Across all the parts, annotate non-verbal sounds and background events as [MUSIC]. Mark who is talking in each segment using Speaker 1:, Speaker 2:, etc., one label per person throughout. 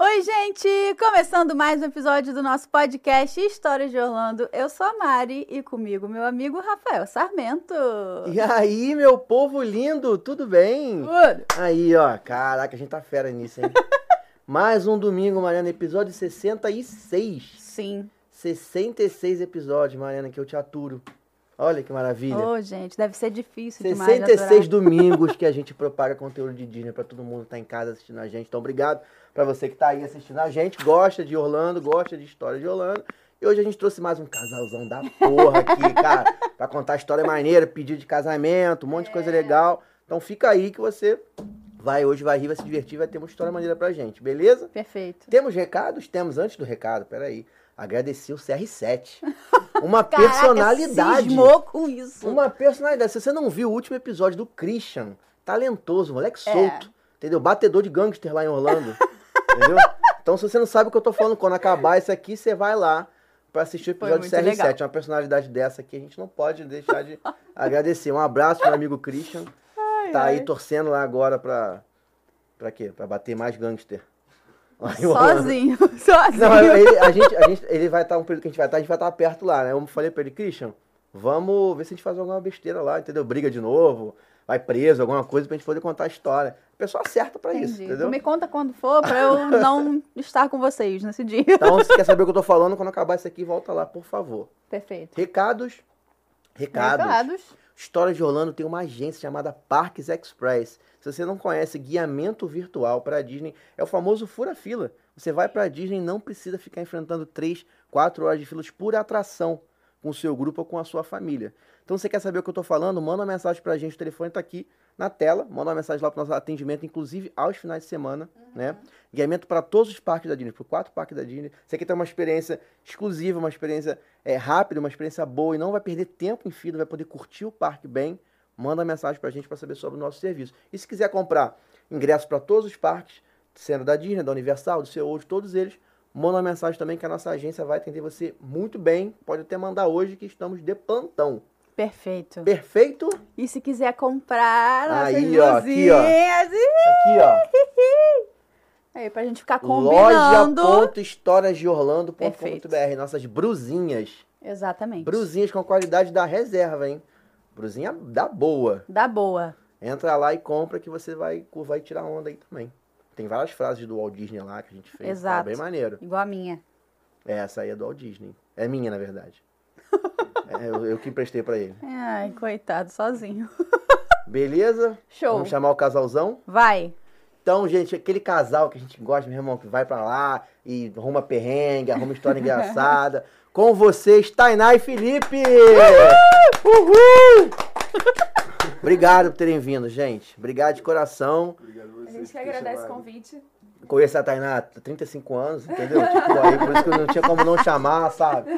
Speaker 1: Oi, gente! Começando mais um episódio do nosso podcast Histórias de Orlando. Eu sou a Mari e comigo meu amigo Rafael Sarmento.
Speaker 2: E aí, meu povo lindo, tudo bem?
Speaker 1: Tudo.
Speaker 2: Aí, ó, caraca, a gente tá fera nisso, hein? Mais um domingo, Mariana, episódio 66.
Speaker 1: Sim.
Speaker 2: 66 episódios, Mariana, que eu te aturo. Olha que maravilha.
Speaker 1: Ô, gente, deve ser difícil demais. de
Speaker 2: 66
Speaker 1: aturar.
Speaker 2: domingos que a gente propaga conteúdo de Disney pra todo mundo que tá em casa assistindo a gente. Então, obrigado pra você que tá aí assistindo a gente, gosta de Orlando, gosta de história de Orlando. E hoje a gente trouxe mais um casalzão da porra
Speaker 1: [LAUGHS]
Speaker 2: aqui, cara, pra contar história maneira, pedido de casamento, um monte de
Speaker 1: É.
Speaker 2: coisa legal. Então, fica aí que você vai hoje, vai rir, vai se divertir, vai ter uma história maneira pra gente, beleza?
Speaker 1: Perfeito.
Speaker 2: Temos recados? Temos antes do recado, peraí. Agradecer o CR7. Uma
Speaker 1: Caraca,
Speaker 2: personalidade.
Speaker 1: cismou com isso. [LAUGHS]
Speaker 2: Uma personalidade. Se você não viu o último episódio do Christian, talentoso, moleque
Speaker 1: É.
Speaker 2: solto, entendeu? Batedor de gangster lá em Orlando, [LAUGHS] entendeu? Então, se você não sabe o que eu tô falando, quando acabar isso aqui, você vai lá pra assistir o
Speaker 1: Foi
Speaker 2: episódio do
Speaker 1: muito
Speaker 2: CR7.
Speaker 1: legal.
Speaker 2: É Uma personalidade dessa que a gente não pode deixar de agradecer. Um abraço, meu amigo Christian. tá aí torcendo lá agora pra. Pra quê? Pra bater mais gangster. Lá em Orlando.
Speaker 1: Sozinho. [LAUGHS] Sozinho.
Speaker 2: Não, é ele, a gente, a gente- ele vai estar, um período que a gente vai estar, a gente vai estar perto lá, né? Eu falei pra ele, Christian, vamos ver se a gente faz alguma besteira lá, entendeu? Briga de novo, vai preso, alguma coisa, pra gente poder contar a história. A pessoa certa pra é isso,
Speaker 1: Entendi. é
Speaker 2: entendeu?
Speaker 1: Me conta quando for pra
Speaker 2: [LAUGHS]
Speaker 1: eu não estar com vocês nesse dia.
Speaker 2: Então, se quer saber o que eu tô falando, quando acabar isso aqui, volta lá, por favor.
Speaker 1: [LAUGHS] Perfeito.
Speaker 2: Recados. Recados.
Speaker 1: Recados.
Speaker 2: Histórias de Orlando tem uma agência chamada Parques Express. Se você não conhece, guiamento virtual para Disney é o famoso fura-fila. Você vai para Disney e não precisa ficar enfrentando 3, 4 horas de filas por atração com o seu grupo ou com a sua família. Então, se você quer saber o que eu estou falando, manda uma mensagem para a gente. O telefone está aqui na tela. Manda uma mensagem lá para o nosso atendimento, inclusive aos finais de semana. Né? Guiamento para todos os parques da Disney, para quatro parques da Disney. Você quer ter uma experiência exclusiva, uma experiência é, rápida, uma experiência boa e não vai perder tempo em fila, vai poder curtir o parque bem, manda mensagem pra gente para saber sobre o nosso serviço. E se quiser comprar ingresso para todos os parques, sendo da Disney, da Universal, do CEO, de todos eles, manda uma mensagem também que a nossa agência vai atender você muito bem. Pode até mandar hoje que estamos de plantão.
Speaker 1: Perfeito.
Speaker 2: Perfeito?
Speaker 1: E se quiser comprar nossas
Speaker 2: Aí, ó, aqui, ó.
Speaker 1: blusinhas, ih,
Speaker 2: Aqui, ó.
Speaker 1: Aí, É, pra gente ficar combinando.
Speaker 2: loja.historiasdeorlando.com.br,
Speaker 1: Perfeito.
Speaker 2: nossas brusinhas.
Speaker 1: Exatamente.
Speaker 2: Brusinhas com qualidade da reserva, hein? Brusinha da boa.
Speaker 1: Da boa.
Speaker 2: Entra lá e compra que você vai, vai tirar onda aí também. Tem várias frases do Walt Disney lá que a gente fez. tá
Speaker 1: Exato.
Speaker 2: bem maneiro.
Speaker 1: Igual a minha.
Speaker 2: É, essa aí é do Walt Disney. É minha, na verdade. É, eu, eu que emprestei pra ele.
Speaker 1: Ai, coitado, sozinho.
Speaker 2: Beleza?
Speaker 1: Show.
Speaker 2: Vamos chamar o casalzão? [LAUGHS]
Speaker 1: Vai.
Speaker 2: Então, gente, aquele casal que a gente gosta, meu irmão, que vai pra lá e arruma perrengue, arruma história engraçada. Com vocês, Tainá e Felipe! Uhul! Obrigado por terem vindo, gente. Obrigado de coração.
Speaker 3: A gente que agradece o convite.
Speaker 2: Conheço a Tainá há 35 anos, entendeu? Tipo, aí, por isso que eu não tinha como não chamar, sabe?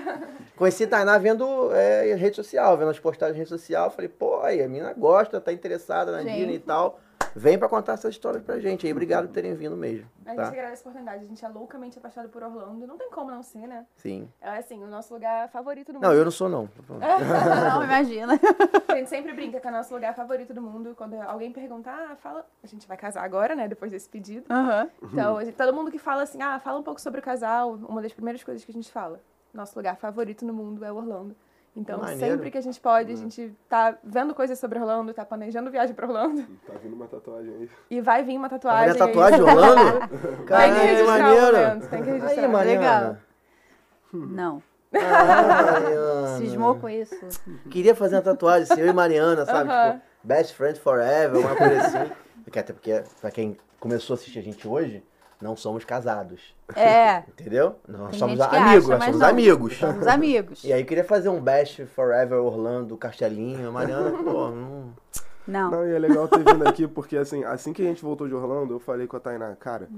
Speaker 2: Conheci a Tainá vendo é, rede social, vendo as postagens de rede social. Falei, pô, aí a menina gosta, tá interessada na
Speaker 1: Sim.
Speaker 2: Dina e tal. Vem pra contar essas histórias pra gente aí. Obrigado por terem vindo mesmo,
Speaker 3: A gente
Speaker 2: tá?
Speaker 3: agradece a oportunidade. A gente é loucamente apaixonado por Orlando. Não tem como não ser, né?
Speaker 2: Sim.
Speaker 3: É assim, o nosso lugar favorito do mundo.
Speaker 2: Não, eu não sou, não.
Speaker 3: Ah,
Speaker 1: Não, imagina.
Speaker 3: A gente sempre brinca que é o nosso lugar favorito do mundo. Quando alguém pergunta, ah, fala. A gente vai casar agora, né? Depois desse pedido.
Speaker 1: Aham.
Speaker 2: Uhum.
Speaker 3: Então, a gente- todo mundo que fala assim, ah, fala um pouco sobre o casal. Uma das primeiras coisas que a gente fala. Nosso lugar favorito no mundo é Orlando. Então,
Speaker 2: Maneiro. Uhum.
Speaker 3: sempre que a gente pode, a gente tá vendo coisas sobre Orlando, tá planejando viagem pra Orlando.
Speaker 2: [LAUGHS]
Speaker 4: Tá vindo uma tatuagem aí.
Speaker 3: E vai vir uma
Speaker 2: Olha
Speaker 3: tatuagem.
Speaker 2: a
Speaker 3: aí.
Speaker 2: tatuagem rolando.
Speaker 3: Tem que
Speaker 2: Caralho,
Speaker 3: registrar o
Speaker 2: maneiro.
Speaker 3: momento, tem que tá registrar.
Speaker 2: Aí, é Mariana.
Speaker 1: Não. [LAUGHS]
Speaker 2: Mariana.
Speaker 1: Cismou com isso.
Speaker 2: Queria fazer uma tatuagem assim, eu e Mariana, sabe?
Speaker 3: Aham.
Speaker 2: Tipo, best friend forever, uma coisa assim. Porque até porque, pra quem começou a assistir a gente hoje, não somos casados,
Speaker 1: É.
Speaker 2: entendeu? Nós
Speaker 1: Tem
Speaker 2: somos
Speaker 1: gente que
Speaker 2: amigos,
Speaker 1: acha,
Speaker 2: nós
Speaker 1: mas
Speaker 2: somos
Speaker 1: não.
Speaker 2: amigos.
Speaker 1: Somos amigos.
Speaker 2: E aí queria fazer um best forever Orlando, Castelinho, Mariana, pô, não...
Speaker 1: Não.
Speaker 5: Não, e é legal ter vindo aqui, porque assim, assim que a gente voltou de Orlando, eu falei com a Tainá, cara,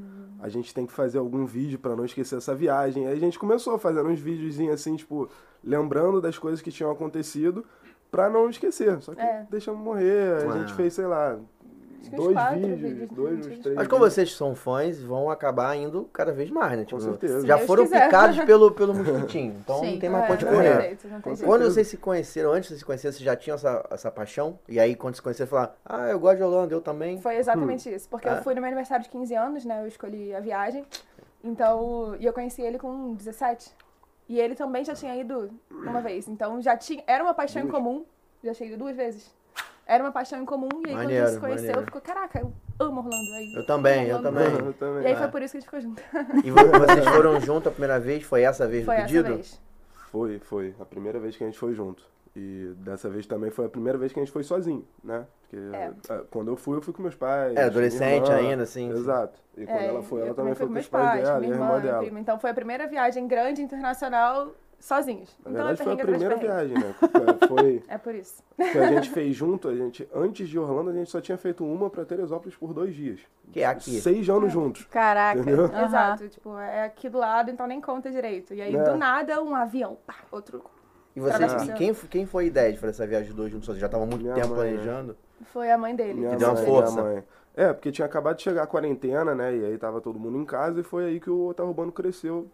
Speaker 5: a gente tem que fazer algum vídeo pra não esquecer essa viagem. Aí a gente começou fazendo uns videozinhos assim, tipo, lembrando das coisas que tinham acontecido pra não esquecer. Só que
Speaker 3: É.
Speaker 5: deixamos morrer, a gente fez, sei lá,
Speaker 3: Acho que uns
Speaker 5: dois
Speaker 3: quatro
Speaker 5: vídeos,
Speaker 3: vídeos,
Speaker 5: dois,
Speaker 3: né?
Speaker 5: uns três.
Speaker 2: Mas como assim vocês
Speaker 5: vídeos.
Speaker 2: são fãs, vão acabar indo cada vez mais, né? Tipo,
Speaker 5: certeza. Se
Speaker 2: Já
Speaker 3: Deus
Speaker 2: foram
Speaker 3: quiser.
Speaker 2: picados pelo, pelo mosquitinho. Então
Speaker 1: Sim.
Speaker 2: não tem mais
Speaker 3: É,
Speaker 2: pra onde
Speaker 3: não
Speaker 2: correr.
Speaker 3: tem jeito, não tem
Speaker 5: Com
Speaker 3: jeito.
Speaker 2: Quando vocês se conheceram, antes de se conhecer, vocês já tinham essa, essa paixão? E aí, quando se conheceram, falaram, ah, eu gosto de Holanda, eu também.
Speaker 3: Foi exatamente isso. Porque
Speaker 2: Ah.
Speaker 3: eu fui no meu aniversário de 15 anos, né? Eu escolhi a viagem. Então, e eu conheci ele com 17. E ele também já tinha ido uma vez. Então já tinha. Era uma paixão em comum. Já tinha ido duas vezes. Era uma paixão em comum. E aí quando a
Speaker 2: Maneiro,
Speaker 3: gente se conheceu,
Speaker 2: maneiro.
Speaker 3: ficou, caraca, eu amo Orlando aí.
Speaker 2: Eu
Speaker 3: amo
Speaker 2: também, eu
Speaker 3: Orlando."
Speaker 2: também. É.
Speaker 5: Eu [LAUGHS] também.
Speaker 3: E aí
Speaker 5: Ah,
Speaker 3: foi por isso que a gente ficou junto.
Speaker 2: E vo- vocês foram juntos a primeira vez? Foi essa vez
Speaker 3: Foi
Speaker 2: do
Speaker 3: essa
Speaker 2: pedido?
Speaker 3: vez.
Speaker 5: Foi, foi. A primeira vez que a gente foi junto. E dessa vez também foi a primeira vez que a gente foi sozinho, né? Porque
Speaker 3: É.
Speaker 5: ah, quando eu fui, eu fui com meus pais.
Speaker 2: É, adolescente
Speaker 5: minha irmã.
Speaker 2: ainda, assim.
Speaker 5: Exato. E quando
Speaker 3: É,
Speaker 5: ela foi,
Speaker 3: eu
Speaker 5: ela também
Speaker 3: fui
Speaker 5: foi
Speaker 3: com
Speaker 5: com os
Speaker 3: meus
Speaker 5: pais
Speaker 3: pais,
Speaker 5: dela e
Speaker 3: minha
Speaker 5: a
Speaker 3: irmã,
Speaker 5: irmã
Speaker 3: meu
Speaker 5: dela.
Speaker 3: primo. Então foi a primeira viagem grande internacional sozinhos. então
Speaker 5: Na
Speaker 3: é
Speaker 5: verdade, foi a
Speaker 3: perrengue atrás de
Speaker 5: primeira
Speaker 3: perrengue.
Speaker 5: viagem, né? Foi
Speaker 3: É por isso.
Speaker 5: que a gente fez junto, a gente, antes de Orlando, a gente só tinha feito uma pra Teresópolis por dois dias.
Speaker 2: Que é aqui.
Speaker 5: Seis anos juntos.
Speaker 1: Caraca.
Speaker 5: Entendeu?
Speaker 1: Aham.
Speaker 3: Exato, tipo, é aqui do lado, então nem conta direito. E aí,
Speaker 5: É.
Speaker 3: do nada, um avião, pá, outro.
Speaker 2: E, vocês,
Speaker 3: Através do
Speaker 2: e quem, f- quem foi a ideia de fazer essa viagem dos dois juntos? Vocês já estavam há muito
Speaker 5: Minha
Speaker 2: tempo
Speaker 5: mãe, né?
Speaker 2: planejando?
Speaker 3: Foi a mãe dele.
Speaker 5: Minha
Speaker 2: Que deu uma
Speaker 5: mãe,
Speaker 2: força.
Speaker 5: minha mãe. É, porque tinha acabado de chegar a quarentena, né? E aí tava todo mundo em casa e foi aí que o Otávio Urbano cresceu.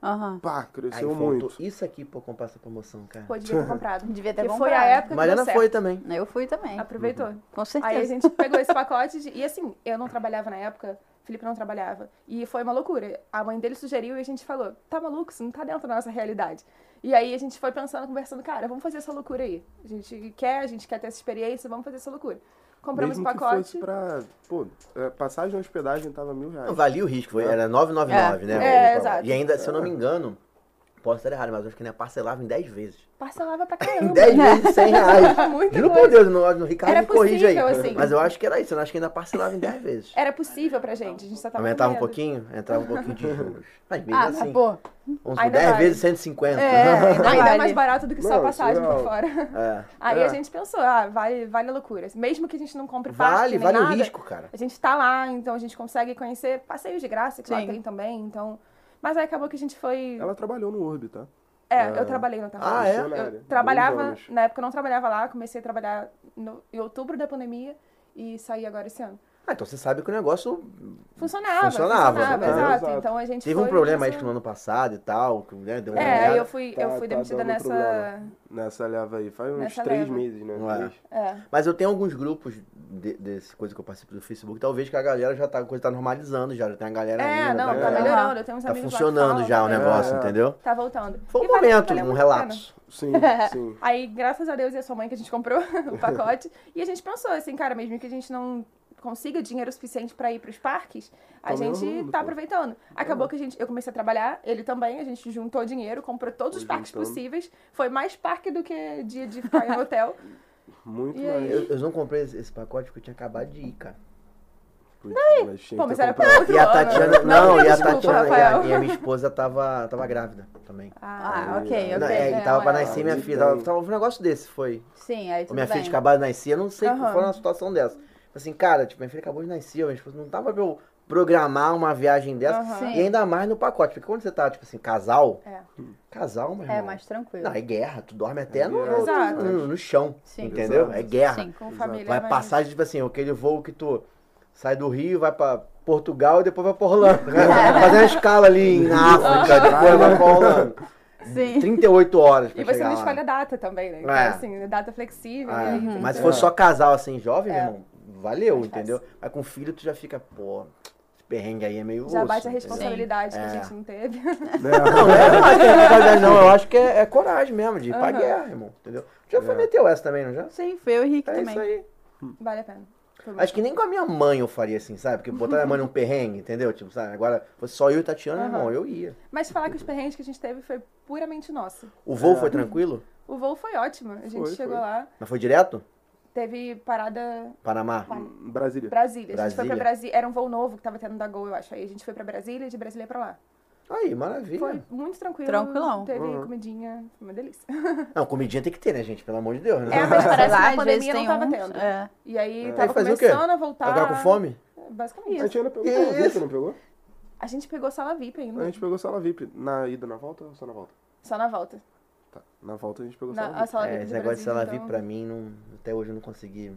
Speaker 1: Aham.
Speaker 5: Pá,
Speaker 2: Aí
Speaker 5: cresceu
Speaker 2: faltou
Speaker 5: muito.
Speaker 2: isso aqui, pô, comprar essa promoção, cara.
Speaker 3: Pô, devia ter comprado.
Speaker 1: Devia ter
Speaker 3: que
Speaker 1: comprado.
Speaker 3: foi a época
Speaker 2: Mariana
Speaker 3: que deu
Speaker 2: foi
Speaker 3: certo.
Speaker 2: também.
Speaker 1: Eu fui também.
Speaker 3: Aproveitou.
Speaker 1: Com certeza.
Speaker 3: Aí a gente pegou
Speaker 1: [LAUGHS]
Speaker 3: esse pacote de... E assim, eu não trabalhava na época, Felipe não trabalhava. E foi uma loucura. A mãe dele sugeriu e a gente falou, tá maluco, isso não tá dentro da nossa realidade. E aí a gente foi pensando, conversando, cara, vamos fazer essa loucura aí. A gente quer, a gente quer ter essa experiência, vamos fazer essa loucura. Compramos
Speaker 5: Mesmo
Speaker 3: o pacote.
Speaker 5: que fosse pra... Pô, é, passagem e hospedagem tava mil reais.
Speaker 2: Não valia o risco, foi- era 999,
Speaker 1: É.
Speaker 2: né?
Speaker 3: É,
Speaker 2: o-
Speaker 3: exato.
Speaker 2: E ainda, se eu não me engano, posso estar errado, mas eu acho que ainda parcelava em 10 vezes.
Speaker 3: Parcelava pra
Speaker 2: [LAUGHS] Em
Speaker 3: caramba.
Speaker 2: 10
Speaker 3: [LAUGHS]
Speaker 2: vezes 100 reais.
Speaker 3: É. Muita
Speaker 2: Juro por
Speaker 3: coisa.
Speaker 2: Deus, no, no Ricardo
Speaker 3: Era
Speaker 2: me corrige aí.
Speaker 3: possível, assim.
Speaker 2: Mas eu acho que era isso, eu acho que ainda parcelava em 10 vezes.
Speaker 3: Era possível pra gente, a gente só tava com
Speaker 2: Aumentava um
Speaker 3: medo.
Speaker 2: pouquinho, entrava um
Speaker 3: [LAUGHS]
Speaker 2: pouquinho de juros. Mas mesmo
Speaker 1: Ah,
Speaker 2: assim,
Speaker 1: mas pô.
Speaker 2: uns
Speaker 3: ainda
Speaker 2: 10
Speaker 3: vale.
Speaker 2: vezes 150.
Speaker 1: É,
Speaker 3: Ainda é
Speaker 1: vale.
Speaker 3: mais barato do que só
Speaker 5: Não,
Speaker 3: a passagem
Speaker 5: surreal.
Speaker 3: por fora. [LAUGHS]
Speaker 2: [LAUGHS] É.
Speaker 3: Aí
Speaker 5: É.
Speaker 3: a gente pensou, ah, vale, vale a loucura. Mesmo que a gente não compre parte,
Speaker 2: Vale,
Speaker 3: nem
Speaker 2: vale o
Speaker 3: nada,
Speaker 2: risco, cara.
Speaker 3: A gente tá lá, então a gente consegue conhecer passeios de graça, que lá
Speaker 1: Sim.
Speaker 3: tem também, então... Mas aí acabou que a gente foi...
Speaker 5: Ela trabalhou no Urb, tá?
Speaker 3: É, eu trabalhei no Tarrafal.
Speaker 2: É Ah, é?
Speaker 5: Funcionária.
Speaker 3: Eu trabalhava,
Speaker 5: Dois anos.
Speaker 3: na época eu não trabalhava lá, comecei a trabalhar no- em outubro da pandemia e saí agora esse ano.
Speaker 2: Ah, então você sabe que o negócio
Speaker 3: Funcionava,
Speaker 2: Funcionava,
Speaker 3: funcionava,
Speaker 2: né?
Speaker 3: exato.
Speaker 5: Exato.
Speaker 3: Então a gente
Speaker 2: teve
Speaker 3: foi
Speaker 2: um problema
Speaker 3: nessa-
Speaker 2: aí acho que no ano passado e tal, que né, deu uma
Speaker 3: É, aí
Speaker 2: olhada.
Speaker 3: eu fui, eu
Speaker 5: Tá-
Speaker 3: fui
Speaker 5: tá
Speaker 3: demitida
Speaker 5: dando
Speaker 3: nessa...
Speaker 5: problema. Nessa leva aí. Faz uns
Speaker 3: Nessa
Speaker 5: três
Speaker 3: leva.
Speaker 5: meses, né?
Speaker 2: Não é.
Speaker 5: Três.
Speaker 3: É.
Speaker 2: Mas eu tenho alguns grupos de, desse coisa que eu participo do Facebook, talvez que a galera já tá, a coisa tá normalizando já, já tem a galera
Speaker 3: É,
Speaker 2: ainda,
Speaker 3: não,
Speaker 2: tá,
Speaker 3: tá
Speaker 2: galera-
Speaker 3: melhorando. Eu tenho uns
Speaker 2: tá
Speaker 3: amigos lá que
Speaker 2: funcionando
Speaker 3: falam
Speaker 2: já o
Speaker 3: também.
Speaker 2: negócio,
Speaker 5: É.
Speaker 2: entendeu?
Speaker 3: Tá voltando.
Speaker 2: Foi um
Speaker 3: E vale-
Speaker 2: momento,
Speaker 3: valeu
Speaker 2: um
Speaker 3: muito a pena.
Speaker 2: relato.
Speaker 3: [LAUGHS]
Speaker 5: Sim, sim.
Speaker 3: Aí, graças a Deus e a sua mãe que a gente comprou [LAUGHS] o pacote. e a gente pensou assim, cara, mesmo que a gente não consiga dinheiro suficiente pra ir pros parques, a
Speaker 5: Tá
Speaker 3: gente
Speaker 5: melhorando,
Speaker 3: tá
Speaker 5: pô.
Speaker 3: aproveitando. Acabou que a gente, eu comecei a trabalhar, ele também, a gente juntou dinheiro, comprou todos os
Speaker 5: Foi
Speaker 3: parques
Speaker 5: juntando.
Speaker 3: possíveis. Foi mais parque do que dia de ficar
Speaker 2: [LAUGHS]
Speaker 3: em um hotel.
Speaker 5: Muito
Speaker 3: E
Speaker 5: mais.
Speaker 2: Eu, eu não comprei esse esse pacote porque eu tinha acabado de ir, cara.
Speaker 5: Putz, mas tinha
Speaker 3: Pô,
Speaker 5: que
Speaker 3: mas
Speaker 5: ter
Speaker 3: era pra
Speaker 5: comprado.
Speaker 3: outro
Speaker 2: E a
Speaker 3: ano.
Speaker 2: Tatiana. Não,
Speaker 3: me
Speaker 2: e a
Speaker 3: desculpa,
Speaker 2: Tatiana e a,
Speaker 3: Rafael.
Speaker 2: e a minha esposa tava, tava grávida também.
Speaker 1: Ah, ok,
Speaker 2: Não,
Speaker 1: ok.
Speaker 2: é, e tava pra
Speaker 3: mas-
Speaker 2: nascer minha filha.
Speaker 5: Tudo
Speaker 2: Tava,
Speaker 5: bem.
Speaker 2: tava um negócio desse, foi.
Speaker 1: Sim, aí tudo
Speaker 2: minha
Speaker 1: bem.
Speaker 2: filha tinha acabado de nascer, eu não sei como
Speaker 3: Aham.
Speaker 2: foi uma situação dessa. Tipo Assim, cara, tipo, minha filha acabou de nascer, minha esposa não tava pra eu programar uma viagem dessa.
Speaker 3: Aham.
Speaker 2: E ainda mais no pacote. Porque quando você tá, tipo assim, casal.
Speaker 3: É.
Speaker 2: Casal, meu
Speaker 1: É
Speaker 2: irmão.
Speaker 1: mais tranquilo.
Speaker 2: Não, é guerra. Tu dorme até no,
Speaker 5: É guerra.
Speaker 3: Exato.
Speaker 2: no, no chão.
Speaker 1: Sim.
Speaker 2: Entendeu? É guerra.
Speaker 1: Sim. é
Speaker 3: Com família.
Speaker 2: Vai
Speaker 3: mas-
Speaker 2: passagem, tipo assim, aquele voo que tu sai do Rio, vai pra Portugal e depois vai pra Orlando.
Speaker 1: [LAUGHS]
Speaker 2: Né? Fazer uma escala ali na África, depois vai pra Orlando. [LAUGHS]
Speaker 1: Sim.
Speaker 2: 38 horas pra
Speaker 3: E você
Speaker 2: chegar
Speaker 3: não
Speaker 2: lá.
Speaker 3: escolhe a data também, né? Então,
Speaker 2: É.
Speaker 3: assim, data flexível.
Speaker 2: Ah,
Speaker 3: e
Speaker 2: é.
Speaker 3: aí tem
Speaker 2: Mas se
Speaker 3: que-
Speaker 2: fosse só casal assim, jovem,
Speaker 3: né?
Speaker 2: meu
Speaker 3: É.
Speaker 2: irmão, valeu,
Speaker 3: Mais
Speaker 2: entendeu? Mas com filho tu já fica, pô, esse perrengue aí é meio.
Speaker 3: Já
Speaker 2: osso,
Speaker 3: bate a
Speaker 2: entendeu?
Speaker 3: responsabilidade que
Speaker 2: É.
Speaker 3: a gente não teve. [LAUGHS]
Speaker 2: [LAUGHS]
Speaker 5: Né?
Speaker 2: Não, eu não acho que [LAUGHS] é responsabilidade, não. Eu acho que é, é coragem mesmo, de ir pra
Speaker 3: Aham.
Speaker 2: guerra, irmão, entendeu? Já foi meteu essa também, não já?
Speaker 1: Sim, foi eu e o Henrique
Speaker 2: É
Speaker 1: também.
Speaker 2: isso aí.
Speaker 3: Vale a pena. Foi bom.
Speaker 2: Acho que nem com a minha mãe eu faria assim, sabe? Porque botar minha mãe num perrengue, entendeu? Tipo, sabe? Agora, fosse só eu e Tatiana,
Speaker 3: Aham.
Speaker 2: irmão, eu ia.
Speaker 3: Mas falar que os perrengues que a gente teve foi puramente nosso.
Speaker 2: O voo foi tranquilo?
Speaker 3: O voo foi ótimo. A gente
Speaker 5: Foi,
Speaker 3: chegou
Speaker 5: foi.
Speaker 3: lá,
Speaker 2: Mas foi direto?
Speaker 3: teve parada
Speaker 2: Panamá?
Speaker 5: Brasília.
Speaker 3: Brasília. A gente foi
Speaker 2: Brasília?
Speaker 3: pra Brasília. Era um voo novo que tava tendo da Gol, eu acho. Aí a gente foi pra Brasília e de Brasília pra lá.
Speaker 2: Aí, maravilha.
Speaker 3: Foi muito tranquilo.
Speaker 1: Tranquilão.
Speaker 3: Teve
Speaker 2: Uhum.
Speaker 3: comidinha, foi uma delícia.
Speaker 2: Não, comidinha tem que ter, né, gente? Pelo amor de Deus, né?
Speaker 3: É, mas
Speaker 1: Sei
Speaker 3: parece
Speaker 1: lá,
Speaker 3: que
Speaker 1: às
Speaker 3: na
Speaker 1: vezes
Speaker 3: pandemia não
Speaker 1: tem
Speaker 3: tava
Speaker 1: uns,
Speaker 3: tendo.
Speaker 1: é.
Speaker 3: E aí tava
Speaker 2: Aí fazia o quê?
Speaker 3: começando a voltar.
Speaker 2: [LAUGHS] Agora com fome?
Speaker 5: A
Speaker 3: Basicamente.
Speaker 5: gente ainda pegou
Speaker 2: Que
Speaker 5: sala VIP,
Speaker 2: isso?
Speaker 5: não pegou?
Speaker 3: A gente pegou sala VIP ainda.
Speaker 5: A gente pegou sala VIP. Na ida, na volta ou só na volta?
Speaker 3: Só na volta.
Speaker 5: Tá. Na volta a gente pegou sala
Speaker 3: Na, a
Speaker 5: VIP.
Speaker 3: sala
Speaker 2: É,
Speaker 3: VIP.
Speaker 2: esse
Speaker 3: do
Speaker 2: negócio de
Speaker 3: Brasil,
Speaker 2: sala
Speaker 3: então...
Speaker 2: VIP pra mim, não, até hoje eu
Speaker 3: [LAUGHS]
Speaker 2: não consegui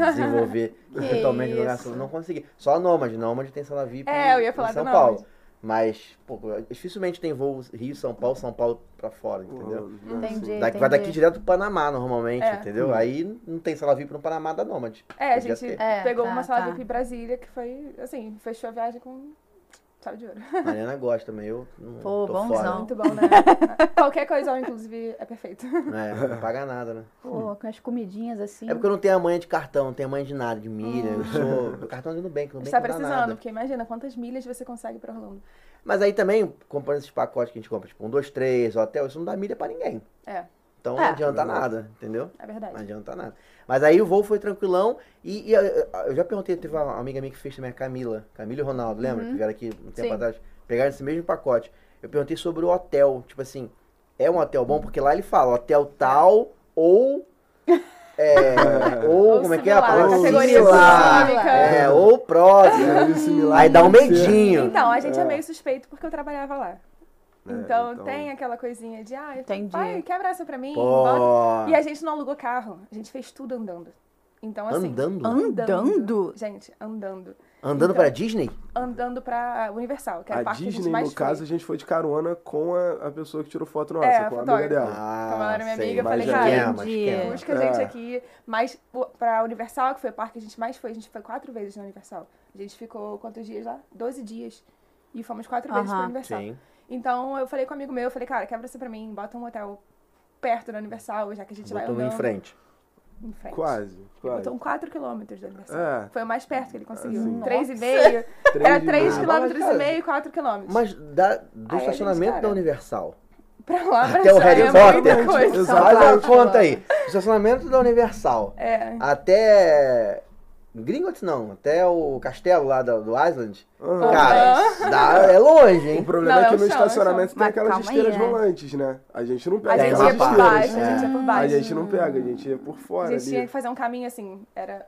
Speaker 2: desenvolver totalmente
Speaker 1: isso.
Speaker 2: no lugar. Não consegui. Só a Nômade. Nômade tem sala VIP
Speaker 3: É, eu ia
Speaker 2: em
Speaker 3: falar
Speaker 2: São
Speaker 3: da
Speaker 2: Paulo.
Speaker 3: Nômade.
Speaker 2: Mas, pô, dificilmente tem voo Rio, São Paulo, São Paulo pra fora, entendeu?
Speaker 5: É
Speaker 1: Entendi.
Speaker 2: Daqui, vai daqui
Speaker 1: entendi.
Speaker 2: direto pro Panamá, normalmente,
Speaker 3: É.
Speaker 2: entendeu? Aí não tem sala VIP no Panamá da
Speaker 3: [LAUGHS]
Speaker 2: Nômade.
Speaker 3: É, a
Speaker 2: Podia
Speaker 3: gente
Speaker 2: ter.
Speaker 1: É,
Speaker 3: pegou
Speaker 1: tá,
Speaker 3: uma sala
Speaker 1: tá.
Speaker 3: VIP em Brasília que foi, assim, fechou a viagem com chave de ouro.
Speaker 2: Mariana gosta, mas eu não
Speaker 1: Pô,
Speaker 2: tô
Speaker 1: bonzão.
Speaker 3: Muito
Speaker 1: [LAUGHS]
Speaker 3: bom, né? Qualquer coisa, inclusive, é perfeito.
Speaker 2: fora. É, não paga nada, né?
Speaker 1: Pô, com as comidinhas assim.
Speaker 2: É porque eu não tenho a manha de cartão, não tenho a manha de nada, de milha. Eu sou. Meu cartão é do Nubank, Nubank
Speaker 3: Está
Speaker 2: não dá
Speaker 3: Hum. tá precisando,
Speaker 2: nada.
Speaker 3: porque imagina quantas milhas você consegue pra Orlando.
Speaker 2: Mas aí também, comprando esses pacotes que a gente compra, tipo, um, dois, três, hotel, isso não dá milha pra ninguém.
Speaker 3: É,
Speaker 2: Então
Speaker 1: É.
Speaker 2: não adianta nada, entendeu?
Speaker 3: é verdade.
Speaker 2: Não adianta nada. Mas aí o voo foi tranquilão e, e, eh, eu já perguntei, teve uma amiga minha que fez também, a Camila. Camila e o Ronaldo,
Speaker 3: Uhum.
Speaker 2: lembra? Que vieram aqui um tempo
Speaker 1: Sim.
Speaker 2: atrás. Pegaram esse mesmo pacote. Eu perguntei sobre o hotel. Tipo assim, é um hotel bom? Porque lá ele fala hotel tal ou...
Speaker 3: [LAUGHS]
Speaker 2: [LAUGHS] É, ou, como é que é a
Speaker 3: similar,
Speaker 2: palavra?
Speaker 3: categoria
Speaker 2: Similar.
Speaker 3: econômica.
Speaker 2: É, ou próximo. Aí dá um medinho.
Speaker 3: Então, a gente é. meio suspeito porque eu trabalhava
Speaker 2: É,
Speaker 3: lá. Então,
Speaker 5: então-
Speaker 3: tem aquela coisinha de, ah,
Speaker 1: Entendi.
Speaker 3: pai, quebra essa pra mim.
Speaker 2: Pô.
Speaker 3: bota. E a gente não alugou carro, a gente fez tudo andando. Então, assim.
Speaker 2: Andando?
Speaker 1: Andando?
Speaker 3: Gente, andando.
Speaker 2: Andando
Speaker 3: então.
Speaker 2: pra Disney?
Speaker 3: Andando pra Universal, que era
Speaker 5: A
Speaker 3: o parque que a
Speaker 5: Disney,
Speaker 3: gente mais
Speaker 5: no caso, a
Speaker 3: foi.
Speaker 5: gente foi de carona com a, a pessoa que tirou foto nossa,
Speaker 3: É,
Speaker 5: com a amiga
Speaker 3: fotógrafa.
Speaker 5: dela.
Speaker 3: Como ela era minha amiga, eu
Speaker 2: Ah, mas
Speaker 3: falei,
Speaker 2: já
Speaker 3: cara, um
Speaker 2: esquema,
Speaker 1: entendi.
Speaker 2: esquema.
Speaker 3: Busca a gente
Speaker 5: É.
Speaker 3: aqui. Mas pô, pra Universal, que foi o parque que a gente mais foi, a gente foi quatro vezes na Universal. A gente ficou quantos dias lá? Doze dias. E fomos quatro vezes pra
Speaker 1: Aham.
Speaker 3: Universal.
Speaker 2: Sim.
Speaker 3: Então eu falei com um amigo meu, eu falei, cara, quebra isso pra mim, bota um hotel perto da Universal, já que a gente
Speaker 2: Botou
Speaker 3: vai
Speaker 2: em
Speaker 3: andando.
Speaker 2: frente.
Speaker 3: Em
Speaker 2: Ah,
Speaker 3: frente.
Speaker 5: um Quase,
Speaker 2: tipo,
Speaker 3: Ele
Speaker 5: quase.
Speaker 2: então,
Speaker 3: botou um 4 quilômetros da Universal.
Speaker 5: É.
Speaker 3: Foi o mais perto que ele conseguiu.
Speaker 5: Assim.
Speaker 3: Três e
Speaker 5: [LAUGHS]
Speaker 3: meio. Era
Speaker 5: Três e
Speaker 3: três
Speaker 5: meio.
Speaker 3: quilômetros
Speaker 2: Ah, mas,
Speaker 3: e meio, quatro quilômetros.
Speaker 2: Mas da- do
Speaker 3: Aí a gente,
Speaker 2: estacionamento
Speaker 3: Ah, é cara,
Speaker 2: da Universal
Speaker 3: pra lá, pra
Speaker 2: até o
Speaker 3: cá,
Speaker 2: Harry
Speaker 3: é muita
Speaker 2: Potter,
Speaker 3: coisa.
Speaker 5: Exato.
Speaker 2: faz uma
Speaker 3: Quatro
Speaker 2: conta aí. Do estacionamento da Universal
Speaker 3: É.
Speaker 2: até... Gringotts não, até o castelo lá da- do Island.
Speaker 3: Então, tá.
Speaker 5: Aham.
Speaker 2: Cara, dá- é
Speaker 3: [LAUGHS]
Speaker 2: longe,
Speaker 5: O
Speaker 2: hein?
Speaker 5: problema
Speaker 3: Não,
Speaker 5: é que
Speaker 3: é um chão, é
Speaker 5: no
Speaker 3: um
Speaker 5: estacionamento
Speaker 3: chão.
Speaker 5: tem
Speaker 1: Mas
Speaker 5: aquelas
Speaker 1: calma aí,
Speaker 5: esteiras
Speaker 1: né?
Speaker 5: volantes, né? A gente não
Speaker 3: é. A
Speaker 5: pega
Speaker 2: Tem
Speaker 3: gente
Speaker 2: uma
Speaker 3: ia
Speaker 5: aquelas
Speaker 3: por
Speaker 2: parte,
Speaker 3: baixo,
Speaker 5: esteiras. É.
Speaker 3: a gente ia por
Speaker 5: A
Speaker 3: baixo.
Speaker 5: gente não pega, a gente ia por
Speaker 3: A
Speaker 5: fora
Speaker 3: gente tinha
Speaker 5: ali.
Speaker 3: que fazer um caminho assim, era.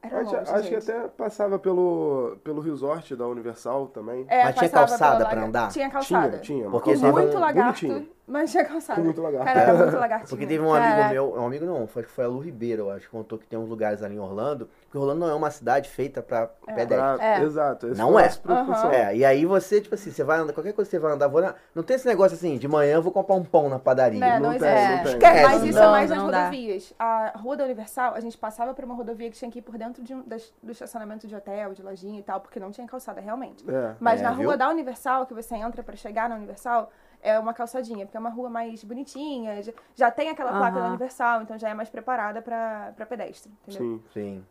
Speaker 3: Era
Speaker 5: Acho,
Speaker 3: longe,
Speaker 5: acho que
Speaker 3: gente.
Speaker 5: até passava pelo, pelo resort da Universal também.
Speaker 3: É,
Speaker 2: Mas tinha
Speaker 3: passava
Speaker 2: calçada
Speaker 3: pela
Speaker 2: pra
Speaker 3: laga-
Speaker 2: andar?
Speaker 3: Tinha calçada.
Speaker 5: Tinha, tinha.
Speaker 2: Porque
Speaker 5: Mas
Speaker 3: Com
Speaker 2: tava
Speaker 5: calçada
Speaker 3: muito lagarto,
Speaker 5: bonitinha.
Speaker 3: mas tinha calçada.
Speaker 5: Com muito lagarto.
Speaker 3: Cara, era É muito lagartinho.
Speaker 2: Porque teve um amigo
Speaker 1: Caraca.
Speaker 2: meu, um amigo não, foi, foi a Lu Ribeiro, eu acho, contou que tem uns lugares ali em Orlando, porque Orlando não é uma cidade feita pra pedestre.
Speaker 5: Pra-
Speaker 1: É.
Speaker 5: Exato. esse
Speaker 2: Não
Speaker 5: foi a
Speaker 2: é.
Speaker 5: nossa preocupação.
Speaker 2: É, e aí você, tipo assim, você vai andar, qualquer coisa que você vai andar, vou na- não tem esse negócio assim, de manhã eu vou comprar um pão na padaria.
Speaker 3: Né, não
Speaker 5: Não
Speaker 3: existe.
Speaker 5: tem, não tem.
Speaker 2: Esquece.
Speaker 3: Mas isso é
Speaker 1: Não,
Speaker 3: mais nas
Speaker 1: não dá.
Speaker 3: rodovias. A Rua da Universal, a gente passava por uma rodovia que tinha que ir por dentro de um- das- do estacionamento de hotel, de lojinha e tal, porque não tinha calçada realmente.
Speaker 5: É.
Speaker 3: Mas
Speaker 2: É,
Speaker 3: na rua
Speaker 2: viu?
Speaker 3: da Universal, que você entra pra chegar na Universal, é uma calçadinha, porque é uma rua mais bonitinha, já, já tem aquela placa da
Speaker 1: Aham.
Speaker 3: Universal, então já é mais preparada pra pra pedestre, entendeu?
Speaker 5: Sim.
Speaker 2: Sim.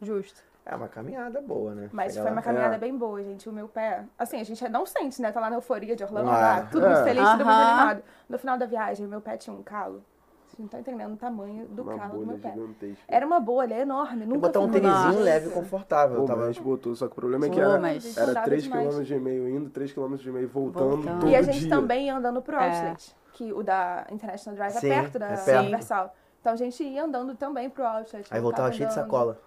Speaker 1: Justo.
Speaker 2: É uma caminhada boa, né?
Speaker 3: Mas
Speaker 2: Chega
Speaker 3: foi
Speaker 2: lá.
Speaker 3: uma caminhada
Speaker 5: É.
Speaker 3: bem boa, gente. O meu pé. Assim, a gente não sente, né? Tá lá na euforia de Orlando,
Speaker 2: Ah,
Speaker 3: lá, tudo muito
Speaker 5: é.
Speaker 3: feliz, tudo muito
Speaker 1: Aham.
Speaker 3: animado. No final da viagem, o meu pé tinha um calo. Vocês não estão entendendo o tamanho do
Speaker 5: Uma
Speaker 3: calo do
Speaker 5: bolha
Speaker 3: meu pé.
Speaker 5: gigantesca.
Speaker 3: Era uma bolha enorme,
Speaker 2: Tem que
Speaker 3: nunca
Speaker 2: botar um
Speaker 3: fui numa-
Speaker 2: tênisinho
Speaker 1: Nossa.
Speaker 2: leve e confortável. eu
Speaker 5: Pô, mas a
Speaker 2: tava...
Speaker 5: gente botou, só que o problema é que
Speaker 1: Pô,
Speaker 5: era,
Speaker 1: mas-
Speaker 5: era
Speaker 3: Saudável
Speaker 5: 3
Speaker 3: demais.
Speaker 5: km e meio indo, 3 km e meio voltando,
Speaker 1: Voltando.
Speaker 5: todo
Speaker 3: E a gente
Speaker 5: dia.
Speaker 3: também ia andando pro
Speaker 1: É.
Speaker 3: outlet, que o da International Drive
Speaker 2: Sim,
Speaker 3: é perto da
Speaker 2: é perto.
Speaker 3: Universal. Então a gente ia andando também pro outlet.
Speaker 2: Aí voltava
Speaker 3: andando.
Speaker 2: cheio de sacola.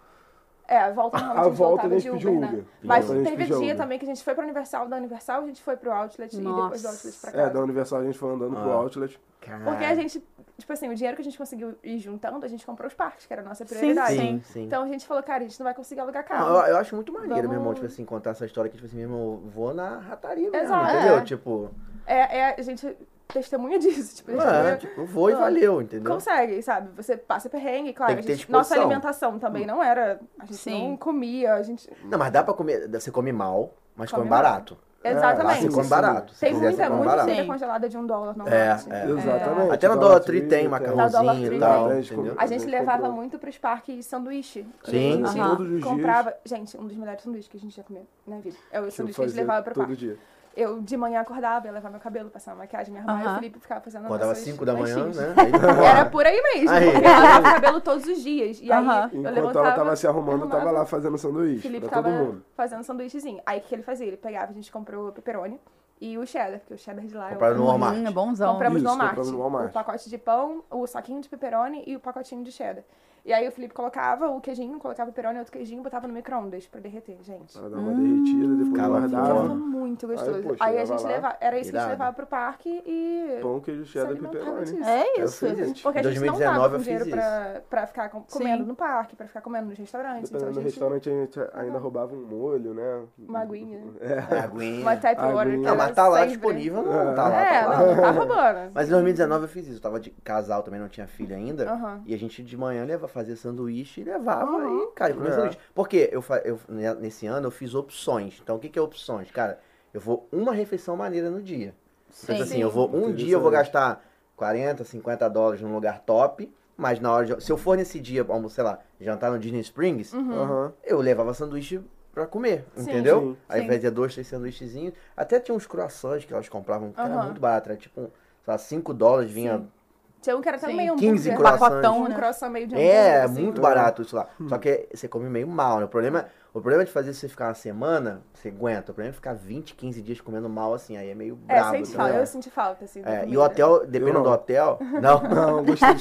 Speaker 3: É, a
Speaker 2: [LAUGHS]
Speaker 3: volta
Speaker 5: A
Speaker 3: normalmente
Speaker 5: volta
Speaker 3: voltava
Speaker 5: a gente
Speaker 3: de
Speaker 5: pediu
Speaker 3: Uber, né?
Speaker 5: Uber.
Speaker 3: Mas
Speaker 5: Volta a gente
Speaker 3: teve
Speaker 5: pediu
Speaker 3: dia
Speaker 5: Uber.
Speaker 3: também que a gente foi pro Universal, da Universal a gente foi pro outlet e depois do
Speaker 1: Nossa.
Speaker 3: outlet pra casa.
Speaker 5: É, da Universal a gente foi andando
Speaker 2: Ah.
Speaker 5: pro outlet.
Speaker 3: Porque a
Speaker 2: Caralho.
Speaker 3: gente, tipo assim, o dinheiro que a gente conseguiu ir juntando, a gente comprou os parques, que era a nossa
Speaker 1: Sim,
Speaker 3: prioridade.
Speaker 2: Sim, sim.
Speaker 3: Então a gente falou, cara, a gente não vai conseguir alugar carro.
Speaker 2: Não, eu, eu acho muito maneiro, meu irmão,
Speaker 3: Vamos-
Speaker 2: tipo assim, contar essa história que, tipo assim, meu irmão, eu vou na rataria mesmo,
Speaker 3: Exato.
Speaker 2: entendeu?
Speaker 1: É.
Speaker 2: Tipo,
Speaker 3: É, é, a gente testemunha [LAUGHS] disso, tipo, a gente
Speaker 2: é,
Speaker 3: não-
Speaker 2: tipo, eu vou e
Speaker 3: Não.
Speaker 2: valeu, entendeu?
Speaker 3: consegue, sabe? Você passa perrengue, claro.
Speaker 2: Tem que
Speaker 3: a
Speaker 2: ter
Speaker 3: gente- nossa
Speaker 2: disposição.
Speaker 3: alimentação também não era. A gente
Speaker 1: Sim.
Speaker 3: não comia, a gente.
Speaker 2: Não, mas dá pra comer, você come mal, mas come,
Speaker 3: Come mal.
Speaker 2: barato.
Speaker 5: É,
Speaker 2: Lá
Speaker 3: Exatamente.
Speaker 2: você
Speaker 5: assim,
Speaker 2: come É, assim, barato. se
Speaker 3: Tem
Speaker 2: quiser, você
Speaker 3: muita,
Speaker 2: come
Speaker 3: muita
Speaker 2: barato.
Speaker 3: comida
Speaker 1: Sim.
Speaker 3: congelada de um dólar não
Speaker 2: É,
Speaker 3: bate.
Speaker 2: é.
Speaker 5: Exatamente.
Speaker 2: Até na
Speaker 5: Dollar
Speaker 2: Dollar Tree
Speaker 5: Tree
Speaker 2: tem
Speaker 5: tem.
Speaker 3: Dollar
Speaker 2: macarrãozinho
Speaker 3: Tree
Speaker 2: e tal,
Speaker 5: tem.
Speaker 2: entendeu?
Speaker 3: A gente
Speaker 5: Eu
Speaker 3: levava
Speaker 5: comprei.
Speaker 3: muito pros parques sanduíche.
Speaker 2: Sim,
Speaker 3: a gente
Speaker 1: Aham.
Speaker 5: todos os dias.
Speaker 3: comprava. Gente, um dos melhores sanduíches que a gente já comeu na vida. É o
Speaker 5: que eu
Speaker 3: sanduíche que a gente
Speaker 5: fazia
Speaker 3: levava pro
Speaker 5: todo
Speaker 3: parque.
Speaker 5: dia.
Speaker 3: Eu de manhã acordava, ia lavar meu cabelo, passava maquiagem, me arrumava, e o
Speaker 1: Aham.
Speaker 3: Felipe ficava fazendo
Speaker 2: Acordava
Speaker 3: nossos
Speaker 2: 5 da manhã,
Speaker 3: lanchinhos.
Speaker 2: né?
Speaker 3: [LAUGHS] Era por aí mesmo,
Speaker 2: Aí.
Speaker 3: porque eu lavava o cabelo todos os dias. E aí
Speaker 1: Aham.
Speaker 3: eu
Speaker 5: Enquanto
Speaker 3: levantava.
Speaker 5: ela tava se arrumando, eu tava
Speaker 3: arrumava.
Speaker 5: lá fazendo sanduíche
Speaker 3: Felipe
Speaker 5: pra todo
Speaker 3: tava
Speaker 5: mundo.
Speaker 3: fazendo sanduíchezinho. Aí o que que ele fazia? Ele pegava, a gente comprou pepperoni, e o cheddar, porque o cheddar de lá é
Speaker 2: Compraram
Speaker 3: o...
Speaker 2: no Walmart.
Speaker 1: Hum, bonzão.
Speaker 3: Compramos
Speaker 5: Isso,
Speaker 3: no Walmart.
Speaker 5: compramos no Walmart.
Speaker 3: O pacote de pão, o saquinho de pepperoni e o pacotinho de cheddar. E aí o Felipe colocava o queijinho, colocava o pepperoni e outro queijinho, botava no micro-ondas pra derreter, gente.
Speaker 5: Pra dar uma
Speaker 3: Hum.
Speaker 5: derretida, depois
Speaker 2: Ficava
Speaker 3: Ficava
Speaker 5: guardava.
Speaker 2: bom.
Speaker 3: muito gostoso.
Speaker 5: Aí,
Speaker 3: Aí,
Speaker 5: pô,
Speaker 3: a
Speaker 5: chegava
Speaker 3: gente
Speaker 5: lá,
Speaker 3: levava, era isso que a
Speaker 2: irado.
Speaker 3: gente levava pro parque e
Speaker 5: Pão, queijo,
Speaker 3: se
Speaker 5: cheddar e
Speaker 3: alimentava
Speaker 5: pepperoni. assim,
Speaker 3: disso.
Speaker 1: É
Speaker 2: Eu
Speaker 1: isso.
Speaker 2: fiz isso.
Speaker 3: Porque
Speaker 2: Em
Speaker 3: a gente não tava
Speaker 2: 2019
Speaker 3: com
Speaker 2: eu
Speaker 3: dinheiro
Speaker 2: fiz
Speaker 3: pra, pra ficar com- comendo
Speaker 1: Sim.
Speaker 3: no parque, pra ficar comendo nos restaurantes.
Speaker 5: Dependendo
Speaker 3: então
Speaker 5: do
Speaker 3: a gente...
Speaker 5: restaurante, a gente ainda roubava um molho, né?
Speaker 3: Uma aguinha.
Speaker 2: É, aguinha.
Speaker 3: Uma type order.
Speaker 5: Aguinha.
Speaker 3: que
Speaker 2: Não,
Speaker 3: era
Speaker 2: mas tá lá
Speaker 3: sempre.
Speaker 2: disponível, não. Tá lá,
Speaker 3: É,
Speaker 2: tá lá.
Speaker 3: não, tá roubando.
Speaker 2: [LAUGHS] Mas em 2019 eu fiz isso. Eu tava de casal também, não tinha filho ainda.
Speaker 3: Aham.
Speaker 2: E a gente de manhã leva, fazia sanduíche e levava. E, cara, eu comia
Speaker 5: É.
Speaker 2: sanduíche. Porque eu, fa- eu- né, nesse ano eu fiz opções. Então o que, que é opções? Cara, eu vou uma refeição maneira no dia. Então, assim,
Speaker 3: Sim.
Speaker 2: eu vou um dia eu vou gastar 40, 50 dólares num lugar top. Mas na hora de. Se eu for nesse dia, almo- sei lá, jantar no Disney Springs,
Speaker 3: Uhum.
Speaker 5: Aham.
Speaker 2: eu levava sanduíche pra comer,
Speaker 3: Sim.
Speaker 2: entendeu?
Speaker 5: Sim.
Speaker 2: Aí
Speaker 3: Sim.
Speaker 2: fazia dois, três sanduíchezinhos. Até tinha uns croissants que elas compravam, que era
Speaker 3: Aham.
Speaker 2: muito barato. Era tipo, sei lá, 5 dólares vinha.
Speaker 3: Tinha um que era também
Speaker 1: Sim.
Speaker 3: meio hambúrguer.
Speaker 2: 15
Speaker 3: um
Speaker 1: Pacotão,
Speaker 2: croissants.
Speaker 1: né?
Speaker 3: croissant meio de hambúrguer.
Speaker 2: É,
Speaker 3: assim.
Speaker 2: muito barato isso lá. Só que você come meio mal, né? O problema, o problema de fazer você ficar uma semana, você aguenta. O problema é ficar 20, 15 dias comendo mal assim. Aí é meio
Speaker 3: É,
Speaker 2: brabo.
Speaker 3: sente
Speaker 2: também.
Speaker 3: falta, eu senti falta, assim. da
Speaker 2: É, e
Speaker 3: comida.
Speaker 2: o hotel, dependendo
Speaker 5: não.
Speaker 2: do
Speaker 3: [LAUGHS]
Speaker 2: hotel. Não.
Speaker 5: Não, gostei de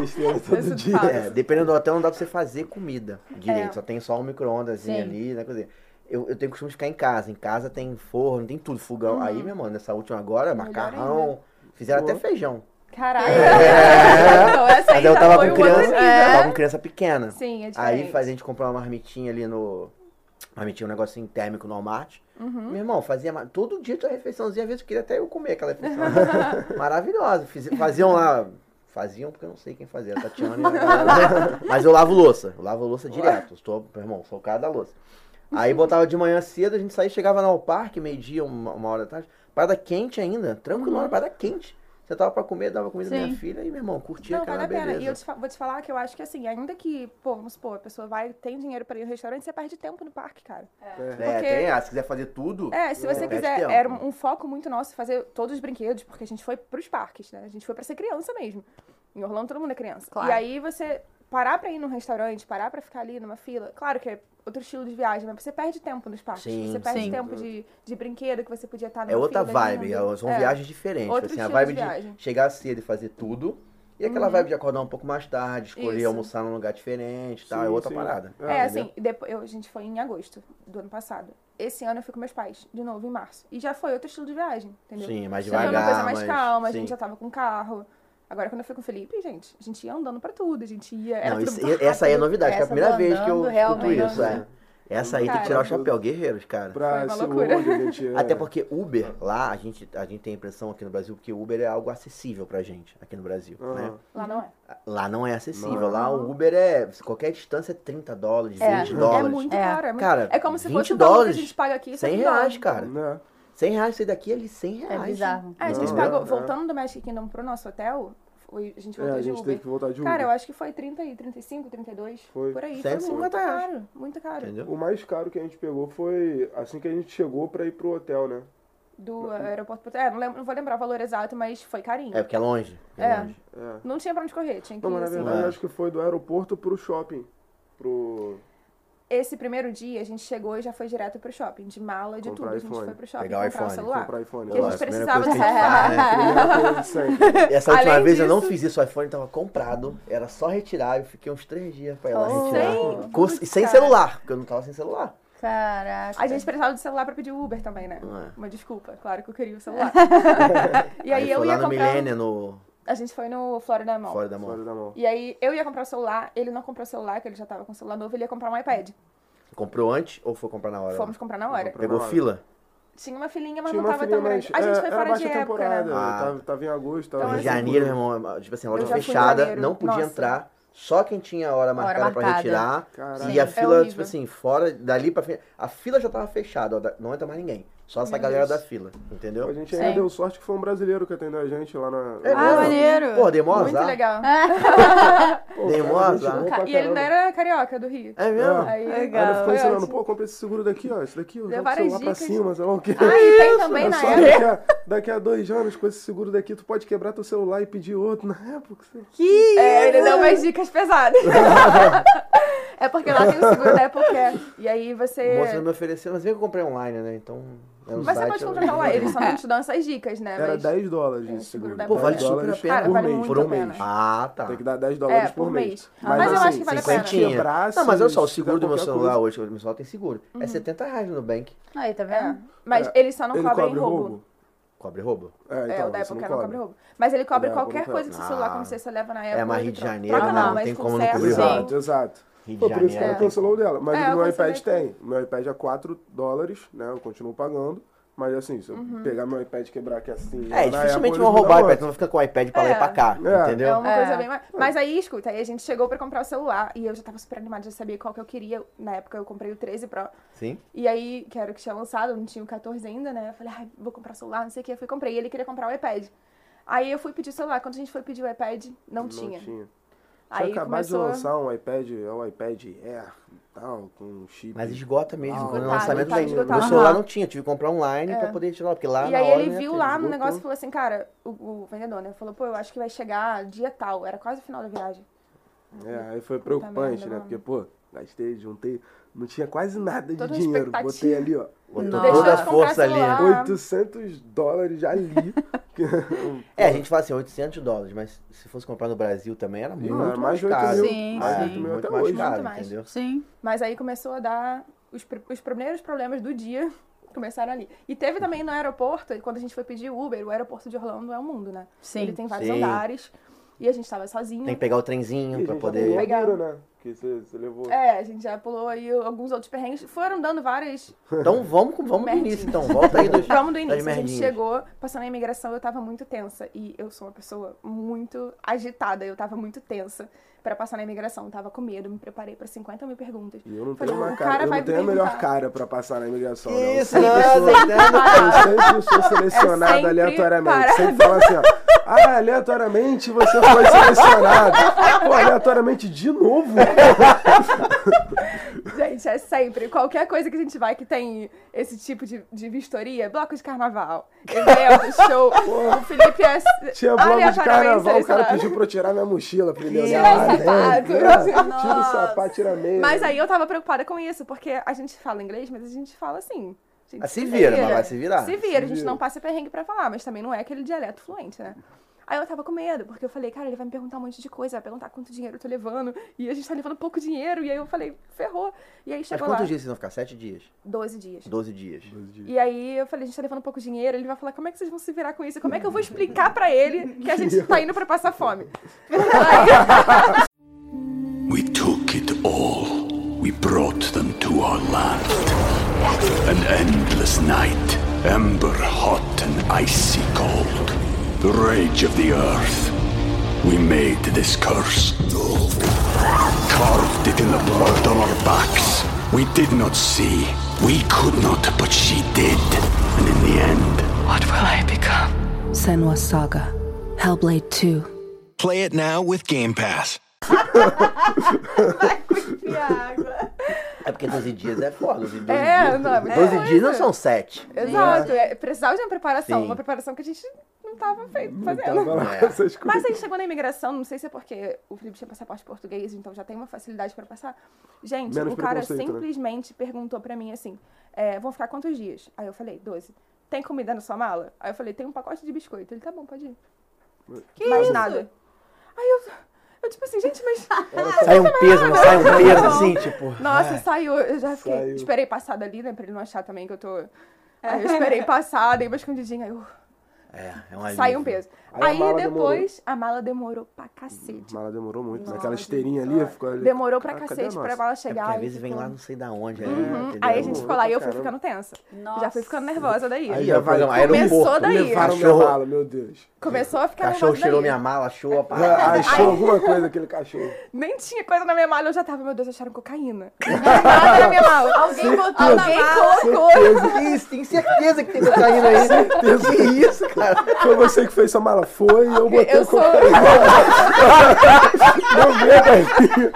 Speaker 2: [LAUGHS]
Speaker 5: besteira todo
Speaker 3: Isso
Speaker 5: dia.
Speaker 3: fala.
Speaker 2: É, dependendo do hotel, não dá pra você fazer comida direito.
Speaker 3: É.
Speaker 2: Só tem só um micro-ondas
Speaker 1: Sim.
Speaker 2: ali, né? coisa assim. Eu, eu tenho costume de ficar em casa. Em casa tem forno, tem tudo, fogão.
Speaker 3: Uhum.
Speaker 2: Aí, meu mano, nessa última agora, macarrão. Fizeram até feijão.
Speaker 3: Caraca.
Speaker 2: [LAUGHS]
Speaker 3: Então, essa
Speaker 2: É. Mas eu
Speaker 3: ainda
Speaker 2: tava
Speaker 3: foi
Speaker 2: com
Speaker 3: um outro
Speaker 2: criança.
Speaker 3: nível.
Speaker 2: Eu tava com criança pequena.
Speaker 3: Sim, é diferente.
Speaker 2: Aí faz, a gente comprou uma marmitinha ali no. Marmitinha, um negocinho térmico no Walmart.
Speaker 3: Uhum.
Speaker 2: Meu irmão, fazia ma- todo dia tua refeiçãozinha, às vezes eu queria até eu comer
Speaker 3: [LAUGHS]
Speaker 2: aquela refeição. Maravilhosa. Fiz- faziam lá. Faziam, porque eu não sei quem fazia, a Tatiana. e a galera. [LAUGHS] Mas eu lavo louça. Eu lavo louça direto. Estou, meu irmão, sou o cara da louça. Aí botava de manhã cedo, a gente saía, chegava lá ao parque, meio-dia, uma, uma hora da tarde. Parada quente ainda, tranquilona,
Speaker 3: Uhum.
Speaker 2: parada quente. Você tava pra comer, dava comida da minha
Speaker 1: Sim.
Speaker 2: filha e, meu irmão, curtia
Speaker 3: Não,
Speaker 2: aquela
Speaker 3: vale a pena.
Speaker 2: beleza.
Speaker 3: E eu te fa- vou te falar que eu acho que, assim, ainda que, pô, vamos supor, a pessoa vai, tem dinheiro pra ir no restaurante, você perde tempo no parque, cara.
Speaker 2: É,
Speaker 3: Porque-
Speaker 2: tem, ah, se quiser fazer tudo.
Speaker 3: É, se você
Speaker 2: perde
Speaker 3: quiser,
Speaker 2: tempo.
Speaker 3: era um, um foco muito nosso fazer todos os brinquedos, porque a gente foi pros parques, né? A gente foi pra ser criança mesmo. Em Orlando todo mundo é criança.
Speaker 1: Claro.
Speaker 3: E aí você parar pra ir num restaurante, parar pra ficar ali numa fila, claro que é outro estilo de viagem, mas você perde tempo nos parques.
Speaker 2: Sim,
Speaker 3: você perde
Speaker 1: sim.
Speaker 3: tempo de, de brinquedo que você podia estar numa
Speaker 2: É outra
Speaker 3: fila,
Speaker 2: vibe,
Speaker 3: andando.
Speaker 2: é- são
Speaker 3: É.
Speaker 2: viagens diferentes.
Speaker 3: Outro
Speaker 2: assim, a
Speaker 3: estilo
Speaker 2: vibe
Speaker 3: de
Speaker 2: de,
Speaker 3: viagem. Uhum.
Speaker 2: chegar cedo e fazer tudo. E aquela vibe de acordar um pouco mais tarde, escolher
Speaker 3: Isso.
Speaker 2: almoçar num lugar diferente e tal.
Speaker 5: Sim,
Speaker 2: é outra
Speaker 5: sim.
Speaker 2: parada.
Speaker 5: É,
Speaker 3: É,
Speaker 2: entendeu?
Speaker 3: assim, depois, eu- a gente foi em agosto do ano passado. Esse ano eu fui com meus pais, de novo, em março. E já foi outro estilo de viagem, entendeu?
Speaker 2: Sim, mais
Speaker 3: Já
Speaker 2: devagar.
Speaker 3: Foi uma coisa mais
Speaker 2: mas-
Speaker 3: calma, a
Speaker 2: sim.
Speaker 3: gente já tá- tava com carro. Agora, quando eu fui com o Felipe, gente, a gente ia andando pra tudo, a gente ia. Era
Speaker 2: Não,
Speaker 3: tudo
Speaker 2: isso-
Speaker 3: muito rápido.
Speaker 2: essa aí é novidade, que é a
Speaker 1: Essa
Speaker 2: primeira
Speaker 1: do
Speaker 2: vez que eu
Speaker 1: andando,
Speaker 2: escuto
Speaker 1: realmente.
Speaker 2: isso. É. Essa aí tem que
Speaker 3: né? Cara.
Speaker 2: tirar o chapéu, guerreiros, cara.
Speaker 3: Foi
Speaker 5: Pra
Speaker 3: uma
Speaker 5: ser
Speaker 3: loucura.
Speaker 5: longe, a gente
Speaker 2: [LAUGHS]
Speaker 5: é.
Speaker 2: Até porque Uber, lá, a gente, a gente tem a impressão aqui no Brasil que Uber é algo acessível pra gente, aqui no Brasil. Né?
Speaker 5: Aham.
Speaker 3: Lá não é.
Speaker 2: Lá não é acessível. Lá o Uber é. Qualquer distância é 30 dólares, 20
Speaker 1: É.
Speaker 2: dólares.
Speaker 3: É muito
Speaker 1: É.
Speaker 3: caro. É, muito...
Speaker 2: Cara,
Speaker 3: é como se
Speaker 2: 20
Speaker 3: fosse o valor que a
Speaker 2: dólares,
Speaker 3: gente paga aqui. só
Speaker 2: 100
Speaker 3: que lá.
Speaker 2: reais, cara.
Speaker 5: Né?
Speaker 2: 100 reais, isso daqui ali, 100 reais.
Speaker 1: É bizarro.
Speaker 3: É, a gente
Speaker 5: Não,
Speaker 3: pagou,
Speaker 5: é.
Speaker 3: voltando do Magic Kingdom pro nosso hotel, foi- a gente
Speaker 5: É,
Speaker 3: voltou
Speaker 5: a
Speaker 3: de
Speaker 5: gente
Speaker 3: Uber.
Speaker 5: teve que voltar de Uber.
Speaker 3: Cara, Tipo, eu acho que foi 30 e 35, 32,
Speaker 5: Foi.
Speaker 3: por aí. Foi
Speaker 2: 150
Speaker 3: muito
Speaker 2: reais.
Speaker 3: caro, muito caro.
Speaker 2: Entendeu?
Speaker 5: O mais caro que a gente pegou foi assim que a gente chegou pra ir pro hotel, né?
Speaker 3: Do aeroporto pro... É, não, lembro, não vou lembrar o valor exato, mas foi carinho.
Speaker 2: É porque é longe. É,
Speaker 3: É.
Speaker 2: longe.
Speaker 3: Não tinha pra onde correr, tinha que
Speaker 5: Não,
Speaker 3: ir
Speaker 5: mas na
Speaker 3: assim.
Speaker 5: verdade
Speaker 2: É.
Speaker 5: acho que foi do aeroporto pro shopping. Pro.
Speaker 3: Esse primeiro dia a gente chegou e já foi direto pro shopping, de mala, de
Speaker 5: Comprar
Speaker 3: tudo. A gente
Speaker 5: iPhone.
Speaker 3: foi pro shopping
Speaker 2: Pegar o
Speaker 3: comprar
Speaker 2: iPhone,
Speaker 3: o celular.
Speaker 5: comprar iPhone,
Speaker 3: Porque a
Speaker 2: Claro,
Speaker 3: gente
Speaker 2: a primeira
Speaker 3: precisava
Speaker 2: coisa que a gente
Speaker 3: dessa-
Speaker 2: faz, né?
Speaker 5: Primeira coisa de sempre.
Speaker 2: E Essa última
Speaker 3: Além
Speaker 2: vez eu não
Speaker 3: disso-
Speaker 2: fiz isso, o iPhone tava comprado, era só retirar, eu fiquei uns três dias pra ir lá
Speaker 1: Oh.
Speaker 2: retirar.
Speaker 3: Sem-
Speaker 2: Com- e sem
Speaker 3: cara.
Speaker 2: celular, porque eu não tava sem celular.
Speaker 1: Caraca.
Speaker 3: A gente precisava do celular pra pedir Uber também, né?
Speaker 2: É.
Speaker 3: Uma desculpa, claro que eu queria o celular. e aí,
Speaker 2: Aí,
Speaker 3: eu
Speaker 2: foi lá
Speaker 3: ia
Speaker 2: no
Speaker 3: comprar. um
Speaker 2: Millennium, no
Speaker 3: A gente foi no Florida Mall.
Speaker 2: Fora da Mão.
Speaker 5: Fora da mão.
Speaker 3: E aí eu ia comprar o celular, ele não comprou o celular, que ele já tava com o celular novo, ele ia comprar um iPad.
Speaker 2: Comprou antes ou foi comprar na hora?
Speaker 3: Fomos comprar na hora.
Speaker 5: comprar.
Speaker 2: Pegou
Speaker 5: Na hora.
Speaker 2: fila?
Speaker 3: Tinha uma filhinha, mas
Speaker 5: Tinha
Speaker 3: não
Speaker 5: uma
Speaker 3: tava
Speaker 5: filhinha
Speaker 3: tão
Speaker 5: mais.
Speaker 3: grande. A gente
Speaker 5: é,
Speaker 3: foi
Speaker 5: era
Speaker 3: fora
Speaker 5: baixa
Speaker 3: de época,
Speaker 5: temporada.
Speaker 3: né?
Speaker 2: Ah.
Speaker 5: Tava, tava em agosto. Tava
Speaker 3: Então,
Speaker 2: Em
Speaker 3: assim,
Speaker 2: janeiro, meu irmão, tipo assim, a loja
Speaker 3: Eu já fui em
Speaker 2: fechada,
Speaker 3: janeiro.
Speaker 2: não podia
Speaker 3: Nossa.
Speaker 2: entrar, só quem tinha hora marcada pra
Speaker 1: marcada.
Speaker 2: retirar.
Speaker 5: Caraca.
Speaker 2: E
Speaker 3: Sim, é
Speaker 2: a fila, tipo
Speaker 3: horrível.
Speaker 2: assim, fora, dali pra frente. A fila já tava fechada, ó, da- não entra mais ninguém. Só essa
Speaker 3: Meu
Speaker 2: galera
Speaker 3: Deus.
Speaker 2: da fila, entendeu?
Speaker 5: A gente ainda
Speaker 1: Sim.
Speaker 5: deu sorte que foi um brasileiro que atendeu a gente lá na.
Speaker 2: É
Speaker 1: Ah,
Speaker 2: mesmo?
Speaker 1: maneiro.
Speaker 2: Pô, dei mó
Speaker 3: Muito
Speaker 2: azar.
Speaker 3: legal.
Speaker 5: Pô,
Speaker 2: Dei mó
Speaker 5: cara, gente
Speaker 2: azar.
Speaker 5: boa pra
Speaker 3: E ele não
Speaker 5: caramba.
Speaker 3: era carioca do Rio.
Speaker 2: É mesmo?
Speaker 3: Aí,
Speaker 5: Aí ele ficou
Speaker 3: Foi
Speaker 5: ensinando,
Speaker 3: ótimo.
Speaker 5: pô, compra esse seguro daqui, ó. Isso daqui, ó.
Speaker 3: Deu
Speaker 5: Joga o
Speaker 3: várias
Speaker 5: celular pra
Speaker 3: dicas.
Speaker 5: cima, sei lá o quê.
Speaker 3: Ah, e tem também
Speaker 5: É
Speaker 3: na
Speaker 5: só
Speaker 3: época.
Speaker 5: daqui a, daqui a dois anos, com esse seguro daqui, tu pode quebrar teu celular e pedir outro na época. sei lá.
Speaker 1: Que
Speaker 3: É, ele deu umas dicas pesadas. [LAUGHS] É porque lá tem o seguro da Apple Care. E aí você.
Speaker 2: Moça não me ofereceu, mas vem que eu comprei online, né? Então. é no
Speaker 3: Mas você
Speaker 2: site,
Speaker 3: pode
Speaker 2: eu-
Speaker 3: contratar lá, eles só não te dão essas dicas, né?
Speaker 5: Era
Speaker 3: Mas
Speaker 5: 10 dólares
Speaker 3: É,
Speaker 5: de
Speaker 3: seguro
Speaker 5: seguro.
Speaker 3: da
Speaker 5: 10
Speaker 2: Pô, vale super
Speaker 5: dólares
Speaker 2: a pena.
Speaker 3: Cara,
Speaker 5: por
Speaker 3: vale
Speaker 5: mês,
Speaker 3: muito
Speaker 5: por
Speaker 3: a
Speaker 5: um
Speaker 3: pena.
Speaker 5: mês.
Speaker 2: Ah, tá.
Speaker 5: Tem que dar 10 dólares
Speaker 3: por
Speaker 5: por mês.
Speaker 3: mês. Mas eu acho que vale a pena.
Speaker 2: Cinquentinha.
Speaker 5: Quebrar,
Speaker 2: Não, mas
Speaker 5: se
Speaker 2: olha só, o
Speaker 5: fizer
Speaker 2: seguro do meu
Speaker 5: qualquer
Speaker 2: celular
Speaker 5: coisa,
Speaker 2: hoje, o meu celular tem seguro. É 70 reais no Nubank.
Speaker 1: [LAUGHS] Aí, tá
Speaker 3: É,
Speaker 1: vendo?
Speaker 3: mas
Speaker 5: É,
Speaker 3: ele só não
Speaker 5: ele
Speaker 3: cobre,
Speaker 5: cobre
Speaker 3: roubo.
Speaker 5: roubo.
Speaker 2: Cobre roubo.
Speaker 5: É,
Speaker 3: É,
Speaker 5: então,
Speaker 3: o da Apple
Speaker 5: isso não
Speaker 3: Care não cobre
Speaker 5: cobra.
Speaker 3: roubo. Mas ele cobre
Speaker 5: Da Apple
Speaker 3: qualquer
Speaker 5: não
Speaker 3: coisa que seu celular,
Speaker 2: Ah.
Speaker 3: quando você só leva na
Speaker 2: É,
Speaker 3: Apple.
Speaker 2: mas
Speaker 3: ele
Speaker 2: Rio de
Speaker 3: troca.
Speaker 2: Janeiro,
Speaker 3: Troca
Speaker 2: né?
Speaker 3: não,
Speaker 2: Não
Speaker 3: mas
Speaker 2: tem como não
Speaker 3: conserta,
Speaker 2: cobrir
Speaker 3: sim.
Speaker 2: roubo.
Speaker 5: Exato, exato.
Speaker 2: Rio de
Speaker 5: Pô, por isso que
Speaker 2: Janeiro.
Speaker 5: ela
Speaker 2: tem
Speaker 5: cancelou o dela. Mas
Speaker 3: É,
Speaker 5: o
Speaker 3: eu
Speaker 5: do meu
Speaker 3: cancelei
Speaker 5: iPad tem. Meu iPad é 4 dólares, né? Eu continuo pagando. Mas assim, se eu
Speaker 3: Uhum.
Speaker 5: pegar meu iPad e quebrar aqui assim.
Speaker 2: É,
Speaker 5: na
Speaker 2: dificilmente
Speaker 5: Apple,
Speaker 2: vão
Speaker 5: eles me dão
Speaker 2: roubar o
Speaker 5: outro.
Speaker 2: iPad, não fica com o iPad pra lá
Speaker 3: É.
Speaker 2: e pra cá,
Speaker 5: É.
Speaker 3: É
Speaker 2: entendeu?
Speaker 3: uma
Speaker 1: É.
Speaker 3: coisa bem mais. Mas aí, escuta, aí a gente chegou pra comprar o celular e eu já tava super animada, já sabia qual que eu queria. Na época eu comprei o 13 Pro.
Speaker 2: Sim.
Speaker 3: E aí, que era o que tinha lançado, eu não tinha o 14 ainda, né? Eu falei, ai, vou comprar o celular, não sei o que. Eu fui e comprei. E ele queria comprar o iPad. Aí eu fui pedir o celular. Quando a gente foi pedir o iPad, não,
Speaker 5: Não
Speaker 3: tinha.
Speaker 5: tinha. Tinha
Speaker 3: Aí
Speaker 5: acabado
Speaker 3: começou.
Speaker 5: de lançar um iPad, é o iPad Air, tal, com um chip.
Speaker 2: Mas esgota mesmo.
Speaker 5: Ah,
Speaker 2: no
Speaker 3: esgotado,
Speaker 2: um lançamento
Speaker 3: tá
Speaker 2: da-
Speaker 3: esgotado.
Speaker 2: Meu celular
Speaker 1: Aham.
Speaker 2: não tinha, tive que comprar online pra poder tirar, porque lá
Speaker 3: É. E
Speaker 2: na
Speaker 3: aí
Speaker 2: hora né?
Speaker 3: ele
Speaker 2: não ia
Speaker 3: viu
Speaker 2: ter,
Speaker 3: lá no
Speaker 2: esgotou.
Speaker 3: negócio e falou assim, cara, o, o vendedor, né? Falou, pô, eu acho que vai chegar dia tal. Era quase o final da viagem.
Speaker 5: É, aí foi preocupante,
Speaker 3: merda,
Speaker 5: né?
Speaker 3: mano.
Speaker 5: Porque, pô, gastei, juntei, não tinha quase nada de
Speaker 3: Toda uma
Speaker 5: dinheiro.
Speaker 3: expectativa.
Speaker 5: Botei ali, ó,
Speaker 2: Botou
Speaker 1: Nossa.
Speaker 2: toda a
Speaker 3: Deixaram comprar
Speaker 2: força ali, né?
Speaker 3: celular. Ah.
Speaker 5: 800 dólares ali. [LAUGHS] um
Speaker 2: É, a gente fala assim, 800 dólares, mas se fosse comprar no Brasil também era muito
Speaker 5: era mais de 8
Speaker 2: caro.
Speaker 5: mil.
Speaker 1: Sim,
Speaker 5: mais de
Speaker 1: sim.
Speaker 5: 8 mil até
Speaker 2: muito mais
Speaker 5: hoje.
Speaker 2: caro,
Speaker 3: Muito mais.
Speaker 2: entendeu?
Speaker 1: Sim.
Speaker 3: Mas aí começou a dar os, pr- os primeiros problemas do dia. [LAUGHS] Começaram ali. E teve também no aeroporto, quando a gente foi pedir Uber, o aeroporto de Orlando é um mundo, né?
Speaker 1: Sim.
Speaker 3: Ele tem vários
Speaker 2: Sim.
Speaker 3: andares. E a gente tava sozinho.
Speaker 2: Tem que pegar o trenzinho pra poder...
Speaker 3: Pegar.
Speaker 5: Pegaram, né? Que você você levou.
Speaker 3: É, a gente já pulou aí alguns outros perrengues. Foram dando várias.
Speaker 2: Então vamos, com- vamos do
Speaker 3: Merdinha.
Speaker 2: início, então. Volta aí dos,
Speaker 3: [LAUGHS] Vamos do
Speaker 2: das
Speaker 3: início. A gente
Speaker 2: merdinhas.
Speaker 3: chegou, passando na imigração, eu tava muito tensa. E eu sou uma pessoa muito agitada. Eu tava muito tensa pra passar na imigração. Eu tava com medo, me preparei pra 50 mil
Speaker 5: [LAUGHS]
Speaker 3: perguntas.
Speaker 5: E eu não
Speaker 3: Falei,
Speaker 5: tenho uma
Speaker 3: o
Speaker 5: cara, eu
Speaker 3: vai
Speaker 5: não
Speaker 3: me
Speaker 5: tenho a melhor
Speaker 3: perguntar.
Speaker 5: cara pra passar na imigração, né? Eu
Speaker 2: Isso,
Speaker 5: sempre
Speaker 2: nada,
Speaker 5: sou-
Speaker 3: É
Speaker 5: Eu sempre sou
Speaker 3: sempre
Speaker 5: selecionado aleatoriamente.
Speaker 3: para-
Speaker 5: Sempre fala assim, ó. Ah, aleatoriamente você foi selecionado. Pô, aleatoriamente de
Speaker 3: [LAUGHS]
Speaker 5: novo?
Speaker 3: Gente, é sempre. Qualquer coisa que a gente vai que tem esse tipo de, de vistoria, bloco de carnaval,
Speaker 5: [LAUGHS]
Speaker 3: evento, show. o Felipe é
Speaker 5: Tinha bloco de
Speaker 3: aleatoriamente
Speaker 5: carnaval, o cara
Speaker 3: selecionado.
Speaker 5: pediu pra eu tirar minha mochila primeiro.
Speaker 3: Tirar o
Speaker 5: Ah, é,
Speaker 3: sapato.
Speaker 5: é. Tira o sapato, tira a meia.
Speaker 3: Mas aí eu tava preocupada com isso, porque a gente fala inglês, mas a gente fala assim. a gente
Speaker 2: Ah, se vira, mas vai se virar.
Speaker 3: Se vira, a gente não passa perrengue pra falar, mas também não é aquele dialeto fluente, né? Aí eu tava com medo, porque eu falei, cara, ele vai me perguntar um monte de coisa, vai perguntar quanto dinheiro eu tô levando, e a gente tá levando pouco dinheiro, e aí eu falei, ferrou. E aí
Speaker 2: Mas
Speaker 3: chegou lá,
Speaker 2: quantos dias vocês vão ficar? Sete dias?
Speaker 3: 12 dias.
Speaker 2: 12 dias.
Speaker 3: E aí eu falei, a gente tá levando pouco dinheiro, ele vai falar, como é que vocês vão se virar com isso? Como é que eu vou explicar pra ele que a gente tá indo pra passar fome?
Speaker 6: We took it all. We brought them to our land. An endless night, ember hot and icy cold. The rage of the earth. We made this curse. Carved it in the blood on our backs. We did not see. We could not, but she did. And in the end,
Speaker 7: What will I become? Senwa Saga. Hellblade 2.
Speaker 8: Play it now with Game Pass.
Speaker 2: É porque 12 dias é foda. 12 dias.
Speaker 3: É, não, é muita
Speaker 2: 12 dias
Speaker 3: coisa.
Speaker 2: não são sete.
Speaker 3: Exato, é, precisava de uma preparação,
Speaker 2: Sim.
Speaker 3: uma preparação que a gente não tava fei-
Speaker 5: Tava
Speaker 3: fazendo.
Speaker 2: É.
Speaker 5: lá com essas coisas.
Speaker 3: Mas aí chegou na imigração, não sei se é porque o Felipe tinha passaporte português, então já tem uma facilidade pra passar. Gente,
Speaker 5: Menos
Speaker 3: o cara
Speaker 5: preconceito, né?
Speaker 3: simplesmente perguntou pra mim assim: é, vão ficar quantos dias? Aí eu falei: 12. Tem comida na sua mala? Aí eu falei: tem um pacote de biscoito. Ele tá bom, pode ir. Que Mais nada. Aí eu, eu, tipo assim, gente, mas.
Speaker 2: Sai um peso,
Speaker 3: "Ah,
Speaker 2: não sai um peso assim, tipo.
Speaker 3: Nossa, saiu. Eu já fiquei.
Speaker 5: Saiu.
Speaker 3: Esperei passar dali, né? Pra ele não achar também que eu tô. Aí eu esperei passar, dei uma escondidinha. Aí eu.
Speaker 2: É, é um alívio.
Speaker 3: Sai um peso.
Speaker 5: Aí a
Speaker 3: Aí,
Speaker 5: mala
Speaker 3: depois, a mala demorou pra cacete.
Speaker 5: A mala demorou muito. Naquela esteirinha ali, ficou ali.
Speaker 3: Demorou pra
Speaker 5: Caraca, cadê a
Speaker 3: cacete pra
Speaker 5: nossa?
Speaker 3: mala
Speaker 2: É
Speaker 3: chegar.
Speaker 2: porque às
Speaker 3: aí
Speaker 2: vezes vem
Speaker 3: ficou-
Speaker 2: lá não sei da onde. é,
Speaker 3: Uhum. Aí a gente ficou lá e eu fui
Speaker 5: Caramba.
Speaker 3: ficando tensa.
Speaker 1: Nossa.
Speaker 3: Já fui ficando nervosa daí.
Speaker 5: Aí
Speaker 2: Ih, ó,
Speaker 5: já vai.
Speaker 2: programa,
Speaker 3: Começou
Speaker 2: um aeroporto.
Speaker 3: daí.
Speaker 5: Levaram minha
Speaker 2: Cachorro.
Speaker 5: mala, meu Deus.
Speaker 3: Começou a ficar
Speaker 2: Cachorro
Speaker 3: nervosa
Speaker 2: cheirou
Speaker 3: daí.
Speaker 2: minha mala, achou a parada.
Speaker 5: Ah, Achou alguma coisa aquele cachorro.
Speaker 3: Nem tinha coisa na minha mala, eu já tava, meu Deus, acharam
Speaker 2: [LAUGHS]
Speaker 3: cocaína. Não tinha Nada na minha mala. Alguém botou Alguém colocou.
Speaker 2: Que isso, tem certeza que [LAUGHS] tem cocaína aí. Que isso, cara?
Speaker 5: Foi você que fez sua mala? Foi, eu botei
Speaker 3: Eu
Speaker 5: o
Speaker 3: sou.
Speaker 5: cocaína. Não vê, velho.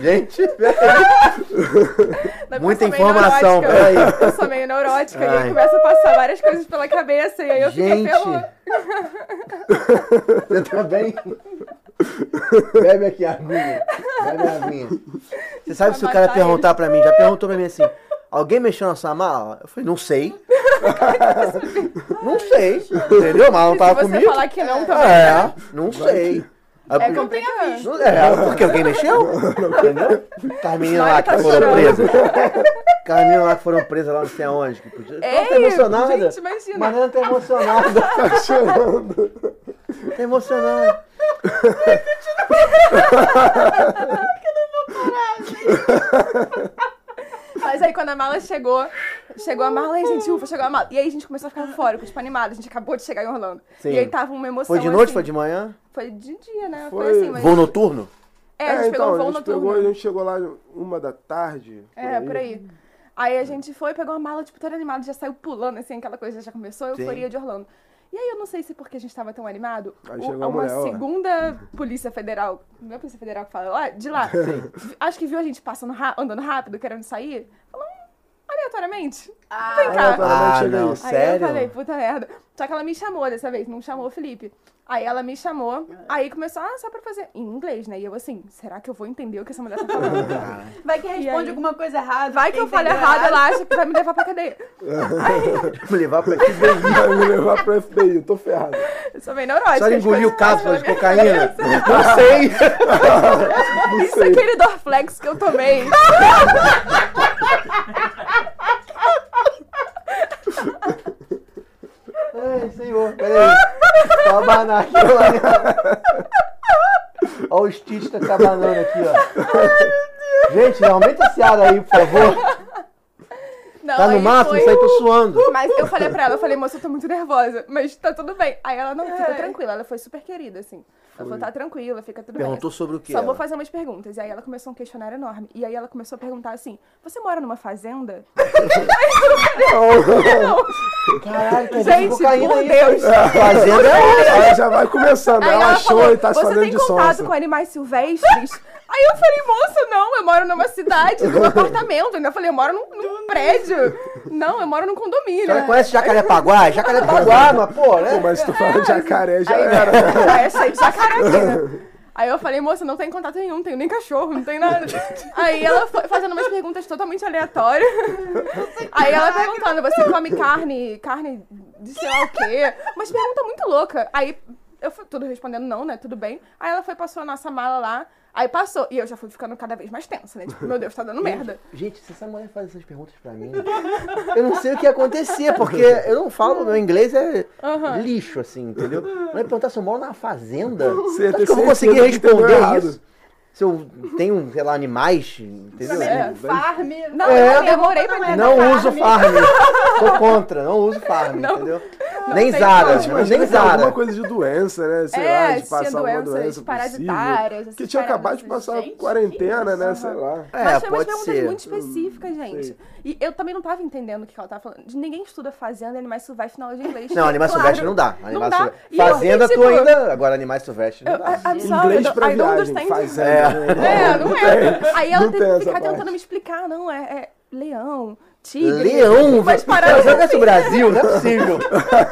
Speaker 2: Gente,
Speaker 3: [LAUGHS] Na
Speaker 2: Muita
Speaker 3: eu sou meio
Speaker 2: informação,
Speaker 3: neurótica.
Speaker 2: peraí.
Speaker 3: Eu sou meio neurótica e
Speaker 2: Ai.
Speaker 3: aí começa a passar várias coisas pela
Speaker 2: [LAUGHS]
Speaker 3: cabeça e aí eu fico
Speaker 2: gente.
Speaker 3: ferrou.
Speaker 2: Você tá bem? Bebe aqui a aguinha. Bebe a aguinha. Você sabe se o cara
Speaker 3: matar ele.
Speaker 2: perguntar pra mim, já perguntou pra mim assim, alguém mexeu na sua mala? Eu falei,
Speaker 3: [LAUGHS]
Speaker 2: não sei. [LAUGHS] não sei. Entendeu? A mala não
Speaker 3: tá Se
Speaker 2: tava
Speaker 3: você
Speaker 2: comigo.
Speaker 3: falar que não também.
Speaker 2: É, não sei. Aí
Speaker 3: É
Speaker 2: eu-
Speaker 3: complicado.
Speaker 2: Não- É, porque alguém mexeu? Entendeu? Carminha lá que
Speaker 3: tá
Speaker 2: foram
Speaker 3: chorando.
Speaker 2: presas. Carminha lá que foram presas lá não sei aonde. Que podia... Ela tá
Speaker 3: Ei,
Speaker 2: emocionada.
Speaker 3: gente, imagina.
Speaker 2: Mariana tá emocionada.
Speaker 5: Tá chorando.
Speaker 2: Tá emocionada.
Speaker 3: Mas aí quando a mala chegou, chegou a mala, aí, gente, ufa, chegou a mala. E aí a gente começou a ficar eufórico, tipo, animado. A gente acabou de chegar em Orlando.
Speaker 2: Sim.
Speaker 3: E aí tava uma emoção.
Speaker 2: Foi de noite?
Speaker 3: assim.
Speaker 2: Foi de manhã?
Speaker 3: Foi de dia, né? Foi,
Speaker 5: Foi.
Speaker 3: assim, mas.
Speaker 2: Voo noturno?
Speaker 3: É, a gente pegou um voo
Speaker 5: então, a gente
Speaker 3: noturno.
Speaker 5: pegou, a gente chegou lá uma da tarde.
Speaker 3: É, por aí. Aí a gente foi, pegou a mala, tipo, todo animado, já saiu pulando, assim, aquela coisa, já começou a euforia de Orlando. E aí, eu não sei se porque a gente tava tão animado,
Speaker 5: Aí
Speaker 3: o-
Speaker 5: chegou a
Speaker 3: uma
Speaker 5: mulher, ó.
Speaker 3: segunda polícia federal, não é polícia federal que fala lá, de
Speaker 5: [LAUGHS]
Speaker 3: lá, vi- acho que viu a gente passando, ra- andando rápido, querendo sair, falou hum, aleatoriamente, vem cá.
Speaker 5: Claramente
Speaker 2: Ah,
Speaker 5: tá, chega
Speaker 2: não.
Speaker 5: aí.
Speaker 3: Aí
Speaker 2: Sério?
Speaker 3: eu falei, puta merda. Só que ela me chamou dessa vez, não chamou o Felipe. Aí ela me chamou, aí começou, ah, só pra fazer em inglês, né? E eu assim, será que eu vou entender o que essa mulher
Speaker 5: [LAUGHS]
Speaker 3: tá falando?
Speaker 1: Vai que
Speaker 3: E aí?
Speaker 1: responde alguma coisa errada.
Speaker 3: Vai que eu falo errado, ela acha que vai me levar pra cadeia.
Speaker 2: Me levar pra aqui.
Speaker 5: [LAUGHS] Vai me levar pro FBI, tô ferrado.
Speaker 3: Eu sou bem neurótica.
Speaker 2: Só de
Speaker 3: as
Speaker 2: engolir
Speaker 3: coisas
Speaker 2: o cápsula
Speaker 3: passam
Speaker 2: de
Speaker 3: na minha
Speaker 2: cocaína?
Speaker 3: cabeça.
Speaker 2: Não sei.
Speaker 3: Isso é aquele Dorflex que eu tomei.
Speaker 2: Ai, senhor, peraí. Tá uma banana aqui, ó. Olha o Stitch tá com a banana aqui, ó. Gente, aumenta esse ar aí, por favor.
Speaker 3: Não,
Speaker 2: Tá no
Speaker 3: aí
Speaker 2: máximo,
Speaker 3: foi-
Speaker 2: isso aí tô suando.
Speaker 3: Mas eu falei pra ela, eu falei, moça, eu tô muito nervosa, mas tá tudo bem. Aí ela, não, fica tranquila. Ela foi super querida, assim. Ela falou, tá tranquila, fica tudo bem.
Speaker 2: Perguntou sobre o quê,
Speaker 3: Só
Speaker 2: ela?
Speaker 3: vou fazer umas perguntas. E aí ela começou um questionário enorme. E aí ela começou a perguntar assim, você mora numa fazenda?
Speaker 2: [LAUGHS] Caralho, tá
Speaker 3: Gente,
Speaker 2: vindo cocaína
Speaker 3: por
Speaker 2: aí.
Speaker 3: Deus.
Speaker 2: Fazenda é outra.
Speaker 5: Ela já vai começando,
Speaker 3: Aí
Speaker 5: ela,
Speaker 3: ela
Speaker 5: achou
Speaker 3: falou,
Speaker 5: e tá se
Speaker 3: você
Speaker 5: fazendo
Speaker 3: tem
Speaker 5: de
Speaker 3: contato
Speaker 5: sonsa.
Speaker 3: com animais silvestres? [LAUGHS] Aí eu falei, moça, não, eu moro numa cidade, [LAUGHS] num apartamento. Ainda falei, eu moro num, num prédio. Não, eu moro num condomínio. né?
Speaker 2: Ela conhece Jacarepaguá? Jacarepaguá, mas pô, né?
Speaker 5: Pô, [LAUGHS] mas tu falando de jacaré já
Speaker 3: Aí,
Speaker 5: era. né?
Speaker 2: [LAUGHS]
Speaker 3: aí eu saí de jacaré aqui, né? Aí eu falei, moça, não tem contato nenhum, tenho nem cachorro, não tem nada. Aí ela foi fazendo umas perguntas totalmente aleatórias. Aí ela perguntando, você come carne, carne de sei lá o quê? Mas pergunta muito louca. Aí eu fui tudo respondendo não, né? Tudo bem. Aí ela foi, passou a nossa mala lá. Aí passou. E eu já fui ficando cada vez mais tensa, né? Tipo, meu Deus, tá dando merda.
Speaker 2: Gente, se essa mulher faz essas perguntas pra mim, eu não sei o que ia acontecer, porque eu não falo, meu inglês é lixo, assim, entendeu? Vai perguntar se eu moro na fazenda.
Speaker 5: Você
Speaker 2: Acho
Speaker 5: tem
Speaker 2: que eu vou
Speaker 5: certeza
Speaker 2: conseguir
Speaker 5: que entendeu
Speaker 2: responder
Speaker 5: errado.
Speaker 2: isso. Se eu tenho, sei lá, animais, entendeu?
Speaker 3: É.
Speaker 1: Farm.
Speaker 3: Não, é eu demorei pra
Speaker 2: É? Não uso farm.
Speaker 3: [LAUGHS]
Speaker 2: Sou contra, não uso farm, entendeu? nem
Speaker 3: tem
Speaker 2: Zara, né?
Speaker 3: farm.
Speaker 2: nem
Speaker 5: Imagina que era
Speaker 2: Zara.
Speaker 5: alguma coisa de doença, né? Sei
Speaker 3: É,
Speaker 5: lá, de
Speaker 3: se
Speaker 5: passar
Speaker 3: tinha
Speaker 5: alguma
Speaker 3: doenças
Speaker 5: doença
Speaker 3: parasitárias,
Speaker 5: possível.
Speaker 3: essas
Speaker 5: Que tinha
Speaker 3: paradas
Speaker 5: acabado de passar
Speaker 1: assim,
Speaker 5: quarentena,
Speaker 1: gente,
Speaker 5: né?
Speaker 1: isso,
Speaker 5: Sei
Speaker 1: aham.
Speaker 5: lá.
Speaker 2: É,
Speaker 3: mas foi umas
Speaker 2: pode
Speaker 3: perguntas
Speaker 2: ser. Hum,
Speaker 3: muito específicas, gente. E eu também não tava entendendo o que ela tava falando. Ninguém estuda fazenda, animais silvestres na aula de inglês.
Speaker 2: Não, animais
Speaker 3: Claro.
Speaker 2: silvestres não dá. Animais
Speaker 3: dá.
Speaker 2: silvestres-
Speaker 3: E eu,
Speaker 2: Fazenda tu
Speaker 3: tipo,
Speaker 2: ainda. Agora, animais silvestres não
Speaker 3: Eu,
Speaker 2: dá.
Speaker 3: I- I'm sorry,
Speaker 5: Inglês
Speaker 3: I
Speaker 5: pra
Speaker 3: don't
Speaker 5: viagem,
Speaker 3: understand.
Speaker 5: fazenda. né?
Speaker 3: É,
Speaker 2: [LAUGHS]
Speaker 3: não é. Aí ela
Speaker 5: não
Speaker 3: teve
Speaker 5: tem
Speaker 3: que
Speaker 5: essa
Speaker 3: ficar tentando
Speaker 5: parte.
Speaker 3: me explicar. Não, é, é leão, tigre.
Speaker 2: Leão,
Speaker 3: Mas
Speaker 2: mas
Speaker 3: pararam
Speaker 2: fazenda é
Speaker 3: assim.
Speaker 2: do Brasil, não é possível.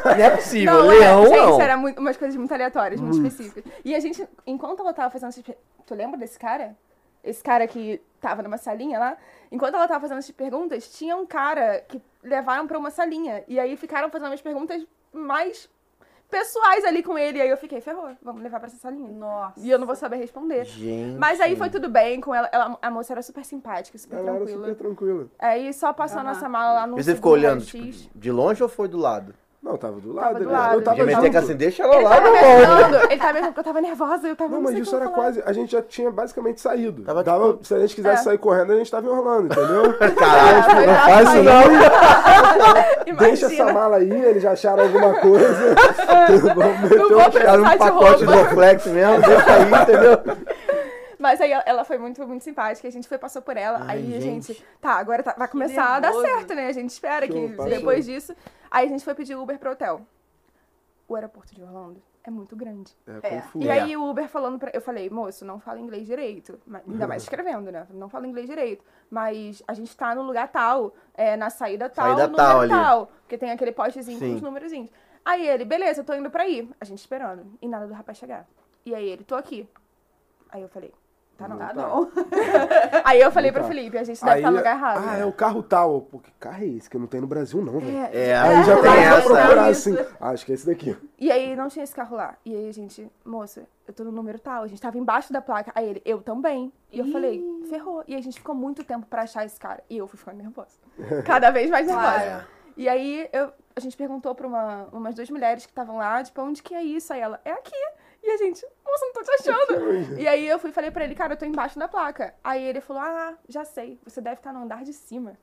Speaker 2: Não é possível,
Speaker 3: Não, é,
Speaker 2: leão
Speaker 3: gente,
Speaker 2: não. Hum.
Speaker 3: era muito, umas coisas muito aleatórias, muito específicas. E a gente, enquanto ela tava fazendo essas per- Tu lembra desse cara? Esse cara que tava numa salinha lá? Enquanto ela tava fazendo essas perguntas, tinha um cara que levaram pra uma salinha. E aí ficaram fazendo umas perguntas mais pessoais ali com ele. E aí eu fiquei, ferrou, vamos levar pra essa salinha.
Speaker 1: Nossa.
Speaker 3: E eu não vou saber responder.
Speaker 2: Gente.
Speaker 3: Mas aí foi tudo bem com ela. ela- a moça era super simpática, super
Speaker 5: Ela era
Speaker 3: tranquila.
Speaker 5: super tranquila.
Speaker 3: Aí só passou a nossa mala lá no.
Speaker 2: E você ficou
Speaker 3: segundo
Speaker 2: olhando,
Speaker 3: raio-x.
Speaker 2: tipo, de longe ou foi do lado?
Speaker 5: Não, tava do lado.
Speaker 3: Tava do
Speaker 5: né?
Speaker 3: lado.
Speaker 5: Eu tava
Speaker 2: Podia meter que assim,
Speaker 5: junto.
Speaker 2: deixa ela
Speaker 3: Ele
Speaker 2: lá,
Speaker 3: tava
Speaker 2: meu
Speaker 3: me
Speaker 2: irmão.
Speaker 3: ajudando, ele tava me ajudando, porque eu tava nervosa, eu tava
Speaker 5: Não,
Speaker 3: não
Speaker 5: mas
Speaker 3: sei o que
Speaker 5: isso
Speaker 3: eu
Speaker 5: era
Speaker 3: falar.
Speaker 5: quase. A gente já tinha basicamente saído.
Speaker 2: Tava,
Speaker 5: Dava, se a gente quisesse
Speaker 3: É.
Speaker 5: sair correndo, a gente tava em Orlando,
Speaker 3: [LAUGHS] assim,
Speaker 5: entendeu?
Speaker 2: Caralho, não faz isso não.
Speaker 5: Deixa essa
Speaker 3: Imagina,
Speaker 5: mala aí, eles acharam alguma coisa.
Speaker 3: [LAUGHS]
Speaker 5: Vamos
Speaker 3: não
Speaker 5: meter
Speaker 3: vou
Speaker 5: o
Speaker 2: Era um
Speaker 3: precisar de
Speaker 2: pacote do
Speaker 3: roupa.
Speaker 2: Oflex mesmo, deixa aí, entendeu?
Speaker 3: Mas aí ela- ela foi muito, muito simpática, a gente foi, passou por ela,
Speaker 2: Ai,
Speaker 3: aí a
Speaker 2: gente.
Speaker 3: gente, tá, agora tá- vai começar a dar certo, né? A gente espera que
Speaker 5: Show,
Speaker 3: depois disso. Aí a gente foi pedir Uber pro hotel. O aeroporto de Orlando é muito grande.
Speaker 5: É, confuso.
Speaker 3: E
Speaker 2: É.
Speaker 3: aí o Uber falando pra. Eu falei, moço, não fala inglês direito. Mas- Ainda mais escrevendo, né? Não fala inglês direito. Mas a gente tá no lugar tal, é, na saída tal,
Speaker 2: Saída
Speaker 3: número
Speaker 2: tal ali.
Speaker 3: tal. Porque tem aquele postezinho com
Speaker 2: Sim.
Speaker 3: os númerozinhos. Aí ele, beleza, eu tô indo pra ir. A gente esperando. E nada do rapaz chegar. E aí ele, tô aqui. Aí eu falei, tá não.
Speaker 5: Não
Speaker 3: Tá
Speaker 5: tá.
Speaker 3: não. aí eu falei
Speaker 5: Não
Speaker 3: pro
Speaker 5: tá.
Speaker 3: Felipe, a gente deve estar no lugar errado. né?
Speaker 5: Ah, é o carro tal. Pô, que carro é esse que não tem no Brasil, não, velho?
Speaker 2: É,
Speaker 5: Aí já
Speaker 2: tem
Speaker 5: começa a
Speaker 2: essa.
Speaker 5: procurar
Speaker 3: isso.
Speaker 5: assim. Ah, acho que é esse daqui.
Speaker 3: E aí não tinha esse carro lá. E aí a gente, moça, eu tô no número tal. A gente tava embaixo da placa. Aí ele, eu também. E eu falei, ferrou. E a gente ficou muito tempo pra achar esse cara. E eu fui ficando nervosa. [LAUGHS] Cada vez mais
Speaker 2: É,
Speaker 3: nervosa. E aí eu- a gente perguntou pra uma- umas duas mulheres que estavam lá, tipo, onde que é isso? Aí ela, é aqui. E a gente, moça, não tô te achando. e aí eu fui e falei pra ele, cara, eu tô embaixo da placa. Aí ele falou, ah, já sei. Você deve estar no andar de cima.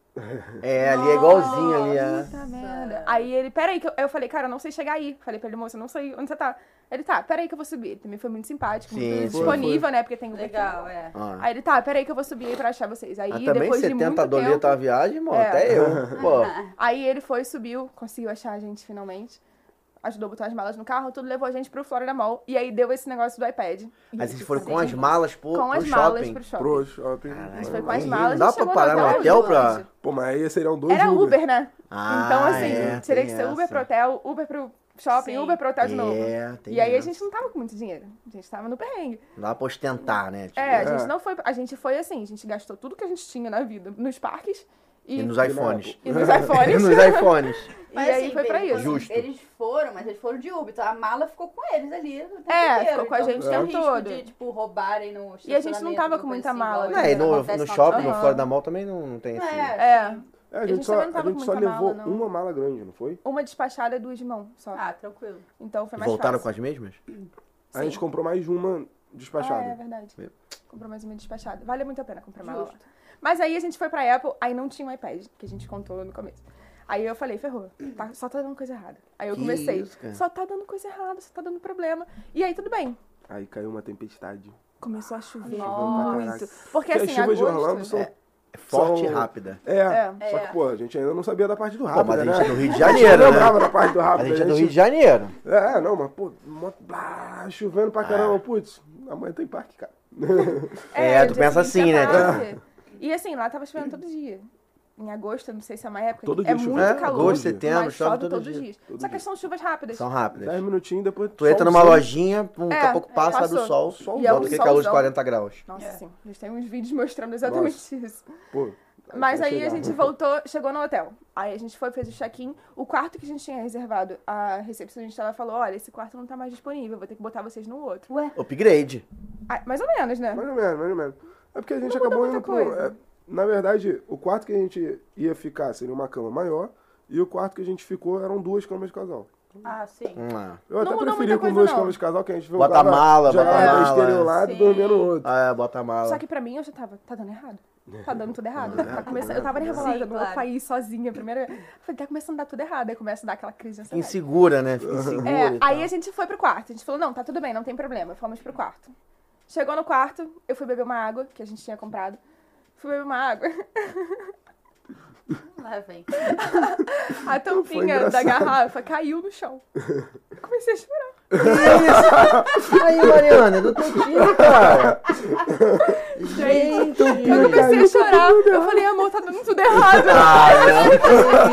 Speaker 2: É, ali é igualzinho
Speaker 1: [LAUGHS]
Speaker 2: ali.
Speaker 1: Tá
Speaker 2: É.
Speaker 3: Puta merda. Aí ele, peraí, que eu, eu falei, cara, eu não sei chegar aí. Falei pra ele, moça, eu não sei onde você tá. Ele, tá, peraí que eu vou subir. Ele também foi muito simpático,
Speaker 2: Sim,
Speaker 3: muito
Speaker 2: foi,
Speaker 3: disponível, né? Porque tem Uber aqui.
Speaker 1: Legal, é.
Speaker 2: Ah.
Speaker 3: Aí ele, tá, peraí que eu vou subir aí pra achar vocês. Aí
Speaker 2: Mas Ah, também
Speaker 3: depois de
Speaker 2: 70
Speaker 3: muito
Speaker 2: doleta
Speaker 3: tempo,
Speaker 2: a viagem, irmão,
Speaker 3: É.
Speaker 2: até eu. Pô,
Speaker 1: Ah,
Speaker 3: Aí ele foi, subiu, conseguiu achar a gente finalmente. Ajudou a botar as malas no carro, tudo levou a gente pro Florida Mall. E aí deu esse negócio do iPad.
Speaker 2: mas eles foram com as malas pro,
Speaker 3: com
Speaker 2: pro
Speaker 3: as
Speaker 2: shopping.
Speaker 3: malas pro shopping.
Speaker 5: Pro shopping.
Speaker 3: A gente foi
Speaker 2: Caralho.
Speaker 3: com as
Speaker 2: Não
Speaker 3: malas.
Speaker 2: dá
Speaker 3: a gente
Speaker 2: pra
Speaker 3: chegou
Speaker 2: parar no hotel pra-
Speaker 3: Uber.
Speaker 5: Pô, mas aí seriam dois
Speaker 3: Era
Speaker 5: Uber.
Speaker 3: Uber, né?
Speaker 2: Ah,
Speaker 3: então, assim,
Speaker 2: é,
Speaker 3: teria
Speaker 2: tem
Speaker 3: que ser Uber
Speaker 2: essa.
Speaker 3: pro hotel, Uber pro shopping,
Speaker 1: Sim.
Speaker 3: Uber pro hotel de
Speaker 2: É,
Speaker 3: novo.
Speaker 2: tem
Speaker 3: E aí a
Speaker 2: essa.
Speaker 3: gente não tava com muito dinheiro. A gente tava no perrengue.
Speaker 2: Não dá pra ostentar, né? Tipo,
Speaker 3: É, a
Speaker 5: É.
Speaker 3: gente não foi. A gente foi assim, a gente gastou tudo que a gente tinha na vida nos parques e,
Speaker 2: E nos iPhones.
Speaker 3: e
Speaker 2: [LAUGHS]
Speaker 3: nos iPhones. [LAUGHS]
Speaker 2: nos iPhones.
Speaker 3: e aí assim, foi pra
Speaker 1: eles-
Speaker 3: isso.
Speaker 2: Justo.
Speaker 1: Eles foram, mas eles foram de Uber, então a mala ficou com eles ali. o tempo
Speaker 3: É,
Speaker 1: inteiro,
Speaker 3: ficou com a
Speaker 1: então
Speaker 3: gente o
Speaker 1: não
Speaker 3: tempo
Speaker 1: tem risco
Speaker 3: todo.
Speaker 1: De, tipo, roubarem no
Speaker 3: E a gente não tava com muita
Speaker 1: assim,
Speaker 3: mala,
Speaker 2: Não, É, e no, no shopping, no
Speaker 3: Aham.
Speaker 2: Florida Mall também não, não tem esse.
Speaker 1: É.
Speaker 3: É,
Speaker 5: É, a
Speaker 3: A
Speaker 5: gente
Speaker 3: gente
Speaker 5: só,
Speaker 3: também não
Speaker 5: a
Speaker 3: tava
Speaker 5: gente
Speaker 3: com
Speaker 5: só
Speaker 3: muita
Speaker 5: levou
Speaker 3: mala, não.
Speaker 5: uma mala grande, não foi?
Speaker 3: uma despachada e duas de mão só.
Speaker 1: Ah, tranquilo.
Speaker 3: Então foi mais
Speaker 2: Voltaram com
Speaker 3: fácil.
Speaker 2: as mesmas?
Speaker 5: A gente comprou mais uma despachada.
Speaker 3: Ah, é verdade.
Speaker 2: Viu?
Speaker 3: Comprou mais uma despachada. Vale muito a pena comprar uma
Speaker 1: Justo.
Speaker 3: lá. Mas aí a gente foi pra Apple, aí não tinha um iPad, que a gente contou no começo. Aí eu falei, ferrou, tá- só tá dando coisa errada. Aí eu
Speaker 2: Que
Speaker 3: comecei,
Speaker 2: isso, cara?
Speaker 3: só tá dando coisa errada, só tá dando problema. E aí tudo bem,
Speaker 5: Aí caiu uma tempestade.
Speaker 3: começou a chover
Speaker 5: Chovendo pra
Speaker 3: muito.
Speaker 5: caraca.
Speaker 3: Porque
Speaker 5: as
Speaker 3: assim,
Speaker 5: chuvas de
Speaker 3: agosto...
Speaker 5: Orlando são...
Speaker 2: É. Forte e
Speaker 5: São-
Speaker 2: rápida.
Speaker 5: É,
Speaker 3: É.
Speaker 5: só que, pô, a gente ainda não sabia da parte do rápido,
Speaker 2: Pô, mas a
Speaker 5: né?
Speaker 2: gente é do Rio de
Speaker 5: Eu
Speaker 2: Janeiro,
Speaker 5: lembrava
Speaker 2: né?
Speaker 5: da parte do rápido.
Speaker 2: A gente é do Rio de Janeiro.
Speaker 5: É, não, mas, pô, mó- blá, chovendo pra caramba. Putz, amanhã tem parque, cara.
Speaker 2: É, tu
Speaker 3: dia
Speaker 2: pensa
Speaker 3: seguinte
Speaker 2: assim,
Speaker 3: é
Speaker 2: né?
Speaker 3: tarde. E assim, lá tava chovendo todo dia. Em agosto, eu não sei se é uma época
Speaker 5: Todo
Speaker 3: que
Speaker 5: dia
Speaker 3: é
Speaker 5: chove.
Speaker 3: muito
Speaker 5: É,
Speaker 3: calor.
Speaker 2: agosto, setembro,
Speaker 3: mas
Speaker 2: chove
Speaker 3: chove
Speaker 2: todo
Speaker 3: todos os
Speaker 2: dia.
Speaker 3: dias. Só que são chuvas rápidas.
Speaker 2: São
Speaker 5: Dez
Speaker 2: rápidas.
Speaker 5: minutinhos depois... um
Speaker 2: Tu entra numa lojinha, pum, daqui a
Speaker 3: É,
Speaker 2: pouco passa, abre o
Speaker 3: passou.
Speaker 2: sol,
Speaker 3: E é
Speaker 2: bota
Speaker 3: um
Speaker 2: aquele calor de
Speaker 3: solzão.
Speaker 2: 40 graus.
Speaker 3: Nossa, sim. A gente tem uns vídeos mostrando exatamente isso.
Speaker 5: Pô,
Speaker 3: Mas
Speaker 5: vai
Speaker 3: aí
Speaker 5: chegar.
Speaker 3: a gente voltou, chegou no hotel. Aí a gente foi, fez o check-in. O quarto que a gente tinha reservado, a recepcionista, ela falou, olha, esse quarto não tá mais disponível, vou ter que botar vocês no outro.
Speaker 2: Upgrade.
Speaker 3: Ah, mais ou menos, né?
Speaker 5: [LAUGHS] Mais ou menos, mais ou menos. É porque a gente
Speaker 3: Não
Speaker 5: acabou
Speaker 3: mudou
Speaker 5: indo
Speaker 3: muita
Speaker 5: pro.
Speaker 3: coisa.
Speaker 5: é, na verdade, o quarto que a gente ia ficar seria uma cama maior. E o quarto que a gente ficou eram duas camas de casal.
Speaker 3: Hum.
Speaker 1: Ah, sim.
Speaker 2: Vamos lá.
Speaker 5: Eu até
Speaker 3: mudou
Speaker 5: preferi
Speaker 3: muita
Speaker 5: com
Speaker 3: coisa,
Speaker 5: duas
Speaker 3: não.
Speaker 5: camas de casal, que a gente
Speaker 2: Bota
Speaker 5: jogava-
Speaker 2: a mala, bota
Speaker 5: jogava
Speaker 2: a mala. é.
Speaker 5: besteira em um lado e
Speaker 1: Sim.
Speaker 5: dormia no outro.
Speaker 2: Ah, é, bota a mala.
Speaker 3: Só que pra mim, eu já tava, tá dando errado. Tá dando tudo errado. Tá começando, eu tava nervosa,
Speaker 1: Sim,
Speaker 3: eu não
Speaker 1: claro.
Speaker 3: vou país sozinha, a primeira vez. Eu Falei, tá começando a dar tudo errado. Aí começa a dar aquela crise de ansiedade.
Speaker 2: Insegura, né? Fica insegura.
Speaker 3: É,
Speaker 2: e tal.
Speaker 3: aí a gente foi pro quarto. A gente falou, não, tá tudo bem, não tem problema. Fomos pro quarto. Chegou no quarto, eu fui beber uma água que a gente tinha comprado. Fui beber uma água.
Speaker 1: Lá vem.
Speaker 3: A tampinha da
Speaker 5: engraçado.
Speaker 3: garrafa caiu no chão. Eu Comecei a chorar.
Speaker 2: [LAUGHS] Aí, Mariana, do teu
Speaker 3: [LAUGHS]
Speaker 2: time, cara. Gente,
Speaker 3: Eu comecei a chorar. Eu falei, amor, tá dando tudo errado.
Speaker 2: ah,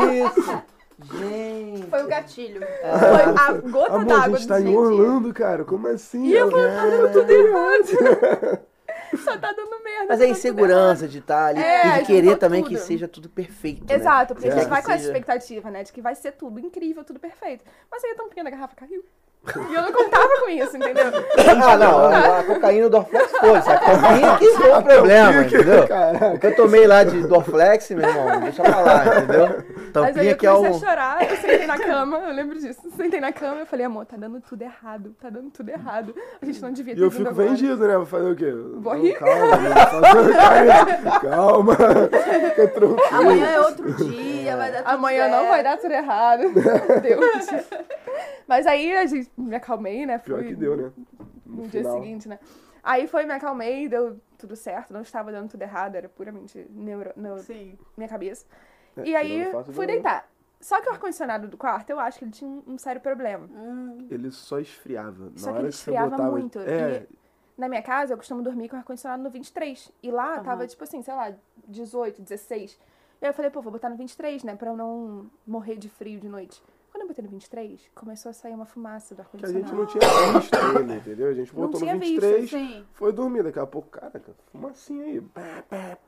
Speaker 2: não. isso. Gente.
Speaker 1: [LAUGHS] Foi o gatilho.
Speaker 2: É.
Speaker 3: Foi a gota
Speaker 5: Amor, a
Speaker 3: d'água
Speaker 5: gente tá
Speaker 3: do
Speaker 5: em
Speaker 3: dia.
Speaker 5: Orlando, cara. Como assim?
Speaker 3: E eu
Speaker 5: Alguém-
Speaker 3: falei, tá dando tudo errado. Só tá dando merda.
Speaker 2: Mas
Speaker 3: tá
Speaker 2: é
Speaker 3: dando tudo
Speaker 2: insegurança de estar ali
Speaker 3: É,
Speaker 2: e de
Speaker 3: juntou
Speaker 2: querer também
Speaker 3: tudo.
Speaker 2: que seja tudo perfeito. né?
Speaker 3: Exato, porque a
Speaker 2: É.
Speaker 3: gente vai com essa
Speaker 2: Seja-
Speaker 3: expectativa, né? De que vai ser tudo incrível, tudo perfeito. Mas aí a tampinha da garrafa caiu. E eu não contava com isso, entendeu?
Speaker 2: Ah, não, a, a cocaína do Dorflex foi, sabe? A cocaína que foi o problema, entendeu?
Speaker 5: Caraca.
Speaker 2: O que eu tomei lá de Dorflex, meu irmão, deixa pra lá, entendeu?
Speaker 3: Mas aí
Speaker 2: Tampinha
Speaker 3: eu
Speaker 2: que é
Speaker 3: comecei
Speaker 2: o.
Speaker 3: a chorar, eu sentei na cama, eu lembro disso. Sentei na cama e falei, amor, tá dando tudo errado, tá dando tudo errado. A gente não devia
Speaker 5: E
Speaker 3: ter
Speaker 5: eu
Speaker 3: vindo
Speaker 5: fico
Speaker 3: agora.
Speaker 5: vendido, né? Vou fazer o quê? Vou
Speaker 3: rir.
Speaker 5: Calma, gente, só- calma. Fica tranquilo.
Speaker 1: Amanhã é outro dia, vai dar tudo
Speaker 3: Amanhã não vai dar tudo errado. Meu Deus. Mas aí a gente me acalmei, né?
Speaker 5: Pior
Speaker 3: Fui-
Speaker 5: que deu, né?
Speaker 3: no dia
Speaker 5: final.
Speaker 3: seguinte, né? Aí foi, me acalmei, deu tudo certo, não estava dando tudo errado, era puramente neuro, neu-
Speaker 1: Sim.
Speaker 3: minha cabeça.
Speaker 5: É,
Speaker 3: e aí
Speaker 5: tirando o fato
Speaker 3: fui
Speaker 5: do-
Speaker 3: deitar. Só que o ar-condicionado do quarto, eu acho que ele tinha um, um sério problema.
Speaker 5: Ele só esfriava.
Speaker 3: Só
Speaker 5: Na
Speaker 3: que
Speaker 5: hora
Speaker 3: ele
Speaker 5: que você
Speaker 3: esfriava
Speaker 5: botava...
Speaker 3: muito,
Speaker 5: É,
Speaker 3: Na minha casa, eu costumo dormir com o ar-condicionado no 23. E lá tava, tipo assim, sei lá, 18, 16. E aí eu falei, pô, vou botar no 23, né? Pra eu não morrer de frio de noite. Quando eu batendo 23, começou a sair uma fumaça do
Speaker 5: Que a gente
Speaker 3: ar-condicionado.
Speaker 5: não tinha visto ainda, entendeu? A gente
Speaker 1: Não
Speaker 5: botou
Speaker 1: tinha
Speaker 5: no
Speaker 1: visto,
Speaker 5: 23,
Speaker 1: sim.
Speaker 5: foi dormir. Daqui a pouco, caraca, fumacinha aí.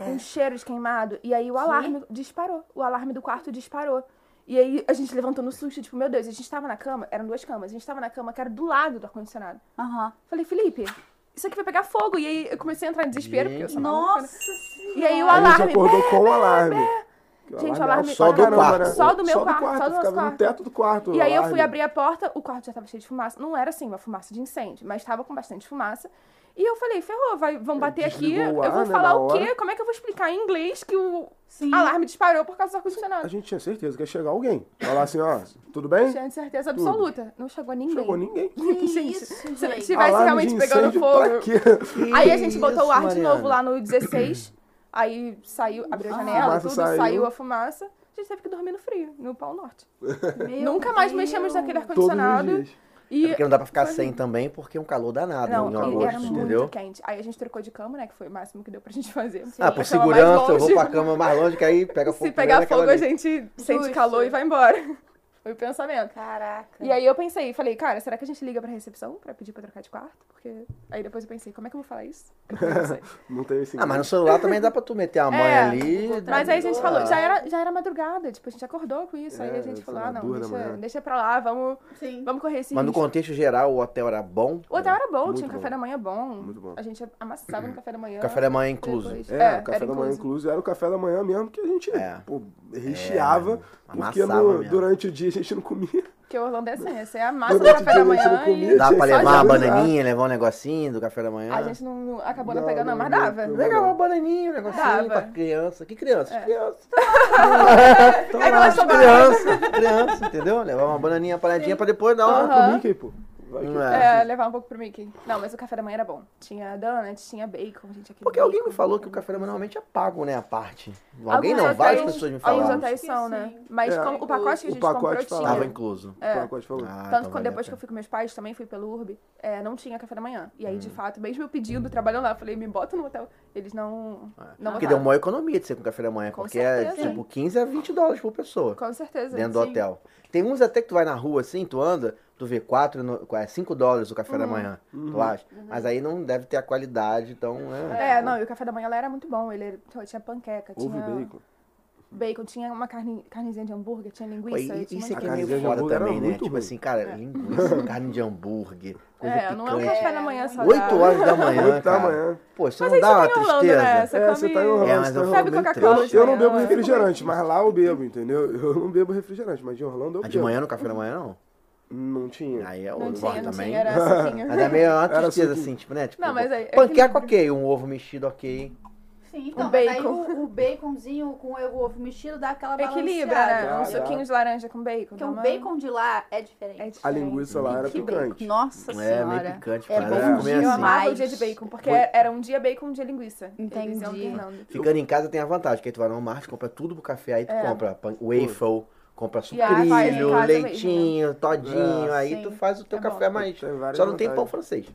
Speaker 1: É.
Speaker 3: Um cheiro de queimado. E aí o alarme disparou. O alarme do quarto disparou. E aí a gente levantou no susto, tipo, meu Deus, a gente tava na cama, eram duas camas, a gente tava na cama que era do lado do ar-condicionado.
Speaker 1: Aham.
Speaker 3: Falei, Felipe, isso aqui vai pegar fogo. E aí eu comecei a entrar em desespero, porque eu sou maluca, né?
Speaker 1: Nossa senhora.
Speaker 3: E aí o
Speaker 5: A gente
Speaker 3: alarme. [LAUGHS]
Speaker 5: acordou com o alarme. Que
Speaker 3: Gente, o
Speaker 5: é
Speaker 3: alarme-
Speaker 5: só do
Speaker 2: Só do
Speaker 5: caramba,
Speaker 2: quarto.
Speaker 5: né?
Speaker 3: Só do meu quarto, só do nosso
Speaker 5: ficava no
Speaker 3: quarto.
Speaker 5: teto do quarto.
Speaker 3: E aí eu
Speaker 5: o
Speaker 3: fui abrir
Speaker 5: alarme.
Speaker 3: a porta, o quarto já tava cheio de fumaça. Não era assim, uma fumaça de incêndio, mas tava com bastante fumaça. E eu falei, ferrou, vai, vão bater aqui,
Speaker 5: Desligou o
Speaker 3: eu
Speaker 5: ar,
Speaker 3: vou
Speaker 5: né,
Speaker 3: falar
Speaker 5: na
Speaker 3: o quê?
Speaker 5: hora.
Speaker 3: Como é que eu vou explicar em inglês que o
Speaker 1: Sim.
Speaker 3: alarme disparou por causa do
Speaker 5: A
Speaker 3: ar-condicionado?
Speaker 5: gente tinha certeza que ia chegar alguém. Falar assim, ó, tudo bem?
Speaker 3: Tinha certeza absoluta. Não chegou ninguém.
Speaker 5: Chegou ninguém.
Speaker 1: Que
Speaker 3: Gente,
Speaker 1: isso,
Speaker 3: se
Speaker 1: gente.
Speaker 3: tivesse
Speaker 5: [LAUGHS] Alarme
Speaker 3: realmente
Speaker 5: de
Speaker 3: pegando
Speaker 5: incêndio, tá
Speaker 3: fogo.
Speaker 5: Pra [LAUGHS] quê?
Speaker 3: Aí a gente botou o ar de
Speaker 2: Mariana.
Speaker 3: novo lá no 16. Aí saiu, abriu a janela,
Speaker 5: fumaça
Speaker 3: tudo,
Speaker 5: saiu.
Speaker 3: saiu. a fumaça. A gente teve que dormir no frio, no Pau Norte.
Speaker 1: Meu
Speaker 3: Nunca mais
Speaker 1: Deus.
Speaker 3: mexemos naquele
Speaker 5: Todos
Speaker 3: ar-condicionado.
Speaker 5: os dias.
Speaker 3: E
Speaker 2: É Porque não dá pra ficar
Speaker 3: foi-
Speaker 2: sem também, porque é um calor danado
Speaker 3: Não,
Speaker 2: em
Speaker 3: e era
Speaker 2: agosto,
Speaker 3: muito
Speaker 2: entendeu?
Speaker 3: quente. Aí a gente trocou de cama, né? Que foi o máximo que deu pra gente fazer.
Speaker 2: Ah,
Speaker 3: Pra
Speaker 2: por
Speaker 3: cama mais
Speaker 2: segurança, eu vou
Speaker 3: longe.
Speaker 2: pra cama mais longe, que aí pega
Speaker 3: [LAUGHS]
Speaker 2: fogo.
Speaker 3: Se
Speaker 2: primeiro
Speaker 3: pegar
Speaker 2: naquela
Speaker 3: fogo, a
Speaker 2: ali.
Speaker 3: gente sente
Speaker 1: Justo.
Speaker 3: calor e vai embora. [LAUGHS] Foi o pensamento.
Speaker 1: Caraca.
Speaker 3: E aí eu pensei, falei, cara, será que a gente liga pra recepção pra pedir pra trocar de quarto? Porque aí depois eu pensei, como é que eu vou falar isso? Não
Speaker 5: [LAUGHS]
Speaker 3: sei.
Speaker 5: Não tem esse
Speaker 2: Ah, mas no celular também dá pra tu meter a mãe
Speaker 3: [LAUGHS] É,
Speaker 2: ali. né?
Speaker 3: Mas aí a gente falou, já
Speaker 2: é.
Speaker 3: era, já era madrugada, tipo, a gente acordou com isso. aí
Speaker 5: É,
Speaker 3: a gente
Speaker 5: sei
Speaker 3: falou,
Speaker 5: lá,
Speaker 3: ah, não,
Speaker 5: duas da
Speaker 3: deixa,
Speaker 5: manhã.
Speaker 3: deixa pra lá, vamos,
Speaker 1: Sim.
Speaker 3: vamos correr esse
Speaker 2: Mas no
Speaker 3: risco.
Speaker 2: contexto geral, o hotel era bom.
Speaker 3: O hotel era bom, tinha
Speaker 5: É, Muito
Speaker 3: um café
Speaker 5: bom.
Speaker 3: da manhã bom.
Speaker 5: Muito bom.
Speaker 3: A gente amassava no café da manhã.
Speaker 2: Café da manhã incluso.
Speaker 3: depois-
Speaker 5: É, o café
Speaker 3: era
Speaker 5: da manhã
Speaker 3: incluso.
Speaker 5: incluso era o café da manhã mesmo que a gente
Speaker 2: É.
Speaker 5: pô, recheava, porque
Speaker 2: amassava
Speaker 5: no-
Speaker 2: mesmo.
Speaker 5: durante o dia a gente não comia.
Speaker 3: Porque o Orlando é assim, essa é a massa do
Speaker 5: Durante
Speaker 3: café da
Speaker 5: o dia a gente
Speaker 3: manhã
Speaker 5: não
Speaker 3: e
Speaker 5: comia.
Speaker 2: Dá pra
Speaker 5: Só
Speaker 2: levar uma
Speaker 5: de-
Speaker 2: bananinha, levar um negocinho do café da manhã.
Speaker 3: a gente não, não- acabou não,
Speaker 5: Não,
Speaker 3: pegando,
Speaker 5: não,
Speaker 3: mas
Speaker 5: não,
Speaker 3: dava.
Speaker 5: não.
Speaker 2: Pegava uma bananinha, um negocinho
Speaker 3: Dava. É.
Speaker 2: pra criança. Que criança?
Speaker 3: [LAUGHS]
Speaker 2: Criança.
Speaker 5: Então,
Speaker 3: Aí ela só
Speaker 2: Criança, [LAUGHS] criança, entendeu? Levar uma bananinha paradinha pra depois dar uma.
Speaker 5: pro Mickey, pô. Vai que-
Speaker 2: Não é.
Speaker 3: É, levar um pouco pro Mickey. Não, mas o café da manhã era bom. Tinha donuts, tinha bacon, gente. Aquele
Speaker 2: Porque alguém me falou que o café da manhã normalmente é pago, né? A parte. Alguém
Speaker 3: Alguns
Speaker 2: não, várias
Speaker 3: hotéis-
Speaker 2: pessoas me
Speaker 3: Alguns
Speaker 2: falaram.
Speaker 3: hotéis são, né?
Speaker 1: Esqueci.
Speaker 3: Mas
Speaker 5: É.
Speaker 3: como o pacote que a
Speaker 5: O
Speaker 3: gente
Speaker 5: pacote
Speaker 3: comprou
Speaker 5: falava
Speaker 2: Tava
Speaker 3: tinha.
Speaker 2: incluso.
Speaker 5: O pacote falou.
Speaker 2: Ah,
Speaker 3: Tanto
Speaker 2: então
Speaker 3: que
Speaker 2: vale a
Speaker 3: depois que
Speaker 2: pena.
Speaker 3: eu fui com meus pais, também fui pelo Urb, é, não tinha café da manhã. E
Speaker 2: Hum.
Speaker 3: aí, de fato, mesmo eu pedindo, trabalhando lá, eu falei, me bota no hotel. Eles não. não
Speaker 2: Porque
Speaker 3: botaram.
Speaker 2: deu uma economia de ser com café da manhã,
Speaker 3: Com
Speaker 2: porque é
Speaker 3: certeza.
Speaker 2: tipo 15 a 20 dólares por pessoa
Speaker 3: Com certeza.
Speaker 2: dentro do
Speaker 3: sim.
Speaker 2: hotel. Tem uns até que tu vai na rua assim, tu anda, tu vê 4, 5 dólares o
Speaker 3: Uhum.
Speaker 2: café da manhã, tu
Speaker 5: Uhum.
Speaker 2: acha? Mas aí não deve ter a qualidade, então é.
Speaker 3: É, não, e o café da manhã lá era muito bom. Ele era- tinha panqueca,
Speaker 5: Houve
Speaker 3: tinha
Speaker 5: bacon.
Speaker 3: bacon, tinha uma carne, carnezinha de hambúrguer, tinha
Speaker 2: Pô,
Speaker 3: linguiça.
Speaker 2: e-
Speaker 3: tinha um
Speaker 2: Isso
Speaker 3: uma-
Speaker 2: aqui é
Speaker 5: A
Speaker 2: meio
Speaker 5: carne de
Speaker 2: foda
Speaker 5: hambúrguer era
Speaker 2: também, né?
Speaker 5: muito
Speaker 2: Tipo
Speaker 5: ruim.
Speaker 2: assim, cara, linguiça, carne de hambúrguer, coisa
Speaker 3: É,
Speaker 2: picante.
Speaker 3: não é um café da manhã saudável.
Speaker 2: 8 horas da manhã,
Speaker 5: Oito da
Speaker 2: cara.
Speaker 5: manhã.
Speaker 2: Pô, isso
Speaker 3: Mas
Speaker 2: não
Speaker 3: aí
Speaker 2: dá
Speaker 3: você
Speaker 2: uma
Speaker 3: tá enrolando, né?
Speaker 2: tristeza.
Speaker 3: Você
Speaker 5: É,
Speaker 3: come...
Speaker 5: você tá enrolando.
Speaker 2: É, mas
Speaker 5: você
Speaker 2: eu
Speaker 5: tá
Speaker 2: falo
Speaker 3: Sabe
Speaker 5: enrolando.
Speaker 2: meio
Speaker 3: Coca-Cola
Speaker 2: triste.
Speaker 3: de
Speaker 5: Eu não
Speaker 3: manhã,
Speaker 5: bebo
Speaker 3: né?
Speaker 5: refrigerante, mas lá eu bebo, entendeu? [LAUGHS] Eu não bebo refrigerante, mas de Orlando eu
Speaker 2: A
Speaker 5: bebo.
Speaker 2: Ah, de manhã no café da manhã, não?
Speaker 5: Não tinha.
Speaker 2: Aí é
Speaker 3: Não
Speaker 2: outro
Speaker 3: tinha,
Speaker 2: corre
Speaker 3: não
Speaker 2: também.
Speaker 3: tinha, era suquinho.
Speaker 2: [LAUGHS] Mas é meio uma
Speaker 5: Era
Speaker 2: tristeza,
Speaker 5: suco.
Speaker 2: assim, tipo, né? Tipo,
Speaker 3: Não, mas aí- é
Speaker 2: panqueca
Speaker 3: equilíbrio.
Speaker 2: ok, um ovo mexido ok.
Speaker 1: Sim, então,
Speaker 3: O
Speaker 1: mas aí
Speaker 3: bacon.
Speaker 1: o, o baconzinho com o ovo mexido dá
Speaker 3: Tá
Speaker 1: aquela
Speaker 3: Equilibra,
Speaker 1: balanceada.
Speaker 3: né?
Speaker 5: Dá,
Speaker 3: Um
Speaker 5: dá.
Speaker 3: suquinho de laranja com um bacon.
Speaker 1: Porque
Speaker 3: dá
Speaker 1: o
Speaker 3: uma-
Speaker 1: bacon de lá é diferente.
Speaker 3: É diferente.
Speaker 5: A linguiça lá era
Speaker 1: Que bacon.
Speaker 5: picante.
Speaker 1: Nossa
Speaker 2: É,
Speaker 1: senhora.
Speaker 2: meio picante,
Speaker 1: É
Speaker 2: cara.
Speaker 1: bom
Speaker 2: Eu comia
Speaker 1: dia,
Speaker 3: Eu
Speaker 2: assim.
Speaker 3: amava o
Speaker 1: Mas-
Speaker 3: um dia de bacon, porque era um dia bacon, um dia linguiça. Eles iam
Speaker 1: Entendi.
Speaker 3: alternando.
Speaker 2: Ficando em casa tem a vantagem, que aí tu vai no Walmart, compra tudo pro café, aí tu compra pan- waffle, compra
Speaker 3: É. E aí faz em
Speaker 2: sucrilho,
Speaker 3: casa mesmo, Ah,
Speaker 2: leitinho, todinho,
Speaker 5: É,
Speaker 2: aí
Speaker 1: sim.
Speaker 2: tu faz o teu
Speaker 3: É
Speaker 2: café
Speaker 3: bom.
Speaker 2: mais.
Speaker 5: Tem várias
Speaker 2: Só não tem
Speaker 5: vantagens.
Speaker 2: pão francês,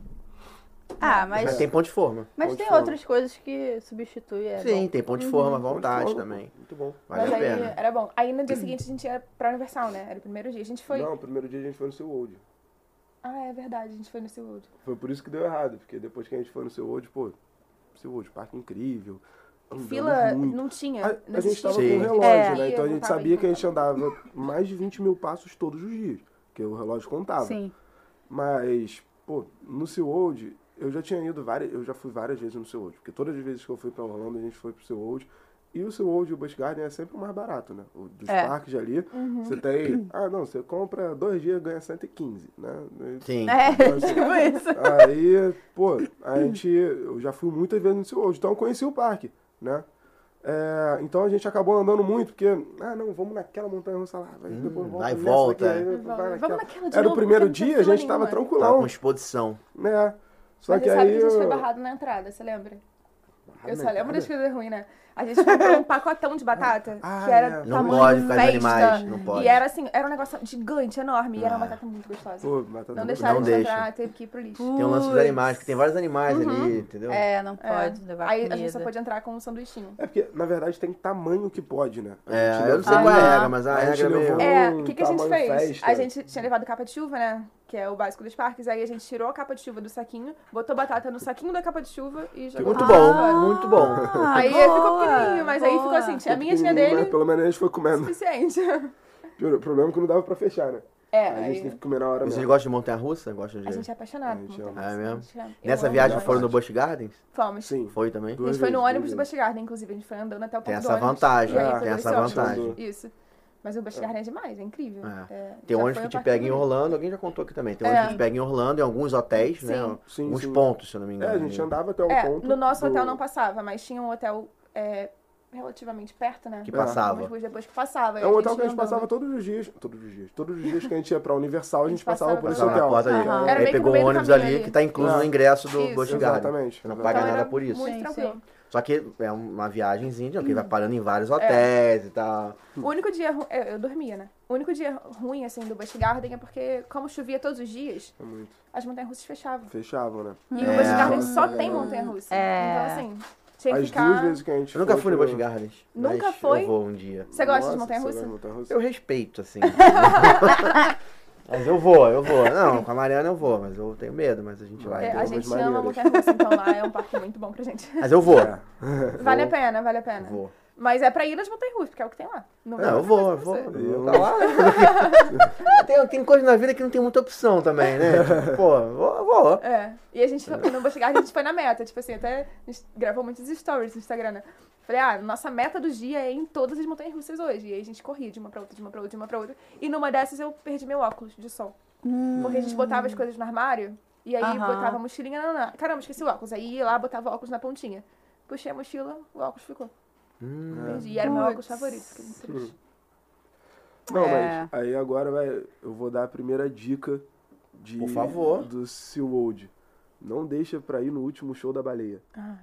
Speaker 1: Ah,
Speaker 2: mas
Speaker 1: mas,
Speaker 2: tem pão de forma.
Speaker 1: mas
Speaker 5: Pão de
Speaker 1: tem
Speaker 5: forma.
Speaker 1: outras coisas que substituem. é
Speaker 2: Sim, tem pão de forma à
Speaker 3: Uhum.
Speaker 5: Pô,
Speaker 2: vontade
Speaker 5: pô,
Speaker 2: também.
Speaker 5: Muito bom.
Speaker 2: Vale
Speaker 3: Mas
Speaker 2: a
Speaker 3: aí é-
Speaker 2: pena.
Speaker 3: era bom. Aí no dia seguinte a gente ia pra Universal, né? Era o primeiro dia. A gente foi.
Speaker 5: Não, o primeiro dia a gente foi no seu Old.
Speaker 3: Ah, é verdade, a gente foi no SeaWorld.
Speaker 5: Foi por isso que deu errado, porque depois que a gente foi no seu Old, pô, seu Old, parque incrível. andamos
Speaker 3: Fila
Speaker 5: muito.
Speaker 3: não tinha.
Speaker 5: A,
Speaker 3: não
Speaker 5: a gente
Speaker 3: existia.
Speaker 5: tava com um
Speaker 2: Sim.
Speaker 5: relógio,
Speaker 3: É.
Speaker 5: né? Então a gente
Speaker 3: Tava
Speaker 5: sabia que a gente
Speaker 3: contando.
Speaker 5: andava mais de 20 mil passos todos os dias, porque o relógio contava.
Speaker 1: Sim.
Speaker 5: Mas, pô, no SeaWorld, eu já tinha ido várias, eu já fui várias vezes no SeaWorld, porque todas as vezes que eu fui pra Orlando, a gente foi pro SeaWorld. E o SeaWorld e o Busch Garden é sempre o mais barato, né? O dos
Speaker 1: É.
Speaker 5: parques ali, você tem, ah, não, você compra dois dias, ganha 115, né?
Speaker 2: Sim.
Speaker 1: É,
Speaker 5: Então, assim,
Speaker 1: [LAUGHS] tipo isso.
Speaker 5: Aí, pô, a gente. Eu já fui muitas vezes no SeaWorld, então eu conheci o parque, né? É, então a gente acabou andando muito, porque, ah, não, vamos naquela montanha russa lá, vai, depois volta.
Speaker 2: vai e
Speaker 5: nessa
Speaker 2: volta.
Speaker 5: aqui, aí vai
Speaker 3: é. Vamos
Speaker 5: naquela.
Speaker 3: naquela de
Speaker 5: Era
Speaker 3: novo,
Speaker 5: o primeiro
Speaker 3: porque não tem
Speaker 5: dia, a gente
Speaker 3: fila
Speaker 5: tava
Speaker 3: nenhuma.
Speaker 2: Tava Tá com
Speaker 5: tranquilão,
Speaker 2: exposição.
Speaker 5: né? Só
Speaker 3: Mas
Speaker 5: que
Speaker 3: você sabe
Speaker 5: aí.
Speaker 3: que a gente foi
Speaker 5: eu-
Speaker 3: barrado na entrada, você lembra?
Speaker 5: Barrado
Speaker 3: Eu
Speaker 5: na
Speaker 2: Ah,
Speaker 3: só lembro
Speaker 5: entrada?
Speaker 2: é
Speaker 3: das coisas ruins, né? A gente comprou um pacotão de batata,
Speaker 5: Ah,
Speaker 3: que era
Speaker 5: é.
Speaker 2: Não
Speaker 3: tamanho
Speaker 2: pode ficar de
Speaker 3: festa.
Speaker 2: animais, não pode. Ah.
Speaker 3: E era assim, era um negócio gigante, enorme, e era uma batata muito gostosa.
Speaker 5: Pô, tá batata
Speaker 3: não
Speaker 5: doce.
Speaker 3: deixaram
Speaker 2: Não
Speaker 3: de
Speaker 2: deixa.
Speaker 3: entrar, teve que ir pro lixo.
Speaker 2: Tem o lance dos animais, porque tem vários animais ali, entendeu?
Speaker 1: É, não
Speaker 3: Uhum. É.
Speaker 1: pode levar
Speaker 3: Aí
Speaker 1: comida.
Speaker 3: a gente só pode entrar com um sanduichinho.
Speaker 5: É porque, na verdade, tem tamanho que pode, né? A
Speaker 2: É,
Speaker 5: gente
Speaker 2: eu não sei
Speaker 5: levou-
Speaker 2: qual é a
Speaker 1: Aham.
Speaker 2: regra, mas a,
Speaker 5: A gente
Speaker 2: regra é meio...
Speaker 5: levou-
Speaker 3: É,
Speaker 5: Hum,
Speaker 3: o que, que a gente
Speaker 5: tamanho
Speaker 3: fez?
Speaker 5: festa.
Speaker 3: A gente tinha levado capa de chuva, né? Que é o básico dos parques. Aí a gente tirou a capa de chuva do saquinho, botou batata no saquinho da capa de chuva e jogou.
Speaker 2: Muito
Speaker 3: lá.
Speaker 2: bom, muito bom.
Speaker 1: Ah,
Speaker 3: Aí ficou pequenininho, mas aí ficou assim, tinha a minha, tinha a
Speaker 5: Pequenininho,
Speaker 3: dele,
Speaker 5: mas Pelo menos a gente foi comendo.
Speaker 3: suficiente. [LAUGHS]
Speaker 5: Juro, O problema é que não dava pra fechar, né?
Speaker 3: É,
Speaker 5: A gente teve
Speaker 3: aí
Speaker 5: que comer na hora
Speaker 2: Vocês
Speaker 5: mesmo.
Speaker 2: gostam de montanha-russa? Gostam de...
Speaker 3: a gente é apaixonado.
Speaker 5: A gente
Speaker 3: por
Speaker 5: ama.
Speaker 3: montanha-russa,
Speaker 2: É mesmo?
Speaker 3: gente ama. Eu
Speaker 2: Nessa
Speaker 3: amo
Speaker 2: viagem
Speaker 3: montanha-russa.
Speaker 2: foram no Busch Gardens?
Speaker 3: Fomos.
Speaker 5: Sim.
Speaker 2: Foi também?
Speaker 3: A
Speaker 5: Duas
Speaker 3: gente foi no
Speaker 5: vezes,
Speaker 3: ônibus do
Speaker 5: duas
Speaker 3: Busch Garden, inclusive, a gente foi andando até o ponto
Speaker 2: Tem
Speaker 3: do
Speaker 2: essa
Speaker 3: ônibus.
Speaker 2: vantagem, né?
Speaker 3: E aí
Speaker 5: tem
Speaker 3: foi
Speaker 5: essa
Speaker 3: delicioso.
Speaker 5: vantagem.
Speaker 3: Isso. Mas o Busch Garden é demais, é incrível.
Speaker 2: É.
Speaker 3: É,
Speaker 2: Tem
Speaker 3: já
Speaker 2: ônibus
Speaker 3: foi
Speaker 2: que
Speaker 3: o
Speaker 2: te
Speaker 3: parque
Speaker 2: pega em
Speaker 3: favorito.
Speaker 2: Orlando, alguém já contou aqui também. Tem
Speaker 3: É.
Speaker 2: ônibus que te pega em Orlando, em alguns hotéis, né?
Speaker 3: Sim.
Speaker 5: Sim,
Speaker 2: alguns
Speaker 5: sim.
Speaker 2: pontos, né? se eu não me
Speaker 5: É,
Speaker 2: engano.
Speaker 5: a gente andava até um
Speaker 3: É,
Speaker 5: ponto.
Speaker 3: no nosso
Speaker 5: do-
Speaker 3: hotel não passava, mas tinha um hotel é, relativamente perto, né?
Speaker 2: Que
Speaker 3: É.
Speaker 2: passava.
Speaker 3: Algumas ruas depois que passava.
Speaker 5: É um hotel que a gente passava todos os dias. Todos os dias. Todos os dias que a gente ia pra Universal, a gente passava por esse
Speaker 2: Passava na
Speaker 5: hotel.
Speaker 2: porta ali.
Speaker 1: Aham. Era
Speaker 3: meio
Speaker 2: Aí
Speaker 3: que
Speaker 2: pegou
Speaker 3: no meio
Speaker 2: o
Speaker 3: do
Speaker 2: ônibus
Speaker 3: caminho
Speaker 2: ali
Speaker 3: ali.
Speaker 2: que tá incluso no
Speaker 5: É.
Speaker 2: ingresso do
Speaker 3: Isso.
Speaker 2: Busch Garden.
Speaker 5: Exatamente,
Speaker 2: né? Você não paga
Speaker 5: exatamente.
Speaker 2: nada por isso.
Speaker 3: Então Muito
Speaker 1: Sim,
Speaker 3: tranquilo.
Speaker 2: Só que é uma viagemzinha,
Speaker 3: Hum.
Speaker 2: que vai parando em
Speaker 3: É.
Speaker 2: vários hotéis e tal.
Speaker 3: O único dia ruim. Eu, eu dormia, né? O único dia ruim, assim, do Busch Garden é porque, como chovia todos os dias,
Speaker 5: É muito.
Speaker 3: as montanhas russas fechavam.
Speaker 5: Fechavam, né?
Speaker 3: E no Busch
Speaker 2: É.
Speaker 3: Garden só tem montanha russa. Então, assim, tinha que
Speaker 5: As
Speaker 3: ficar.
Speaker 5: duas vezes que a gente
Speaker 2: Eu nunca
Speaker 5: foi
Speaker 2: fui no
Speaker 5: pro-
Speaker 2: Busch Gardens.
Speaker 3: Nunca
Speaker 2: mas
Speaker 3: foi?
Speaker 2: Eu vou um dia.
Speaker 3: Você gosta de
Speaker 5: Nossa,
Speaker 3: montanha
Speaker 5: você
Speaker 3: russa?
Speaker 5: gosta de montanha-russa?
Speaker 2: Eu
Speaker 3: [LAUGHS]
Speaker 2: respeito, assim. [LAUGHS] mas eu vou, eu vou. Não, com a Mariana eu vou, mas eu tenho medo, mas a gente vai.
Speaker 3: É,
Speaker 2: entendeu?
Speaker 3: a
Speaker 5: algumas
Speaker 3: gente ama
Speaker 5: maneiras.
Speaker 3: montanha russa, então lá é um parque muito bom pra gente. [LAUGHS]
Speaker 2: Mas eu vou.
Speaker 3: É. Vale a pena, vale a pena.
Speaker 2: Vou.
Speaker 3: Mas é pra ir nas montanhas russas, porque é o que tem lá. Não,
Speaker 2: Não, eu vou, eu vou.
Speaker 5: Eu-
Speaker 2: Tá lá. [LAUGHS] tem, tem coisa na vida que não tem muita opção também, [LAUGHS] né? Pô, eu vou. eu vou.
Speaker 3: É. E a gente, no Busch Garden, a gente foi na meta. Tipo assim, até a gente gravou muitos stories no Instagram, né? Falei, ah, nossa meta do dia é em todas as montanhas russas hoje. E aí a gente corria de uma pra outra, de uma pra outra, de uma pra outra. E numa dessas eu perdi meu óculos de sol.
Speaker 5: Hum.
Speaker 3: Porque a gente botava as coisas no armário e aí
Speaker 1: Aham.
Speaker 3: botava a mochilinha. Não, não. Caramba, esqueci o óculos. Aí ia lá, botava o óculos na pontinha. Puxei a mochila, o óculos ficou.
Speaker 5: Hum.
Speaker 3: Perdi. E era o meu óculos favorito. Fiquei muito triste.
Speaker 5: Não,
Speaker 1: É.
Speaker 5: mas aí agora vai, eu vou dar a primeira dica de,
Speaker 2: Por favor.
Speaker 5: do SeaWorld. Não deixa pra ir no último show da baleia.
Speaker 3: Ah,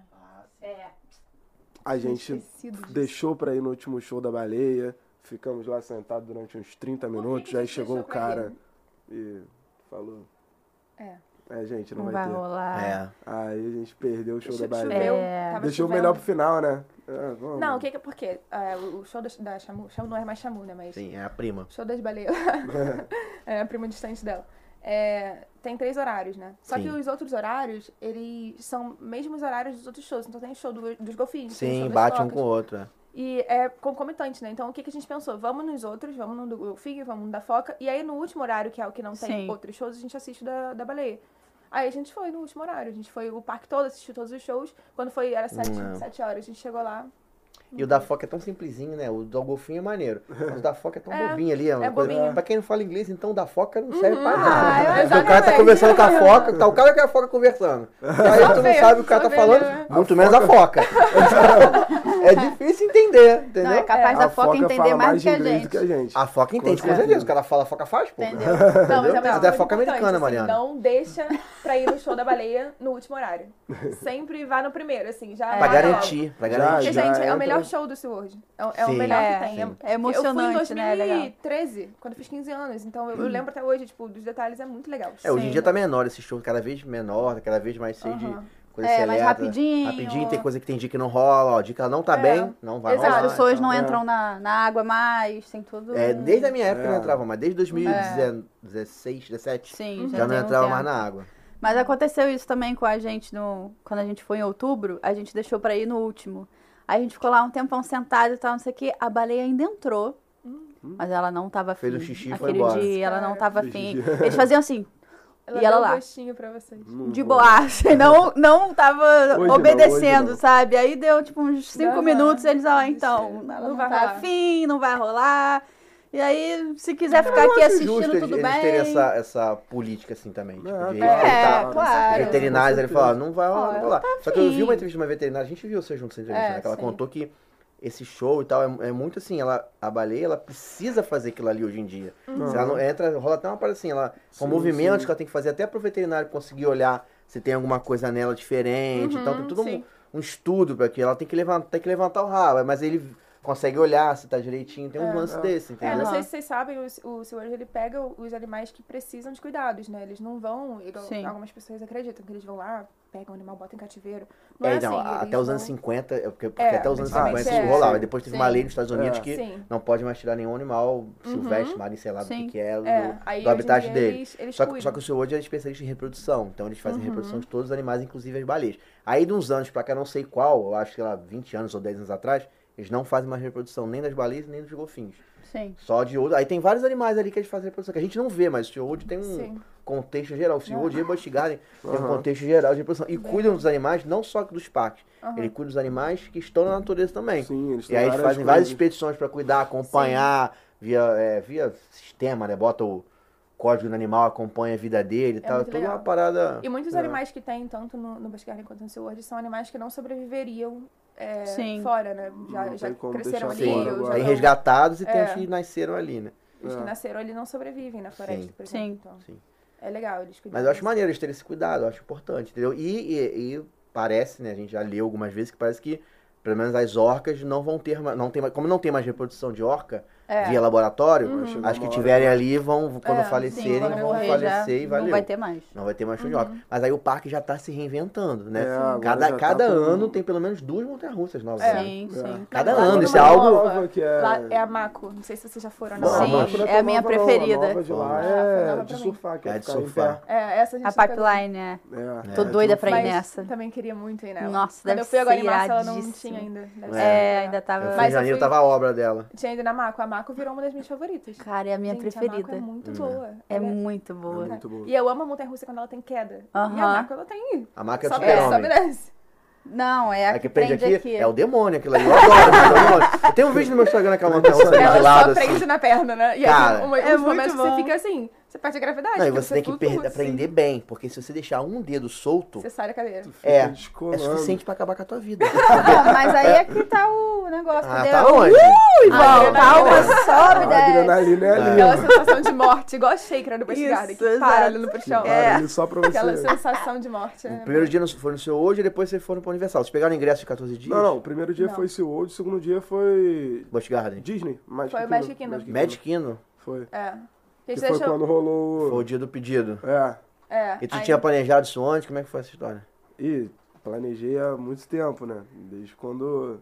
Speaker 5: A gente
Speaker 3: Esquecido é. disso.
Speaker 5: deixou pra ir no último show da baleia. Ficamos lá sentados durante uns 30 minutos.
Speaker 3: que
Speaker 5: aí
Speaker 3: você
Speaker 5: chegou o
Speaker 3: deixou pra
Speaker 5: cara e falou.
Speaker 3: É.
Speaker 5: É, gente, não,
Speaker 1: Não
Speaker 5: vai,
Speaker 1: vai
Speaker 5: ter.
Speaker 3: Ah,
Speaker 1: rolar.
Speaker 2: É.
Speaker 5: Aí a gente perdeu o show da
Speaker 3: Choveu,
Speaker 5: baleia.
Speaker 3: tava
Speaker 5: Deixou o
Speaker 3: chovendo.
Speaker 5: melhor pro final, né? Ah, vamos.
Speaker 3: Não, o que que... Por quê? Ah, o show da, da Chamu... Chamu não é mais Chamu, né? Mas...
Speaker 2: Sim, é a prima.
Speaker 3: Show das
Speaker 2: [LAUGHS]
Speaker 3: baleias. é a prima distante dela. É, tem três horários, né? Só que
Speaker 2: Sim.
Speaker 3: os outros horários, eles são mesmos horários dos outros shows. Então tem show do- dos golfinhos, tem show
Speaker 2: Sim,
Speaker 3: das
Speaker 2: bate um
Speaker 3: focas.
Speaker 2: com o outro. é.
Speaker 3: E é concomitante, né? Então o que, que a gente pensou? Vamos nos outros, vamos no do golfinho, vamos no da foca. E aí no último horário, que é o que não tem
Speaker 1: Sim.
Speaker 3: outros shows, a gente assiste o da, da baleia. Aí a gente foi no último horário. A gente foi o parque todo, assistiu todos os shows. Quando foi, era sete,
Speaker 2: Não.
Speaker 3: sete horas, a gente chegou lá.
Speaker 2: E o da foca é tão simplesinho, né? O do golfinho é maneiro. Mas o da foca é tão
Speaker 3: É,
Speaker 2: bobinho ali. É, uma
Speaker 3: é
Speaker 2: coisa-
Speaker 3: bobinho.
Speaker 2: Pra quem não fala inglês, então o da foca não serve pra
Speaker 3: Ah,
Speaker 2: nada.
Speaker 3: é,
Speaker 2: Porque o cara tá
Speaker 3: exatamente.
Speaker 2: conversando com a foca, tá o cara que é a foca conversando. Então, Aí tu não
Speaker 3: vendo,
Speaker 2: sabe o que o cara
Speaker 3: só né?
Speaker 2: tá falando,
Speaker 3: vendo,
Speaker 2: muito menos a foca. [LAUGHS] é difícil entender, entendeu?
Speaker 1: Não, é capaz da foca entender
Speaker 5: fala
Speaker 1: mais do que a
Speaker 5: inglês
Speaker 1: gente.
Speaker 5: do que a gente.
Speaker 2: A foca entende, com
Speaker 5: certeza.
Speaker 2: certeza. O cara fala, a foca faz, pô.
Speaker 1: Entendeu?
Speaker 3: Não, mas é
Speaker 2: Entendeu?
Speaker 3: uma
Speaker 2: Mas
Speaker 3: coisa
Speaker 2: é foca
Speaker 3: importante,
Speaker 2: americana,
Speaker 3: assim,
Speaker 2: Mariana.
Speaker 3: não deixa pra ir no show da baleia no último horário. Sempre vá no primeiro, assim,
Speaker 1: É,
Speaker 3: já.
Speaker 2: Pra
Speaker 3: vai
Speaker 2: garantir, pra
Speaker 5: Já,
Speaker 2: garantir.
Speaker 3: logo. Porque,
Speaker 5: já
Speaker 3: gente, é
Speaker 5: entra-
Speaker 3: o melhor show do SeaWorld. É, é o
Speaker 2: Sim,
Speaker 3: melhor
Speaker 1: é,
Speaker 3: que tem.
Speaker 1: sim. É emocionante,
Speaker 3: Eu fui em
Speaker 1: né? É legal.
Speaker 3: 2013, quando eu fiz 15 anos. Então eu, eu lembro até hoje, tipo, dos detalhes, é muito legal.
Speaker 2: É, hoje em
Speaker 1: Sim.
Speaker 2: dia tá menor esse show, cada vez menor, cada vez mais cheio de
Speaker 3: Aham.
Speaker 2: coisa
Speaker 1: É,
Speaker 2: seleta.
Speaker 1: mais rapidinho.
Speaker 2: Rapidinho, tem coisa que tem dia que não rola, ó, dia que ela não tá
Speaker 3: É.
Speaker 2: bem, não vai
Speaker 1: Exato,
Speaker 2: rolar.
Speaker 1: as pessoas não
Speaker 2: então.
Speaker 1: entram na, na água mais, tem tudo.
Speaker 2: É, desde a minha época
Speaker 5: É.
Speaker 2: não entrava, mas desde 2016, 17,
Speaker 1: Sim,
Speaker 2: já,
Speaker 1: já
Speaker 2: não
Speaker 1: tem um
Speaker 2: entrava
Speaker 1: tempo.
Speaker 2: mais na água.
Speaker 1: Mas aconteceu isso também com a gente no... quando a gente foi em outubro, a gente deixou pra ir no último. Aí a gente ficou lá um tempão sentado e tal, não sei o que. A baleia ainda entrou.
Speaker 3: Hum.
Speaker 1: Mas ela não tava afim.
Speaker 2: Fez o xixi e foi
Speaker 1: Aquele
Speaker 2: embora.
Speaker 1: dia, ela não tava afim.
Speaker 5: Xixi.
Speaker 1: Eles faziam
Speaker 2: [LAUGHS]
Speaker 1: assim,
Speaker 3: Ela
Speaker 1: E ela
Speaker 3: deu
Speaker 1: lá.
Speaker 3: um gostinho pra vocês.
Speaker 2: Uhum.
Speaker 1: de boacha. E não, não tava
Speaker 5: Hoje não,
Speaker 1: obedecendo,
Speaker 5: hoje não.
Speaker 1: sabe? Aí deu, tipo, uns cinco
Speaker 3: Aham.
Speaker 1: minutos, eles, ó,
Speaker 3: Desistiu.
Speaker 1: então, ela
Speaker 3: Não
Speaker 1: não,
Speaker 3: vai
Speaker 1: tá
Speaker 3: rolar.
Speaker 1: afim, não vai rolar. E aí, se quiser ficar aqui
Speaker 2: É, Acho
Speaker 1: assistindo,
Speaker 2: justo
Speaker 1: tudo
Speaker 2: eles
Speaker 1: bem.
Speaker 2: terem essa, essa política assim também, tipo,
Speaker 5: É,
Speaker 2: de
Speaker 5: claro.
Speaker 2: respeitar.
Speaker 1: É, claro.
Speaker 2: veterinários, ele falou, ah, não vai rolar, não vai rolar. Só que eu vi
Speaker 1: afim.
Speaker 2: uma entrevista de uma veterinária, a gente viu você junto, essa entrevista,
Speaker 3: É,
Speaker 2: né? Que ela
Speaker 3: sim.
Speaker 2: contou que esse show e tal é, é muito assim, ela, a baleia, ela precisa fazer aquilo ali hoje em dia.
Speaker 3: Uhum.
Speaker 2: Se ela não entra, rola até uma parada assim, ela, com
Speaker 5: Sim,
Speaker 2: movimentos
Speaker 5: sim.
Speaker 3: Uhum,
Speaker 2: que ela tem que fazer até pro veterinário conseguir olhar se tem alguma coisa nela diferente. Então tem todo um,
Speaker 1: sim.
Speaker 2: um estudo pra aquilo. Ela tem que, levantar, tem que levantar o rabo, mas ele consegue olhar se tá direitinho. Tem um lance desse,
Speaker 3: É,
Speaker 2: entendeu?
Speaker 3: não
Speaker 1: Aham.
Speaker 3: sei se vocês sabem, o, o Seward, ele pega o- os animais que precisam de cuidados, né? Eles não vão, igual
Speaker 1: Sim.
Speaker 3: algumas pessoas acreditam que eles vão lá, pegam o animal, botam em cativeiro. Não
Speaker 2: É,
Speaker 3: é,
Speaker 2: não,
Speaker 3: assim,
Speaker 2: até
Speaker 3: eles
Speaker 2: os anos
Speaker 3: vão-
Speaker 2: 50, é porque, porque
Speaker 3: É,
Speaker 2: até os anos
Speaker 3: principalmente
Speaker 2: 50 isso
Speaker 3: é.
Speaker 2: rolava. Depois teve uma
Speaker 1: Sim.
Speaker 2: lei nos Estados Unidos
Speaker 5: É.
Speaker 2: que
Speaker 3: Sim. Uhum.
Speaker 2: não pode mais tirar nenhum animal silvestre, marinho, sei lá do que,
Speaker 1: Sim.
Speaker 2: que é, do,
Speaker 3: É, aí
Speaker 2: do
Speaker 3: hoje em
Speaker 2: habitat
Speaker 3: dia
Speaker 2: dele.
Speaker 3: eles- eles
Speaker 2: só, que,
Speaker 3: cuidam. Uhum.
Speaker 2: só que o senhor hoje é especialista em reprodução, então eles fazem reprodução de todos os animais, inclusive as baleias. Aí de uns anos pra cá, não sei qual, eu acho que lá 20 anos ou 10 anos atrás, eles não fazem mais reprodução nem das baleias nem dos golfinhos.
Speaker 1: Sim.
Speaker 2: Só de outro. Aí tem vários animais ali que eles fazem reprodução, que a gente não vê, mas o senhor hoje tem um
Speaker 3: Sim.
Speaker 2: contexto geral. O senhor hoje e o Busch Garden tem um
Speaker 5: Aham.
Speaker 2: contexto geral de reprodução. E cuidam dos animais, não só dos parques. Ele cuida dos animais que estão na natureza também.
Speaker 5: Sim, eles
Speaker 2: e
Speaker 5: têm
Speaker 2: aí eles
Speaker 5: várias
Speaker 2: fazem várias
Speaker 5: coisas.
Speaker 2: expedições para cuidar, acompanhar, via, é, via sistema, né? Bota o código do animal, acompanha a vida dele e tal. É
Speaker 3: muito
Speaker 2: toda
Speaker 3: legal.
Speaker 2: uma parada.
Speaker 3: E
Speaker 5: É.
Speaker 3: muitos animais que tem, tanto no, no Busch Garden quanto no Seward, são animais que não sobreviveriam é,
Speaker 1: Sim.
Speaker 3: fora, né? Já,
Speaker 5: Não
Speaker 3: já
Speaker 5: tem como
Speaker 3: cresceram ali,
Speaker 5: deixar
Speaker 2: Sim,
Speaker 5: fora
Speaker 3: ou já
Speaker 5: agora.
Speaker 2: assim,
Speaker 5: É.
Speaker 2: aí
Speaker 3: tão-
Speaker 2: resgatados e tem
Speaker 3: É.
Speaker 2: os que nasceram ali, né?
Speaker 3: os que nasceram ali não sobrevivem na floresta,
Speaker 2: Sim.
Speaker 3: por
Speaker 1: Sim.
Speaker 3: exemplo. Então,
Speaker 2: Sim.
Speaker 3: É legal eles cuidarem.
Speaker 2: Mas eu acho maneiro eles terem esse cuidado, eu acho importante, entendeu? E, e- e parece, né? A gente já leu algumas vezes que parece que, pelo menos as orcas não vão ter mais. Não tem, mais- como não tem mais reprodução de orca
Speaker 1: É.
Speaker 2: via laboratório,
Speaker 5: Vai chegar
Speaker 2: as que
Speaker 5: uma hora,
Speaker 2: tiverem ali vão, quando
Speaker 3: Uhum. É, sim,
Speaker 2: falecerem,
Speaker 3: quando
Speaker 2: vão
Speaker 3: morrer
Speaker 1: já
Speaker 2: falecer e valeu.
Speaker 1: Não vai ter mais.
Speaker 2: Não vai ter
Speaker 3: Uhum.
Speaker 2: mais show de orca. Mas aí o parque já tá se reinventando, né?
Speaker 5: É, agora
Speaker 2: cada
Speaker 5: já tá
Speaker 2: cada
Speaker 5: com-
Speaker 2: ano tem pelo menos duas montanhas-russas novas.
Speaker 3: É.
Speaker 2: né?
Speaker 1: Sim, sim.
Speaker 2: Cada
Speaker 3: Lá
Speaker 2: ano,
Speaker 3: numa
Speaker 2: isso é algo...
Speaker 5: nova que é-
Speaker 3: Lá é a Mako. Não sei se vocês já foram na
Speaker 2: Bom,
Speaker 5: Não,
Speaker 2: Sim,
Speaker 5: nova não
Speaker 1: é a
Speaker 5: tão
Speaker 1: minha
Speaker 5: nova, não.
Speaker 1: preferida.
Speaker 5: nova de lá
Speaker 3: Ah, foi
Speaker 5: é
Speaker 3: nova
Speaker 5: de
Speaker 3: pra mim.
Speaker 5: surfar, que é
Speaker 2: É de
Speaker 5: ficar em
Speaker 2: surfar.
Speaker 5: pé.
Speaker 3: É, essa a gente
Speaker 1: A
Speaker 3: não pegou.
Speaker 1: pipeline, é.
Speaker 5: É.
Speaker 1: Tô doida pra ir
Speaker 3: Mas
Speaker 1: nessa.
Speaker 3: também queria muito ir nela.
Speaker 1: Nossa,
Speaker 3: Quando
Speaker 1: deve
Speaker 3: eu fui agora em
Speaker 1: ser
Speaker 3: março, ela não
Speaker 1: iradíssimo.
Speaker 3: tinha ainda. Deve
Speaker 1: É,
Speaker 3: ser.
Speaker 1: ainda
Speaker 2: Eu
Speaker 1: tava.
Speaker 2: fui em
Speaker 3: Mas eu
Speaker 2: janeiro,
Speaker 3: fui-
Speaker 2: tava a obra dela.
Speaker 3: Tinha ido na Mako. A Mako virou uma das minhas favoritas.
Speaker 1: Cara, é a minha
Speaker 3: Gente, A Mako
Speaker 1: preferida.
Speaker 3: é muito boa.
Speaker 1: É
Speaker 3: Ela
Speaker 1: muito boa.
Speaker 5: Hum. muito boa.
Speaker 3: E é eu amo a montanha russa quando ela tem queda. E a
Speaker 1: Aham.
Speaker 3: Mako, ela tem.
Speaker 2: A máquina do
Speaker 3: Sobe, desce, sobe,
Speaker 2: super-homem.
Speaker 3: desce.
Speaker 1: Não, é a
Speaker 2: É
Speaker 1: que,
Speaker 2: que prende aqui,
Speaker 1: aqui. [LAUGHS]
Speaker 2: é o demônio aquilo ali. Eu adoro, mas eu adoro. Eu tenho um vídeo no meu Instagram
Speaker 3: [LAUGHS]
Speaker 2: naquela montanha russa ali
Speaker 3: Ela
Speaker 2: de lado,
Speaker 3: só
Speaker 2: assim.
Speaker 3: prende na perna, né? E aí,
Speaker 2: Cara,
Speaker 3: uma,
Speaker 1: é
Speaker 3: uns
Speaker 1: muito
Speaker 3: momentos que você
Speaker 1: bom.
Speaker 3: fica assim, você perde a gravidade.
Speaker 2: Não, e
Speaker 3: porque
Speaker 2: você tem que
Speaker 3: flutua,
Speaker 2: per-
Speaker 3: assim,
Speaker 2: aprender bem, porque se você deixar um dedo solto,
Speaker 3: Você sai da cadeira.
Speaker 2: é,
Speaker 5: Fica
Speaker 2: é
Speaker 5: descolando.
Speaker 2: suficiente pra acabar com a
Speaker 3: [LAUGHS]
Speaker 2: tua vida.
Speaker 1: Ah, mas aí aqui tá o negócio.
Speaker 2: ah,
Speaker 1: entendeu?
Speaker 2: tá onde? é
Speaker 3: tá
Speaker 2: Ah,
Speaker 1: Não, calma, sobe,
Speaker 5: A
Speaker 1: desce.
Speaker 5: adrenalina é ali.
Speaker 3: Aquela sensação de morte, igual a Shaker do Busch
Speaker 1: Isso,
Speaker 3: Garden, que para
Speaker 1: exato.
Speaker 3: olhando pro chão.
Speaker 1: É.
Speaker 5: Ali só pra você.
Speaker 3: Aquela sensação de morte. né?
Speaker 2: O primeiro dia não foi no seu hoje, depois vocês foram pro Universal. Vocês pegaram ingresso de 14 dias?
Speaker 5: Não, não. O primeiro dia
Speaker 3: Não.
Speaker 5: foi SeaWorld, o segundo dia foi
Speaker 2: Busch Garden.
Speaker 5: Disney. Magic
Speaker 3: Foi o
Speaker 5: Kingdom.
Speaker 3: Magic Kingdom.
Speaker 2: Magic Kingdom.
Speaker 5: Foi.
Speaker 3: É. Que a
Speaker 5: Que
Speaker 3: gente
Speaker 5: foi
Speaker 3: deixou...
Speaker 5: quando rolou...
Speaker 2: Foi o dia do pedido.
Speaker 5: É.
Speaker 3: É.
Speaker 2: E tu
Speaker 3: aí-
Speaker 2: tinha planejado isso antes? Como é que foi
Speaker 3: [LAUGHS]
Speaker 2: essa história?
Speaker 5: E planejei há muito tempo, né? Desde quando...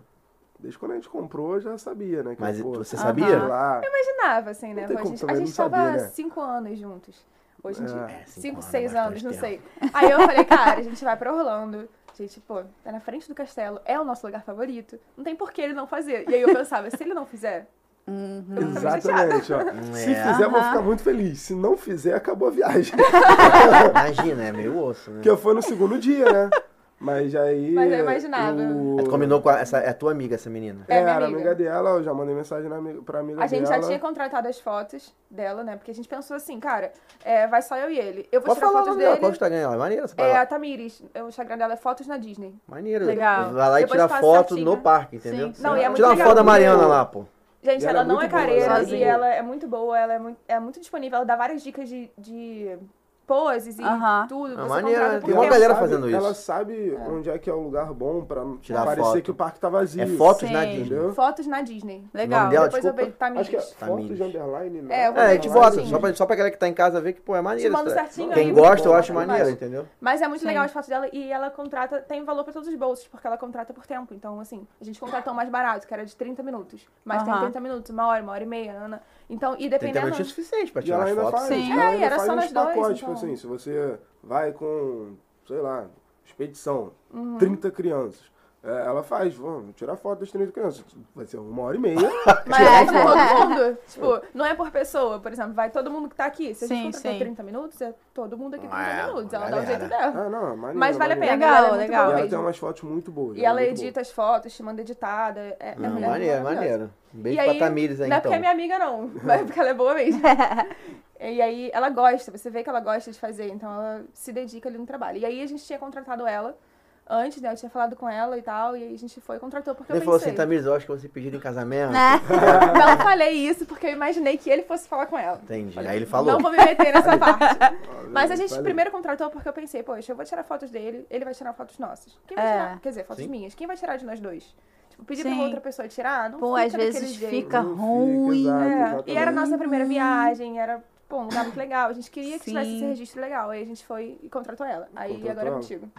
Speaker 5: Desde quando a gente comprou, eu já sabia, né? Que,
Speaker 2: Mas
Speaker 5: pô,
Speaker 2: você sabia?
Speaker 5: sei
Speaker 3: Ah,
Speaker 5: lá,
Speaker 3: imaginava, assim, né?
Speaker 5: tem
Speaker 3: A
Speaker 5: como
Speaker 3: gente, a
Speaker 5: também não
Speaker 3: gente tava
Speaker 5: saber, né?
Speaker 3: cinco anos juntos. Hoje em dia,
Speaker 2: É, cinco
Speaker 3: cinco,
Speaker 2: anos,
Speaker 3: seis
Speaker 2: bastante
Speaker 3: anos, não
Speaker 2: tempo.
Speaker 3: sei. Aí eu falei, cara, a gente vai pra Orlando. Gente, pô, tá na frente do castelo, é o nosso lugar favorito. Não tem por que ele não fazer. E aí eu pensava, se ele não
Speaker 5: [LAUGHS]
Speaker 3: fizer,
Speaker 5: Exatamente, ó.
Speaker 2: [LAUGHS]
Speaker 5: Se
Speaker 2: É.
Speaker 5: fizer, eu vou ficar muito feliz. Se não fizer, acabou
Speaker 2: [LAUGHS]
Speaker 5: a viagem.
Speaker 2: Imagina, é meio osso, né?
Speaker 5: Porque foi no segundo dia, né? Mas aí.
Speaker 3: Mas eu imaginava.
Speaker 5: eu-
Speaker 2: Aí tu combinou com a, essa, é a tua amiga, essa menina.
Speaker 3: É,
Speaker 5: É,
Speaker 3: minha
Speaker 5: era
Speaker 3: amiga.
Speaker 5: amiga dela, eu já mandei mensagem na amiga, pra amiga
Speaker 3: A gente
Speaker 5: dela.
Speaker 3: já tinha contratado as fotos dela, né? Porque a gente pensou assim, cara, é, vai só eu e ele. Eu vou
Speaker 2: Pode
Speaker 3: tirar
Speaker 2: falar o
Speaker 3: fotos
Speaker 2: nome dela,
Speaker 3: dele.
Speaker 2: qual o Instagram dela? Maneiro essa
Speaker 3: É
Speaker 2: parada.
Speaker 3: a Tamires. O Instagram dela é Fotos na Disney.
Speaker 2: Maneiro.
Speaker 1: Legal.
Speaker 2: Vai lá e
Speaker 3: Depois
Speaker 2: tira
Speaker 3: passa
Speaker 2: foto
Speaker 3: certinho.
Speaker 2: no parque, entendeu?
Speaker 1: Sim, sim.
Speaker 3: Não, e é muito
Speaker 2: Tira uma
Speaker 3: legal,
Speaker 2: foto da
Speaker 3: porque-
Speaker 2: Mariana lá, pô.
Speaker 3: Gente,
Speaker 5: E ela
Speaker 3: ela,
Speaker 5: é
Speaker 3: não é
Speaker 5: muito boa,
Speaker 3: careira
Speaker 1: sozinha.
Speaker 3: e ela é muito boa, ela é muito, é muito disponível, ela dá várias dicas de, de poses e
Speaker 1: Aham.
Speaker 3: tudo.
Speaker 2: Ah,
Speaker 3: Você
Speaker 2: maneiro,
Speaker 3: contrata é
Speaker 2: tem
Speaker 3: por
Speaker 2: uma
Speaker 3: tempo.
Speaker 2: galera-
Speaker 5: sabe-
Speaker 2: fazendo isso.
Speaker 5: Ela sabe onde é que é o lugar bom pra
Speaker 2: Tirar
Speaker 5: parecer
Speaker 2: foto.
Speaker 5: que o parque tá vazio.
Speaker 2: É fotos
Speaker 1: Sim.
Speaker 2: na Disney.
Speaker 5: Entendeu?
Speaker 3: Fotos na Disney.
Speaker 1: Legal.
Speaker 2: dela-
Speaker 3: Depois
Speaker 2: desculpa.
Speaker 3: eu vejo, Tamires.
Speaker 5: Acho que é fotos
Speaker 2: Famílias.
Speaker 5: de underline, né?
Speaker 3: tá É, eu vou
Speaker 2: Tá É, a gente
Speaker 3: Sim.
Speaker 2: bota, só pra, só pra galera que tá em casa ver que, pô, é
Speaker 3: Te
Speaker 2: maneiro.
Speaker 3: mando
Speaker 2: isso daí.
Speaker 3: certinho
Speaker 2: Quem
Speaker 3: aí,
Speaker 2: gosta,
Speaker 3: você
Speaker 2: eu
Speaker 3: bota
Speaker 2: acho
Speaker 3: embaixo.
Speaker 2: maneiro, entendeu?
Speaker 3: né? Mas é muito
Speaker 1: Sim.
Speaker 3: legal as fotos dela e ela contrata, tem valor pra todos os bolsos, porque ela contrata por tempo. Então, assim, a gente contratou mais barato, que era de 30 minutos. Mas tem
Speaker 1: Aham.
Speaker 3: 30 minutos, uma hora, uma hora e meia, Ana. Então, e
Speaker 2: 30
Speaker 3: dependendo.
Speaker 2: minutos é suficiente pra
Speaker 5: E
Speaker 2: tirar
Speaker 5: ela
Speaker 2: as
Speaker 5: ainda
Speaker 2: fotos.
Speaker 5: faz.
Speaker 1: Sim.
Speaker 5: ela
Speaker 3: É, e
Speaker 5: ainda
Speaker 3: era
Speaker 5: faz
Speaker 3: só
Speaker 5: uns
Speaker 3: nós dois,
Speaker 5: pacotes, tipo
Speaker 3: então.
Speaker 5: assim, se você vai com, sei lá, expedição,
Speaker 3: Uhum.
Speaker 5: 30 crianças. é, Ela faz, vamos tirar foto das 30 crianças. Vai ser uma hora e
Speaker 3: [LAUGHS]
Speaker 5: meia.
Speaker 3: Mas [LAUGHS] é de todo mundo. Tipo, não é por pessoa, por exemplo, vai todo mundo que tá aqui. Se a
Speaker 1: Sim,
Speaker 3: gente contratou
Speaker 1: sim.
Speaker 3: 30 minutos, é todo mundo aqui 30
Speaker 2: Ué,
Speaker 3: minutos.
Speaker 2: uma
Speaker 3: Ela dá o jeito
Speaker 2: galera.
Speaker 3: dela.
Speaker 5: ah, não, é maneiro,
Speaker 3: Mas vale a
Speaker 5: maneiro.
Speaker 3: pena, ela
Speaker 1: Legal,
Speaker 3: é muito
Speaker 1: legal.
Speaker 5: E
Speaker 3: boa
Speaker 5: ela tem
Speaker 3: mesmo.
Speaker 5: umas fotos muito boas.
Speaker 3: E ela
Speaker 5: é muito boa.
Speaker 3: edita as fotos, te manda editada. É, é
Speaker 2: Não,
Speaker 3: mulher
Speaker 2: maneiro,
Speaker 3: maravilhosa.
Speaker 2: maneiro. Um
Speaker 3: E
Speaker 2: beijo
Speaker 3: aí,
Speaker 2: pra Tamires aí,
Speaker 3: não é
Speaker 2: então.
Speaker 3: porque é minha amiga,
Speaker 2: [LAUGHS]
Speaker 3: não. Mas é porque ela é boa
Speaker 1: [LAUGHS]
Speaker 3: mesmo. e aí, ela gosta. Você vê que ela gosta de fazer. Então, ela se dedica ali no trabalho. E aí, a gente tinha contratado ela antes, né? Eu tinha falado com ela e tal, e aí a gente foi e contratou porque
Speaker 2: Ele
Speaker 3: eu
Speaker 2: falou
Speaker 3: pensei. Né?
Speaker 2: assim, Tamires, eu acho que você pediu em casamento.
Speaker 3: Não falei isso porque [LAUGHS] eu imaginei que ele fosse falar com ela.
Speaker 2: Entendi. Aí ele falou.
Speaker 3: Não vou me meter
Speaker 2: [LAUGHS]
Speaker 3: nessa parte. Mas a gente
Speaker 5: Falei.
Speaker 3: primeiro contratou porque eu pensei, poxa, eu vou tirar fotos dele, ele vai tirar fotos nossas. Quem vai
Speaker 1: É.
Speaker 3: tirar? Quer dizer, fotos
Speaker 2: Sim.
Speaker 3: minhas. Quem vai tirar de nós dois? Tipo, pedir pra
Speaker 1: Sim.
Speaker 3: uma outra pessoa tirar? Não
Speaker 1: [LAUGHS] Pô,
Speaker 3: fica
Speaker 1: às
Speaker 3: daquele
Speaker 1: vezes
Speaker 3: jeito.
Speaker 1: fica
Speaker 5: Não fica,
Speaker 1: ruim. né?
Speaker 5: exato,
Speaker 2: tá
Speaker 3: É, e era a
Speaker 5: exatamente.
Speaker 3: nossa primeira viagem, era pô, um lugar muito legal. A gente queria que tivesse esse
Speaker 1: Sim.
Speaker 3: registro legal. Aí a gente foi e contratou ela. Aí
Speaker 5: Contratou
Speaker 3: agora é
Speaker 5: ela.
Speaker 3: contigo.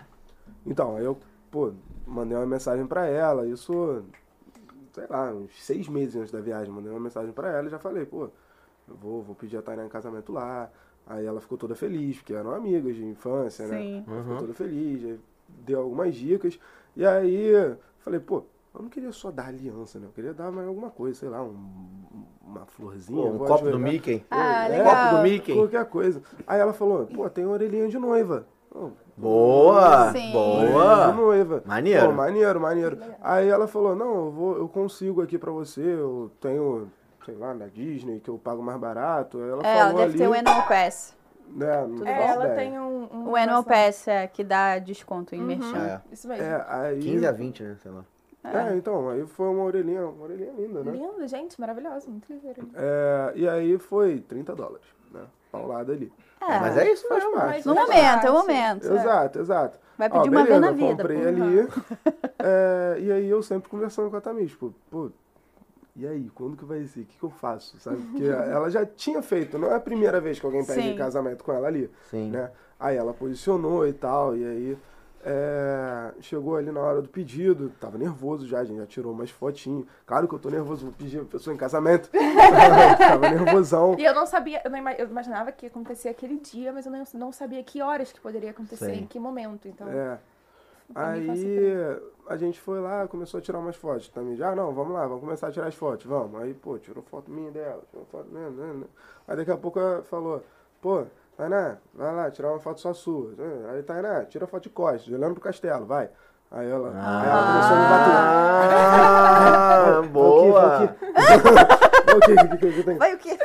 Speaker 5: Então, eu, pô, mandei uma mensagem pra ela, isso, sei lá, uns seis meses antes da viagem, mandei uma mensagem pra ela e já falei, pô, eu vou, vou pedir a Tainá em casamento lá. Aí ela ficou toda feliz, porque eram amigas de infância, né?
Speaker 1: Sim.
Speaker 5: Ela
Speaker 2: Uhum.
Speaker 5: Ficou toda feliz, aí deu algumas dicas. E aí, falei, pô, eu não queria só dar aliança, né? Eu queria dar mais alguma coisa, sei lá, um- uma florzinha.
Speaker 2: Pô, um
Speaker 5: vou
Speaker 2: copo do
Speaker 5: ajoelhar.
Speaker 2: Mickey.
Speaker 1: Ah,
Speaker 5: É.
Speaker 2: Copo do
Speaker 1: legal.
Speaker 2: Mickey.
Speaker 5: Qualquer coisa. Aí ela falou, pô, tem orelhinha de noiva. Eu,
Speaker 2: Boa!
Speaker 1: Sim.
Speaker 5: Orelhinha de
Speaker 2: Boa!
Speaker 5: noiva.
Speaker 2: Maneiro.
Speaker 5: Pô, maneiro, maneiro. Aí ela falou, não, eu, vou, eu consigo aqui pra você, eu tenho, sei lá, na Disney, que eu pago mais barato. Aí Ela
Speaker 1: É, ela
Speaker 5: falou
Speaker 1: deve
Speaker 5: ali,
Speaker 1: ter o Annual Pass.
Speaker 5: né, não
Speaker 3: É,
Speaker 5: faço
Speaker 3: ela
Speaker 5: ideia.
Speaker 3: tem um. um
Speaker 1: O Annual
Speaker 3: nossa-
Speaker 1: Pass é que dá desconto em merchan.
Speaker 2: É,
Speaker 3: Isso mesmo.
Speaker 5: É, aí...
Speaker 2: 15 a 20, né? Sei lá.
Speaker 5: É, então, aí foi uma orelhinha, uma orelhinha linda, né?
Speaker 3: Lindo, gente, maravilhoso, muito ligeiro.
Speaker 5: [LAUGHS] É, e aí foi 30 dólares, né? Paulada ali.
Speaker 1: É.
Speaker 2: Mas é isso
Speaker 5: Faz
Speaker 2: mesmo.
Speaker 5: parte.
Speaker 3: Mas
Speaker 1: No
Speaker 3: não
Speaker 1: momento, é o
Speaker 3: parte.
Speaker 1: momento.
Speaker 5: Exato, exato.
Speaker 1: Vai
Speaker 5: Ó,
Speaker 1: pedir uma vez
Speaker 5: beleza,
Speaker 1: na vida,
Speaker 5: Comprei
Speaker 1: porra.
Speaker 5: ali. [LAUGHS] é, e aí eu sempre conversando com a Tamiz, tipo, pô, e aí, quando que vai ser? O que, que eu faço? Sabe?
Speaker 1: [LAUGHS]
Speaker 5: Porque ela já tinha feito, não é a primeira vez que alguém pede
Speaker 1: Sim.
Speaker 5: casamento com ela ali.
Speaker 2: Sim.
Speaker 5: Né? Aí ela posicionou e tal, e aí é, chegou ali na hora do pedido, tava nervoso já, a gente já tirou umas fotinhas. Claro que eu tô nervoso, vou pedir a pessoa em casamento. [LAUGHS] tava nervosão.
Speaker 3: E eu não sabia, eu, não ima- eu imaginava que ia acontecer aquele dia, mas eu não, não sabia que horas que poderia acontecer,
Speaker 2: Sim.
Speaker 3: em que momento. Então,
Speaker 5: É.
Speaker 3: Também faço
Speaker 5: Aí a gente foi lá, começou a tirar umas fotos também. Já, ah, não, vamos lá, vamos começar a tirar as fotos, vamos. Aí, pô, tirou foto minha e dela, tirou foto minha, né, né. Aí daqui a pouco ela falou, pô, Tainá, vai lá, tirar uma foto só sua. Aí, Tainá, tira foto de costas, olhando pro castelo, vai. Aí ela, aí ela começou a me bater. [LAUGHS]
Speaker 2: Ah,
Speaker 5: Vou
Speaker 2: boa!
Speaker 5: aqui, vou aqui. Vou aqui, o que que- o que tem?
Speaker 1: Vai o quê?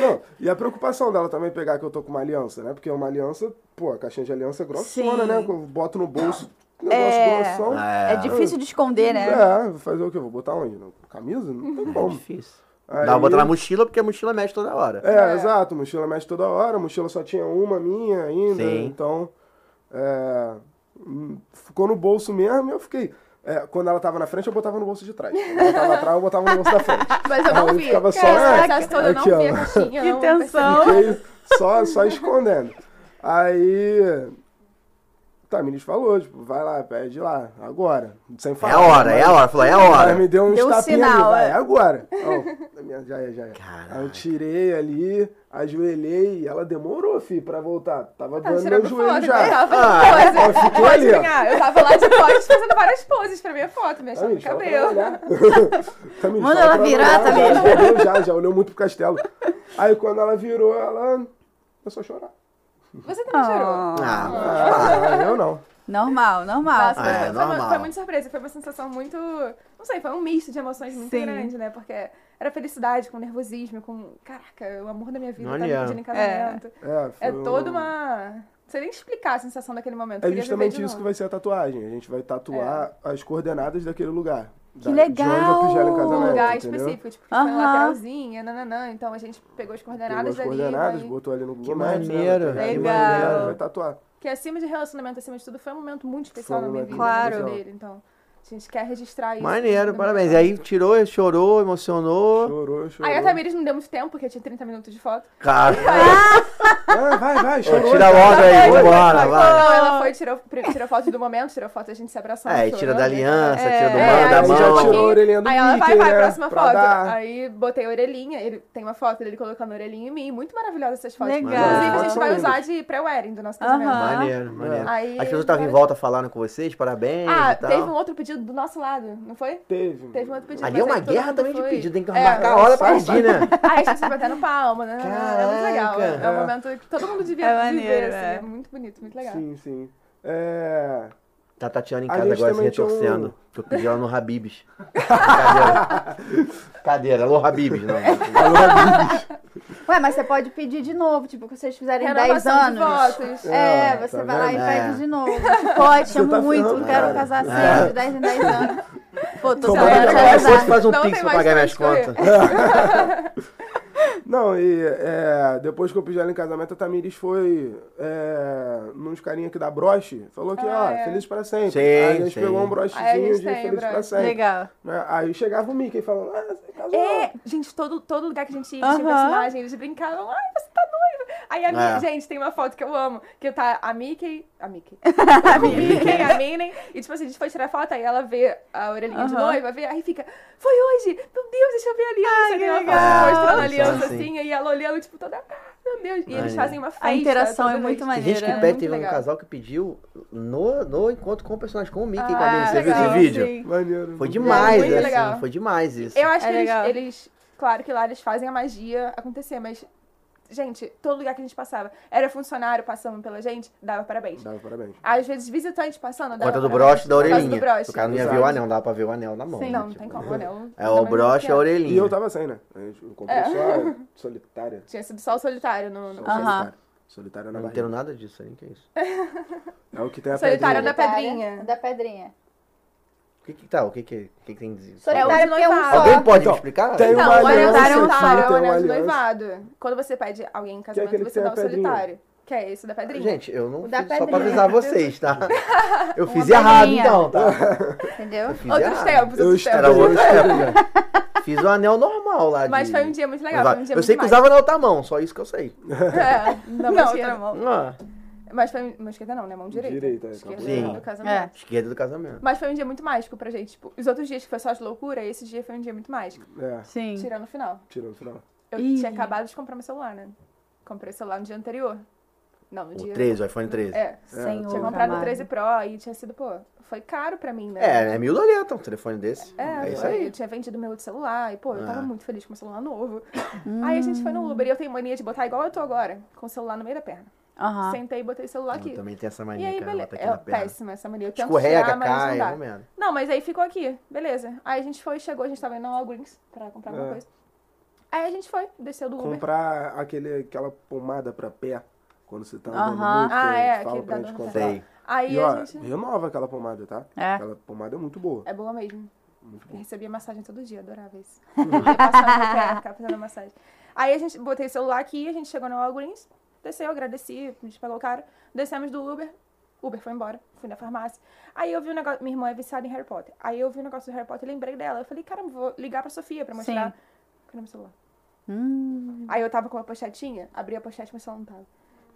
Speaker 5: Não, e a preocupação dela também é pegar que eu tô com uma aliança, né? Porque uma aliança, pô, a caixinha de aliança é grossona,
Speaker 1: Sim.
Speaker 5: né? Eu boto no bolso, negócio
Speaker 1: É.
Speaker 5: grossão.
Speaker 2: Ah,
Speaker 1: É difícil de esconder, né?
Speaker 5: É, vou fazer o quê? Vou botar onde? Na Camisa? Não tem como.
Speaker 2: É Difícil.
Speaker 5: Aí-
Speaker 2: Dá pra botar na mochila, porque a mochila mexe toda hora.
Speaker 5: É, exato. Mochila mexe toda hora. Mochila só tinha uma minha ainda.
Speaker 2: Sim.
Speaker 5: Então, é, hum, ficou no bolso mesmo e eu fiquei... é, quando ela tava na frente, eu botava no bolso de trás. Quando ela tava atrás, eu botava no bolso da frente.
Speaker 3: Mas eu não
Speaker 5: Aí
Speaker 3: vi.
Speaker 5: Ah, ficava só,
Speaker 3: Essa
Speaker 5: é,
Speaker 3: casa toda eu não
Speaker 5: aqui,
Speaker 3: vi a
Speaker 5: ó.
Speaker 3: caixinha.
Speaker 1: Que
Speaker 3: não
Speaker 1: tensão.
Speaker 5: Fiquei só, só escondendo. Aí... Tamiris falou, tipo, vai lá, pede lá, agora. Sem
Speaker 2: É
Speaker 5: falar.
Speaker 2: a hora, é a hora. Falou, é a hora.
Speaker 5: Aí me deu uns
Speaker 1: Deu um
Speaker 5: tapinha
Speaker 1: sinal,
Speaker 5: ali, vai,
Speaker 1: é. [LAUGHS]
Speaker 5: é agora. Ó, minha- já é, já é.
Speaker 2: Caraca.
Speaker 5: Aí eu tirei ali, ajoelhei, e ela demorou, fi, pra voltar. Tava
Speaker 3: Tava
Speaker 1: Tá
Speaker 5: doendo meu
Speaker 3: tirando
Speaker 5: joelho
Speaker 3: foto,
Speaker 1: né?
Speaker 5: já.
Speaker 3: eu tava
Speaker 2: Ah,
Speaker 3: Mas,
Speaker 5: eu fiquei
Speaker 3: pode
Speaker 5: ali, ó.
Speaker 3: adivinhar, eu tava lá de costas fazendo várias poses pra minha foto, me achando
Speaker 5: Tamiris, fala pra
Speaker 3: cabelo.
Speaker 1: [LAUGHS]
Speaker 5: ela olhar. Tamiris,
Speaker 1: Manda
Speaker 5: fala
Speaker 1: ela
Speaker 5: pra
Speaker 1: virar,
Speaker 5: olhar,
Speaker 1: Tamiris.
Speaker 5: Já, já, olhou, já, já olhou muito pro castelo. Aí quando ela virou, ela começou a chorar.
Speaker 3: Você também chorou.
Speaker 2: Ah,
Speaker 5: Ah, eu não.
Speaker 1: Normal, normal.
Speaker 3: Nossa,
Speaker 2: Ah, é
Speaker 3: foi, foi uma,
Speaker 2: normal.
Speaker 3: foi muito surpresa, foi uma sensação muito. Não sei, foi um misto de emoções muito
Speaker 1: Sim.
Speaker 3: grande, né? Porque era felicidade, com nervosismo, com. Caraca, o amor da minha vida tá me
Speaker 2: Maneiro.
Speaker 3: pedindo em casamento.
Speaker 5: É,
Speaker 3: É,
Speaker 5: foi um-
Speaker 3: toda uma. Não sei nem explicar a sensação daquele momento.
Speaker 5: É
Speaker 3: queria viver É.
Speaker 5: justamente
Speaker 3: de
Speaker 5: isso que
Speaker 3: novo.
Speaker 5: vai ser a tatuagem. A gente vai tatuar as coordenadas daquele lugar. Que De onde eu
Speaker 1: legal!
Speaker 5: pedi ela em casamento,
Speaker 3: Um lugar
Speaker 5: entendeu?
Speaker 3: específico, tipo, que foi
Speaker 1: Aham.
Speaker 3: uma lateralzinha, nananã. Então a gente pegou as
Speaker 5: Pegou
Speaker 3: coordenadas
Speaker 5: as
Speaker 3: ali.
Speaker 5: coordenadas,
Speaker 3: vai-
Speaker 5: botou ali no Google
Speaker 2: Que
Speaker 5: Maps, né?
Speaker 2: maneiro.
Speaker 5: Vai pegar ali,
Speaker 1: Legal.
Speaker 5: vai pegar, Vai tatuar.
Speaker 3: Que acima de relacionamento, acima de tudo, foi um momento muito especial
Speaker 5: Foi um
Speaker 3: na minha
Speaker 5: momento
Speaker 3: vida.
Speaker 1: muito
Speaker 3: na vida
Speaker 5: especial.
Speaker 3: Dele, então, a gente quer registrar isso.
Speaker 2: maneiro,
Speaker 3: Na-
Speaker 2: parabéns. E aí tirou, chorou, emocionou.
Speaker 5: Chorou, chorou.
Speaker 3: Aí a Tamiris não deu muito tempo, porque tinha 30 minutos de foto.
Speaker 2: Cara,
Speaker 5: Ah, vai, vai,
Speaker 2: Ô,
Speaker 5: chorou.
Speaker 2: tira logo aí, vambora, vai.
Speaker 5: Ah.
Speaker 3: Não, Então, ela foi, tirou, pri- tirou foto do momento, tirou foto da gente se abraçando.
Speaker 2: É, tira
Speaker 3: chorando,
Speaker 2: da
Speaker 3: né?
Speaker 2: aliança, tira do
Speaker 3: É,
Speaker 2: mano,
Speaker 3: aí
Speaker 2: da
Speaker 3: já
Speaker 2: mão.
Speaker 3: tirou
Speaker 5: a orelhinha do
Speaker 3: Aí ela vai,
Speaker 5: Mickey,
Speaker 3: vai,
Speaker 5: né,
Speaker 3: próxima
Speaker 5: pra
Speaker 3: foto.
Speaker 5: dar.
Speaker 3: Aí botei a orelhinha, ele tem uma foto dele colocando a orelhinha em mim. Muito maravilhosa essas fotos.
Speaker 1: Legal.
Speaker 3: Inclusive, a
Speaker 5: Fotos
Speaker 3: gente
Speaker 5: são
Speaker 3: vai
Speaker 5: lindas.
Speaker 3: usar de pré-wedding do nosso casamento.
Speaker 1: Aham.
Speaker 2: Maneiro, maneiro.
Speaker 3: Aí-
Speaker 2: As pessoas estavam em volta falando com vocês, parabéns
Speaker 3: Ah,
Speaker 2: e tal.
Speaker 3: teve um outro pedido do nosso lado, não foi?
Speaker 5: Teve.
Speaker 3: Teve um outro pedido.
Speaker 2: Ali é
Speaker 3: mas
Speaker 2: uma
Speaker 3: aí todo
Speaker 2: guerra
Speaker 3: mundo
Speaker 2: também de
Speaker 3: foi-
Speaker 2: pedido, tem que
Speaker 3: É,
Speaker 2: marcar a hora pra
Speaker 3: sai-
Speaker 2: pedir, né?
Speaker 3: Aí a gente se batendo palma, né? É muito legal. É
Speaker 2: Caraca.
Speaker 3: um momento que todo mundo devia
Speaker 1: É maneiro,
Speaker 3: viver, assim.
Speaker 1: é.
Speaker 3: É muito bonito, muito legal.
Speaker 5: Sim, sim. É...
Speaker 2: Tá Tatiana em
Speaker 5: A
Speaker 2: casa
Speaker 5: gente
Speaker 2: agora se
Speaker 5: também tinha um-
Speaker 2: retorcendo. Que eu pedi ela no
Speaker 3: [LAUGHS]
Speaker 2: Habibs.
Speaker 3: É, tá
Speaker 2: Cadeira. Cadeira, alô Habibs, não. Alô Habibs.
Speaker 1: Ué, mas você pode pedir de novo, tipo, que vocês fizerem
Speaker 3: Renovação
Speaker 1: 10
Speaker 3: de
Speaker 1: anos.
Speaker 3: votos.
Speaker 1: É,
Speaker 5: Ah,
Speaker 1: você
Speaker 5: tá
Speaker 1: vai lá e
Speaker 5: vendo?
Speaker 1: faz de novo. Tipo, ótimo,
Speaker 5: tá
Speaker 1: muito,
Speaker 5: ferrando,
Speaker 1: quero
Speaker 5: cara.
Speaker 1: casar sempre,
Speaker 5: É.
Speaker 1: de 10 em 10 anos. Pô, tô
Speaker 5: Tomara
Speaker 1: tentando
Speaker 5: que
Speaker 1: te
Speaker 5: ela
Speaker 2: Depois
Speaker 1: ajudar.
Speaker 2: faz um
Speaker 3: Não
Speaker 2: pix
Speaker 3: tem
Speaker 2: pra
Speaker 3: mais
Speaker 2: pagar minhas
Speaker 3: pra onde
Speaker 2: contas.
Speaker 5: Não, e é, depois que eu pedi ela em casamento, a Tamiris foi é, nos carinha que dá broche, falou que, ó,
Speaker 3: Ah, é.
Speaker 5: feliz pra sempre.
Speaker 2: Sim,
Speaker 5: Aí a gente
Speaker 2: sim.
Speaker 5: pegou um
Speaker 3: Aí a
Speaker 5: brochezinho
Speaker 3: gente
Speaker 5: de
Speaker 3: tem o
Speaker 5: feliz pra
Speaker 3: broche.
Speaker 5: sempre.
Speaker 1: Legal.
Speaker 5: né? Aí chegava o Mickey falando, ah, você casou.
Speaker 3: É, gente, todo, todo lugar que a gente ia, tinha
Speaker 1: Aham.
Speaker 3: personagem, eles brincavam, ai, você tá noiva. Aí a minha,
Speaker 2: É.
Speaker 3: gente, tem uma foto que eu amo, que tá a Mickey, a Mickey,
Speaker 1: [LAUGHS]
Speaker 3: a Mickey, a Minnie, e tipo assim, a gente foi tirar foto, aí ela vê a orelhinha de
Speaker 1: Aham.
Speaker 3: noiva, vê, aí fica, foi hoje, meu Deus, deixa eu ver a aliança,
Speaker 1: que
Speaker 3: né? Ela
Speaker 1: legal.
Speaker 3: mostrando a
Speaker 2: Ah,
Speaker 3: aliança
Speaker 2: sim.
Speaker 3: assim, e ela olhando, tipo, toda, ah, meu Deus, e eles
Speaker 2: Maneiro.
Speaker 3: fazem uma festa.
Speaker 1: A interação é
Speaker 3: toda
Speaker 1: muito
Speaker 3: vez.
Speaker 2: Tem gente que
Speaker 1: maneira.
Speaker 2: pede,
Speaker 3: muito
Speaker 2: teve um
Speaker 3: legal.
Speaker 2: casal que pediu no, no encontro com o personagem, com o Mickey e com a
Speaker 3: Ah,
Speaker 2: Minnie. Você viu esse
Speaker 3: legal, É
Speaker 2: vídeo?
Speaker 1: É, sim.
Speaker 5: Maneiro.
Speaker 2: Foi demais,
Speaker 3: muito
Speaker 2: assim,
Speaker 3: legal.
Speaker 2: foi demais isso.
Speaker 3: Eu acho
Speaker 1: É
Speaker 3: que eles,
Speaker 1: legal.
Speaker 3: eles- Claro que lá eles fazem a magia acontecer, mas. Gente, todo lugar que a gente passava. Era funcionário passando pela gente, dava parabéns.
Speaker 5: Dava parabéns.
Speaker 3: Às vezes visitante passando, dava
Speaker 2: Conta do
Speaker 3: parabéns.
Speaker 2: broche e da
Speaker 3: Por causa Do
Speaker 2: orelhinha.
Speaker 3: broche.
Speaker 2: O cara não ia ver o anel, não dava pra ver o anel na mão.
Speaker 1: Sim.
Speaker 2: né?
Speaker 3: Não, não
Speaker 2: Tipo,
Speaker 3: tem como, o anel.
Speaker 2: É o broche e a orelhinha.
Speaker 5: E eu tava sem, né? A gente comprou
Speaker 3: É.
Speaker 5: só solitária.
Speaker 3: Tinha sido só o solitário no. no-
Speaker 5: Só
Speaker 1: Aham.
Speaker 5: solitária. Solitária na
Speaker 2: Não entendo
Speaker 5: barriga.
Speaker 2: nada disso aí, que é isso?
Speaker 5: É o que tem a
Speaker 3: Solitária
Speaker 5: pedrinha.
Speaker 3: da pedrinha.
Speaker 1: Da pedrinha.
Speaker 2: O que que tá? O que que, o que, que tem disso?
Speaker 3: É o de
Speaker 1: Solitário porque é um
Speaker 3: noivado.
Speaker 1: só.
Speaker 2: Alguém pode
Speaker 5: Então,
Speaker 2: me explicar?
Speaker 5: tem
Speaker 3: Não,
Speaker 5: uma
Speaker 3: o anel
Speaker 5: aliança
Speaker 3: do
Speaker 5: aqui,
Speaker 3: solitário, o
Speaker 5: tem uma
Speaker 2: né?
Speaker 3: anel do
Speaker 5: um aliança.
Speaker 3: noivado. Quando você pede alguém em casamento,
Speaker 5: aquele que
Speaker 3: você
Speaker 5: tem
Speaker 3: dá
Speaker 5: a
Speaker 3: o
Speaker 5: pedrinha.
Speaker 3: solitário. Que é esse da pedrinha.
Speaker 2: Gente, eu não
Speaker 1: O da
Speaker 2: fiz só pra
Speaker 1: pedrinha.
Speaker 2: avisar
Speaker 3: [LAUGHS]
Speaker 2: vocês, tá? Eu fiz
Speaker 1: Uma
Speaker 2: errado,
Speaker 1: pedrinha.
Speaker 2: então, tá?
Speaker 1: Entendeu?
Speaker 2: Eu fiz
Speaker 3: outros
Speaker 2: errado.
Speaker 3: tempos,
Speaker 5: Eu
Speaker 3: outros
Speaker 2: Era
Speaker 3: tempos.
Speaker 5: estudei.
Speaker 2: outro tempo. Fiz o anel normal lá de...
Speaker 3: Mas foi um dia muito legal. Foi um dia
Speaker 2: Eu sei que
Speaker 3: muito
Speaker 2: usava na outra mão, só isso que eu sei. [LAUGHS]
Speaker 3: É, não,
Speaker 1: Não,
Speaker 3: mentira.
Speaker 1: outra mão.
Speaker 2: Ah,
Speaker 3: Mas foi mão esquerda não, né? Mão direita.
Speaker 5: Direita, é,
Speaker 3: esquerda
Speaker 5: acabou.
Speaker 3: Sim.
Speaker 2: Sim. É.
Speaker 3: do casamento.
Speaker 2: esquerda do casamento.
Speaker 3: Mas foi um dia muito mágico pra gente. Tipo, os outros dias que foi só de loucura, esse dia foi um dia muito mágico.
Speaker 5: É,
Speaker 1: Sim.
Speaker 3: Tirando o final.
Speaker 5: tirando o final.
Speaker 3: Eu
Speaker 1: Ih.
Speaker 3: tinha acabado de comprar meu celular, né? Comprei o celular no dia anterior. Não, no
Speaker 2: O
Speaker 3: dia...
Speaker 2: 13, o iPhone 13.
Speaker 3: É.
Speaker 1: Senhor.
Speaker 3: Tinha comprado o
Speaker 1: amado.
Speaker 3: 13 Pro e tinha sido, pô, foi caro pra mim, né?
Speaker 2: É, é mil doleta um telefone desse.
Speaker 3: É,
Speaker 2: É, isso
Speaker 3: pô,
Speaker 2: aí.
Speaker 3: Eu tinha vendido meu outro celular e, pô, eu tava
Speaker 2: Ah. Hum.
Speaker 3: muito feliz com o celular
Speaker 2: [COUGHS]
Speaker 3: novo. Aí a gente foi no Uber e eu tenho mania de botar igual eu tô agora, com o celular no meio da perna.
Speaker 2: Ah.
Speaker 1: Aham.
Speaker 3: Sentei e botei o celular
Speaker 2: Eu
Speaker 3: aqui.
Speaker 2: também tem essa
Speaker 3: E
Speaker 2: mania,
Speaker 3: aí,
Speaker 2: cara.
Speaker 3: beleza.
Speaker 2: Bota aqui
Speaker 3: É
Speaker 2: na perna.
Speaker 3: péssima essa mania. Eu tento
Speaker 2: Escorrega,
Speaker 3: tirar, mas
Speaker 2: cai,
Speaker 3: não dá.
Speaker 2: não merda.
Speaker 3: Não, mas aí ficou aqui. Beleza. Aí a gente foi, chegou, a gente tava indo ao Greens pra comprar alguma
Speaker 5: É.
Speaker 3: coisa. Aí a gente foi, desceu do Uber.
Speaker 5: Comprar aquele, aquela pomada pra pé, quando você tá andando
Speaker 1: Aham.
Speaker 5: muito,
Speaker 3: Ah, é,
Speaker 5: eles falam
Speaker 3: aquele
Speaker 5: pra
Speaker 3: da
Speaker 5: gente
Speaker 3: dor no
Speaker 5: comprar.
Speaker 2: Sei.
Speaker 3: Aí
Speaker 5: E
Speaker 3: a
Speaker 5: ó,
Speaker 3: gente...
Speaker 5: renova aquela pomada, tá?
Speaker 1: É.
Speaker 5: Aquela pomada é muito boa.
Speaker 3: É boa mesmo. Eu recebia massagem todo dia, adorava isso. Eu passava no pé, ficava fazendo massagem. Aí a gente, botei o celular aqui, a gente chegou no Walgreens, desceu, agradeci, a gente pagou o cara, descemos do Uber, Uber foi embora, fui na farmácia. Aí eu vi o negócio, minha irmã é viciada em Harry Potter. Aí eu vi o negócio do Harry Potter e lembrei dela. Eu falei, caramba, vou ligar pra Sofia pra mostrar.
Speaker 1: Sim.
Speaker 3: Cadê meu celular? Aí eu tava com uma pochetinha, abri a pochete, mas o celular não tava.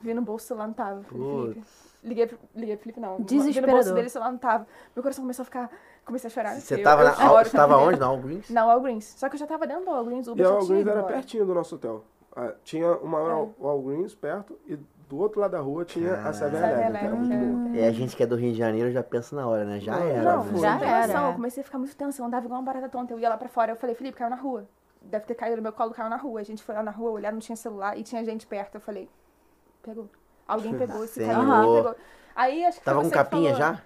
Speaker 3: Vi no bolso, o celular não tava. Falei, Felipe. Liguei pro, liguei pro Felipe, não. Vi no bolso
Speaker 1: Desesperador.
Speaker 3: dele, o celular não tava. Meu coração começou a ficar. Comecei a chorar.
Speaker 2: Você
Speaker 3: Eu-
Speaker 2: tava,
Speaker 3: eu
Speaker 2: na,
Speaker 3: choro,
Speaker 2: você tava
Speaker 3: entendendo?
Speaker 2: onde? Na
Speaker 3: [LAUGHS]
Speaker 2: Walgreens?
Speaker 3: Na Walgreens. Só que eu já tava dentro do Walgreens, o
Speaker 5: E
Speaker 3: Uber já
Speaker 5: a
Speaker 3: tinha
Speaker 5: Walgreens
Speaker 3: ido
Speaker 5: era
Speaker 3: embora.
Speaker 5: pertinho do nosso hotel. Ah, tinha uma
Speaker 3: É.
Speaker 5: Wal- Walgreens perto e do outro lado da rua tinha a 7-Eleven, que era muito boa.
Speaker 2: É, a gente que é do Rio de Janeiro já pensa na hora, né? Já
Speaker 5: Não,
Speaker 2: era.
Speaker 3: Não,
Speaker 2: né?
Speaker 3: não
Speaker 1: já
Speaker 3: tem
Speaker 1: era.
Speaker 3: noção. Eu comecei a ficar muito tensa, eu andava igual uma barata tonta. Eu ia lá pra fora, eu falei, Felipe, caiu na rua. Deve ter caído no meu colo, caiu na rua. A gente foi lá na rua olhar, não tinha celular e tinha gente perto. Eu falei, pegou. Alguém pegou esse cara,
Speaker 2: Senhor.
Speaker 3: alguém pegou. Aí acho que foi
Speaker 2: Tava com
Speaker 3: você que
Speaker 2: capinha
Speaker 3: falou.
Speaker 2: já?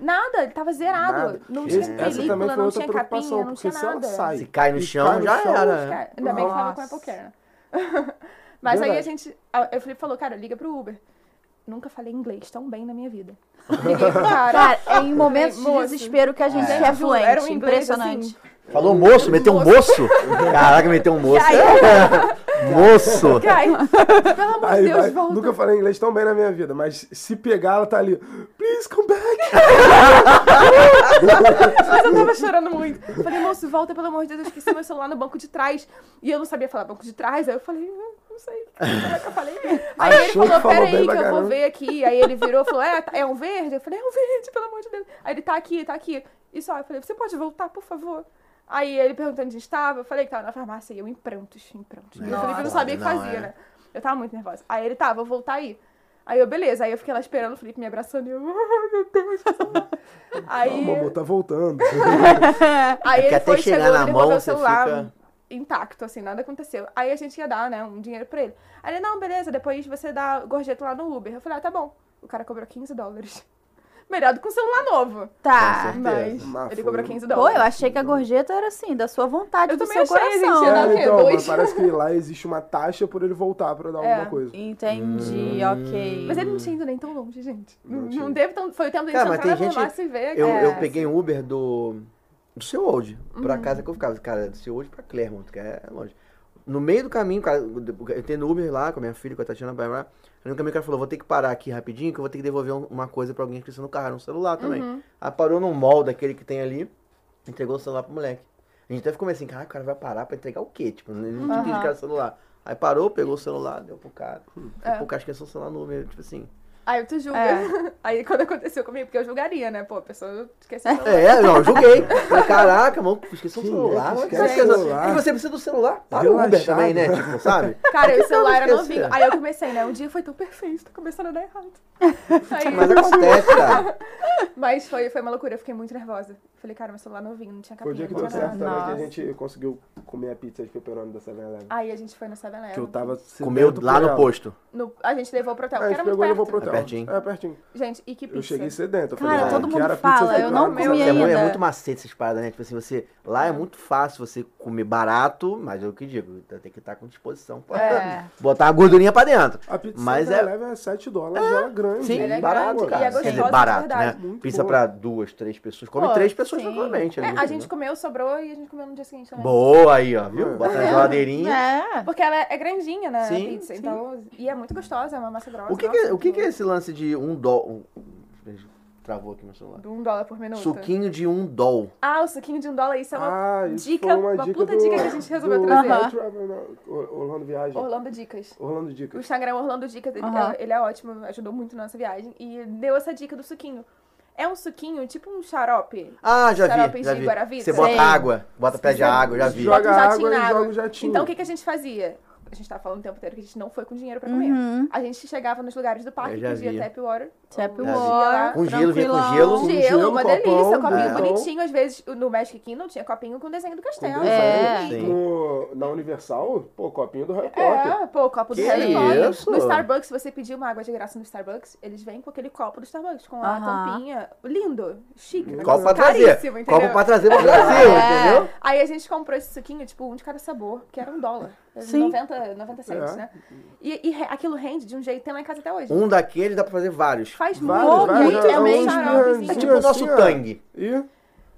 Speaker 3: Nada, ele tava zerado.
Speaker 5: Nada.
Speaker 3: Tá Não
Speaker 5: Esse-
Speaker 3: tinha
Speaker 5: essa também
Speaker 3: película,
Speaker 5: foi
Speaker 3: não
Speaker 5: outra
Speaker 3: tinha
Speaker 5: preocupação,
Speaker 3: capinha, não
Speaker 5: porque
Speaker 3: tinha
Speaker 5: se ela
Speaker 3: nada.
Speaker 5: sai
Speaker 2: Se cai no
Speaker 5: e
Speaker 2: chão,
Speaker 5: cai no
Speaker 2: já
Speaker 5: chão,
Speaker 2: era.
Speaker 3: Cara, ainda bem que tava com a
Speaker 1: Nossa.
Speaker 3: Apple Care. né? [LAUGHS] Mas aí a
Speaker 5: Verdade.
Speaker 3: gente. a- Eu falei, falou, cara, liga pro Uber. Nunca falei inglês tão bem na minha
Speaker 5: [LAUGHS]
Speaker 3: vida. Liguei pro cara.
Speaker 1: Cara, é em momentos de
Speaker 3: Moço.
Speaker 1: desespero que a gente é,
Speaker 3: Era um inglês,
Speaker 1: fluente. Impressionante.
Speaker 3: assim,
Speaker 2: Falou moço, meteu
Speaker 3: [LAUGHS]
Speaker 2: um moço? Caraca, meteu um moço. moço!
Speaker 3: Cai. Pelo amor de
Speaker 5: Aí
Speaker 3: Deus,
Speaker 5: vai,
Speaker 3: volta.
Speaker 5: nunca falei inglês tão bem na minha vida, mas se pegar, ela tá ali. Please come back!
Speaker 3: [LAUGHS] Mas eu tava chorando muito. Eu Falei, moço, volta, pelo amor de Deus, eu esqueci meu celular no banco de trás. E eu não sabia falar banco de trás. Aí eu falei, "Ah, não sei como é que eu falei.
Speaker 5: [LAUGHS]
Speaker 3: Aí ele
Speaker 5: Achou
Speaker 3: falou,
Speaker 5: que falou
Speaker 3: peraí,
Speaker 5: bem
Speaker 3: que eu
Speaker 5: pra
Speaker 3: vou
Speaker 5: caramba."
Speaker 3: ver aqui. Aí ele virou e falou, é, tá- é um verde? Eu falei, é um verde, pelo amor de Deus. Aí ele tá aqui, tá aqui. E só, eu falei, você pode voltar, por favor? Aí ele perguntando onde estava, eu falei que tava na farmácia. E eu em prantos, em prantos. eu falei, eu não
Speaker 2: foda,
Speaker 3: sabia o que
Speaker 2: não,
Speaker 3: fazia,
Speaker 2: é.
Speaker 3: né? Eu tava muito nervosa. Aí ele tá, vou voltar aí. Aí eu, beleza. Aí eu fiquei lá esperando o Felipe me abraçando. E eu, ai, meu
Speaker 5: [LAUGHS]
Speaker 3: Deus. Aí...
Speaker 5: O amor tá
Speaker 3: [LAUGHS]
Speaker 5: voltando.
Speaker 3: Aí
Speaker 2: É que
Speaker 3: ele
Speaker 2: até
Speaker 3: foi,
Speaker 2: chegar
Speaker 3: chegou,
Speaker 2: na
Speaker 3: ele
Speaker 2: mão,
Speaker 3: devolveu o
Speaker 2: você
Speaker 3: celular
Speaker 2: fica-
Speaker 3: intacto, assim, nada aconteceu. Aí a gente ia dar, né, um dinheiro pra ele. Aí ele, não, beleza, depois você dá gorjeta lá no Uber. Eu falei, ah, tá bom. O cara cobrou 15 dólares [LAUGHS] Melhor do que um celular novo.
Speaker 1: Tá.
Speaker 3: Mas
Speaker 5: Mas
Speaker 3: ele
Speaker 5: foi-
Speaker 3: cobrou 15
Speaker 1: Pô,
Speaker 3: dólares.
Speaker 1: eu achei que a gorjeta era assim, da sua vontade,
Speaker 3: Eu
Speaker 1: do
Speaker 3: também
Speaker 1: seu
Speaker 3: achei, gente, é.
Speaker 1: coração.
Speaker 3: eu não- Dá o quê?
Speaker 5: então, mas
Speaker 3: Dois?
Speaker 5: parece que lá existe uma taxa por ele voltar pra dar
Speaker 3: É.
Speaker 5: alguma coisa.
Speaker 1: Entendi,
Speaker 2: Hum.
Speaker 1: ok.
Speaker 3: Mas é ele não tinha ido nem tão longe, gente. Não,
Speaker 5: tinha.
Speaker 3: não deve tão... Foi o tempo de
Speaker 2: Cara,
Speaker 3: gente
Speaker 2: mas
Speaker 3: entrar na
Speaker 2: tem gente-
Speaker 3: farmácia e ver.
Speaker 2: Eu,
Speaker 3: é, Uhum.
Speaker 2: eu peguei um Uber do. Do seu old, pra casa que eu ficava. Cara, do seu old pra Clermont, que é longe. No meio do caminho, cara, eu entrei no Uber lá com a minha filha, com a Tatiana blá, blá. Aí No caminho o cara falou, vou ter que parar aqui rapidinho, que eu vou ter que devolver um- uma coisa pra alguém que precisa no carro, era um celular também.
Speaker 3: Uhum.
Speaker 2: Aí parou num mall daquele que tem ali, entregou o celular pro moleque. A gente até ficou meio assim, cara, o cara vai parar pra entregar o quê? Tipo, ele não tinha
Speaker 3: Aham.
Speaker 2: uhum. o celular. Aí parou, pegou o celular, deu pro cara.
Speaker 3: Hum.
Speaker 2: Daqui a pouco acho que é só o celular no Uber, tipo assim.
Speaker 3: Aí tu julga.
Speaker 1: É.
Speaker 3: [LAUGHS] Aí quando aconteceu comigo, porque eu julgaria, né? Pô, a pessoa
Speaker 2: [LAUGHS]
Speaker 3: esqueceu.
Speaker 2: É, não, eu julguei. Falei, caraca, mano, esqueci o
Speaker 5: Quem é
Speaker 2: celular.
Speaker 5: que
Speaker 2: Sabe
Speaker 5: esquece
Speaker 2: que
Speaker 5: o
Speaker 2: essa-
Speaker 5: celular?
Speaker 2: E você precisa do celular para o Uber
Speaker 5: Relaxado.
Speaker 2: também, né?
Speaker 5: [LAUGHS]
Speaker 2: Tipo, sabe?
Speaker 3: Cara,
Speaker 2: Por
Speaker 3: o
Speaker 2: que
Speaker 3: celular era
Speaker 2: eu não
Speaker 3: novinho.
Speaker 2: esqueci?
Speaker 3: Aí eu comecei, né? Um dia foi tão perfeito, tá começando a dar
Speaker 2: [LAUGHS]
Speaker 3: errado. Aí-
Speaker 2: Mas acontece, cara.
Speaker 3: Mas foi, foi uma loucura, eu fiquei muito nervosa. Falei, cara, meu celular novinho, não tinha
Speaker 5: Foi
Speaker 3: capinha,
Speaker 5: o dia que
Speaker 3: não
Speaker 5: deu
Speaker 3: tinha
Speaker 5: certo
Speaker 3: nada.
Speaker 5: também, que a gente conseguiu comer a pizza de pepperoni da 7-Eleven.
Speaker 3: Aí a gente foi no 7
Speaker 5: Que eu tava sedento
Speaker 2: Comeu
Speaker 5: por
Speaker 2: lá no
Speaker 5: ela.
Speaker 2: posto.
Speaker 3: no, A gente levou pro hotel,
Speaker 5: Aí a
Speaker 3: que
Speaker 5: gente
Speaker 3: era
Speaker 5: pegou e
Speaker 3: muito
Speaker 5: levou pro
Speaker 3: perto.
Speaker 5: hotel.
Speaker 2: É pertinho.
Speaker 5: É pertinho.
Speaker 3: Gente, e que pizza.
Speaker 5: Eu cheguei sedento. Eu falei,
Speaker 1: Cara,
Speaker 5: ah,
Speaker 1: todo
Speaker 5: que
Speaker 1: mundo
Speaker 5: era pizza
Speaker 1: fala, eu
Speaker 5: pepperoni
Speaker 1: não
Speaker 5: com
Speaker 1: comi
Speaker 2: Você é, muito,
Speaker 1: ainda.
Speaker 2: é muito macete essas paradas, né? Tipo assim, você. Lá é muito fácil você comer barato, mas é o que digo, tem que estar com disposição pra
Speaker 1: É.
Speaker 2: [LAUGHS] botar a gordurinha pra dentro.
Speaker 5: A pizza
Speaker 2: Mas é-
Speaker 5: leve é 7 dólares e ela é grande.
Speaker 2: Sim,
Speaker 3: Ela é
Speaker 2: barato,
Speaker 3: grande e
Speaker 2: cara.
Speaker 3: é
Speaker 2: Quer
Speaker 3: gostosa
Speaker 2: dizer,
Speaker 3: de
Speaker 2: barato,
Speaker 3: verdade.
Speaker 2: né?
Speaker 5: Muito
Speaker 2: Pizza
Speaker 5: boa.
Speaker 2: pra duas, três pessoas. Come
Speaker 1: Pô,
Speaker 2: três pessoas
Speaker 1: sim.
Speaker 2: tranquilamente.
Speaker 3: É,
Speaker 2: ali,
Speaker 3: a
Speaker 2: entendeu?
Speaker 3: gente comeu, sobrou e a gente comeu no dia seguinte também.
Speaker 2: Boa aí, ó, viu? Bota na geladeirinha.
Speaker 1: É.
Speaker 3: Porque ela é grandinha, né?
Speaker 2: Sim,
Speaker 3: a pizza.
Speaker 2: sim.
Speaker 3: Então, e é muito gostosa, é uma massa grossa.
Speaker 2: O que, que é, o que, que é esse lance de um dólar? Travou aqui meu celular.
Speaker 3: De um dólar por minuto.
Speaker 2: Suquinho de um dólar.
Speaker 3: Ah, o suquinho de um dólar, isso é uma
Speaker 5: Ah, isso
Speaker 3: dica,
Speaker 5: foi
Speaker 3: uma,
Speaker 5: uma, dica
Speaker 3: puta
Speaker 5: do-
Speaker 3: dica que a gente resolveu
Speaker 5: do
Speaker 3: trazer.
Speaker 5: Night Travel, não, Or- Orlando Viagem. Orlando,
Speaker 3: Orlando Dicas. O
Speaker 5: Dicas.
Speaker 3: Instagram é Orlando Dicas, ele,
Speaker 1: Aham.
Speaker 3: é, ele é ótimo, ajudou muito na nossa viagem. E deu essa dica do suquinho. É um suquinho, tipo um xarope.
Speaker 2: Ah, já vi.
Speaker 3: Xarope
Speaker 2: Já
Speaker 3: de
Speaker 2: vi.
Speaker 3: Guaravita?
Speaker 2: Você bota
Speaker 1: Sei.
Speaker 2: água, bota pé de água, já vi.
Speaker 5: Joga
Speaker 3: Bota um jatinho
Speaker 5: água
Speaker 3: na
Speaker 5: e
Speaker 3: água.
Speaker 5: joga o jatinho.
Speaker 3: Então o que, que a gente fazia? A gente tava falando o tempo inteiro que a gente não foi com dinheiro pra
Speaker 1: Uhum.
Speaker 3: comer. A gente chegava nos lugares do parque,
Speaker 2: Eu já
Speaker 3: pedia
Speaker 2: vi.
Speaker 3: tap water.
Speaker 1: Tap
Speaker 3: Ou-
Speaker 1: water.
Speaker 2: Com gelo, vinha com
Speaker 1: tranquilão.
Speaker 2: gelo.
Speaker 3: Gelo,
Speaker 5: gelo,
Speaker 3: uma
Speaker 5: copão,
Speaker 3: delícia, um copinho
Speaker 5: é.
Speaker 3: bonitinho. Às vezes no Magic Kingdom tinha copinho com desenho do castelo.
Speaker 1: É.
Speaker 2: Sim.
Speaker 5: No- na Universal, pô, copinho do Harry Potter.
Speaker 3: É, pô, o copo do
Speaker 2: Que
Speaker 3: Harry Potter.
Speaker 2: isso?
Speaker 3: No Starbucks, se você pedir uma água de graça no Starbucks, eles vêm com aquele copo do Starbucks, com a
Speaker 1: Aham.
Speaker 3: tampinha. Lindo, chique. né?
Speaker 2: Copo pra
Speaker 3: Caríssimo,
Speaker 2: trazer.
Speaker 3: entendeu? É.
Speaker 2: Copo pra trazer pro Brasil, entendeu?
Speaker 3: Aí a gente comprou esse suquinho, tipo, um de cada sabor, que era um dólar.
Speaker 1: Sim.
Speaker 3: 90, 90 centos,
Speaker 5: É.
Speaker 3: né? E, e re- aquilo rende de um jeito, tem lá em casa até hoje.
Speaker 2: Um daquele dá pra fazer vários.
Speaker 3: Faz
Speaker 5: Vários,
Speaker 3: muito,
Speaker 5: vários,
Speaker 3: muito,
Speaker 5: é
Speaker 3: é um
Speaker 1: um
Speaker 3: xaropezinho.
Speaker 2: É
Speaker 5: Sim,
Speaker 2: tipo o nosso
Speaker 5: assim, ó.
Speaker 2: tangue.
Speaker 5: E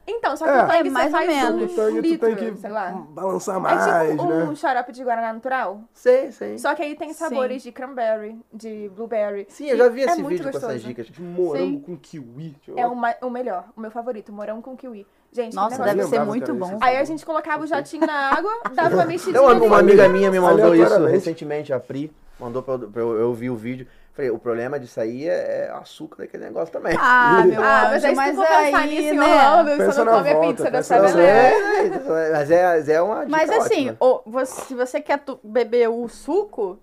Speaker 3: Então, só que
Speaker 5: É.
Speaker 3: o tangue
Speaker 1: É,
Speaker 3: você
Speaker 1: mais ou
Speaker 3: faz um
Speaker 1: menos.
Speaker 5: o tangue tu
Speaker 3: É, litro,
Speaker 5: tem que
Speaker 3: sei lá.
Speaker 5: balançar mais,
Speaker 3: É tipo um
Speaker 5: né?
Speaker 3: xarope de Guaraná natural.
Speaker 2: Sei, sei.
Speaker 3: Só que aí tem sabores de cranberry, de blueberry.
Speaker 2: Sim, eu já vi
Speaker 3: E é
Speaker 2: esse
Speaker 3: muito
Speaker 2: vídeo com essas
Speaker 3: gostoso.
Speaker 2: dicas.
Speaker 5: De morango
Speaker 1: Sim.
Speaker 5: com kiwi. Deixa eu-
Speaker 3: É o, ma- o melhor, o meu favorito, morango com kiwi. Gente,
Speaker 1: Nossa,
Speaker 3: que
Speaker 5: Eu
Speaker 3: negócio
Speaker 1: deve ser
Speaker 5: lembrava
Speaker 3: gostoso.
Speaker 1: muito
Speaker 5: que era
Speaker 1: bom.
Speaker 5: esse
Speaker 3: Aí a
Speaker 5: sabor.
Speaker 3: gente colocava o jatinho na água, dava uma mexidinha
Speaker 2: Então, uma,
Speaker 3: ali.
Speaker 2: uma amiga minha me mandou isso
Speaker 5: Aleatoriamente.
Speaker 2: recentemente, a Pri, mandou pra, eu- pra eu, eu vi o vídio. Falei, o problema disso aí é, é açúcar daquele negócio também.
Speaker 1: Ah,
Speaker 2: [LAUGHS]
Speaker 1: meu
Speaker 3: Ah, mas
Speaker 1: anjo,
Speaker 3: aí
Speaker 1: mas
Speaker 3: se tu for pensar
Speaker 1: aí,
Speaker 3: nisso em
Speaker 1: né?
Speaker 3: Orlando, você
Speaker 5: Pensa
Speaker 3: não
Speaker 5: na
Speaker 3: come a
Speaker 5: volta,
Speaker 3: pizza da
Speaker 5: pensa na
Speaker 2: Mas
Speaker 5: volta.
Speaker 3: Sabelé.
Speaker 2: é, mas é, mas é uma dica
Speaker 1: Mas assim,
Speaker 2: ótima.
Speaker 1: ou você- se você quer tu- beber o suco,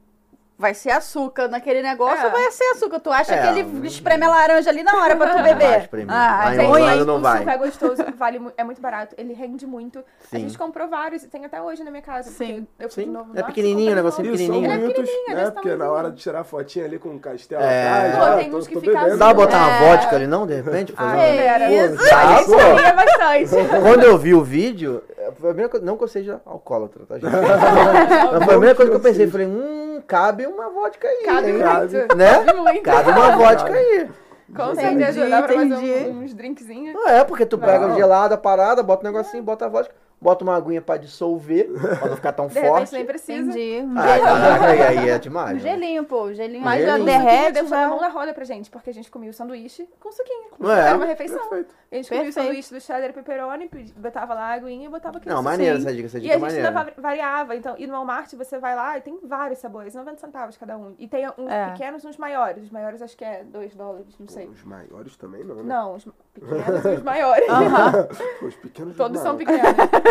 Speaker 1: vai ser açúcar naquele negócio
Speaker 3: É.
Speaker 1: ou vai ser açúcar? Tu acha
Speaker 2: É,
Speaker 1: que
Speaker 2: hum.
Speaker 1: ele espreme a laranja ali na hora pra
Speaker 3: [LAUGHS]
Speaker 1: tu beber? Ah,
Speaker 2: vai espremer. Lá em
Speaker 1: gente,
Speaker 2: Orlando
Speaker 1: mas-
Speaker 2: um não
Speaker 3: o
Speaker 2: vai.
Speaker 3: suco é gostoso, vale, mu- é muito barato, ele rende muito. A
Speaker 2: Sim.
Speaker 3: gente comprou vários, e tem até hoje na minha casa. porque
Speaker 1: Sim.
Speaker 3: Eu fui de
Speaker 2: Sim.
Speaker 3: novo.
Speaker 2: É pequenininho, o
Speaker 3: negócio
Speaker 2: negocinho
Speaker 5: E são
Speaker 2: pequenininho.
Speaker 5: bonitos,
Speaker 3: é pequenininho,
Speaker 5: né?
Speaker 3: desse
Speaker 5: Porque na
Speaker 3: tamanhozinho.
Speaker 5: hora de tirar fotinha ali com o castelo
Speaker 2: É.
Speaker 5: atrás,
Speaker 3: Pô,
Speaker 5: ah,
Speaker 3: tem
Speaker 5: tô-
Speaker 3: uns que
Speaker 5: tô
Speaker 3: ficam
Speaker 5: bebendo,
Speaker 2: Não dá pra
Speaker 5: né?
Speaker 2: botar uma
Speaker 1: É.
Speaker 2: vodka ali, não? De repente? Fazer
Speaker 3: Ah,
Speaker 2: uma-
Speaker 3: é.
Speaker 1: Ai, era.
Speaker 2: Dá,
Speaker 3: A gente
Speaker 2: pô.
Speaker 3: comia bastante.
Speaker 2: Quando eu vi o vídeo, a primeira coisa- não que eu seja alcoólatra, tá, gente? Mas foi a primeira coisa que eu pensei, falei, hum, cabe uma vodka aí.
Speaker 3: Cabe
Speaker 2: hein?
Speaker 5: Cabe.
Speaker 3: muito.
Speaker 2: Né?
Speaker 3: Cabe muito.
Speaker 2: Cabe uma vodka aí.
Speaker 3: Com certeza, dá pra fazer
Speaker 1: entendi.
Speaker 3: um- uns drinkzinhos.
Speaker 2: Não é, porque tu pega
Speaker 5: Não.
Speaker 2: o gelado, a parada, bota o negocinho, bota a vodka, bota uma aguinha pra dissolver, pra não ficar tão
Speaker 3: De repente
Speaker 2: forte.
Speaker 3: nem precisa.
Speaker 1: Entendi. Um
Speaker 2: Ai,
Speaker 1: gelinho.
Speaker 2: caraca, aí, aí é
Speaker 1: Um
Speaker 2: demais. né?
Speaker 1: gelinho, pô. um gelinho.
Speaker 2: Mas
Speaker 1: Mas já
Speaker 2: gelinho.
Speaker 3: derrete,
Speaker 1: derrete, né?
Speaker 3: deixou a
Speaker 1: já...
Speaker 3: mão na roda pra gente, porque a gente comia o sanduíche com suquinho.
Speaker 2: Ué.
Speaker 3: Era uma refeição. A gente comia o
Speaker 1: Perfeito.
Speaker 3: sanduíche do cheddar e pepperoni, pedi- botava lá a aguinha e botava aquele
Speaker 2: Não,
Speaker 3: suquinho.
Speaker 2: maneiro essa dica, essa
Speaker 3: E
Speaker 2: dica
Speaker 3: a
Speaker 2: é
Speaker 3: gente
Speaker 2: maneira.
Speaker 3: ainda va- variava, então, e no Walmart você vai lá e tem vários sabores, 90 centavos cada um. E tem uns
Speaker 1: É.
Speaker 3: pequenos e uns maiores. Os maiores acho que é 2 dólares, não sei.
Speaker 5: Os maiores também não, né?
Speaker 3: Não, os pequenos e os maiores.
Speaker 5: [LAUGHS] Pô, Os pequenos
Speaker 3: [LAUGHS] Todos são
Speaker 5: maiores.
Speaker 3: pequenos.
Speaker 2: [LAUGHS]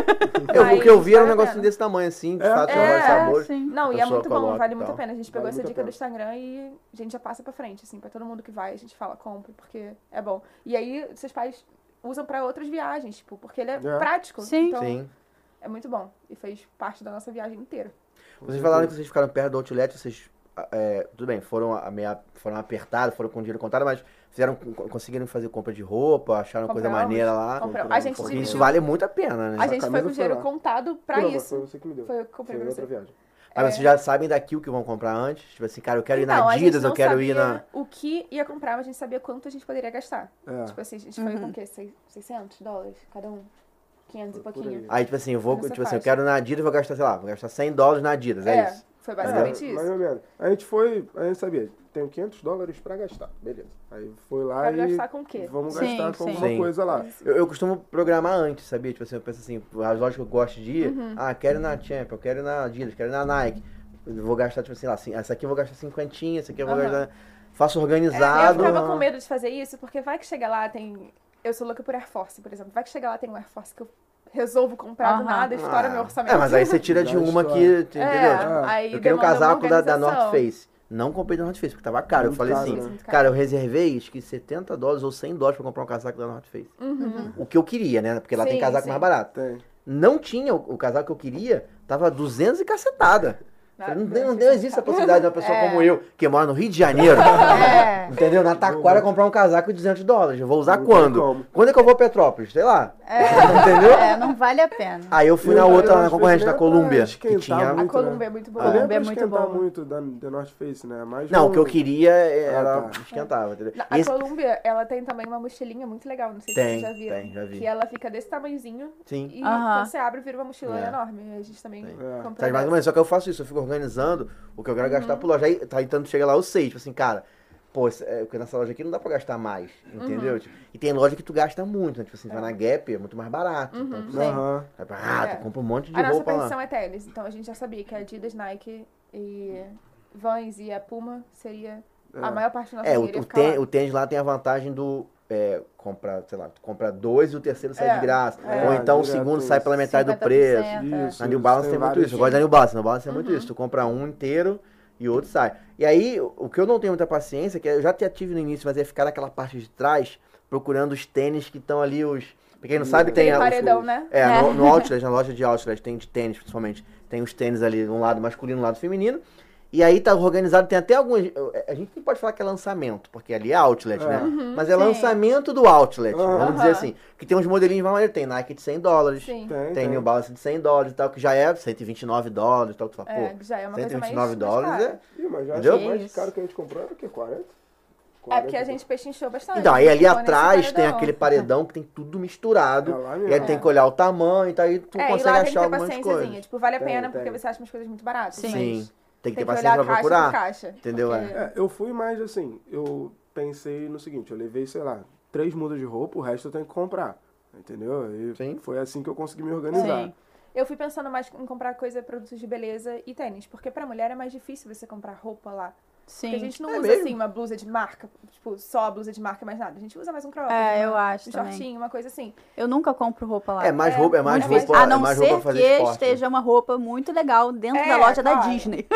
Speaker 2: Eu- o que eu vi era
Speaker 3: Mas vale a
Speaker 2: um negocinho
Speaker 3: pena.
Speaker 2: desse tamanho, assim, de fato,
Speaker 5: É,
Speaker 2: tinha vários
Speaker 3: é,
Speaker 2: sabores.
Speaker 1: sim.
Speaker 3: Não, e é
Speaker 2: pessoa
Speaker 3: muito bom,
Speaker 2: coloca
Speaker 3: vale
Speaker 2: e
Speaker 3: muito a
Speaker 2: tal.
Speaker 3: pena. A gente pegou
Speaker 5: Vale
Speaker 3: essa
Speaker 5: muito
Speaker 3: dica
Speaker 5: a
Speaker 3: do
Speaker 5: pena.
Speaker 3: Instagram e a gente já passa pra frente, assim, pra todo mundo que vai, a gente fala, compra, porque é bom. E aí, seus pais usam pra outras viagens, tipo, porque ele é,
Speaker 5: É.
Speaker 3: prático.
Speaker 1: Sim.
Speaker 3: Então,
Speaker 2: Sim.
Speaker 3: é muito bom. E fez parte da nossa viagem inteira.
Speaker 2: Vocês falaram que vocês ficaram perto do outlet, vocês. ah, é, tudo bem, foram, a- meia, foram apertados, foram com dinheiro contado, mas Fizeram, con- conseguiram fazer compra de roupa, acharam coisa
Speaker 3: Compramos,
Speaker 2: maneira lá.
Speaker 3: compramos.
Speaker 2: compramos
Speaker 3: A gente
Speaker 2: roupa.
Speaker 3: dividiu.
Speaker 2: Isso vale muito a pena, né?
Speaker 3: A gente foi
Speaker 5: camisa
Speaker 3: com o
Speaker 5: foi
Speaker 3: dinheiro
Speaker 5: lá.
Speaker 3: contado pra
Speaker 5: Não, mas
Speaker 3: isso.
Speaker 5: Foi você que me deu.
Speaker 3: Foi eu que comprei
Speaker 5: Foi
Speaker 3: pra
Speaker 5: outra
Speaker 3: você.
Speaker 5: viagem.
Speaker 2: Mas vocês já sabem daqui o que vão comprar antes? Tipo assim, cara, eu quero ir
Speaker 3: é. Então,
Speaker 2: na
Speaker 3: a gente
Speaker 2: Adidas,
Speaker 3: não
Speaker 2: eu quero ir na.
Speaker 3: sabia O que ia comprar, mas a gente sabia quanto a gente poderia gastar.
Speaker 5: É.
Speaker 3: Tipo assim, a gente foi
Speaker 2: Uhum.
Speaker 3: com o quê? Sei- 600 dólares cada um? 500 e
Speaker 5: Por
Speaker 3: pouquinho.
Speaker 5: aí.
Speaker 2: Aí, tipo assim, eu vou.
Speaker 3: Nessa
Speaker 2: Tipo assim, eu
Speaker 3: faixa.
Speaker 2: quero na Adidas, vou gastar, sei lá, vou gastar 100 dólares na Adidas, é, isso.
Speaker 3: foi basicamente isso.
Speaker 5: Mais ou menos. A gente foi, a gente sabia, tenho 500 dólares pra gastar. Beleza. Aí foi lá
Speaker 3: Quero
Speaker 5: e...
Speaker 3: gastar com o quê?
Speaker 5: Vamos
Speaker 1: Sim,
Speaker 5: gastar com
Speaker 1: sim.
Speaker 5: alguma
Speaker 2: Sim.
Speaker 5: coisa lá.
Speaker 2: Eu, eu costumo programar antes, sabia? Tipo assim, eu penso assim, as lojas que eu gosto de ir,
Speaker 3: Uhum.
Speaker 2: ah, quero ir na Champion, eu quero ir na Adidas, quero ir na Nike. Eu vou gastar, tipo assim, lá, assim, essa aqui eu vou gastar cinquentinha, essa aqui eu vou
Speaker 3: Aham.
Speaker 2: gastar. Faço
Speaker 3: É, eu
Speaker 2: organizado.
Speaker 3: ficava com medo de fazer isso, porque vai que chega lá, tem. Eu sou louca por Air Force, por exemplo. Vai que chega lá, tem um Air Force que eu resolvo comprar do
Speaker 1: Aham.
Speaker 3: nada,
Speaker 5: Ah.
Speaker 3: estoura meu orçamento.
Speaker 2: É, mas aí você tira de
Speaker 5: Já
Speaker 2: uma que.
Speaker 5: estoura.
Speaker 2: Entendeu?
Speaker 3: É,
Speaker 2: Tipo,
Speaker 5: Ah.
Speaker 3: aí
Speaker 2: eu queria um
Speaker 3: demanda uma
Speaker 2: casaco da, da North
Speaker 3: organização.
Speaker 2: Face. Não comprei da North Face, porque tava caro. eu
Speaker 5: Muito
Speaker 2: falei
Speaker 5: caro,
Speaker 2: assim,
Speaker 5: né?
Speaker 3: Muito caro.
Speaker 2: cara, eu reservei acho que 70 dólares ou 100 dólares pra comprar um casaco da North Face. O que eu queria, né? Porque lá tem
Speaker 3: Uhum. Sim,
Speaker 2: casaco
Speaker 3: sim.
Speaker 2: mais barato.
Speaker 5: Tem.
Speaker 2: Não tinha o, o casaco que eu queria, tava 200 e cacetada. Falei, Não,
Speaker 3: Ah, Não,
Speaker 2: tem- não,
Speaker 3: não
Speaker 2: tem- existe essa possibilidade de uma pessoa
Speaker 3: É.
Speaker 2: como eu, que mora no Rio de Janeiro,
Speaker 1: É.
Speaker 2: entendeu? Na Taquara, comprar um casaco de 200 dólares. Eu vou usar
Speaker 5: Não tem
Speaker 2: quando?
Speaker 5: como.
Speaker 2: Quando é que eu vou a Petrópolis? Sei lá. Entendeu? Ah,
Speaker 1: É, não vale a pena.
Speaker 2: Aí eu fui
Speaker 5: E
Speaker 2: na
Speaker 5: o
Speaker 2: outra, na
Speaker 5: North Face
Speaker 2: concorrente, na
Speaker 5: não é pra
Speaker 2: Colômbia. Que
Speaker 5: esquentar
Speaker 2: tinha.
Speaker 3: A
Speaker 5: muito,
Speaker 3: Colômbia
Speaker 5: né?
Speaker 3: é muito
Speaker 5: Eu
Speaker 3: boa.
Speaker 5: não lembro
Speaker 1: Colômbia é muito
Speaker 5: esquentar
Speaker 1: boa.
Speaker 5: muito da, da North Face, né? Mas
Speaker 2: Ah. Não, o
Speaker 5: um-
Speaker 2: que eu queria é, era.
Speaker 5: Ah, tá.
Speaker 2: Esquentava, entendeu?
Speaker 3: Na-
Speaker 2: Esse-
Speaker 3: A Colômbia, ela tem também uma mochilinha muito legal, não sei
Speaker 2: Tem,
Speaker 3: se você já viu.
Speaker 2: tem, já vi.
Speaker 3: Que ela fica desse tamanhozinho.
Speaker 2: Sim.
Speaker 3: E
Speaker 1: Aham.
Speaker 3: quando você abre, vira uma mochila
Speaker 2: É.
Speaker 3: enorme. A gente também comprou.
Speaker 2: Tá mais ou menos, só que eu faço isso, eu fico organizando o que eu quero gastar por loja. Aí, tá, então chega lá, eu sei, tipo assim, cara, pô, esse- é, porque nessa loja aqui não dá pra gastar mais, entendeu? Tipo, e tem loja que tu gasta muito, né? Tipo assim, vai na Gap, é muito mais barato. Então, tu-
Speaker 5: um- Aham.
Speaker 2: Aí, ah, tu
Speaker 3: É.
Speaker 2: compra um monte de
Speaker 3: A nossa
Speaker 2: roupa lá.
Speaker 3: pensão é tênis, então a gente já sabia que a Adidas, Nike e Vans e a Puma seria a maior parte do nosso
Speaker 2: É, o,
Speaker 3: dinheiro ia
Speaker 2: o,
Speaker 3: ficar assim, lá.
Speaker 2: tê- o tênis lá tem a vantagem do é, comprar, sei lá, tu compra dois e o terceiro sai
Speaker 3: É,
Speaker 2: de graça.
Speaker 5: é,
Speaker 2: Ou então o
Speaker 5: direto
Speaker 2: segundo
Speaker 5: isso.
Speaker 2: sai pela metade do preço.
Speaker 1: 50%, é.
Speaker 5: Isso.
Speaker 2: Na New Balance
Speaker 5: tem
Speaker 2: tem muito
Speaker 5: vários
Speaker 2: isso. Eu gosto da New Balance. Na New Balance tem
Speaker 3: Uhum.
Speaker 2: muito isso. Tu compra um inteiro e o outro sai. E aí, o o que eu não tenho muita paciência, que eu já até tive no início, mas é ficar naquela parte de trás, procurando os tênis que estão ali, os... Pra quem não sabe, tem...
Speaker 3: Aquele
Speaker 2: os-
Speaker 3: paredão,
Speaker 2: os-
Speaker 3: né?
Speaker 2: É,
Speaker 1: É.
Speaker 2: No,
Speaker 3: [LAUGHS]
Speaker 2: no Outlet, na loja de Outlet, tem de tênis, principalmente. Tem os tênis ali, um lado masculino, um lado feminino. E aí tá organizado, tem até algumas... A gente não pode falar que é lançamento, porque ali é Outlet, né?
Speaker 3: Uhum,
Speaker 2: Mas é
Speaker 1: Sim.
Speaker 2: lançamento do Outlet,
Speaker 5: Aham.
Speaker 2: vamos dizer
Speaker 3: Aham.
Speaker 2: assim. Que tem uns modelinhos, mais maneiros, tem Nike de 100 dólares.
Speaker 3: Sim.
Speaker 5: Tem,
Speaker 2: Tem
Speaker 5: tem.
Speaker 2: New Balance de 100 dólares e tal, que já é 129 dólares e tal. Tu fala,
Speaker 3: É,
Speaker 2: pô,
Speaker 3: já é uma coisa
Speaker 2: 129
Speaker 3: mais- mais
Speaker 2: dólares
Speaker 3: cara.
Speaker 2: é...
Speaker 5: Ih, mas já
Speaker 2: Entendeu?
Speaker 5: acho que o mais
Speaker 1: Isso.
Speaker 5: caro que a gente comprou era o quê? 40?
Speaker 3: É porque a gente pechinchou bastante. né?
Speaker 2: Então, aí ali
Speaker 3: Ficou nesse
Speaker 2: atrás tem
Speaker 3: é paredão.
Speaker 2: aquele paredão que tem tudo misturado.
Speaker 5: É lá
Speaker 2: e aí
Speaker 5: mesmo.
Speaker 2: tem que olhar o tamanho e tal, aí tu
Speaker 3: É, e
Speaker 2: consegue
Speaker 3: lá tem que
Speaker 2: achar
Speaker 3: ter
Speaker 2: algumas
Speaker 3: paciênciazinha.
Speaker 2: coisas.
Speaker 3: Tipo, vale a
Speaker 5: Tem,
Speaker 3: pena
Speaker 5: tem.
Speaker 3: porque você acha umas coisas muito baratas.
Speaker 1: Sim.
Speaker 2: Sim,
Speaker 3: mas
Speaker 2: tem que ter
Speaker 3: que
Speaker 2: paciência
Speaker 3: olhar
Speaker 2: pra
Speaker 3: a caixa por
Speaker 2: procurar.
Speaker 3: caixa,
Speaker 2: entendeu?
Speaker 3: porque-
Speaker 5: É, eu fui mais assim, eu pensei no seguinte, eu levei, sei lá, três mudas de roupa, o resto eu tenho que comprar. Entendeu? E
Speaker 2: Sim.
Speaker 5: foi assim que eu consegui me organizar.
Speaker 1: Sim.
Speaker 3: Eu fui pensando mais em comprar coisa, produtos de beleza e tênis. Porque pra mulher é mais difícil você comprar roupa lá. Porque a
Speaker 1: Sim.
Speaker 3: gente não
Speaker 2: É
Speaker 3: usa,
Speaker 2: mesmo?
Speaker 3: assim, uma blusa de marca. Tipo, só a blusa de marca e mais nada. A gente usa mais um cropped. uma-
Speaker 1: É, eu acho
Speaker 3: Um
Speaker 1: também.
Speaker 3: shortinho, uma coisa assim.
Speaker 1: Eu nunca compro roupa lá.
Speaker 2: É mais roupa, é mais
Speaker 3: é mais-
Speaker 2: roupa,
Speaker 1: a
Speaker 2: é
Speaker 1: não
Speaker 2: mais
Speaker 1: ser
Speaker 2: roupa pra fazer
Speaker 1: que
Speaker 2: esporte.
Speaker 1: esteja uma roupa muito legal dentro
Speaker 3: É,
Speaker 1: da loja da
Speaker 3: claro.
Speaker 2: [LAUGHS]
Speaker 1: Disney.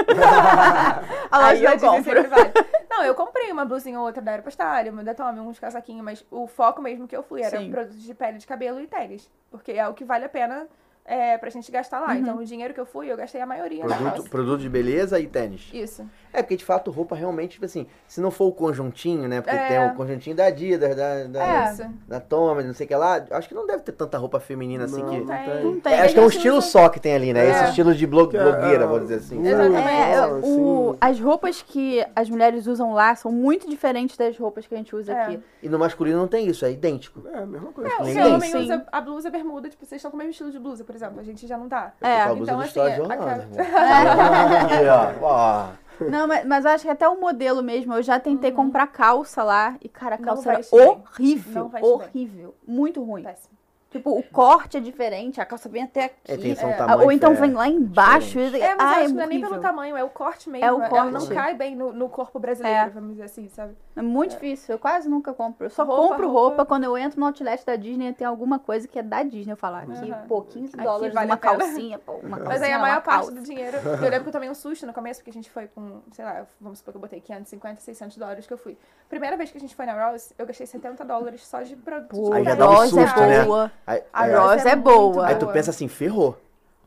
Speaker 1: a loja
Speaker 3: Aí
Speaker 1: da
Speaker 3: eu assim,
Speaker 1: Disney
Speaker 3: compro.
Speaker 1: sempre
Speaker 3: Vale. Não, eu comprei uma blusinha ou outra da Aeropostale, uma da Tommy, uns casaquinhos, mas o foco mesmo que eu fui era
Speaker 1: Sim.
Speaker 3: produtos de pele, de cabelo e tênis. Porque é o que vale a pena é, pra gente gastar
Speaker 1: Uhum.
Speaker 3: lá. Então o dinheiro que eu fui, eu gastei a maioria na
Speaker 2: Produto,
Speaker 3: calça.
Speaker 2: produto de beleza e tênis.
Speaker 3: Isso.
Speaker 2: É, porque de fato roupa realmente, tipo assim, se não for o conjuntinho, né? Porque
Speaker 3: É.
Speaker 2: tem o conjuntinho da Adidas, da, da,
Speaker 3: É. Isso.
Speaker 2: da Tommy, não sei o que lá. Acho que não deve ter tanta roupa feminina assim que.
Speaker 5: Não
Speaker 3: Tem.
Speaker 5: tem.
Speaker 1: Não tem.
Speaker 2: É, acho que é um estilo só que tem ali, né?
Speaker 5: É.
Speaker 2: Esse estilo de blo-
Speaker 5: Que é,
Speaker 2: blogueira,
Speaker 5: é,
Speaker 2: vou dizer assim.
Speaker 5: um-
Speaker 2: sabe?
Speaker 3: Exatamente.
Speaker 1: É,
Speaker 5: Não,
Speaker 1: o-
Speaker 5: assim-
Speaker 1: as roupas que as mulheres usam lá são muito diferentes das roupas que a gente usa
Speaker 3: É.
Speaker 1: aqui.
Speaker 2: E no masculino não tem isso, é idêntico.
Speaker 5: É, a mesma coisa.
Speaker 3: O
Speaker 2: Sim.
Speaker 3: seu homem
Speaker 1: Sim.
Speaker 3: usa a blusa bermuda, tipo, vocês estão com o mesmo estilo de blusa, por exemplo. A gente já não tá.
Speaker 1: É,
Speaker 2: Com a blusa
Speaker 3: então,
Speaker 2: do
Speaker 3: assim,
Speaker 2: Star
Speaker 3: é,
Speaker 2: Jornada,
Speaker 3: acaba-
Speaker 2: irmão. E, né? ó, ó,
Speaker 1: Não, mas, mas eu acho que até o modelo mesmo, eu já tentei comprar calça lá e, cara, a
Speaker 3: Uhum. Não
Speaker 1: calça
Speaker 3: vai
Speaker 1: era
Speaker 3: te bem.
Speaker 1: horrível.
Speaker 3: Não vai te bem.
Speaker 1: horrível. Muito ruim.
Speaker 3: Péssimo.
Speaker 1: Tipo, o corte é diferente, a calça vem até aqui.
Speaker 2: É, tem só um
Speaker 1: Ah,
Speaker 2: tamanho
Speaker 1: Ou então
Speaker 2: que é
Speaker 1: vem lá embaixo.
Speaker 2: diferente.
Speaker 1: e-
Speaker 3: É, mas
Speaker 1: ah,
Speaker 3: eu
Speaker 1: é
Speaker 3: acho que não é nem
Speaker 1: horrível.
Speaker 3: pelo tamanho, é o corte mesmo.
Speaker 1: É o
Speaker 3: Ela não
Speaker 1: corte.
Speaker 3: cai bem no, no corpo brasileiro,
Speaker 1: É.
Speaker 3: vamos dizer assim, sabe?
Speaker 1: É muito difícil, eu quase nunca compro. Eu só
Speaker 3: Roupa,
Speaker 1: compro
Speaker 3: roupa.
Speaker 1: roupa. quando eu entro no outlet da Disney tem alguma coisa que é da Disney. Eu falo, aqui,
Speaker 3: Aham.
Speaker 1: pô, 15
Speaker 3: Aqui
Speaker 1: dólares
Speaker 3: vale
Speaker 1: uma
Speaker 3: a pena.
Speaker 1: calcinha, pô, uma calcinha.
Speaker 3: Mas aí a
Speaker 1: uma
Speaker 3: maior parte
Speaker 1: calça.
Speaker 3: do dinheiro. Eu lembro que eu tomei um susto no começo, porque a gente foi com, sei lá, vamos supor que eu botei 550, 600 dólares que eu fui. Primeira vez que a gente foi na Rose, eu gastei 70 dólares só de produtos.
Speaker 1: Pô,
Speaker 3: de
Speaker 2: Aí já
Speaker 1: a
Speaker 2: dá um
Speaker 3: pele,
Speaker 1: Rosa
Speaker 2: susto,
Speaker 1: é
Speaker 3: sabe?
Speaker 2: né?
Speaker 1: boa.
Speaker 2: Aí,
Speaker 3: A
Speaker 1: A
Speaker 2: é,
Speaker 3: Rosa
Speaker 1: Rosa
Speaker 3: é
Speaker 1: é
Speaker 3: muito
Speaker 1: boa.
Speaker 2: aí
Speaker 3: boa.
Speaker 2: tu pensa assim, ferrou.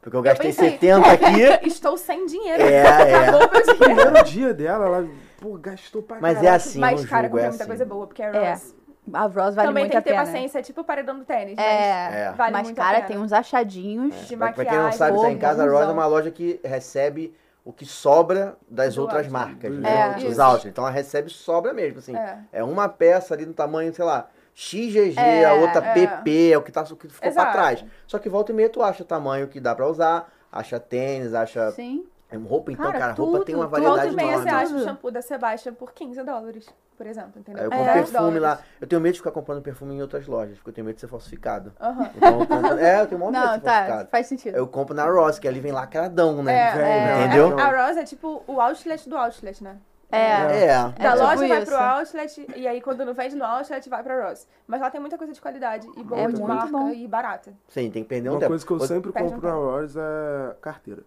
Speaker 2: Porque eu gastei
Speaker 3: pensei. [LAUGHS]
Speaker 2: 70 aqui.
Speaker 3: Estou sem dinheiro.
Speaker 2: É, é.
Speaker 3: Acabou meu dinheiro.
Speaker 5: Primeiro dia dela, ela. pô, gastou pra
Speaker 2: Mas é
Speaker 5: caraca.
Speaker 2: assim,
Speaker 3: Mas,
Speaker 2: o
Speaker 3: cara,
Speaker 2: jogo é
Speaker 3: tem
Speaker 2: assim.
Speaker 3: muita coisa boa, porque a
Speaker 1: É,
Speaker 3: Rose
Speaker 1: A Rose vale
Speaker 3: também
Speaker 1: muito
Speaker 3: tem
Speaker 1: a
Speaker 3: que ter
Speaker 1: pena.
Speaker 3: paciência, é tipo o paredão do tênis,
Speaker 1: É,
Speaker 2: É.
Speaker 3: mas vale
Speaker 1: mas
Speaker 3: muito a
Speaker 1: cara,
Speaker 3: pena.
Speaker 1: tem uns achadinhos.
Speaker 3: de
Speaker 2: Mas
Speaker 3: maquiagem.
Speaker 2: pra quem não sabe, tá em casa, a Rose é uma loja que recebe o que sobra das
Speaker 3: Do
Speaker 2: outras
Speaker 3: outlet.
Speaker 2: marcas,
Speaker 5: Do
Speaker 2: né?
Speaker 1: outlet.
Speaker 2: Dos
Speaker 3: Isso.
Speaker 2: outlets. Então ela recebe sobra mesmo, assim.
Speaker 3: É.
Speaker 2: É uma peça ali no tamanho, sei lá, XGG,
Speaker 1: É,
Speaker 2: a outra
Speaker 3: é.
Speaker 2: PP, é o que, tá, o que ficou pra
Speaker 3: Exato.
Speaker 2: trás. Só que volta e meia tu acha o tamanho que dá pra usar, acha tênis, acha
Speaker 1: Sim.
Speaker 2: roupa. Então,
Speaker 1: Cara,
Speaker 2: cara, roupa
Speaker 1: tudo,
Speaker 2: tem uma
Speaker 1: tudo.
Speaker 3: Volta
Speaker 2: variedade
Speaker 3: e meia
Speaker 2: enorme.
Speaker 3: você
Speaker 1: enorme.
Speaker 3: acha o shampoo da Sebastian por 15 dólares, por exemplo, entendeu?
Speaker 2: Aí eu
Speaker 3: É.
Speaker 2: compro
Speaker 3: 10
Speaker 2: perfume lá.
Speaker 3: dólares.
Speaker 2: Eu tenho medo de ficar comprando perfume em outras lojas, porque eu tenho medo de ser falsificado.
Speaker 3: Aham.
Speaker 2: Então eu compro... [LAUGHS] É, eu tenho maior medo de
Speaker 1: Não,
Speaker 2: ser
Speaker 1: tá,
Speaker 2: falsificado.
Speaker 1: faz sentido.
Speaker 2: Eu compro na Ross, que ali vem lacradão,
Speaker 3: É,
Speaker 2: né?
Speaker 3: é.
Speaker 2: Entendeu?
Speaker 3: A a Rose é tipo o outlet do outlet, né?
Speaker 1: É.
Speaker 2: É.
Speaker 1: É,
Speaker 3: Da
Speaker 1: tipo
Speaker 3: loja vai
Speaker 1: isso.
Speaker 3: pro outlet, e aí quando não vende no outlet, vai pra Rose. Mas lá tem muita coisa de qualidade, e boa,
Speaker 1: É
Speaker 3: de
Speaker 1: muito
Speaker 3: marca,
Speaker 1: bom.
Speaker 3: e barata.
Speaker 2: Sim, tem que perder um
Speaker 5: Uma
Speaker 2: tempo.
Speaker 5: coisa que eu
Speaker 2: Outra-
Speaker 5: sempre
Speaker 3: Perde um
Speaker 5: compro na
Speaker 3: tempo.
Speaker 5: Ross é carteira.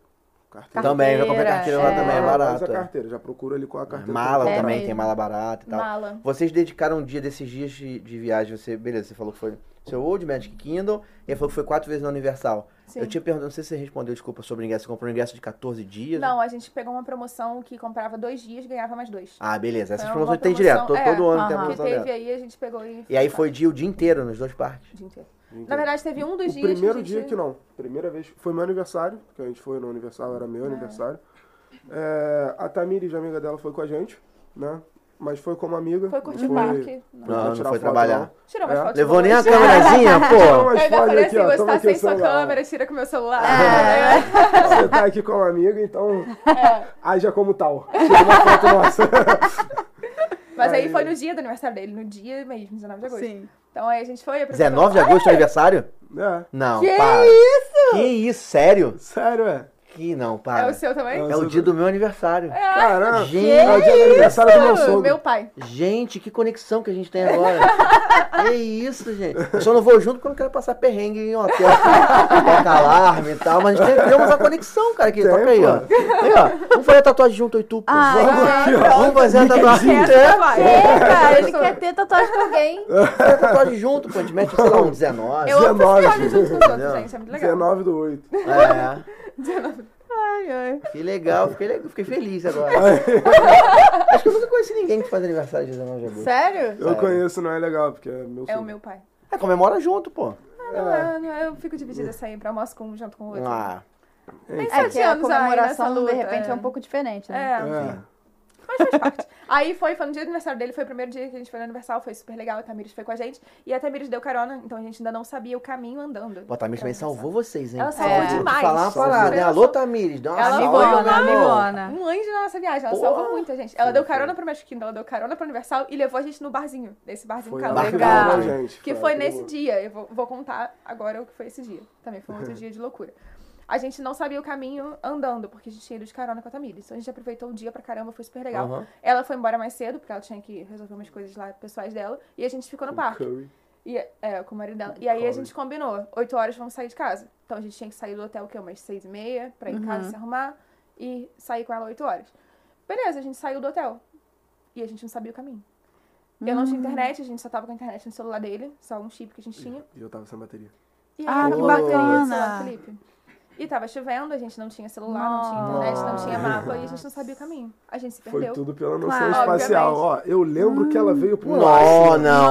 Speaker 5: Carteira.
Speaker 2: Também, eu já comprei carteira
Speaker 1: Carteira,
Speaker 2: É lá
Speaker 1: é.
Speaker 2: também, é
Speaker 5: Na Ross
Speaker 2: barato.
Speaker 5: É carteira, já procuro ali com a carteira.
Speaker 2: Mala
Speaker 5: pra comprar.
Speaker 2: também,
Speaker 1: mesmo.
Speaker 2: tem mala barata e tal.
Speaker 3: Mala.
Speaker 2: Vocês dedicaram um dia desses dias de, de viagem, você, beleza, você falou que foi seu Old Magic Kindle, e aí falou que foi quatro vezes na Universal.
Speaker 3: Sim.
Speaker 2: Eu tinha perguntado, não sei se você respondeu, desculpa, sobre o ingresso, você comprou um ingresso de 14 dias?
Speaker 3: Não, a gente pegou uma promoção que comprava dois dias ganhava mais dois.
Speaker 2: Ah, beleza, essas
Speaker 3: Foi uma
Speaker 2: promoções
Speaker 3: boa
Speaker 2: tem direto, todo,
Speaker 3: promoção,
Speaker 2: todo
Speaker 3: é.
Speaker 2: ano tem a
Speaker 1: Aham.
Speaker 3: que
Speaker 2: promoção dela.
Speaker 3: teve aí, a gente pegou e...
Speaker 2: E aí foi dia o dia inteiro nos dois parques.
Speaker 3: O dia inteiro. Na verdade, teve um dos
Speaker 5: O
Speaker 3: dias
Speaker 5: primeiro
Speaker 3: que a
Speaker 5: dia
Speaker 3: gente...
Speaker 5: que não. Primeira vez. Foi meu aniversário, que a gente foi no aniversário, era meu aniversário. É, a Tamires, amiga dela, foi com a gente, né? Mas foi como amiga.
Speaker 3: Foi curtir o
Speaker 5: não
Speaker 3: parque.
Speaker 5: pra
Speaker 2: Não, não
Speaker 5: tirar
Speaker 2: foi
Speaker 5: foto,
Speaker 2: trabalhar.
Speaker 5: não.
Speaker 3: Tirou umas
Speaker 5: É.
Speaker 3: fotos [LAUGHS]
Speaker 2: Levou nem a
Speaker 3: boas.
Speaker 2: câmerazinha,
Speaker 5: Não,
Speaker 3: [LAUGHS]
Speaker 2: pô!
Speaker 5: mas
Speaker 3: Eu ainda
Speaker 5: fala
Speaker 3: falei
Speaker 5: aqui,
Speaker 3: assim,
Speaker 5: ó,
Speaker 3: você
Speaker 5: toma
Speaker 3: tá
Speaker 5: aqui é o
Speaker 3: sem sua
Speaker 5: celular, ó.
Speaker 3: câmera, tira com meu celular. É.
Speaker 5: [LAUGHS] Você tá aqui com uma amiga, então haja como tal. Tira uma foto nossa.
Speaker 3: [LAUGHS]
Speaker 5: [LAUGHS]
Speaker 3: Mas aí foi no dia do aniversário dele, no dia mesmo, 19 de agosto.
Speaker 1: Sim.
Speaker 3: Então aí a gente foi... a primeira-
Speaker 2: 19 de agosto é aniversário?
Speaker 5: É,
Speaker 2: Não,
Speaker 3: Ah, Que
Speaker 2: para.
Speaker 3: isso?
Speaker 2: Que isso, sério?
Speaker 5: sério, é.
Speaker 2: Que não,
Speaker 3: Ah,
Speaker 2: para.
Speaker 3: É o seu também?
Speaker 2: É o dia do meu aniversário.
Speaker 5: Caramba.
Speaker 2: Gente.
Speaker 5: É o dia do aniversário do meu sogro.
Speaker 3: Ah, Meu pai.
Speaker 2: Gente, que conexão que a gente tem agora. é isso, gente. Eu só não vou junto quando eu quero passar perrengue em hotel. Toca alarme e tal, mas a gente tem, criamos uma conexão, cara. Aqui.
Speaker 5: Tem,
Speaker 2: Toca aí,
Speaker 5: pô.
Speaker 2: ó. Aí, ó. Vamos fazer a tatuagem junto, eu e tu, pô.
Speaker 1: Ah,
Speaker 2: vamos,
Speaker 5: é,
Speaker 2: vamos fazer a tatuagem.
Speaker 3: Quer
Speaker 2: É,
Speaker 3: tatuagem?
Speaker 1: É, cara, ele quer ter tatuagem com
Speaker 2: [LAUGHS]
Speaker 1: alguém.
Speaker 2: fazer a tatuagem junto, pô. A gente mete, sei lá, um 19.
Speaker 3: Eu amo
Speaker 5: 19.
Speaker 3: esse nome junto com os outros,
Speaker 2: Entendeu?
Speaker 3: gente. É muito legal.
Speaker 5: 19 do 8.
Speaker 2: É.
Speaker 1: Ai, ai.
Speaker 2: Que legal, fiquei, le- fiquei feliz agora. Acho que eu nunca conheci ninguém que faz aniversário de 19 de agosto.
Speaker 1: Sério?
Speaker 5: Eu conheço, não é legal, porque é meu
Speaker 3: É o
Speaker 5: sogro.
Speaker 3: meu pai.
Speaker 2: É, comemora junto, pô.
Speaker 5: É.
Speaker 3: Ah, não, eu- não, eu fico dividida essa aí pra almoço com um junto com o outro.
Speaker 2: Ah,
Speaker 1: É que a
Speaker 3: anos aí
Speaker 1: comemoração,
Speaker 3: nessa luta,
Speaker 1: de repente, é.
Speaker 3: é.
Speaker 1: um pouco diferente, né?
Speaker 3: É.
Speaker 5: É.
Speaker 3: Aí foi, foi no dia do aniversário dele, foi o primeiro dia que a gente foi no aniversário, foi super legal, a Tamires foi com a gente. E a Tamires deu carona, então a gente ainda não sabia o caminho andando.
Speaker 2: pô, a Tamires também salvou vocês, hein?
Speaker 3: Ela salvou
Speaker 2: Vou te
Speaker 3: demais.
Speaker 2: Falar uma parada, né?
Speaker 3: Ela
Speaker 2: Alô,
Speaker 3: salvou.
Speaker 2: Tamires, dá uma
Speaker 3: Ela
Speaker 2: salva.
Speaker 3: foi,
Speaker 1: Amigona, né?
Speaker 3: não.
Speaker 1: amigona.
Speaker 3: Um anjo na nossa viagem, ela
Speaker 2: Pô.
Speaker 3: salvou muita gente. Ela deu carona pro Magic Kingdom, ela deu carona pro Universal e levou a gente no barzinho, nesse barzinho
Speaker 5: Foi
Speaker 3: calor.
Speaker 1: legal.
Speaker 5: legal, né, gente.
Speaker 3: Que foi nesse
Speaker 5: aquele-
Speaker 3: dia. Eu vou, vou contar agora o que foi esse dia. Também foi um outro dia de loucura. A gente não sabia o caminho andando, porque a gente tinha ido de carona com a Tamires. Então a gente aproveitou o dia pra caramba, foi super legal.
Speaker 2: Aham.
Speaker 3: Ela foi embora mais cedo, porque ela tinha que resolver umas coisas lá pessoais dela. E a gente ficou no parque.
Speaker 5: Curry.
Speaker 3: E, é, com o marido dela. E aí a gente combinou. 8 horas vamos sair de casa. Então a gente tinha que sair do hotel, o quê? Umas 6 e meia, pra ir em
Speaker 1: Uhum.
Speaker 3: casa se arrumar. E sair com ela 8 horas. Beleza, a gente saiu do hotel. E a gente não sabia o caminho. Eu não
Speaker 1: Uhum.
Speaker 3: tinha internet, a gente só tava com a internet no celular dele. Só um chip que a gente tinha.
Speaker 5: E eu tava sem bateria.
Speaker 3: E
Speaker 1: Ah,
Speaker 3: aí,
Speaker 1: que
Speaker 3: acabou a bateria do
Speaker 1: bacana.
Speaker 3: celular do Felipe. E tava chovendo, a gente não tinha celular, não tinha internet, não tinha mapa. E a gente não sabia o caminho. A gente se
Speaker 5: Foi
Speaker 3: perdeu.
Speaker 5: tudo pela noção
Speaker 1: Claro.
Speaker 5: espacial. Ó, eu lembro que ela veio pro
Speaker 2: Não, não,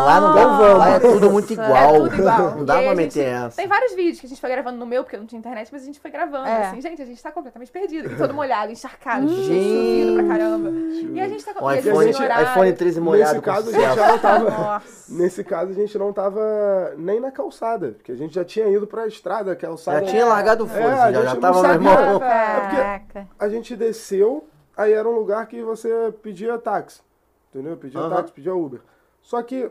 Speaker 2: lá não dá.
Speaker 1: Nossa.
Speaker 2: Lá é tudo muito igual.
Speaker 3: É tudo igual.
Speaker 2: Não
Speaker 3: E
Speaker 2: dá
Speaker 3: aí
Speaker 2: pra
Speaker 3: a
Speaker 2: meter
Speaker 3: gente-
Speaker 2: essa.
Speaker 3: Tem vários vídeos que a gente foi gravando no meu, porque eu não tinha internet, mas a gente foi gravando.
Speaker 1: É.
Speaker 3: Assim, gente, a gente tá completamente perdido. Todo molhado, encharcado,
Speaker 2: Gente.
Speaker 3: chovendo pra caramba. E a gente tá
Speaker 2: Um
Speaker 3: com
Speaker 2: iPhone, iPhone 13 molhado
Speaker 5: Nesse
Speaker 2: com
Speaker 5: caso, a gente
Speaker 2: sucesso.
Speaker 5: já não tava.
Speaker 1: Nossa.
Speaker 5: Nesse caso, a gente não tava nem na calçada. Porque a gente já tinha ido pra estrada, que a calçada.
Speaker 2: Já tinha largado o fogo,
Speaker 5: tá É,
Speaker 2: já,
Speaker 5: a
Speaker 2: já
Speaker 5: gente
Speaker 2: tava
Speaker 5: não
Speaker 2: no
Speaker 5: sabia.
Speaker 2: irmão.
Speaker 5: É porque-
Speaker 1: Caraca.
Speaker 5: A gente desceu, aí era um lugar que você pedia táxi. Entendeu? Pedia
Speaker 2: Aham.
Speaker 5: táxi, pedia Uber. Só que.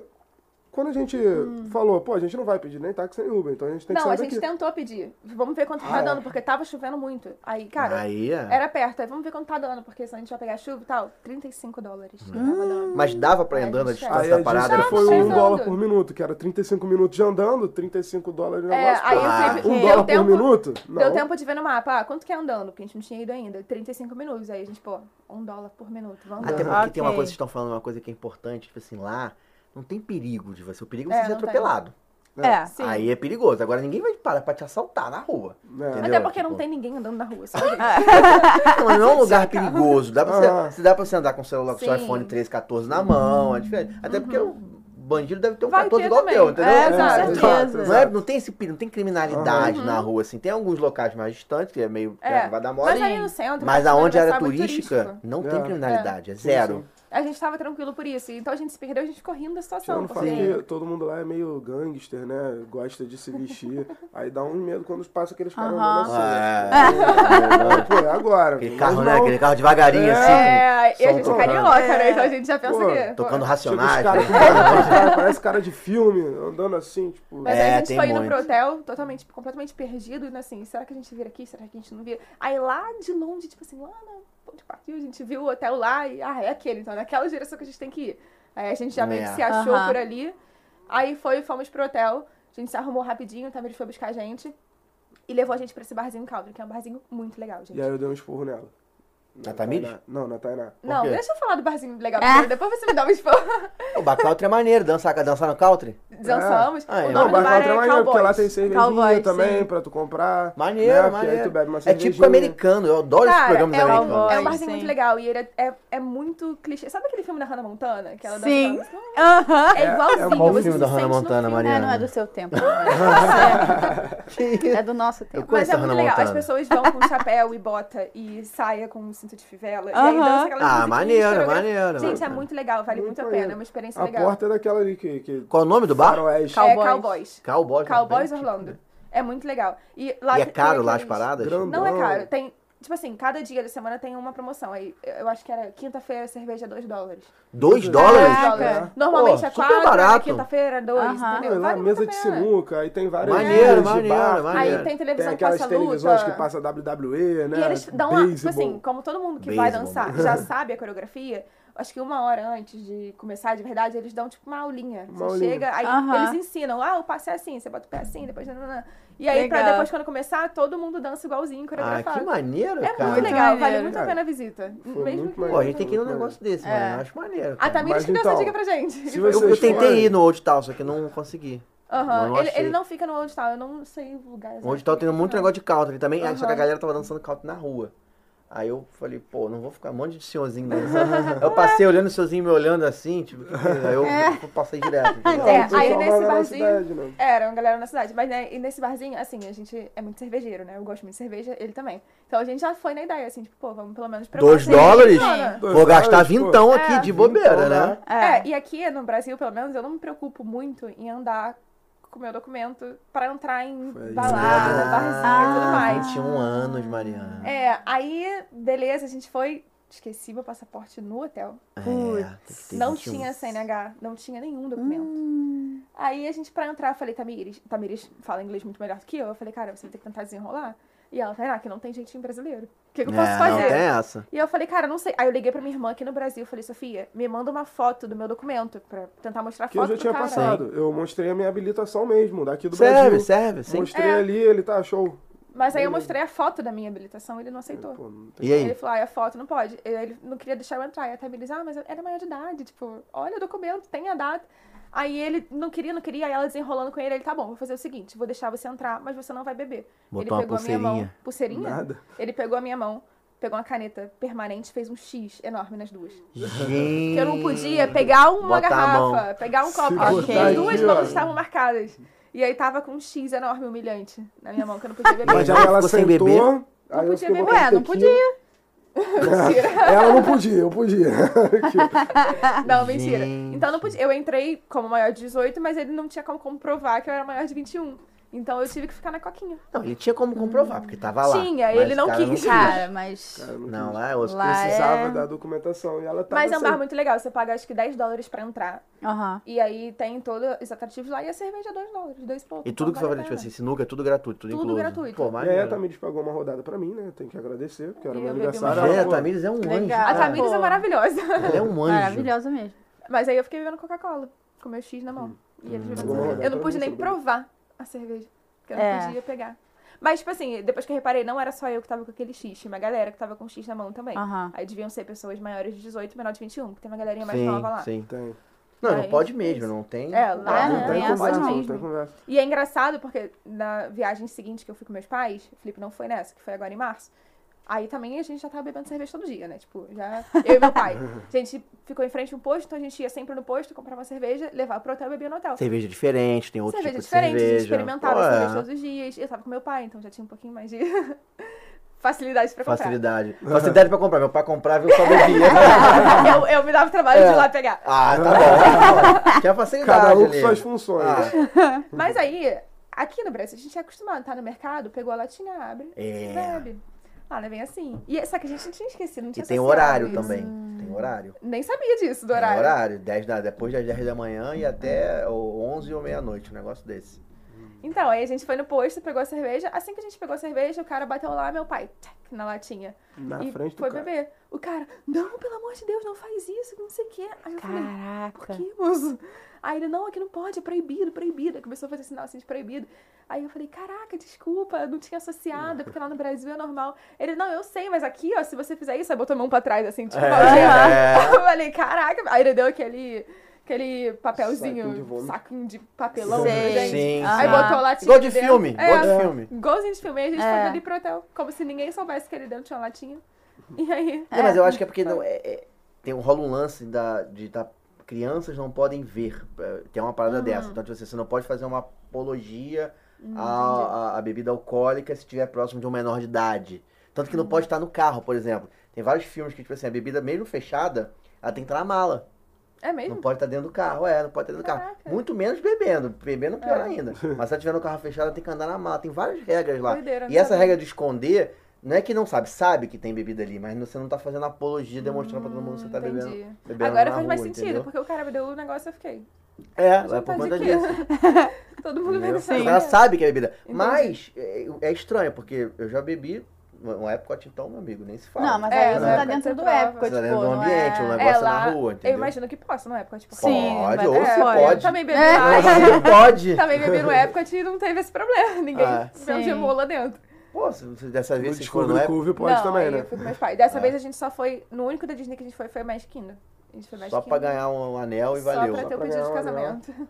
Speaker 5: Quando a gente falou, pô, a gente não vai pedir nem táxi nem Uber, então a gente tem que
Speaker 3: Hum. Não,
Speaker 5: sair
Speaker 3: a gente
Speaker 5: daqui.
Speaker 3: tentou pedir. Vamos ver quanto tá dando, porque tava chovendo muito. Aí, cara,
Speaker 2: Ah, é. Aí é.
Speaker 3: era perto. Aí vamos ver quanto tá dando, porque se a gente vai pegar chuva e tal, 35 dólares. que Tava dando.
Speaker 2: Mas dava pra ir andando a
Speaker 3: Aí É, a
Speaker 2: distância
Speaker 5: Aí
Speaker 2: da
Speaker 5: a
Speaker 2: parada.
Speaker 5: gente
Speaker 2: era
Speaker 5: foi
Speaker 2: possível.
Speaker 5: um
Speaker 3: Andando.
Speaker 5: dólar por minuto, que era 35 minutos de andando, 35 dólares de
Speaker 3: É,
Speaker 5: negócio.
Speaker 3: aí
Speaker 5: pô.
Speaker 2: Ah,
Speaker 3: eu sei que
Speaker 5: um
Speaker 3: deu
Speaker 5: dólar
Speaker 3: tempo.
Speaker 5: por minuto? Não.
Speaker 3: Deu tempo de ver no mapa, ah, quanto que é andando? Porque a gente não tinha ido ainda. 35 minutos. Aí a gente, pô, um dólar por minuto. Vamos
Speaker 2: Até
Speaker 3: andando.
Speaker 2: porque tem uma
Speaker 1: Ok.
Speaker 2: coisa, vocês estão falando uma coisa que é importante, tipo assim, lá não tem perigo de você. O perigo é
Speaker 3: É,
Speaker 2: você ser
Speaker 3: não tem.
Speaker 2: atropelado.
Speaker 1: É.
Speaker 3: Sim.
Speaker 2: Aí é perigoso. Agora ninguém vai parar pra te assaltar na rua.
Speaker 5: É.
Speaker 2: entendeu?
Speaker 3: Até porque não
Speaker 2: Tipo,
Speaker 3: tem ninguém andando na rua. Só ninguém.
Speaker 2: Não, mas não é um lugar perigoso. Dá pra,
Speaker 5: Ah.
Speaker 2: você, se dá pra você andar com o celular com seu
Speaker 3: Sim.
Speaker 2: iPhone 13, 14 na mão, é diferente. Até porque o bandido deve ter um
Speaker 3: Vai
Speaker 2: 14
Speaker 3: ter
Speaker 2: igual o
Speaker 3: também.
Speaker 2: teu, entendeu?
Speaker 1: É, com
Speaker 2: exato.
Speaker 1: certeza.
Speaker 2: Não, é- não tem esse perigo, não tem criminalidade na rua, assim. Tem alguns locais mais distantes, que é meio
Speaker 3: É.
Speaker 2: vai dar
Speaker 3: Mas
Speaker 2: mole.
Speaker 3: ali no centro.
Speaker 2: Mas
Speaker 3: na
Speaker 2: aonde
Speaker 3: Praça
Speaker 2: era
Speaker 3: Sábado,
Speaker 2: turística,
Speaker 3: turístico,
Speaker 2: não
Speaker 5: É.
Speaker 2: tem criminalidade, é
Speaker 5: Sim,
Speaker 2: zero.
Speaker 5: sim.
Speaker 3: A gente tava tranquilo por isso. Então a gente se perdeu, a gente ficou rindo da situação.
Speaker 5: Tirando o fato
Speaker 3: Porque...
Speaker 5: que todo mundo lá é meio gangster, né? Gosta de se vestir. aí dá um medo quando passa aqueles caras andando assim.
Speaker 2: Ah,
Speaker 5: Mas, Pô, é
Speaker 2: [LAUGHS]
Speaker 5: agora.
Speaker 2: Aquele
Speaker 5: Mas
Speaker 2: carro, né?
Speaker 5: não.
Speaker 2: Aquele carro devagarinho, assim.
Speaker 3: É, e a
Speaker 2: som
Speaker 3: gente é
Speaker 2: tocando,
Speaker 3: carioca, né? Então a gente já pensa
Speaker 5: Pô,
Speaker 3: que. pô.
Speaker 2: Tocando
Speaker 5: Chega
Speaker 2: racionais.
Speaker 5: Tipo, os caras com
Speaker 2: né?
Speaker 5: cara, parece cara de filme, andando assim, tipo...
Speaker 3: Mas
Speaker 2: É,
Speaker 3: aí a gente
Speaker 2: tem
Speaker 3: foi indo
Speaker 2: muito.
Speaker 3: pro hotel totalmente, completamente perdido, né? Assim, será que a gente vira aqui? Será que a gente não vira? Aí lá de longe, tipo assim, lá no ponto de partida, a gente viu o hotel lá e, ah, é aquele, então, é naquela direção que a gente tem que ir. Aí a gente já meio
Speaker 2: É.
Speaker 3: que se achou
Speaker 1: Aham.
Speaker 3: por ali. Aí foi, fomos pro hotel, a gente se arrumou rapidinho, o Tamir foi buscar a gente. E levou a gente pra esse barzinho Caldro, que é um barzinho muito legal, gente.
Speaker 5: E aí eu dei um esporro nela.
Speaker 2: Na Tamires?
Speaker 5: Tainá. Não, na Tainá.
Speaker 3: Não,
Speaker 2: quê?
Speaker 3: deixa eu falar do barzinho legal
Speaker 1: É.
Speaker 3: primeiro, depois você me dá um esporro.
Speaker 2: O bar country é maneiro, dançar, dançar no country.
Speaker 3: Dançamos.
Speaker 2: [LAUGHS] Ah, é.
Speaker 3: O nome
Speaker 5: Não,
Speaker 3: do
Speaker 5: mas
Speaker 3: bar
Speaker 5: lá
Speaker 3: é
Speaker 5: tem maneiro, porque lá tem cervejinha
Speaker 1: Cowboys,
Speaker 5: também
Speaker 1: sim.
Speaker 5: pra tu comprar.
Speaker 2: Maneiro,
Speaker 5: né? Porque aí tu
Speaker 2: maneiro.
Speaker 5: bebe uma
Speaker 2: é típico
Speaker 5: cervejinha.
Speaker 2: americano, eu adoro esses
Speaker 3: Cara,
Speaker 2: programas
Speaker 3: é um
Speaker 2: americanos.
Speaker 3: É um
Speaker 1: Pois,
Speaker 3: barzinho muito
Speaker 1: sim.
Speaker 3: legal e ele é, é, é muito clichê. Sabe aquele filme da Hannah Montana? Que ela dança
Speaker 1: Sim.
Speaker 3: aquela música?
Speaker 1: Aham.
Speaker 3: É igualzinho.
Speaker 5: é um
Speaker 2: Qual o
Speaker 3: você
Speaker 2: filme
Speaker 3: se
Speaker 2: da Hannah
Speaker 3: sente no
Speaker 2: Montana,
Speaker 3: filme.
Speaker 1: É,
Speaker 2: Mariana?
Speaker 1: não é do seu tempo. não é.
Speaker 2: Que [LAUGHS] isso?
Speaker 1: É do nosso tempo.
Speaker 2: conheço
Speaker 3: Mas
Speaker 2: a
Speaker 3: é muito
Speaker 2: Hannah
Speaker 3: legal. As
Speaker 2: Montana.
Speaker 3: pessoas vão com um chapéu e bota e saia com um cinto de fivela. E aí
Speaker 1: Aham.
Speaker 3: dança aquelas
Speaker 2: Ah,
Speaker 3: musiquinhas,
Speaker 2: maneiro,
Speaker 3: coreografias.
Speaker 2: maneiro,
Speaker 3: Gente, é
Speaker 2: maneiro.
Speaker 3: muito legal, vale muito, a pena. É uma experiência
Speaker 5: A
Speaker 3: legal.
Speaker 5: porta é daquela ali que... que...
Speaker 2: Qual o nome do bar?
Speaker 5: Faroeste.
Speaker 1: Cal-
Speaker 3: É
Speaker 1: Cowboys.
Speaker 3: Cowboys.
Speaker 2: Cowboys.
Speaker 3: Cowboys
Speaker 2: né?
Speaker 3: Orlando. É muito legal. E, lá
Speaker 2: E é
Speaker 3: tem
Speaker 2: caro lá as
Speaker 3: aqueles-
Speaker 2: paradas?
Speaker 5: Grande.
Speaker 3: Não é
Speaker 5: Não.
Speaker 3: caro. Tem, tipo assim, cada dia da semana tem uma promoção. Aí, eu acho que era quinta-feira, cerveja 2 dólares. é
Speaker 2: 2 dólares?
Speaker 1: Caraca.
Speaker 3: dólares. Normalmente
Speaker 2: Pô,
Speaker 3: é
Speaker 2: super
Speaker 3: quatro,
Speaker 2: barato.
Speaker 3: na quinta-feira é dois,
Speaker 1: né? Aham.
Speaker 5: Não,
Speaker 3: entendeu?
Speaker 5: e lá
Speaker 3: Vale muito
Speaker 5: é mesa
Speaker 3: a
Speaker 5: de
Speaker 3: pena.
Speaker 5: sinuca, aí tem várias
Speaker 2: Maneiro,
Speaker 5: mesas de
Speaker 2: maneiro,
Speaker 5: bar,
Speaker 2: maneiro.
Speaker 3: Aí tem televisão
Speaker 5: tem
Speaker 3: que passa
Speaker 5: aquelas
Speaker 3: luta.
Speaker 5: televisões que passa WWE, né?
Speaker 3: E eles dão a, tipo
Speaker 5: Beisebol.
Speaker 3: assim, como todo mundo que vai
Speaker 2: Beisebol.
Speaker 5: [LAUGHS]
Speaker 3: dançar já sabe a coreografia, acho que uma hora antes de começar de verdade, eles dão tipo uma aulinha. Você
Speaker 5: Uma aulinha.
Speaker 3: chega, aí
Speaker 1: Aham.
Speaker 3: eles ensinam, ah, o passo é assim, você bota o pé assim, depois. nananã. E aí, pra
Speaker 1: Legal.
Speaker 3: depois, quando começar, todo mundo dança igualzinho,
Speaker 2: Ah,
Speaker 3: coreografado.
Speaker 2: que maneiro,
Speaker 3: é
Speaker 2: cara.
Speaker 3: muito legal, É vale
Speaker 1: maneiro.
Speaker 3: muito a pena a visita.
Speaker 5: Foi
Speaker 3: Mesmo
Speaker 5: muito
Speaker 3: que. Ah, tá,
Speaker 2: Pô, a gente tem que ir num
Speaker 5: Muito
Speaker 2: negócio desse, mano. Eu acho maneiro.
Speaker 3: A
Speaker 2: cara.
Speaker 3: Tamires
Speaker 5: Mas
Speaker 3: que deu essa
Speaker 5: então,
Speaker 3: dica pra gente.
Speaker 5: se
Speaker 2: Eu,
Speaker 5: vocês
Speaker 2: eu tentei
Speaker 5: forem-
Speaker 2: ir no Old Town, só que não consegui.
Speaker 3: [LAUGHS] Aham.
Speaker 2: Eu não
Speaker 3: Ele, ele
Speaker 2: achei.
Speaker 3: não fica no Old Town, eu não sei o lugar.
Speaker 2: O Old
Speaker 3: exato.
Speaker 5: um
Speaker 2: Town tem muito negócio de country também, aí só que a
Speaker 3: é Aham.
Speaker 2: galera tava dançando country na rua. Aí eu falei, pô, não vou ficar um monte de senhorzinho dançando. [LAUGHS] eu passei olhando o senhorzinho me olhando assim, tipo, que que é? aí eu passei direto.
Speaker 5: [LAUGHS]
Speaker 2: entendeu?
Speaker 3: É,
Speaker 5: O pessoal
Speaker 3: aí
Speaker 5: vai
Speaker 3: nesse
Speaker 5: lá na
Speaker 3: barzinho-
Speaker 5: cidade, né?
Speaker 3: Era uma galera na cidade, mas né, e nesse barzinho, assim, a gente é muito cervejeiro, né? Eu gosto muito de cerveja, ele também. Então a gente já foi na ideia, assim, tipo, pô, vamos pelo menos pra
Speaker 2: Dois
Speaker 3: uma cerveja
Speaker 2: dólares?
Speaker 3: pequena.
Speaker 5: Dois
Speaker 2: Vou gastar
Speaker 5: dólares, pô.
Speaker 2: vintão aqui
Speaker 3: É,
Speaker 2: de bobeira,
Speaker 5: Então,
Speaker 2: né?
Speaker 3: É. e aqui no Brasil, pelo menos, eu não me preocupo muito em andar com meu documento pra entrar em
Speaker 5: Foi isso.
Speaker 3: balada,
Speaker 2: Ah.
Speaker 3: barzinho né? Tá e tudo mais.
Speaker 2: 21 anos, Mariana.
Speaker 3: É, aí, beleza, a gente foi. Esqueci meu passaporte no hotel.
Speaker 2: É, Putz.
Speaker 3: Não
Speaker 2: um
Speaker 3: tinha né? CNH, não tinha nenhum documento. Aí a gente, pra entrar, eu falei, Tamires, Tamires fala inglês muito melhor do que eu. Eu falei, cara, você tem que tentar desenrolar. E ela, Tainá, que não tem jeitinho brasileiro. O que, que eu posso
Speaker 2: É, não
Speaker 3: fazer?
Speaker 2: tem essa.
Speaker 3: E eu falei, cara, não sei. Aí eu liguei pra minha irmã aqui no Brasil, falei, Sofia, me manda uma foto do meu documento pra tentar mostrar
Speaker 5: Que eu
Speaker 3: foto
Speaker 5: já
Speaker 3: pro
Speaker 5: tinha
Speaker 3: cara.
Speaker 5: passado. Eu mostrei a minha habilitação mesmo, daqui do
Speaker 2: Serve,
Speaker 5: Brasil.
Speaker 2: serve, sim.
Speaker 5: Mostrei
Speaker 3: É.
Speaker 5: ali, ele tá show.
Speaker 3: Mas aí eu mostrei a foto da minha habilitação, ele não aceitou.
Speaker 5: Pô, não tem-
Speaker 3: [LAUGHS]
Speaker 2: E
Speaker 3: Ele
Speaker 2: aí?
Speaker 3: falou, ah, a foto não pode. Ele- Ele não queria deixar eu entrar. E a Tamires, ah, mas eu era maior de idade. Tipo, olha o documento, tem a data. Aí ele não queria, não queria. Aí ela desenrolando com ele, ele, tá bom, vou fazer o seguinte, vou deixar você entrar, mas você não vai beber. ele
Speaker 2: Botou uma
Speaker 3: pegou a minha mão.
Speaker 2: pulseirinha.
Speaker 3: Pulseirinha?
Speaker 5: Nada.
Speaker 3: Ele pegou a minha mão, pegou uma caneta permanente, fez um X enorme nas duas.
Speaker 2: Gente.
Speaker 3: Que eu não podia pegar uma
Speaker 2: Botar a
Speaker 3: garrafa, pegar um copo.
Speaker 5: botar
Speaker 3: As minhas duas
Speaker 5: aqui, ó.
Speaker 3: mãos estavam marcadas. E aí tava com um X enorme, humilhante, na minha mão, que eu não podia
Speaker 2: [LAUGHS]
Speaker 3: beber.
Speaker 5: Mas
Speaker 2: Ela
Speaker 5: aí ela
Speaker 2: ficou sem
Speaker 5: sentou.
Speaker 2: beber?
Speaker 5: Aí eu
Speaker 3: podia
Speaker 5: fiquei
Speaker 3: beber.
Speaker 5: botando
Speaker 1: Ué, não
Speaker 5: tequila. [LAUGHS] Ela não podia, eu podia. [LAUGHS]
Speaker 3: Não, mentira.
Speaker 2: Gente.
Speaker 3: Então não podia. Eu entrei como maior de 18, mas ele não tinha como comprovar que eu era maior de 21. Então eu tive que ficar na coquinha.
Speaker 2: Não, ele tinha como comprovar, porque tava lá.
Speaker 3: Tinha,
Speaker 2: Mas
Speaker 3: ele não
Speaker 2: o cara
Speaker 3: quis.
Speaker 1: Cara, mas.
Speaker 2: Não, lá é osso.
Speaker 1: Lá
Speaker 5: Precisava
Speaker 1: é.
Speaker 5: da documentação. E ela tava
Speaker 3: Mas é um bar
Speaker 5: sem-
Speaker 3: muito legal. Você paga acho que 10 dólares pra entrar.
Speaker 1: Aham.
Speaker 3: E aí tem todos os atrativos lá e a cerveja é 2 dólares, 2 pouco.
Speaker 2: E tudo que
Speaker 3: então
Speaker 2: for,
Speaker 3: vale a
Speaker 2: tipo
Speaker 3: pena.
Speaker 2: assim, sinuca, é tudo gratuito, tudo
Speaker 3: Tudo
Speaker 2: incluso.
Speaker 3: gratuito.
Speaker 2: Pô,
Speaker 5: E aí É, a
Speaker 2: maneiro.
Speaker 5: Tamires pagou uma rodada pra mim, né? Tem que agradecer, porque era
Speaker 3: E
Speaker 5: meu
Speaker 3: eu bebi uma
Speaker 5: aniversário.
Speaker 3: Cara,
Speaker 2: Gente,
Speaker 5: ela,
Speaker 2: a
Speaker 5: pô,
Speaker 2: Tamires é um
Speaker 1: Legal.
Speaker 2: anjo.
Speaker 3: A
Speaker 2: cara.
Speaker 3: Tamires é
Speaker 1: Pô.
Speaker 3: maravilhosa. [LAUGHS]
Speaker 2: Ela é um anjo.
Speaker 1: Maravilhoso mesmo.
Speaker 3: Mas aí eu fiquei bebendo Coca-Cola, com meu X na mão. E
Speaker 2: Hum.
Speaker 3: eles bebendo
Speaker 5: Boa,
Speaker 3: cerveja.
Speaker 5: dá
Speaker 3: Eu não
Speaker 5: pra
Speaker 3: pude
Speaker 5: mim
Speaker 3: nem
Speaker 5: saber.
Speaker 3: provar a cerveja, porque eu não
Speaker 1: É.
Speaker 3: podia pegar. Mas, tipo assim, depois que eu reparei, não era só eu que tava com aquele X, tinha uma galera que tava com X na mão também.
Speaker 1: Aham.
Speaker 3: um, Aí deviam ser pessoas maiores de 18 e menor de 21, porque tem uma galerinha mais nova lá.
Speaker 2: Sim, sim.
Speaker 5: Tem.
Speaker 2: Não, não
Speaker 3: Aí,
Speaker 2: pode mesmo, não tem.
Speaker 3: É, lá
Speaker 1: Ah,
Speaker 5: não,
Speaker 1: é,
Speaker 5: tem
Speaker 1: é,
Speaker 5: conversa,
Speaker 1: pode
Speaker 5: não
Speaker 1: mesmo.
Speaker 5: tem conversa.
Speaker 3: E é engraçado porque na viagem seguinte que eu fui com meus pais, o Felipe não foi nessa, que foi agora em março. Aí também a gente já tava bebendo cerveja todo dia, né? Tipo, já. Eu e meu
Speaker 2: [LAUGHS]
Speaker 3: pai. A gente ficou em frente a um posto, então a gente ia sempre no posto, comprar uma cerveja, levar pro hotel e beber no hotel.
Speaker 2: Cerveja diferente, tem outro
Speaker 3: cerveja
Speaker 2: tipo de
Speaker 3: diferente,
Speaker 2: cerveja.
Speaker 3: a gente experimentava
Speaker 2: Pô, é,
Speaker 3: cerveja todos os dias. Eu tava com meu pai, então já tinha um pouquinho mais de [LAUGHS] facilidade pra comprar.
Speaker 2: Facilidade. Facilidade pra comprar. Meu pai comprava e eu só bebia.
Speaker 3: [LAUGHS] eu, eu me dava o trabalho de ir lá pegar.
Speaker 2: ah, tá bom, tá bom. [LAUGHS] Tinha facilidade.
Speaker 5: Cada um com
Speaker 2: ali.
Speaker 5: suas funções.
Speaker 2: Ah,
Speaker 3: Mas aí, aqui no Brasil, a gente é acostumado, tá no mercado, pegou a latinha, abre,
Speaker 2: É.
Speaker 3: bebe. Lá não é bem assim. E, só que a gente não tinha esquecido, não
Speaker 2: e
Speaker 3: tinha
Speaker 2: tem
Speaker 3: associado
Speaker 2: horário
Speaker 3: isso.
Speaker 2: também. Tem horário.
Speaker 3: Nem sabia disso, Hum. do
Speaker 2: Tem
Speaker 3: horário.
Speaker 2: horário. 10 da, depois das 10 da manhã e até o 11 ou meia-noite, um negócio desse.
Speaker 3: Então, aí a gente foi no posto, pegou a cerveja. Assim que a gente pegou a cerveja, o cara bateu lá, meu pai, tchac, na latinha.
Speaker 5: Na
Speaker 3: e
Speaker 5: frente do
Speaker 3: foi
Speaker 5: cara.
Speaker 3: beber. O cara, não, pelo amor de Deus, não faz isso, que não sei o quê. Aí eu falei, por
Speaker 1: Caraca.
Speaker 3: que, moço? Aí ele, não, aqui não pode, é proibido, proibido. Aí começou a fazer sinal assim de proibido. Aí eu falei, caraca, desculpa, eu não tinha associado, porque lá no Brasil é normal. Ele, não, eu sei, mas aqui, ó, se você fizer isso, aí botou a mão pra trás, assim, tipo, [LAUGHS]
Speaker 2: É.
Speaker 3: eu falei, caraca. Aí ele deu aquele, aquele papelzinho,
Speaker 5: Saquinho
Speaker 3: saquinho
Speaker 5: de
Speaker 3: de,
Speaker 5: vômito.
Speaker 3: papelão,
Speaker 1: Sei.
Speaker 3: né, gente.
Speaker 2: Sim,
Speaker 1: Ah.
Speaker 3: Aí
Speaker 2: sim.
Speaker 3: botou latinha.
Speaker 2: Igual de
Speaker 3: dentro.
Speaker 2: filme, igual de
Speaker 3: É,
Speaker 2: filme.
Speaker 3: Igualzinho de filme. Aí a gente
Speaker 1: É.
Speaker 3: foi ali pro hotel, como se ninguém soubesse que ele dentro tinha uma latinha. E aí.
Speaker 2: É, mas eu acho que é porque não, é, é- tem um, rola um lance da, de tá, crianças não podem ver. é, Tem uma parada dessa. Então, tipo assim, você não pode fazer uma apologia
Speaker 3: Hum,
Speaker 2: à, à- à bebida alcoólica se estiver próximo de um menor de idade. Tanto
Speaker 3: Uhum.
Speaker 2: que não pode estar no carro, por exemplo. Tem vários filmes que, tipo assim, a bebida mesmo fechada, ela tem que estar na mala.
Speaker 3: É
Speaker 2: Não
Speaker 3: mesmo?
Speaker 2: pode estar dentro do carro, é, não pode estar dentro do
Speaker 3: Caraca.
Speaker 2: carro. Muito menos bebendo. Bebendo pior
Speaker 3: É.
Speaker 2: ainda. Mas se ela tiver no carro fechado, ela tem que andar na mala. Tem várias regras lá.
Speaker 3: Doideira, né?
Speaker 2: e
Speaker 3: não
Speaker 2: essa
Speaker 3: sabia.
Speaker 2: regra de esconder, não é que não sabe, sabe que tem bebida ali, mas você não tá fazendo apologia, demonstrando pra todo mundo que você tá
Speaker 3: Hum, Entendi.
Speaker 2: bebendo. bebendo
Speaker 3: Agora
Speaker 2: na
Speaker 3: faz mais
Speaker 2: rua,
Speaker 3: sentido,
Speaker 2: entendeu?
Speaker 3: porque o cara me deu o negócio e eu fiquei.
Speaker 2: É,
Speaker 3: Mas
Speaker 2: é
Speaker 3: não
Speaker 2: por
Speaker 3: faz
Speaker 2: conta
Speaker 3: aqui. [LAUGHS]
Speaker 2: disso.
Speaker 3: Todo mundo vai
Speaker 2: entendeu?
Speaker 3: pensar.
Speaker 2: Ela sabe que é bebida. Mas é, é estranho, porque eu já bebi um Epcot, então, meu amigo, nem se fala.
Speaker 1: Não, mas
Speaker 3: É,
Speaker 1: aí você
Speaker 3: não é
Speaker 1: tá
Speaker 3: pra
Speaker 1: dentro
Speaker 3: ter
Speaker 1: do
Speaker 3: prova.
Speaker 1: época,
Speaker 2: né? Você tá
Speaker 1: tipo,
Speaker 2: dentro do
Speaker 1: não
Speaker 2: ambiente,
Speaker 1: é...
Speaker 2: o negócio
Speaker 3: É
Speaker 2: é na
Speaker 3: lá.
Speaker 2: rua, entendeu?
Speaker 3: eu imagino que posso, não é? Porque, tipo,
Speaker 1: Sim,
Speaker 2: Pode,
Speaker 1: vai-
Speaker 2: ou
Speaker 1: é,
Speaker 2: você
Speaker 1: pode.
Speaker 3: Eu
Speaker 2: pode.
Speaker 3: também bebi
Speaker 1: É.
Speaker 2: [LAUGHS]
Speaker 3: lá. [LAUGHS]
Speaker 2: Você pode.
Speaker 3: Também bebi no Epcot e não teve esse problema. Ninguém
Speaker 2: Ah.
Speaker 3: deu
Speaker 1: Sim.
Speaker 3: gemou lá dentro.
Speaker 2: Pô, se, se é? dessa
Speaker 5: Não
Speaker 2: vez vocês foram
Speaker 5: descobre
Speaker 2: no
Speaker 5: o
Speaker 2: Epcot,
Speaker 5: couve, pode
Speaker 3: não,
Speaker 5: também,
Speaker 3: aí
Speaker 5: né?
Speaker 3: eu fui com meus pais.
Speaker 2: É.
Speaker 3: Dessa vez a gente só foi. No único da Disney que a gente foi foi Magic Kingdom. A gente foi Magic
Speaker 2: Só pra
Speaker 3: Kingdom.
Speaker 2: ganhar um anel um e Hum.
Speaker 3: Só
Speaker 2: valeu.
Speaker 3: pra ter o
Speaker 5: pra
Speaker 3: pedido de
Speaker 5: ganhar uma grana.
Speaker 3: casamento.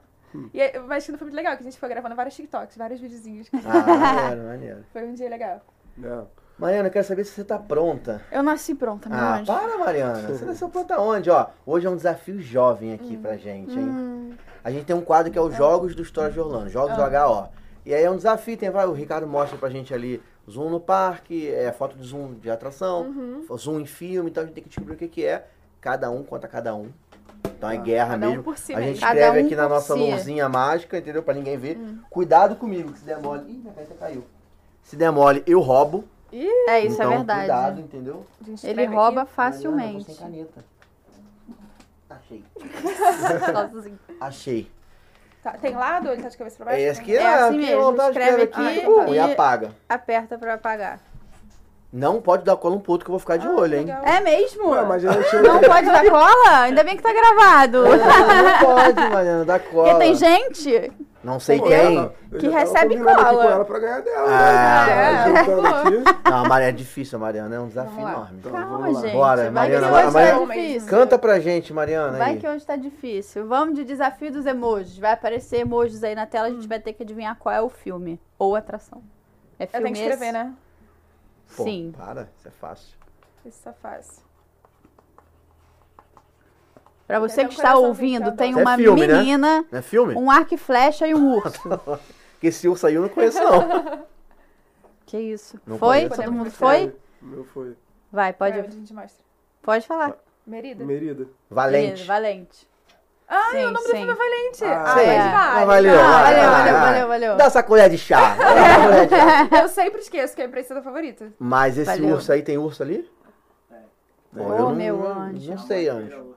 Speaker 3: E aí, mas que não foi muito legal, que a gente foi gravando vários TikToks, vários videozinhos. [LAUGHS]
Speaker 2: Ah, maneiro, maneiro.
Speaker 3: Foi um dia legal.
Speaker 5: É.
Speaker 2: Mariana, eu quero saber se você tá pronta.
Speaker 1: Eu nasci pronta, meu
Speaker 2: Ah,
Speaker 1: anjo.
Speaker 2: para, Mariana. Você nasceu pronta onde? Ó, hoje é um desafio jovem
Speaker 1: Hum,
Speaker 2: aqui pra gente, hein? A gente tem um quadro que é os Jogos do História de Orlando, Jogos
Speaker 1: Ah.
Speaker 2: HO. E aí é um desafio, tem vai, o Ricardo mostra pra gente ali zoom no parque, é, foto de zoom de atração,
Speaker 3: Uhum.
Speaker 1: Hum.
Speaker 2: zoom em filme, então a gente tem que descobrir o que, que é. Cada um conta cada um. Então
Speaker 1: Ah,
Speaker 2: é guerra
Speaker 3: Cada um
Speaker 2: mesmo.
Speaker 3: por si
Speaker 2: a gente
Speaker 3: mesmo.
Speaker 1: Cada
Speaker 2: escreve
Speaker 1: um
Speaker 2: aqui na
Speaker 1: por
Speaker 2: nossa
Speaker 1: si. Hum.
Speaker 2: mãozinha mágica, entendeu? Pra ninguém ver. Cuidado comigo, que se der mole. Ih, minha caneta caiu. Se der mole, eu roubo.
Speaker 1: É isso,
Speaker 2: então,
Speaker 1: é verdade.
Speaker 2: Cuidado, entendeu?
Speaker 3: A gente
Speaker 1: Ele
Speaker 3: escreve
Speaker 1: rouba
Speaker 3: aqui.
Speaker 2: Mariana, eu tô
Speaker 1: facilmente.
Speaker 2: sem caneta. Achei.
Speaker 1: [LAUGHS] Nossa, assim.
Speaker 2: Achei.
Speaker 3: Tá, tem lado ou ele tá de cabeça pra baixo?
Speaker 2: É esse aqui,
Speaker 1: É
Speaker 2: ah,
Speaker 1: assim
Speaker 2: fiquei à
Speaker 1: mesmo,
Speaker 2: vontade,
Speaker 1: escreve
Speaker 2: escreve
Speaker 1: aqui Ah,
Speaker 2: aqui, pum, e
Speaker 1: e-
Speaker 2: apaga.
Speaker 1: Aperta pra apagar.
Speaker 2: Não pode dar cola um pro outro que eu vou ficar de
Speaker 3: Ah,
Speaker 2: olho, hein?
Speaker 3: legal.
Speaker 1: É mesmo?
Speaker 5: Ué, mas a gente
Speaker 1: Não pode dar cola? Ainda bem que tá gravado.
Speaker 2: Ah, não pode, Mariana, dar cola.
Speaker 1: Porque tem gente
Speaker 2: Não sei
Speaker 1: Entendeu?
Speaker 2: quem.
Speaker 5: Eu
Speaker 1: que
Speaker 5: já tava
Speaker 1: recebe
Speaker 5: combinando aqui
Speaker 1: cola.
Speaker 5: com ela pra ganhar dela,
Speaker 2: Ah,
Speaker 5: né?
Speaker 3: É.
Speaker 5: Tá ajeitando aqui.
Speaker 2: Não, a Mariana é difícil, a Mariana é um desafio
Speaker 3: Vamos lá.
Speaker 2: enorme.
Speaker 5: Então,
Speaker 1: Calma,
Speaker 5: vamos lá.
Speaker 1: gente.
Speaker 2: Bora,
Speaker 1: vai
Speaker 2: Mariana,
Speaker 1: que
Speaker 2: vai-
Speaker 1: hoje
Speaker 2: Mariana,
Speaker 1: tá difícil.
Speaker 2: Canta pra gente, Mariana.
Speaker 1: Vai
Speaker 2: aí.
Speaker 1: que hoje tá difícil. Vamos de desafio dos emojis. Vai aparecer emojis aí na tela, a gente vai ter que adivinhar qual é o filme ou atração. É
Speaker 3: Hum. Eu
Speaker 1: filme
Speaker 3: tenho que escrever,
Speaker 1: esse?
Speaker 3: né?
Speaker 2: Pô,
Speaker 1: Sim.
Speaker 2: Para, isso é fácil.
Speaker 3: Isso tá fácil.
Speaker 1: Pra você
Speaker 3: Tem
Speaker 1: que
Speaker 3: um
Speaker 1: está
Speaker 3: coraçãozinho
Speaker 1: ouvindo,
Speaker 3: cada
Speaker 1: tem
Speaker 2: um. Isso é
Speaker 1: uma
Speaker 2: filme, né?
Speaker 1: menina,
Speaker 2: Não é filme? [LAUGHS]
Speaker 1: um arco e flecha e um urso.
Speaker 2: Porque esse urso aí eu não conheço, não.
Speaker 1: que isso?
Speaker 2: Não
Speaker 1: foi?
Speaker 2: conheço.
Speaker 1: Todo mundo
Speaker 3: Podemos
Speaker 1: foi?
Speaker 5: O meu foi.
Speaker 1: Vai,
Speaker 3: Pode.
Speaker 1: pode,
Speaker 3: a gente mostra.
Speaker 1: pode falar.
Speaker 3: Merida?
Speaker 5: Merida.
Speaker 2: Valente.
Speaker 1: Menino, valente.
Speaker 3: Ah,
Speaker 1: Sim,
Speaker 3: o nome do
Speaker 1: sim.
Speaker 3: filme é Valente.
Speaker 5: Ah,
Speaker 3: Ah,
Speaker 2: Sei.
Speaker 3: é.
Speaker 1: é.
Speaker 2: Ah,
Speaker 3: vale.
Speaker 2: valeu,
Speaker 1: Ah,
Speaker 2: vai,
Speaker 1: valeu,
Speaker 2: vai,
Speaker 1: valeu,
Speaker 2: vai.
Speaker 1: valeu, valeu.
Speaker 2: Dá essa colher de chá. Dá essa colher de chá.
Speaker 3: Eu sempre esqueço que é a empresa favorita.
Speaker 2: Mas esse
Speaker 1: Valeu. É.
Speaker 2: urso aí, tem urso ali? Bom,
Speaker 1: Ô, meu anjo.
Speaker 2: Não sei, anjo.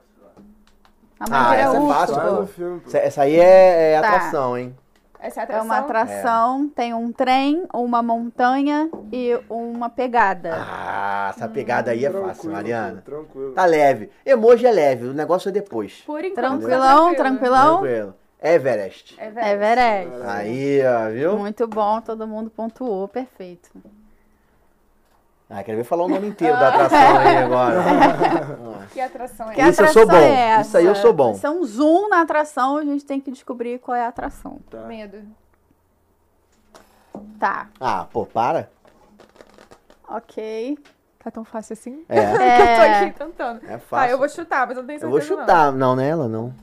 Speaker 1: A
Speaker 2: Ah,
Speaker 1: maneira
Speaker 2: essa é
Speaker 1: urso.
Speaker 2: fácil,
Speaker 5: Sai
Speaker 2: pô.
Speaker 5: do filme. pô.
Speaker 2: Essa, essa aí é, é
Speaker 1: Tá.
Speaker 2: atração, hein?
Speaker 3: Essa é a
Speaker 1: É
Speaker 3: atração.
Speaker 1: uma atração,
Speaker 2: É.
Speaker 1: tem um trem, uma montanha e uma pegada.
Speaker 2: Ah, essa
Speaker 1: Hum,
Speaker 2: pegada aí é fácil,
Speaker 5: Tranquilo,
Speaker 2: Mariana.
Speaker 5: pô, Tranquilo.
Speaker 2: Tá leve. Emoji é leve, o negócio é depois.
Speaker 3: Por enquanto, tá
Speaker 1: Tranquilão,
Speaker 3: tranquila.
Speaker 1: tranquilão.
Speaker 2: Tranquilo. né? Everest.
Speaker 3: É velho.
Speaker 1: Everest.
Speaker 2: Aí, ó, viu?
Speaker 1: Muito bom, todo mundo pontuou, perfeito.
Speaker 2: Ah, quero ver falar o nome
Speaker 1: [LAUGHS]
Speaker 2: inteiro da atração aí agora.
Speaker 3: Que atração é
Speaker 1: Que
Speaker 3: essa?
Speaker 2: Isso eu
Speaker 1: atração
Speaker 2: sou bom.
Speaker 1: é
Speaker 2: Isso aí eu
Speaker 1: essa?
Speaker 2: sou bom.
Speaker 1: Isso é um zoom na atração, a gente tem que descobrir qual é a atração.
Speaker 5: Tá.
Speaker 3: Medo.
Speaker 1: Tá,
Speaker 2: Ah, pô, para.
Speaker 1: ok.
Speaker 3: Tá tão fácil assim?
Speaker 1: [LAUGHS]
Speaker 2: É,
Speaker 3: É. eu tô aqui tentando.
Speaker 2: é
Speaker 3: Tá,
Speaker 1: Ah,
Speaker 3: eu
Speaker 2: fácil.
Speaker 3: vou chutar, mas eu não tenho certeza
Speaker 2: Eu vou chutar. Não, não é ela, não.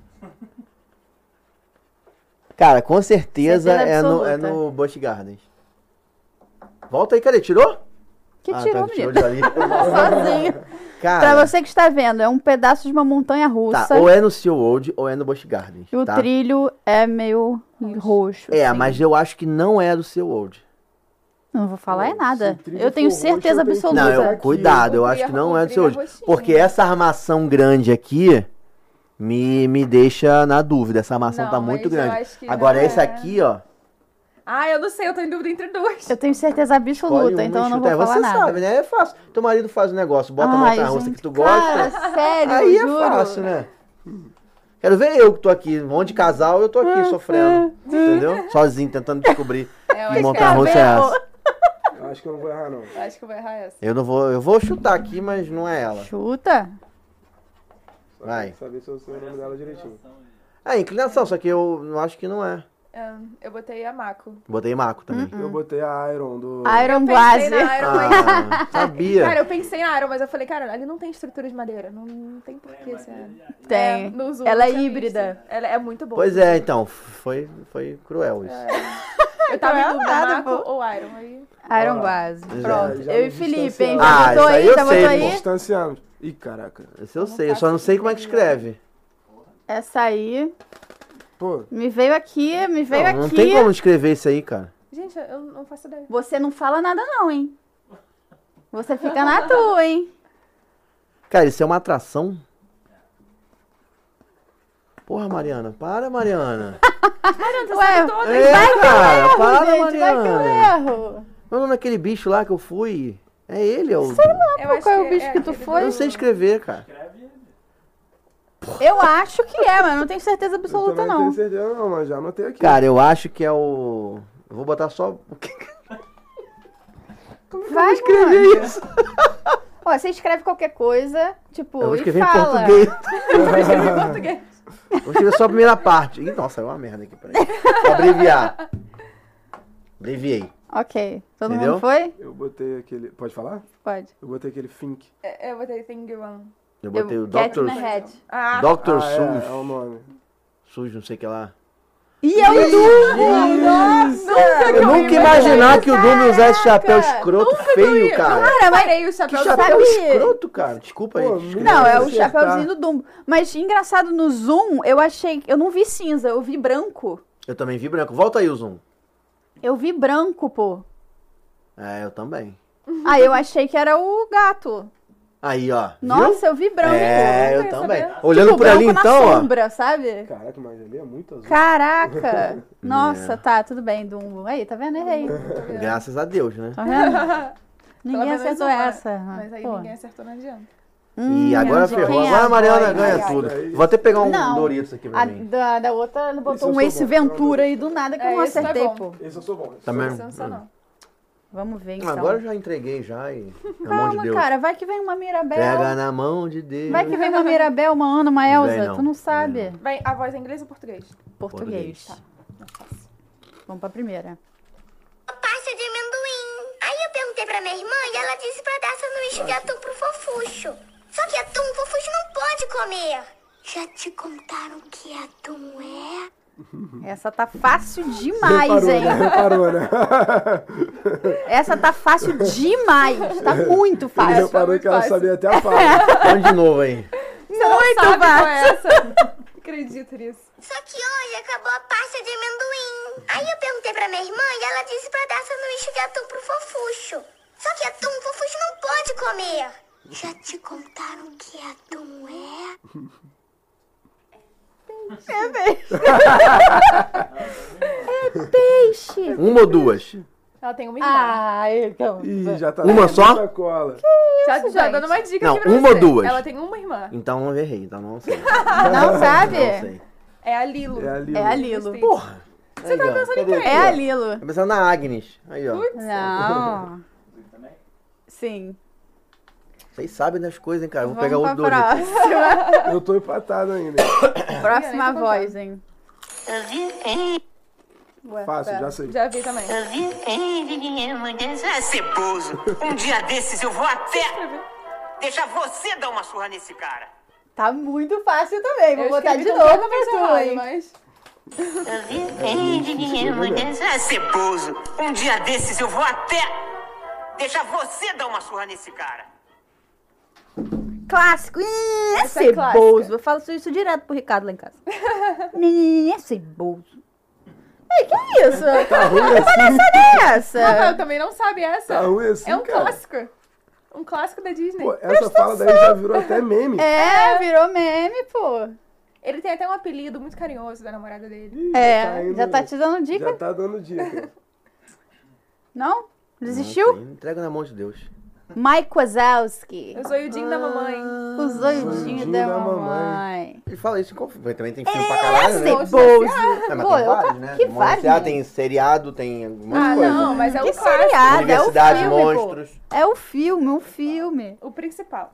Speaker 2: Cara, com certeza
Speaker 1: Certeza
Speaker 2: é no, é
Speaker 1: absoluta.
Speaker 2: no Busch Gardens. Volta aí, cadê? Tirou?
Speaker 1: Que
Speaker 2: ah,
Speaker 1: tirou,
Speaker 2: tá,
Speaker 1: menino?
Speaker 2: tirou de ali.
Speaker 1: Sozinho.
Speaker 2: [LAUGHS] Cara,
Speaker 1: Pra você que está vendo, é um pedaço de uma montanha russa.
Speaker 2: tá, ou é no SeaWorld ou é no Busch Gardens.
Speaker 1: E o
Speaker 2: tá?
Speaker 1: trilho é meio roxo.
Speaker 2: É,
Speaker 1: assim.
Speaker 2: mas eu acho que não é do SeaWorld.
Speaker 1: Não vou falar é nada.
Speaker 5: Se o trilho
Speaker 1: Eu tenho
Speaker 5: for
Speaker 1: certeza
Speaker 5: roxo, eu tenho que
Speaker 1: absoluta.
Speaker 2: Não,
Speaker 5: Luta.
Speaker 2: eu, cuidado, eu acho que não
Speaker 3: Cobrir a-
Speaker 2: é do SeaWorld.
Speaker 3: cobrir a
Speaker 2: Porque
Speaker 3: roxinha.
Speaker 2: essa armação grande aqui me, me deixa na dúvida. Essa armação
Speaker 3: Não,
Speaker 2: tá muito
Speaker 3: mas eu
Speaker 2: grande.
Speaker 3: acho que
Speaker 2: Agora,
Speaker 3: não
Speaker 2: esse
Speaker 3: é.
Speaker 2: aqui, ó.
Speaker 3: Ah, eu não sei, eu tô em dúvida entre duas.
Speaker 1: Eu tenho certeza
Speaker 2: escolhe
Speaker 1: absoluta,
Speaker 2: uma
Speaker 1: então
Speaker 2: e
Speaker 1: eu não vou
Speaker 2: chuta. Aí
Speaker 1: falar
Speaker 2: Você
Speaker 1: nada.
Speaker 2: sabe, né? um É fácil. Teu marido faz o negócio, bota uma
Speaker 1: Ai,
Speaker 2: montanha russa
Speaker 1: gente,
Speaker 2: que tu
Speaker 1: cara,
Speaker 2: gosta.
Speaker 1: sério,
Speaker 2: aí é
Speaker 1: juro.
Speaker 2: fácil, né? Quero ver eu que tô aqui, um monte de casal, eu tô aqui sofrendo. entendeu? Sozinho,
Speaker 1: [LAUGHS]
Speaker 2: tentando descobrir
Speaker 3: eu
Speaker 2: que
Speaker 3: acho que
Speaker 2: montanha
Speaker 3: é
Speaker 2: russa é essa.
Speaker 5: Eu acho que eu não vou errar, não.
Speaker 3: Eu acho que eu vou errar essa.
Speaker 2: Eu não vou. Eu vou chutar aqui, mas não é ela.
Speaker 1: Chuta.
Speaker 5: Só
Speaker 2: Vai.
Speaker 5: tem que Saber se eu sei o nome dela direitinho.
Speaker 2: É inclinação, só que eu não acho que não é.
Speaker 3: Ah, eu botei a Mako.
Speaker 2: Botei Marco também.
Speaker 1: Hum,
Speaker 5: Eu botei a Iron do.
Speaker 1: Iron
Speaker 3: Pensei na
Speaker 1: Glaze.
Speaker 3: Iron, mas...
Speaker 2: Ah,
Speaker 1: [LAUGHS]
Speaker 2: sabia.
Speaker 3: Cara, eu pensei na Iron, mas eu falei, cara, ali não tem estrutura de madeira. Não, não tem porquê ser.
Speaker 1: Tem.
Speaker 3: É, no Zoom
Speaker 1: Ela é
Speaker 3: eu tinha
Speaker 1: híbrida.
Speaker 3: visto. Ela é muito boa.
Speaker 2: Pois é, então, foi, foi cruel
Speaker 1: É,
Speaker 2: isso.
Speaker 3: Eu tava em
Speaker 1: Não é
Speaker 3: dúvida,
Speaker 1: nada,
Speaker 3: Mako ou Iron. Aí...
Speaker 1: Iron Glaze. Pronto.
Speaker 5: já
Speaker 1: eu e
Speaker 5: nos
Speaker 1: Felipe, hein?
Speaker 5: distanciamos.
Speaker 1: Já
Speaker 2: Ah,
Speaker 1: botou
Speaker 2: isso aí
Speaker 1: aí?
Speaker 2: eu
Speaker 1: Já
Speaker 2: sei,
Speaker 1: botou
Speaker 2: pô.
Speaker 1: aí?
Speaker 5: Distanciamos. Ih, caraca.
Speaker 2: Isso eu sei, eu só não sei como é que escreve.
Speaker 1: Essa aí.
Speaker 5: Pô,
Speaker 1: Me veio aqui, me veio
Speaker 2: Não, não
Speaker 1: aqui.
Speaker 2: tem como escrever isso aí, cara.
Speaker 3: Gente, eu não faço ideia.
Speaker 1: Você não fala nada, não, hein? Você fica na tua, hein?
Speaker 2: Cara, isso é uma atração? Porra, Mariana, para,
Speaker 1: [LAUGHS]
Speaker 2: Mariana.
Speaker 1: Ué,
Speaker 2: É, cara, para,
Speaker 1: gente, vai que eu
Speaker 2: Mariana.
Speaker 1: erro.
Speaker 2: Qual é o nome daquele bicho lá que eu fui? É ele, é o.
Speaker 3: Eu acho
Speaker 1: qual é o bicho que tu
Speaker 3: aquele
Speaker 1: foi?
Speaker 2: Eu não sei escrever, cara.
Speaker 1: Eu acho que é, mas não tenho certeza
Speaker 5: eu
Speaker 1: absoluta,
Speaker 5: também não
Speaker 1: não.
Speaker 5: tenho certeza, não, mas já anotei aqui.
Speaker 2: Cara, eu acho que é o. Eu vou botar só. o que-
Speaker 1: Vai escrever isso. [LAUGHS] Ó, você escreve qualquer coisa, tipo,
Speaker 2: Eu vou
Speaker 1: e
Speaker 2: escrever em
Speaker 1: fala.
Speaker 2: português.
Speaker 3: do
Speaker 2: [LAUGHS]
Speaker 3: é português.
Speaker 2: Vou escrever só a primeira parte. Ih, nossa, é uma merda aqui, peraí. Vou abreviar. Abreviei.
Speaker 1: Ok. Todo
Speaker 2: Entendeu?
Speaker 1: mundo foi?
Speaker 5: Eu botei aquele. Pode falar?
Speaker 1: Pode.
Speaker 5: Eu botei aquele Fink.
Speaker 3: É, Eu botei Thing One.
Speaker 2: Eu botei o
Speaker 1: Cat in
Speaker 2: Dr.
Speaker 1: the Head.
Speaker 3: Ah,
Speaker 2: Dr.
Speaker 5: Ah,
Speaker 2: Sus.
Speaker 5: é, é o nome.
Speaker 2: Sus, não sei o que lá.
Speaker 1: E é eu
Speaker 2: Eu nunca ia imaginar que o Dumbo usasse chapéu escroto feio, cara.
Speaker 1: Cara, mas
Speaker 3: parei o chapéu do
Speaker 2: Que chapéu
Speaker 1: sabia.
Speaker 2: escroto, cara. Desculpa aí.
Speaker 5: Pô,
Speaker 2: desculpa.
Speaker 1: Não, é o
Speaker 5: Acertar.
Speaker 1: chapéuzinho do Dumbo. Mas engraçado, no Zoom, eu achei. Eu não vi cinza, eu vi branco.
Speaker 2: Eu também vi branco. Volta aí o zoom.
Speaker 1: Eu vi branco, pô.
Speaker 2: É, eu também.
Speaker 1: Aí eu achei que era o gato.
Speaker 2: Aí, ó. viu?
Speaker 1: Nossa, eu vi branco.
Speaker 2: É, eu
Speaker 3: queria
Speaker 2: também.
Speaker 3: saber.
Speaker 2: Olhando
Speaker 1: tipo,
Speaker 2: por ali,
Speaker 1: branco na
Speaker 2: então, ó.
Speaker 1: sombra, sabe?
Speaker 5: Caraca, mas ele é muito azul.
Speaker 1: Caraca! Nossa, tá, tudo bem, Dumbo. Aí, tá vendo? Errei.
Speaker 2: Graças a Deus, né?
Speaker 1: Tá vendo? Ninguém
Speaker 3: menos
Speaker 1: acertou
Speaker 3: uma.
Speaker 1: essa. né?
Speaker 3: Mas aí
Speaker 1: Pô.
Speaker 3: ninguém acertou, não adianta.
Speaker 2: E agora
Speaker 1: de
Speaker 2: ferrou.
Speaker 1: quem é
Speaker 2: Agora
Speaker 1: a
Speaker 2: a Mariana
Speaker 1: voz?
Speaker 2: ganha tudo. Vou até pegar um
Speaker 1: Não.
Speaker 2: Doritos aqui
Speaker 1: A
Speaker 2: pra mim.
Speaker 1: da, da outra ela
Speaker 5: Isso
Speaker 1: botou
Speaker 5: eu
Speaker 1: um
Speaker 5: sou
Speaker 1: Ace
Speaker 5: bom, eu não
Speaker 1: Ventura aí do nada que eu
Speaker 3: É,
Speaker 1: não
Speaker 3: esse tá
Speaker 1: acertei,
Speaker 3: bom.
Speaker 1: pô.
Speaker 5: Esse eu sou bom. esse eu
Speaker 2: Também.
Speaker 3: Sensacional.
Speaker 1: Vamos ver então.
Speaker 2: Ah, Agora eu já entreguei já e. Na mão de
Speaker 1: Calma,
Speaker 2: Deus.
Speaker 1: cara. Vai que vem uma Mirabel.
Speaker 2: Pega na mão de Deus.
Speaker 1: Vai que vem uma Mirabel, uma Ana, uma Elza.
Speaker 2: Vem não,
Speaker 1: tu não
Speaker 2: vem
Speaker 1: sabe.
Speaker 3: Vai, a voz é inglês ou português?
Speaker 1: Português. Tá,
Speaker 2: Português.
Speaker 1: Vamos pra primeira.
Speaker 4: pasta de amendoim. Aí eu perguntei pra minha irmã e ela disse pra dar sanduíche de atum pro fofucho. Só que atum o fofucho não pode comer. Já te contaram que atum é?
Speaker 1: Essa tá fácil demais,
Speaker 5: Reparou, né?
Speaker 1: hein?
Speaker 5: Reparou, né?
Speaker 1: [LAUGHS] Essa tá fácil demais. Tá muito
Speaker 5: Ele
Speaker 1: fácil.
Speaker 5: reparou
Speaker 3: Tá muito
Speaker 5: que ela
Speaker 3: fácil.
Speaker 5: sabia
Speaker 1: [LAUGHS]
Speaker 5: até a fala.
Speaker 2: Vamos de novo aí.
Speaker 3: Sabe
Speaker 1: Muito
Speaker 3: qual
Speaker 1: fácil.
Speaker 3: é essa? Acredito nisso.
Speaker 4: Só que hoje acabou a pasta de amendoim. Aí eu perguntei pra minha irmã e ela disse pra dar sanduíche de atum pro fofucho. Só que atum o fofucho não pode comer. Já te contaram que atum é?
Speaker 1: É Peixe.
Speaker 2: Uma ou duas?
Speaker 3: Ela tem uma irmã.
Speaker 1: Ah, então.
Speaker 5: Ih, já tá
Speaker 2: Uma
Speaker 5: na
Speaker 2: só?
Speaker 5: sacola.
Speaker 3: já já
Speaker 1: gente.
Speaker 3: dando uma dica
Speaker 2: Não,
Speaker 3: aqui pra
Speaker 2: uma
Speaker 3: você.
Speaker 2: ou duas?
Speaker 3: Ela tem uma irmã.
Speaker 2: Então eu errei, então não sei.
Speaker 5: [LAUGHS]
Speaker 1: Não [LAUGHS] sabe?
Speaker 2: Não sei.
Speaker 3: É a Lilo.
Speaker 5: É ali.
Speaker 1: É a
Speaker 5: ó.
Speaker 1: Lilo.
Speaker 2: Porra! Você tá
Speaker 3: pensando em quem?
Speaker 1: É a Lilo.
Speaker 2: Tá pensando na Agnes. Aí, ó.
Speaker 1: Não. Sim.
Speaker 2: Vocês sabem das coisas, hein, cara? Eu Vou pegar
Speaker 1: Vamos
Speaker 2: outro
Speaker 1: pra
Speaker 2: Dorito.
Speaker 1: próxima.
Speaker 5: Eu tô empatado ainda.
Speaker 1: [LAUGHS] próxima
Speaker 3: Eu nem tô
Speaker 1: voz, hein?
Speaker 9: Eu vi, ele,
Speaker 1: Ué,
Speaker 5: Fácil,
Speaker 1: pera.
Speaker 5: já sei.
Speaker 3: Já vi também.
Speaker 9: eu vi, ele, mudança. Ah, ceboso. Um dia desses eu vou até. Deixar você dar uma surra nesse cara.
Speaker 1: Tá muito fácil também. Vou
Speaker 3: Eu
Speaker 1: botar
Speaker 3: escrevi
Speaker 1: de novo pra
Speaker 3: completamente
Speaker 1: tu,
Speaker 3: errado,
Speaker 1: hein?
Speaker 3: Mas...
Speaker 9: Eu vi, ele, mudança. Ah, ceboso. Um dia desses eu vou até. Deixar você dar uma surra nesse cara.
Speaker 1: Clássico. Ih, é
Speaker 3: Essa é clássica.
Speaker 1: ceboso. Eu falo isso direto pro Ricardo lá em [LAUGHS] casa. Ih, é ceboso. Ei, que é isso?
Speaker 5: Tá ruim assim?
Speaker 1: Que é
Speaker 3: Rafael
Speaker 1: essa?
Speaker 3: Ah, também não sabe essa.
Speaker 5: Tá ruim assim,
Speaker 3: é um
Speaker 5: cara.
Speaker 3: clássico. Um clássico da Disney.
Speaker 5: Pô, essa fala daí já virou até meme.
Speaker 1: assim, É, virou meme, pô.
Speaker 3: Ele tem até um apelido muito carinhoso da namorada dele.
Speaker 5: tá
Speaker 1: É,
Speaker 5: indo-
Speaker 1: já tá te dando
Speaker 5: Já
Speaker 1: dica?
Speaker 5: tá
Speaker 1: [LAUGHS]
Speaker 5: dando dica.
Speaker 1: Não?
Speaker 2: Não,
Speaker 1: Desistiu?
Speaker 2: tem. Entrega na mão de Deus.
Speaker 1: Mike Wazowski.
Speaker 3: O zoiudinho da mamãe.
Speaker 1: O zoidinho
Speaker 5: zoidinho
Speaker 1: da,
Speaker 5: da
Speaker 1: mamãe.
Speaker 2: Ele fala isso em conf... Também tem
Speaker 1: É,
Speaker 2: filme pra caralho, né?
Speaker 1: Ceboso.
Speaker 2: Ah, mas
Speaker 1: Pô,
Speaker 2: tem
Speaker 1: eu-
Speaker 2: vários, né?
Speaker 1: que
Speaker 2: Monstro-
Speaker 1: vários,
Speaker 2: Ah,
Speaker 1: né?
Speaker 2: tem seriado, tem um monte de
Speaker 3: Ah,
Speaker 2: coisa.
Speaker 3: não, mas é
Speaker 1: Que
Speaker 3: o clássico.
Speaker 1: seriado, é o
Speaker 2: Universidade,
Speaker 1: filme,
Speaker 2: monstros.
Speaker 1: pô. É o filme, um filme.
Speaker 3: O principal.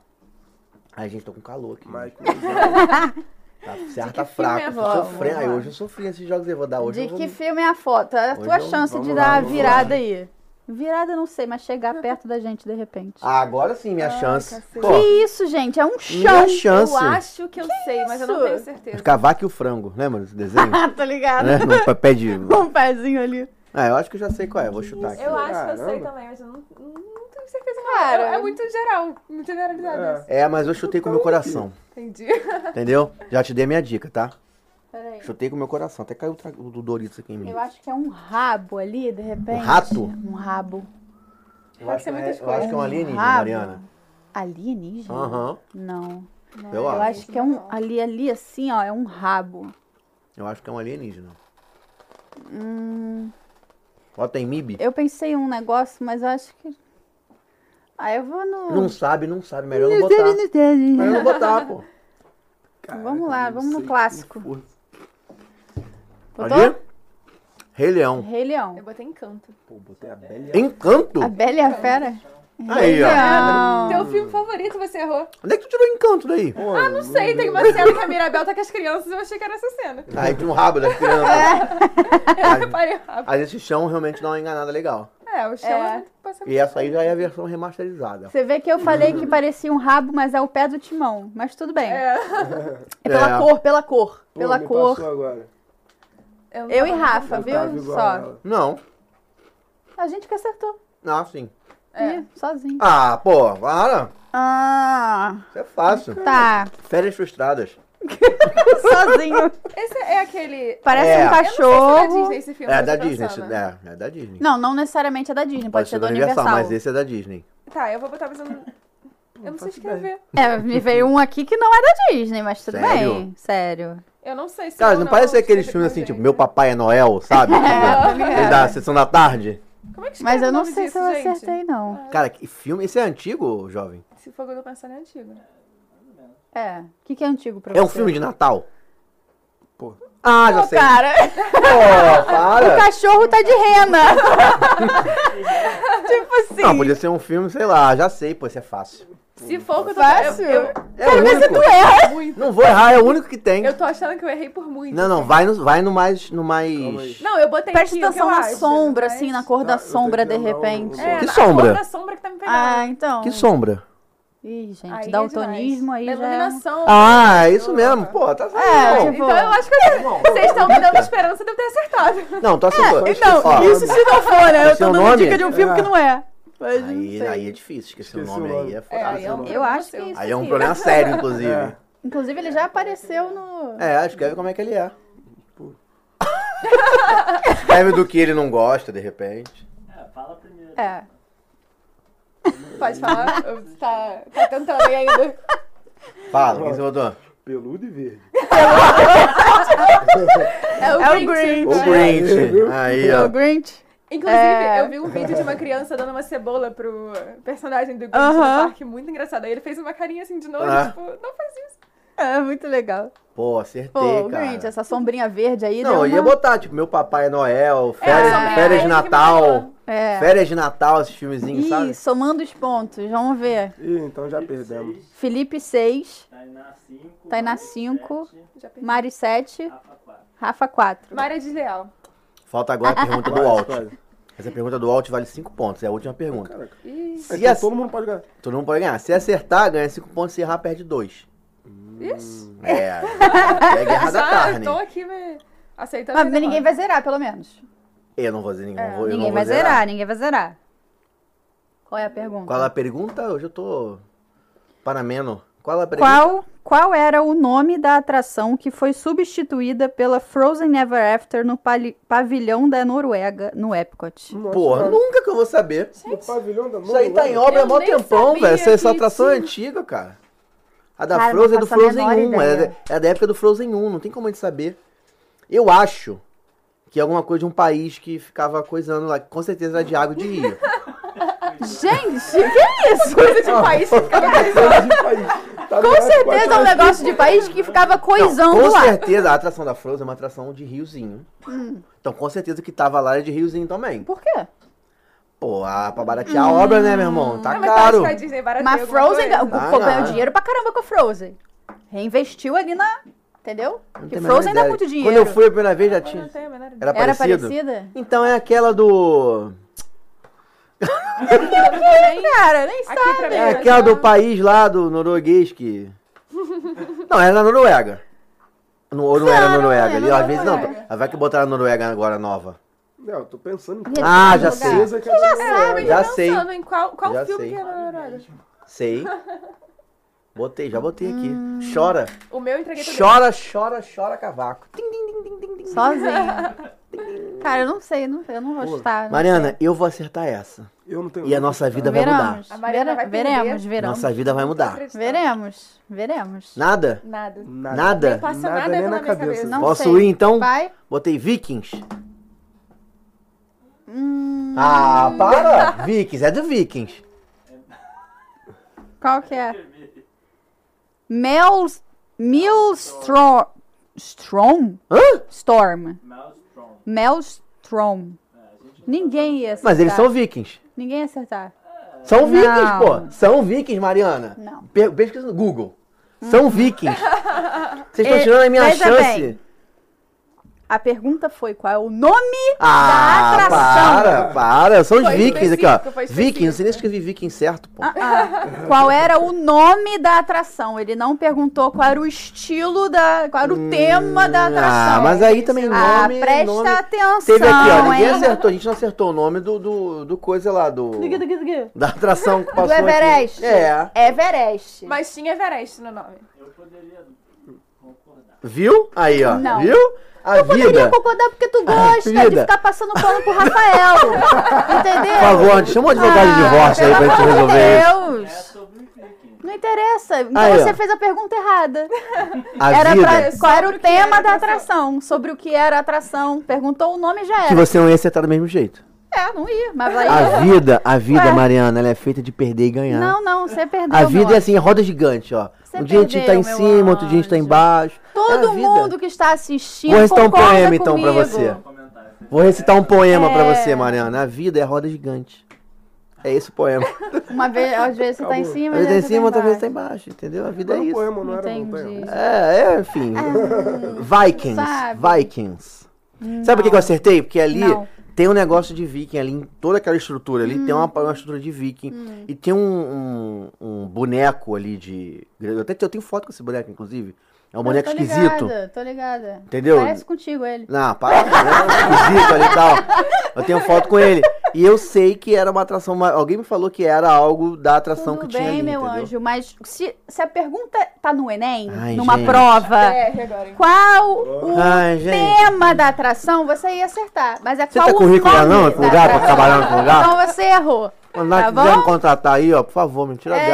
Speaker 2: Ai, gente, tô com calor aqui.
Speaker 5: Mike,
Speaker 1: [LAUGHS]
Speaker 2: Tá, esse ar tá
Speaker 3: filme
Speaker 2: fraco,
Speaker 3: é
Speaker 2: eu tô
Speaker 3: vó?
Speaker 2: sofrendo. Aí
Speaker 1: Vamos lá.
Speaker 2: hoje eu sofri esses jogos, eu vou dar Ah, hoje.
Speaker 1: De
Speaker 2: eu vou...
Speaker 1: que filme é a foto? É a tua
Speaker 2: eu-
Speaker 1: chance de
Speaker 5: vamos lá,
Speaker 1: dar a
Speaker 5: vamos
Speaker 1: virada
Speaker 5: lá.
Speaker 1: aí. Virada eu não sei, mas chegar perto da gente de repente.
Speaker 2: Ah, agora sim, minha chance. Pô,
Speaker 1: que isso, gente? É um chão.
Speaker 2: minha chance.
Speaker 3: Eu acho que eu sei, mas eu não
Speaker 1: isso?
Speaker 3: tenho certeza.
Speaker 2: Cavaco e o frango, lembra desse desenho?
Speaker 1: [LAUGHS] Ah, tá ligado?
Speaker 2: né? No papel de...
Speaker 1: Com um pezinho ali.
Speaker 2: Ah, eu acho que eu já sei qual é, vou chutar aqui.
Speaker 3: Eu acho que eu sei
Speaker 5: Caramba.
Speaker 3: também, mas eu não, não tenho certeza. não.
Speaker 1: Cara.
Speaker 3: É, é muito geral, muito generalizado
Speaker 5: É.
Speaker 3: isso.
Speaker 2: É, mas eu chutei com o meu coração,
Speaker 3: Entendi.
Speaker 2: entendeu? Já te dei minha dica, tá?
Speaker 1: Peraí.
Speaker 2: Chutei com o meu coração, até caiu o tra- o do Doritos aqui em mim.
Speaker 1: Eu acho que é um rabo ali, de repente.
Speaker 2: rato?
Speaker 1: Um rabo.
Speaker 2: Eu acho,
Speaker 3: ser
Speaker 2: que,
Speaker 3: muitas
Speaker 2: é, eu acho que é um alienígena,
Speaker 1: Rabo.
Speaker 2: Mariana.
Speaker 1: Alienígena?
Speaker 2: Aham,
Speaker 1: Não.
Speaker 2: eu
Speaker 1: Eu
Speaker 2: acho.
Speaker 1: acho que é um. Ali, ali, assim, ó, é um rabo.
Speaker 2: Eu acho que é um alienígena. Bota em MIB.
Speaker 1: Eu pensei em um negócio, mas eu acho que. Ah, eu vou no.
Speaker 2: Não sabe, não sabe. Melhor não botar. Melhor não botar, pô.
Speaker 1: Vamos lá, vamos no
Speaker 5: sei
Speaker 1: clássico.
Speaker 5: com força.
Speaker 1: Botou?
Speaker 2: Ali? Rei Leão.
Speaker 1: Rei Leão.
Speaker 3: Eu botei encanto.
Speaker 5: Pô, botei a Bela.
Speaker 2: Encanto?
Speaker 1: A Bela e a Fera?
Speaker 2: Aí, ó.
Speaker 1: Não.
Speaker 3: Teu um filme favorito você errou.
Speaker 2: Onde é que tu tirou encanto daí?
Speaker 3: Ah, não sei, tem uma cena que [LAUGHS] a Mirabel tá com as crianças eu achei que era essa cena.
Speaker 2: Aí tem um rabo das crianças.
Speaker 3: Eu reparei rápido.
Speaker 2: Aí esse chão realmente dá uma enganada legal.
Speaker 3: É, o chão
Speaker 1: É.
Speaker 3: é. muito passado.
Speaker 2: E essa aí já é a versão remasterizada.
Speaker 1: Você vê que eu falei que parecia um rabo, mas é o pé do timão. Mas tudo bem. É,
Speaker 3: É.
Speaker 1: pela
Speaker 2: É.
Speaker 1: cor, pela cor.
Speaker 5: Pô,
Speaker 1: pela
Speaker 5: me
Speaker 1: cor.
Speaker 5: Passou agora.
Speaker 3: Eu, não
Speaker 1: Eu e
Speaker 3: tava-
Speaker 1: Rafa,
Speaker 5: Eu tava
Speaker 1: viu?
Speaker 5: igual
Speaker 1: Só.
Speaker 5: a ela.
Speaker 2: Não.
Speaker 1: A gente que acertou.
Speaker 2: Ah, sim.
Speaker 3: É.
Speaker 1: Ih, sozinho.
Speaker 2: Ah, pô, para.
Speaker 1: Ah,
Speaker 2: Isso é fácil.
Speaker 1: tá.
Speaker 2: Férias frustradas.
Speaker 1: [LAUGHS] sozinho.
Speaker 3: Esse é aquele.
Speaker 1: Parece
Speaker 2: É.
Speaker 1: um
Speaker 2: Eu não
Speaker 3: Eu não sei se é da Disney
Speaker 1: cachorro.
Speaker 3: esse filme.
Speaker 2: É
Speaker 3: mas
Speaker 2: da
Speaker 3: eu tô
Speaker 2: Disney.
Speaker 3: pensando.
Speaker 2: esse- É, é da Disney.
Speaker 1: Não, não necessariamente é da Disney, pode, ser do Universal.
Speaker 2: mas esse é da Disney.
Speaker 3: Tá, [LAUGHS] eu vou botar
Speaker 1: um.
Speaker 3: pensando. Eu não sei escrever.
Speaker 1: É, me veio um aqui que não é da Disney, mas tudo
Speaker 2: Sério?
Speaker 1: bem. Sério.
Speaker 3: Eu não sei se.
Speaker 2: Cara,
Speaker 3: eu
Speaker 2: não parece
Speaker 3: vou
Speaker 2: aqueles
Speaker 3: escrever
Speaker 2: filmes
Speaker 3: com
Speaker 2: assim, tipo,
Speaker 3: jeito.
Speaker 2: Meu Papai é Noel, sabe? Ele da Sessão da Tarde.
Speaker 3: Como é que escreve
Speaker 1: Mas eu
Speaker 3: o
Speaker 1: não
Speaker 3: nome
Speaker 1: sei se
Speaker 3: disso,
Speaker 1: eu
Speaker 3: gente?
Speaker 1: acertei, não.
Speaker 2: Cara, que filme. Esse é antigo, jovem?
Speaker 3: Se for o que eu tô pensando, é antigo.
Speaker 1: É. O que, que é antigo pra
Speaker 2: É um
Speaker 1: você?
Speaker 2: filme de Natal?
Speaker 5: Pô.
Speaker 2: Ah, já
Speaker 1: Pô,
Speaker 2: sei.
Speaker 1: cara,
Speaker 2: Pô,
Speaker 1: o
Speaker 2: para.
Speaker 1: cachorro tá de rena.
Speaker 3: [LAUGHS]
Speaker 1: tipo assim.
Speaker 2: Não, podia ser um filme, sei lá, já sei, pô, esse é fácil.
Speaker 3: Se for o que eu tô
Speaker 1: Fácil.
Speaker 3: Eu, eu,
Speaker 2: É o único.
Speaker 3: muito.
Speaker 2: Não vou errar, é o único que tem.
Speaker 3: eu tô achando que eu errei por muito. assim.
Speaker 2: Não, não, vai no, vai no mais. No mais...
Speaker 3: Não, eu botei aqui
Speaker 1: Presta
Speaker 3: o que eu
Speaker 1: atenção na
Speaker 3: acho,
Speaker 1: sombra,
Speaker 3: mas-
Speaker 1: assim, na cor da
Speaker 5: Tá, eu
Speaker 1: sombra, de
Speaker 5: tenho que lembrar o-
Speaker 1: repente.
Speaker 5: o-
Speaker 3: É,
Speaker 2: Que
Speaker 3: na
Speaker 2: sombra?
Speaker 3: cor da sombra que tá me pegando.
Speaker 1: Ah, então.
Speaker 2: Que sombra.
Speaker 1: Ih, gente,
Speaker 3: Aí é
Speaker 1: daltonismo aí
Speaker 3: demais. Da
Speaker 1: já é um-
Speaker 3: iluminação.
Speaker 2: Ah, é isso mesmo. Pô, tá
Speaker 1: É,
Speaker 2: certo.
Speaker 1: tipo-
Speaker 3: Então eu acho que eu- vocês estão me dando esperança de eu ter acertado.
Speaker 2: Não, tá acertando.
Speaker 1: Então,
Speaker 2: Ó,
Speaker 1: isso se não for, né? Eu
Speaker 2: Esse é
Speaker 1: tô
Speaker 2: o
Speaker 1: dando
Speaker 2: nome?
Speaker 1: dica de um filme que não é. Mas não
Speaker 2: Aí,
Speaker 1: sei.
Speaker 2: aí é difícil, esqueci o
Speaker 5: Esqueci
Speaker 2: nome
Speaker 5: o nome.
Speaker 2: aí. É foda.
Speaker 3: É, aí é um
Speaker 1: Eu acho que
Speaker 3: problema
Speaker 1: isso
Speaker 2: Aí é um
Speaker 1: aqui.
Speaker 2: problema sério,
Speaker 5: É.
Speaker 2: inclusive.
Speaker 1: Inclusive, ele já apareceu no...
Speaker 2: É, escreve como é que ele é. escreve do que ele não gosta, de repente.
Speaker 1: É.
Speaker 3: seu. Pode falar? tá, tá tentando aí ainda.
Speaker 2: Fala, quem você votou?
Speaker 5: Peludo e verde.
Speaker 3: É o,
Speaker 1: É o
Speaker 3: Grinch.
Speaker 1: Grinch.
Speaker 2: O Grinch. Aí,
Speaker 1: É o
Speaker 2: ó.
Speaker 1: Grinch.
Speaker 3: Inclusive,
Speaker 1: É.
Speaker 3: eu vi um vídeo de uma criança dando uma cebola pro personagem do Grinch no
Speaker 1: Aham.
Speaker 3: parque, muito engraçado. Aí ele fez uma carinha assim de novo,
Speaker 2: Ah.
Speaker 3: tipo, não faz isso.
Speaker 1: É muito legal.
Speaker 2: Pô,
Speaker 1: Pô,
Speaker 2: acertei,
Speaker 1: o Grinch,
Speaker 2: cara.
Speaker 1: essa sombrinha verde aí
Speaker 2: Não, eu
Speaker 1: deu
Speaker 2: ia
Speaker 1: é uma...
Speaker 2: botar, tipo, meu Papai Noel, férias,
Speaker 3: sombrinha
Speaker 2: férias de
Speaker 3: verde que me
Speaker 2: Natal.
Speaker 3: lembrou.
Speaker 1: É.
Speaker 2: Férias de Natal, esses filmezinhos, assim, sabe?
Speaker 1: Ih, somando os pontos, vamos ver.
Speaker 5: Ih, então já perdemos.
Speaker 1: Felipe 6. Tainá 5.
Speaker 3: Já perdi.
Speaker 1: Mari 7. Rafa 4.
Speaker 3: Maria Desleal.
Speaker 2: Falta agora a pergunta
Speaker 5: [LAUGHS]
Speaker 2: do
Speaker 5: Quase,
Speaker 2: Alt.
Speaker 5: quase.
Speaker 2: Essa pergunta do Alt vale 5 pontos, é a última pergunta.
Speaker 5: Caraca.
Speaker 2: Se
Speaker 5: Então
Speaker 2: ac-
Speaker 5: todo mundo pode ganhar.
Speaker 2: Todo mundo pode ganhar. Se acertar, ganha 5 pontos, se errar, perde 2.
Speaker 1: Hum.
Speaker 3: Ixi.
Speaker 2: É, é a guerra da
Speaker 3: Ah, eu
Speaker 2: carne.
Speaker 3: tô aqui me... aceitando.
Speaker 1: Mas
Speaker 3: ainda
Speaker 1: ninguém
Speaker 3: mais.
Speaker 1: vai zerar, pelo menos.
Speaker 2: Eu não vou dizer ninguém. vou, eu
Speaker 1: É, ninguém
Speaker 2: não
Speaker 1: vai
Speaker 2: vou
Speaker 1: zerar. ninguém vai zerar. Qual é a pergunta?
Speaker 2: Qual é a pergunta? Hoje eu tô panameno. Qual é a pergunta?
Speaker 1: Qual, qual era o nome da atração que foi substituída pela Frozen Never After no pali- pavilhão da Noruega, no Epcot?
Speaker 5: Nossa,
Speaker 2: Porra,
Speaker 5: cara,
Speaker 2: nunca que eu vou saber.
Speaker 5: no pavilhão da é?
Speaker 2: Isso aí tá em
Speaker 5: Noruega.
Speaker 2: obra há
Speaker 3: Eu
Speaker 2: mó
Speaker 3: nem
Speaker 2: tempão,
Speaker 3: sabia
Speaker 2: velho. Essa, essa
Speaker 3: que
Speaker 2: atração é
Speaker 3: tinha.
Speaker 2: antiga, cara. A da
Speaker 1: Cara, eu não
Speaker 2: Frozen é do
Speaker 1: faço a
Speaker 2: Frozen
Speaker 1: menor
Speaker 2: 1. É
Speaker 1: ideia.
Speaker 2: da, é da época do Frozen 1. Não tem como a gente saber. Eu acho que é alguma coisa de um país que ficava coisando lá. que Com certeza era de água e
Speaker 1: [LAUGHS]
Speaker 2: de rio.
Speaker 1: Gente, [LAUGHS] que é isso?
Speaker 3: Coisa de país que fica
Speaker 5: De país. Tá
Speaker 1: Com
Speaker 5: ligado?
Speaker 1: certeza é um negócio de país que ficava coisando
Speaker 2: com
Speaker 1: lá.
Speaker 2: certeza a atração da Frozen é uma atração de riozinho.
Speaker 1: Hum.
Speaker 2: Então com certeza que tava lá era de riozinho também.
Speaker 1: Por quê?
Speaker 2: Pô, ah, pra
Speaker 1: Hum.
Speaker 2: baratear a obra, né, meu irmão? Tá
Speaker 3: Não, mas
Speaker 2: caro.
Speaker 3: acho que a Disney barateou
Speaker 1: Mas
Speaker 3: alguma
Speaker 1: Frozen é
Speaker 3: coisa.
Speaker 1: ga-
Speaker 2: Ah,
Speaker 1: pô, ganhou
Speaker 2: não.
Speaker 1: dinheiro pra caramba com a Frozen. Reinvestiu ali na. Entendeu?
Speaker 2: Não
Speaker 1: Porque
Speaker 2: tenho a menor
Speaker 1: Frozen dá
Speaker 2: ideia.
Speaker 1: muito dinheiro.
Speaker 2: Quando eu fui a primeira vez já
Speaker 3: Eu não
Speaker 2: tinha.
Speaker 3: tenho a menor ideia.
Speaker 2: Era
Speaker 1: Era
Speaker 2: parecido?
Speaker 1: parecida?
Speaker 2: Então é aquela do.
Speaker 1: Cara, nem sabe.
Speaker 3: Aqui pra mim,
Speaker 2: É
Speaker 3: né?
Speaker 2: aquela do país lá do norueguês [LAUGHS] que. Não, era na Noruega. No, ou não era
Speaker 1: Claro,
Speaker 2: Noruega
Speaker 1: é
Speaker 2: ali,
Speaker 1: na
Speaker 2: às vezes não.
Speaker 1: Noruega.
Speaker 2: Vai que botaram a Noruega agora nova.
Speaker 5: Não, eu tô pensando em
Speaker 2: Ah, já
Speaker 1: Lugar.
Speaker 2: sei.
Speaker 5: coisa que é de Noruega.
Speaker 3: Eu
Speaker 2: Já
Speaker 3: tô
Speaker 2: sei.
Speaker 3: pensando em qual, qual
Speaker 2: Já
Speaker 3: filme
Speaker 2: sei.
Speaker 3: que é na Noruega.
Speaker 2: Sei. Botei, já botei aqui. Chora.
Speaker 3: O meu eu entreguei também.
Speaker 2: Chora, chora, chora cavaco. Tim, tim, tim, tim, tim, tim.
Speaker 3: [LAUGHS]
Speaker 1: Sozinho. Cara, eu não sei, não- eu não vou
Speaker 2: um
Speaker 1: chutar.
Speaker 2: Mariana, eu vou acertar essa.
Speaker 5: Eu não tenho.
Speaker 2: E a nossa vida vai mudar.
Speaker 1: Veremos.
Speaker 3: A Mariana vai
Speaker 1: vere- veremos,
Speaker 3: perder.
Speaker 1: veremos.
Speaker 2: Nossa vida vai mudar.
Speaker 1: Veremos, veremos.
Speaker 2: Nada?
Speaker 3: Nada.
Speaker 2: Nada?
Speaker 3: Nem passa
Speaker 5: Nada
Speaker 3: nada,
Speaker 5: nem
Speaker 3: pela
Speaker 5: na
Speaker 3: minha
Speaker 5: cabeça.
Speaker 3: cabeça.
Speaker 1: Não
Speaker 2: Posso
Speaker 1: sei.
Speaker 2: ir então?
Speaker 1: Vai.
Speaker 2: Botei Vikings.
Speaker 1: Hum.
Speaker 2: Ah,
Speaker 1: [LAUGHS]
Speaker 2: para! Vikings, é do Vikings.
Speaker 1: Qual que é? Mel... Maelstrom... Storm?
Speaker 2: Hã?
Speaker 1: Storm. Maelstrom. Ninguém ia acertar.
Speaker 2: Mas eles são Vikings.
Speaker 1: Ninguém ia acertar.
Speaker 2: São Vikings,
Speaker 1: Tá. Não.
Speaker 2: pô. São Vikings, Mariana.
Speaker 1: Não.
Speaker 2: Pe- Pesquisa no Google. São Vikings. Vocês
Speaker 1: [LAUGHS]
Speaker 2: estão
Speaker 1: E-
Speaker 2: tirando a minha
Speaker 1: veja
Speaker 2: chance.
Speaker 1: bem. A pergunta foi qual é o nome
Speaker 2: Ah,
Speaker 1: Da atração.
Speaker 2: para, para. São os
Speaker 3: Foi
Speaker 2: Vikings aqui, ó.
Speaker 3: específico, foi
Speaker 2: Vikings,
Speaker 3: específico.
Speaker 2: não sei nem se escrevi Viking certo, pô.
Speaker 1: Ah, [LAUGHS] qual era o nome da atração. Ele não perguntou qual era o estilo da. qual era o tema da atração.
Speaker 2: Hum, Ah, mas aí também
Speaker 1: Ah,
Speaker 2: nome.
Speaker 1: presta
Speaker 2: nome-
Speaker 1: atenção.
Speaker 2: Teve aqui, ó. Ninguém
Speaker 1: hein?
Speaker 2: acertou. A gente não acertou o nome do, do, do coisa lá, do. Da atração que passou.
Speaker 1: Do Everest.
Speaker 2: Aqui. É.
Speaker 1: Everest.
Speaker 3: Mas tinha Everest no nome.
Speaker 2: Viu? Aí, ó.
Speaker 1: Não.
Speaker 2: Viu? A vida. Ah,
Speaker 1: Poderia concordar um porque tu gosta de
Speaker 2: vida.
Speaker 1: ficar passando pano pro
Speaker 2: [LAUGHS]
Speaker 1: Rafael. entendeu?
Speaker 2: Por favor, chama o advogado de
Speaker 1: Ah,
Speaker 2: divórcio aí pra gente resolver isso.
Speaker 1: Deus. Não interessa. Então
Speaker 2: Aí,
Speaker 1: você
Speaker 2: ó.
Speaker 1: fez a pergunta errada.
Speaker 2: A
Speaker 1: Era
Speaker 2: vida.
Speaker 1: pra, qual era
Speaker 3: Sobre
Speaker 1: o
Speaker 3: o que era
Speaker 1: tema
Speaker 3: a
Speaker 1: da
Speaker 3: atração.
Speaker 1: atração? Sobre o que era a atração. Perguntou o nome e já
Speaker 2: Que
Speaker 1: era.
Speaker 2: você não ia acertar do mesmo jeito.
Speaker 1: É, não ia. Mas aí.
Speaker 2: A vida, a vida,
Speaker 1: Ué.
Speaker 2: Mariana, ela é feita de perder e ganhar.
Speaker 1: Não, não, você perdeu.
Speaker 2: a
Speaker 1: meu
Speaker 2: vida é
Speaker 1: anjo.
Speaker 2: assim, roda gigante, ó.
Speaker 1: Você
Speaker 2: um dia a gente tá em
Speaker 1: perdeu, meu
Speaker 2: cima, outro dia a gente tá
Speaker 1: anjo.
Speaker 2: embaixo. é
Speaker 1: Todo
Speaker 2: a vida.
Speaker 1: mundo que está assistindo.
Speaker 2: Vou recitar um
Speaker 1: concorda
Speaker 2: poema então pra
Speaker 1: comigo.
Speaker 2: você. Vou recitar um poema pra
Speaker 1: É.
Speaker 2: você, Mariana. A vida é roda gigante. É esse o poema.
Speaker 1: Uma vez, às vezes você tá em cima,
Speaker 2: Às
Speaker 1: às
Speaker 2: vezes tá em
Speaker 1: vezes
Speaker 2: cima,
Speaker 1: você
Speaker 2: outra vez tá
Speaker 1: embaixo.
Speaker 2: embaixo, entendeu? A vida
Speaker 5: Era
Speaker 2: é
Speaker 5: um
Speaker 2: isso.
Speaker 5: poema, não era um poema.
Speaker 1: Entendi.
Speaker 2: É, é, enfim. Vikings.
Speaker 1: Ah, sabe? Hum,
Speaker 2: Vikings. Sabe por que que eu acertei? Porque ali
Speaker 1: Não.
Speaker 2: tem um negócio de viking, ali em toda aquela estrutura ali, tem
Speaker 1: Hum.
Speaker 2: uma, uma estrutura de viking. E tem um, um- um boneco ali de. Eu, até, eu tenho foto com esse boneco, inclusive. É um boneco
Speaker 1: tô
Speaker 2: esquisito.
Speaker 1: Ligada, tô ligada.
Speaker 2: Entendeu?
Speaker 1: Parece contigo ele.
Speaker 2: Não, para, né? esquisito ali e tal. Eu tenho foto com ele. E eu sei que era uma atração. uma- Alguém me falou que era algo da atração
Speaker 1: Tudo
Speaker 2: que tinha
Speaker 1: bem,
Speaker 2: ali.
Speaker 1: meu
Speaker 2: entendeu?
Speaker 1: anjo, mas se, se a pergunta tá no Enem,
Speaker 2: Ai,
Speaker 1: numa
Speaker 2: gente.
Speaker 1: prova,
Speaker 3: É, agora. hein?
Speaker 1: qual o
Speaker 2: Ai, gente.
Speaker 1: tema da atração, você ia acertar. Mas é
Speaker 2: Você
Speaker 1: qual
Speaker 2: tá
Speaker 1: o
Speaker 2: currículo lá
Speaker 1: nome
Speaker 2: não? Em algum
Speaker 1: da
Speaker 2: lugar pra
Speaker 1: atração.
Speaker 2: trabalhar em algum lugar?
Speaker 1: Então você errou.
Speaker 2: Quando
Speaker 1: tá
Speaker 2: nós
Speaker 1: bom?
Speaker 2: quiser me contratar aí, ó, por favor, me tira
Speaker 1: É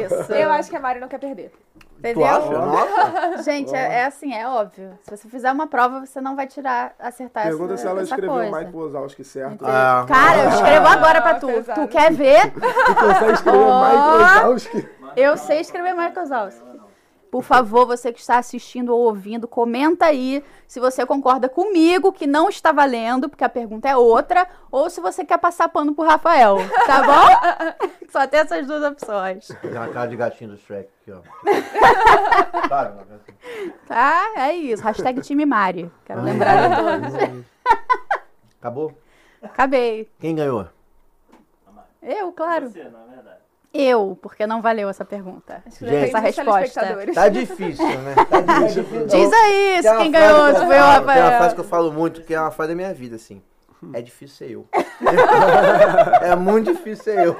Speaker 2: dessa.
Speaker 1: isso.
Speaker 3: Eu acho que a Mari não quer perder.
Speaker 2: Tu
Speaker 1: Entendeu?
Speaker 2: acha? Nossa.
Speaker 1: Gente, é, é assim, é óbvio. Se você fizer uma prova, você não vai tirar, acertar essa,
Speaker 5: Pergunta se ela
Speaker 1: essa
Speaker 5: escreveu
Speaker 1: coisa.
Speaker 5: Michael Wazowski certo.
Speaker 2: Ah,
Speaker 1: Cara, eu escrevo agora pra
Speaker 3: Ah,
Speaker 1: tu.
Speaker 3: pesado.
Speaker 1: Tu quer ver?
Speaker 5: Tu consegue escrever Michael Wazowski?
Speaker 1: Eu sei escrever Michael Zalski. Por favor, você que está assistindo ou ouvindo, comenta aí se você concorda comigo que não está valendo, porque a pergunta é outra, ou se você quer passar pano pro Rafael, tá bom? [LAUGHS] Só tem essas duas opções.
Speaker 2: Tem uma cara de gatinho do Shrek
Speaker 1: [LAUGHS]
Speaker 2: aqui, ó. Sabe, uma cara assim.
Speaker 1: Tá? É isso. Hashtag time Mari. Quero lembrar de todos.
Speaker 2: Acabou?
Speaker 1: Acabei.
Speaker 2: Quem ganhou?
Speaker 1: Eu, claro. Eu, porque não valeu essa pergunta.
Speaker 3: Acho que já tem
Speaker 1: Essa
Speaker 3: muitos
Speaker 1: resposta.
Speaker 3: telespectadores.
Speaker 2: Tá difícil, né? Tá difícil.
Speaker 1: Diz aí
Speaker 2: Tem
Speaker 1: se
Speaker 2: uma
Speaker 1: quem
Speaker 2: frase
Speaker 1: ganhou,
Speaker 2: que eu
Speaker 1: se foi o
Speaker 2: falo, Tem uma frase
Speaker 1: Rafael.
Speaker 2: que eu falo muito, que é uma frase da minha vida, assim. É difícil ser eu. é muito difícil ser eu.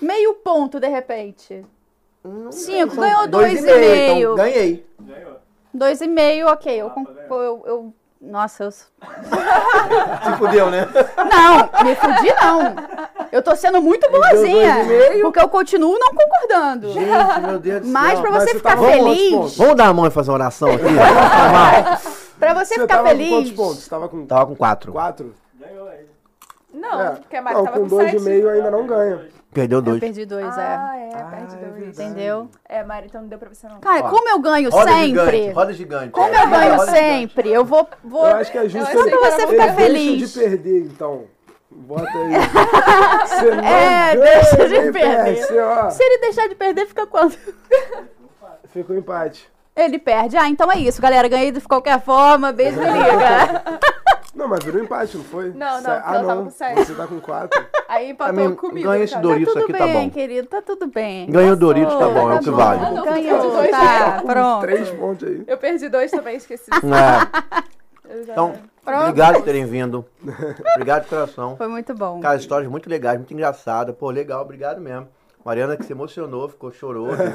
Speaker 1: Meio ponto, de repente.
Speaker 2: Não
Speaker 1: Cinco,
Speaker 2: sei,
Speaker 1: [LAUGHS]
Speaker 2: são
Speaker 1: ganhou dois, e
Speaker 2: meio,
Speaker 1: meio.
Speaker 2: Então, ganhei.
Speaker 1: Dois e meio, ok. Eu, con- eu, eu- Nossa, eu.
Speaker 2: Se fudeu, né?
Speaker 1: Não, me fudi não. Eu tô sendo muito boazinha.
Speaker 2: dois e meio.
Speaker 1: Porque eu continuo não concordando.
Speaker 2: Gente, meu Deus do
Speaker 1: Mas
Speaker 2: céu.
Speaker 1: pra você
Speaker 5: você
Speaker 1: ficar
Speaker 5: tava com quantos
Speaker 1: feliz.
Speaker 5: pontos?
Speaker 2: Vamos dar a mão e fazer uma oração aqui? [LAUGHS] Vamos lá.
Speaker 1: Pra você, ficar
Speaker 5: tava com quantos
Speaker 1: feliz.
Speaker 5: pontos? Tava com
Speaker 2: Tava com quatro.
Speaker 5: quatro?
Speaker 3: Não,
Speaker 5: É.
Speaker 3: porque a Mari
Speaker 5: não,
Speaker 3: tava
Speaker 5: com
Speaker 3: com
Speaker 5: dois
Speaker 3: sete.
Speaker 5: e meio ainda não ganha.
Speaker 2: Perdeu dois.
Speaker 1: Eu perdi dois,
Speaker 3: Ah,
Speaker 1: é.
Speaker 3: é, perde dois.
Speaker 1: Entendeu?
Speaker 3: É, Mari, então não deu pra você não.
Speaker 1: Cara,
Speaker 2: Ó,
Speaker 1: como eu ganho
Speaker 2: Roda
Speaker 1: sempre.
Speaker 2: gigante, roda gigante.
Speaker 1: Como
Speaker 2: É,
Speaker 1: eu ganho
Speaker 2: roda gigante.
Speaker 1: sempre, eu vou. vou...
Speaker 5: Eu acho que é justo
Speaker 3: acho que
Speaker 5: eles-
Speaker 3: pra você
Speaker 5: eles
Speaker 1: ficar
Speaker 5: deixam
Speaker 1: feliz.
Speaker 5: de perder, então. Bota
Speaker 3: [LAUGHS]
Speaker 5: aí. Você não
Speaker 1: É,
Speaker 5: ganha,
Speaker 1: deixa de
Speaker 5: nem
Speaker 1: perder.
Speaker 5: perde, você, ó,
Speaker 1: Se ele deixar de perder, fica quanto?
Speaker 5: Ficou empate.
Speaker 1: Ele perde. Ah, então é isso, galera. Ganhei de qualquer forma. Beijo, me
Speaker 2: Uhum. [LAUGHS]
Speaker 1: liga.
Speaker 5: Não, mas virou empate, não foi?
Speaker 3: Não, não,
Speaker 5: Sa-
Speaker 3: porque
Speaker 5: Ah,
Speaker 3: ela tava
Speaker 5: não.
Speaker 3: com sete.
Speaker 5: Você tá com quatro.
Speaker 3: Aí
Speaker 1: Tá
Speaker 3: empatou
Speaker 2: Também
Speaker 3: comigo.
Speaker 2: ganha esse
Speaker 3: cara.
Speaker 2: Doritos
Speaker 1: tudo
Speaker 2: aqui,
Speaker 1: bem,
Speaker 2: tá bom.
Speaker 1: querido. Tá tudo bem.
Speaker 2: Ganhou Doritos, tá
Speaker 1: Passou,
Speaker 2: bom, é o que vale.
Speaker 3: Ah, não, ficou
Speaker 1: Ganhou,
Speaker 3: de [LAUGHS] dois,
Speaker 1: tá. Pronto.
Speaker 5: Três pontos aí.
Speaker 3: Eu perdi dois também, esqueci.
Speaker 5: Ah.
Speaker 2: É.
Speaker 3: Eu já-
Speaker 2: Então, obrigado por terem vindo. Obrigado de coração.
Speaker 1: Foi muito bom.
Speaker 2: Cara, histórias muito legais, muito engraçadas. Pô, legal, obrigado mesmo. Mariana que se emocionou, ficou, chorou. Teve
Speaker 1: [LAUGHS]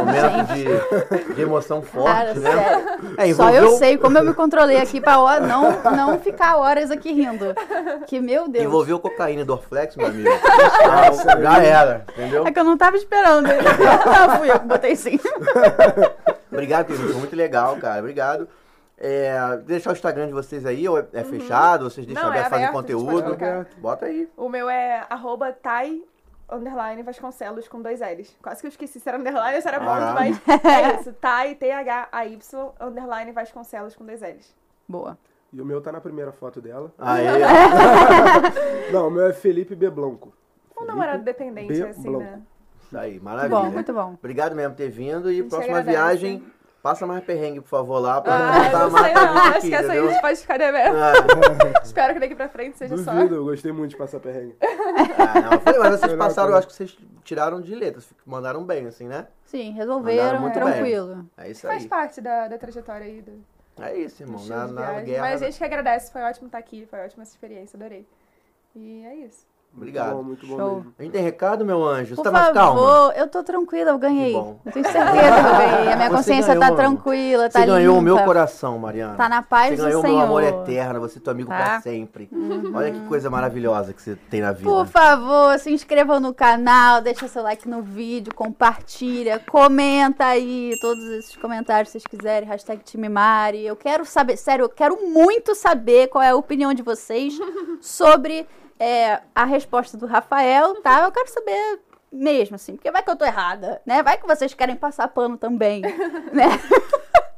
Speaker 2: um momento de, de emoção forte,
Speaker 1: Cara,
Speaker 2: né?
Speaker 1: sério.
Speaker 2: É,
Speaker 1: Só eu
Speaker 2: envolveu-
Speaker 1: sei como eu me controlei aqui pra hora- não, não ficar horas aqui rindo. Que, meu Deus.
Speaker 2: Envolveu cocaína e Dorflex,
Speaker 1: [LAUGHS]
Speaker 2: meu amigo. Ah, já era, entendeu?
Speaker 1: É que eu não tava esperando. Não, [LAUGHS] fui eu que botei
Speaker 2: [LAUGHS]
Speaker 1: sim.
Speaker 2: Obrigado, Pedro. Foi muito legal, cara. Obrigado. É, deixar o Instagram de vocês aí, ou é, é fechado? Vocês deixam
Speaker 3: Uhum. Não, é
Speaker 2: aberto, fazem
Speaker 3: aberto, a gente
Speaker 2: conteúdo.
Speaker 3: pode colocar.
Speaker 2: Bota aí.
Speaker 3: O meu é arroba Thay underline Vasconcelos com dois L's. Quase que eu esqueci se era underline ou se era ponto,
Speaker 2: Ah.
Speaker 3: mas é
Speaker 5: [LAUGHS]
Speaker 3: isso. Thay, T-H-A-Y, underline Vasconcelos com dois L's. Um
Speaker 1: Boa.
Speaker 5: E o meu tá na primeira foto dela.
Speaker 2: Aí,
Speaker 3: [LAUGHS]
Speaker 5: Não, o meu é Felipe B. Blanco.
Speaker 3: Um namorado dependente,
Speaker 5: B.
Speaker 3: assim, né?
Speaker 5: Blanco.
Speaker 2: isso aí,
Speaker 1: Muito
Speaker 2: maravilha.
Speaker 1: bom, muito bom.
Speaker 2: Obrigado mesmo por ter vindo e
Speaker 3: gente
Speaker 2: próxima
Speaker 3: agradece.
Speaker 2: viagem, passa mais perrengue, por favor, lá, pra
Speaker 5: Tá,
Speaker 3: Ah,
Speaker 2: não botar
Speaker 3: não sei
Speaker 2: mais
Speaker 3: não,
Speaker 2: perrengue
Speaker 3: acho
Speaker 2: aqui,
Speaker 3: que essa aí a [LAUGHS]
Speaker 2: entendeu?
Speaker 3: gente pode ficar devendo.
Speaker 2: Ah,
Speaker 3: Espero que daqui pra frente seja só.
Speaker 5: É. Duvido, eu gostei muito de passar perrengue.
Speaker 2: ah, não, foi, mas vocês
Speaker 5: Melhor
Speaker 2: passaram, eu
Speaker 5: coisa.
Speaker 2: acho que vocês tiraram de letras, mandaram bem, assim, né?
Speaker 1: Sim,
Speaker 2: Mandaram
Speaker 1: resolveram,
Speaker 2: muito
Speaker 1: tranquilo.
Speaker 2: É isso
Speaker 3: Faz
Speaker 2: aí.
Speaker 3: parte da, da trajetória aí do,
Speaker 2: É isso,
Speaker 3: do
Speaker 2: irmão.
Speaker 3: estilo
Speaker 2: Na,
Speaker 3: de
Speaker 2: na
Speaker 3: viagem.
Speaker 2: guerra.
Speaker 3: Mas a gente que agradece, foi ótimo estar aqui, foi ótima essa experiência, adorei. E é isso.
Speaker 2: Obrigado.
Speaker 5: Muito bom, muito bom
Speaker 1: Show.
Speaker 5: mesmo.
Speaker 2: A gente tem recado, meu anjo? Você
Speaker 1: Por
Speaker 2: tá mais
Speaker 1: favor,
Speaker 2: calma?
Speaker 1: eu tô tranquila, eu ganhei.
Speaker 2: Que bom.
Speaker 1: Eu tenho certeza que eu ganhei. A minha
Speaker 2: Você
Speaker 1: consciência
Speaker 2: ganhou,
Speaker 1: tá
Speaker 2: amor.
Speaker 1: tranquila, tá
Speaker 2: Você ganhou o meu
Speaker 1: limpa.
Speaker 2: coração, Mariana.
Speaker 1: Tá na paz
Speaker 2: Você
Speaker 1: do
Speaker 2: ganhou meu
Speaker 1: Senhor.
Speaker 2: amor eterno, você é teu amigo pra
Speaker 1: Tá.
Speaker 2: sempre. Olha que coisa maravilhosa que você tem na vida.
Speaker 1: Por favor, se inscrevam no canal, deixa seu like no vídeo, compartilha, comenta aí todos esses comentários se vocês quiserem, hashtag time Mari. Eu quero saber, sério, eu quero muito saber qual é a opinião de vocês sobre é, a resposta do Rafael, tá? Eu quero saber mesmo, assim, porque vai que eu tô errada, né? Vai que vocês querem passar pano também, né?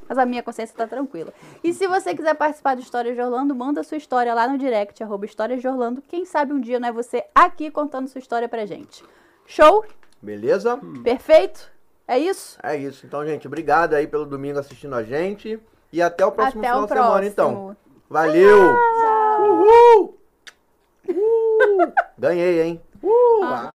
Speaker 1: Mas a minha consciência tá tranquila. E se você quiser participar do História de Orlando, manda sua história lá no direct, arroba História de Orlando. Quem sabe um dia não é você aqui contando sua história pra gente. Show?
Speaker 2: Beleza?
Speaker 1: Perfeito? É isso?
Speaker 2: É isso. Então, gente, obrigado aí pelo domingo assistindo a gente. E até o próximo
Speaker 1: Até
Speaker 2: final
Speaker 1: o
Speaker 2: de semana,
Speaker 1: próximo.
Speaker 2: então. Valeu! Uhul! Uh! Ganhei, hein? Uh!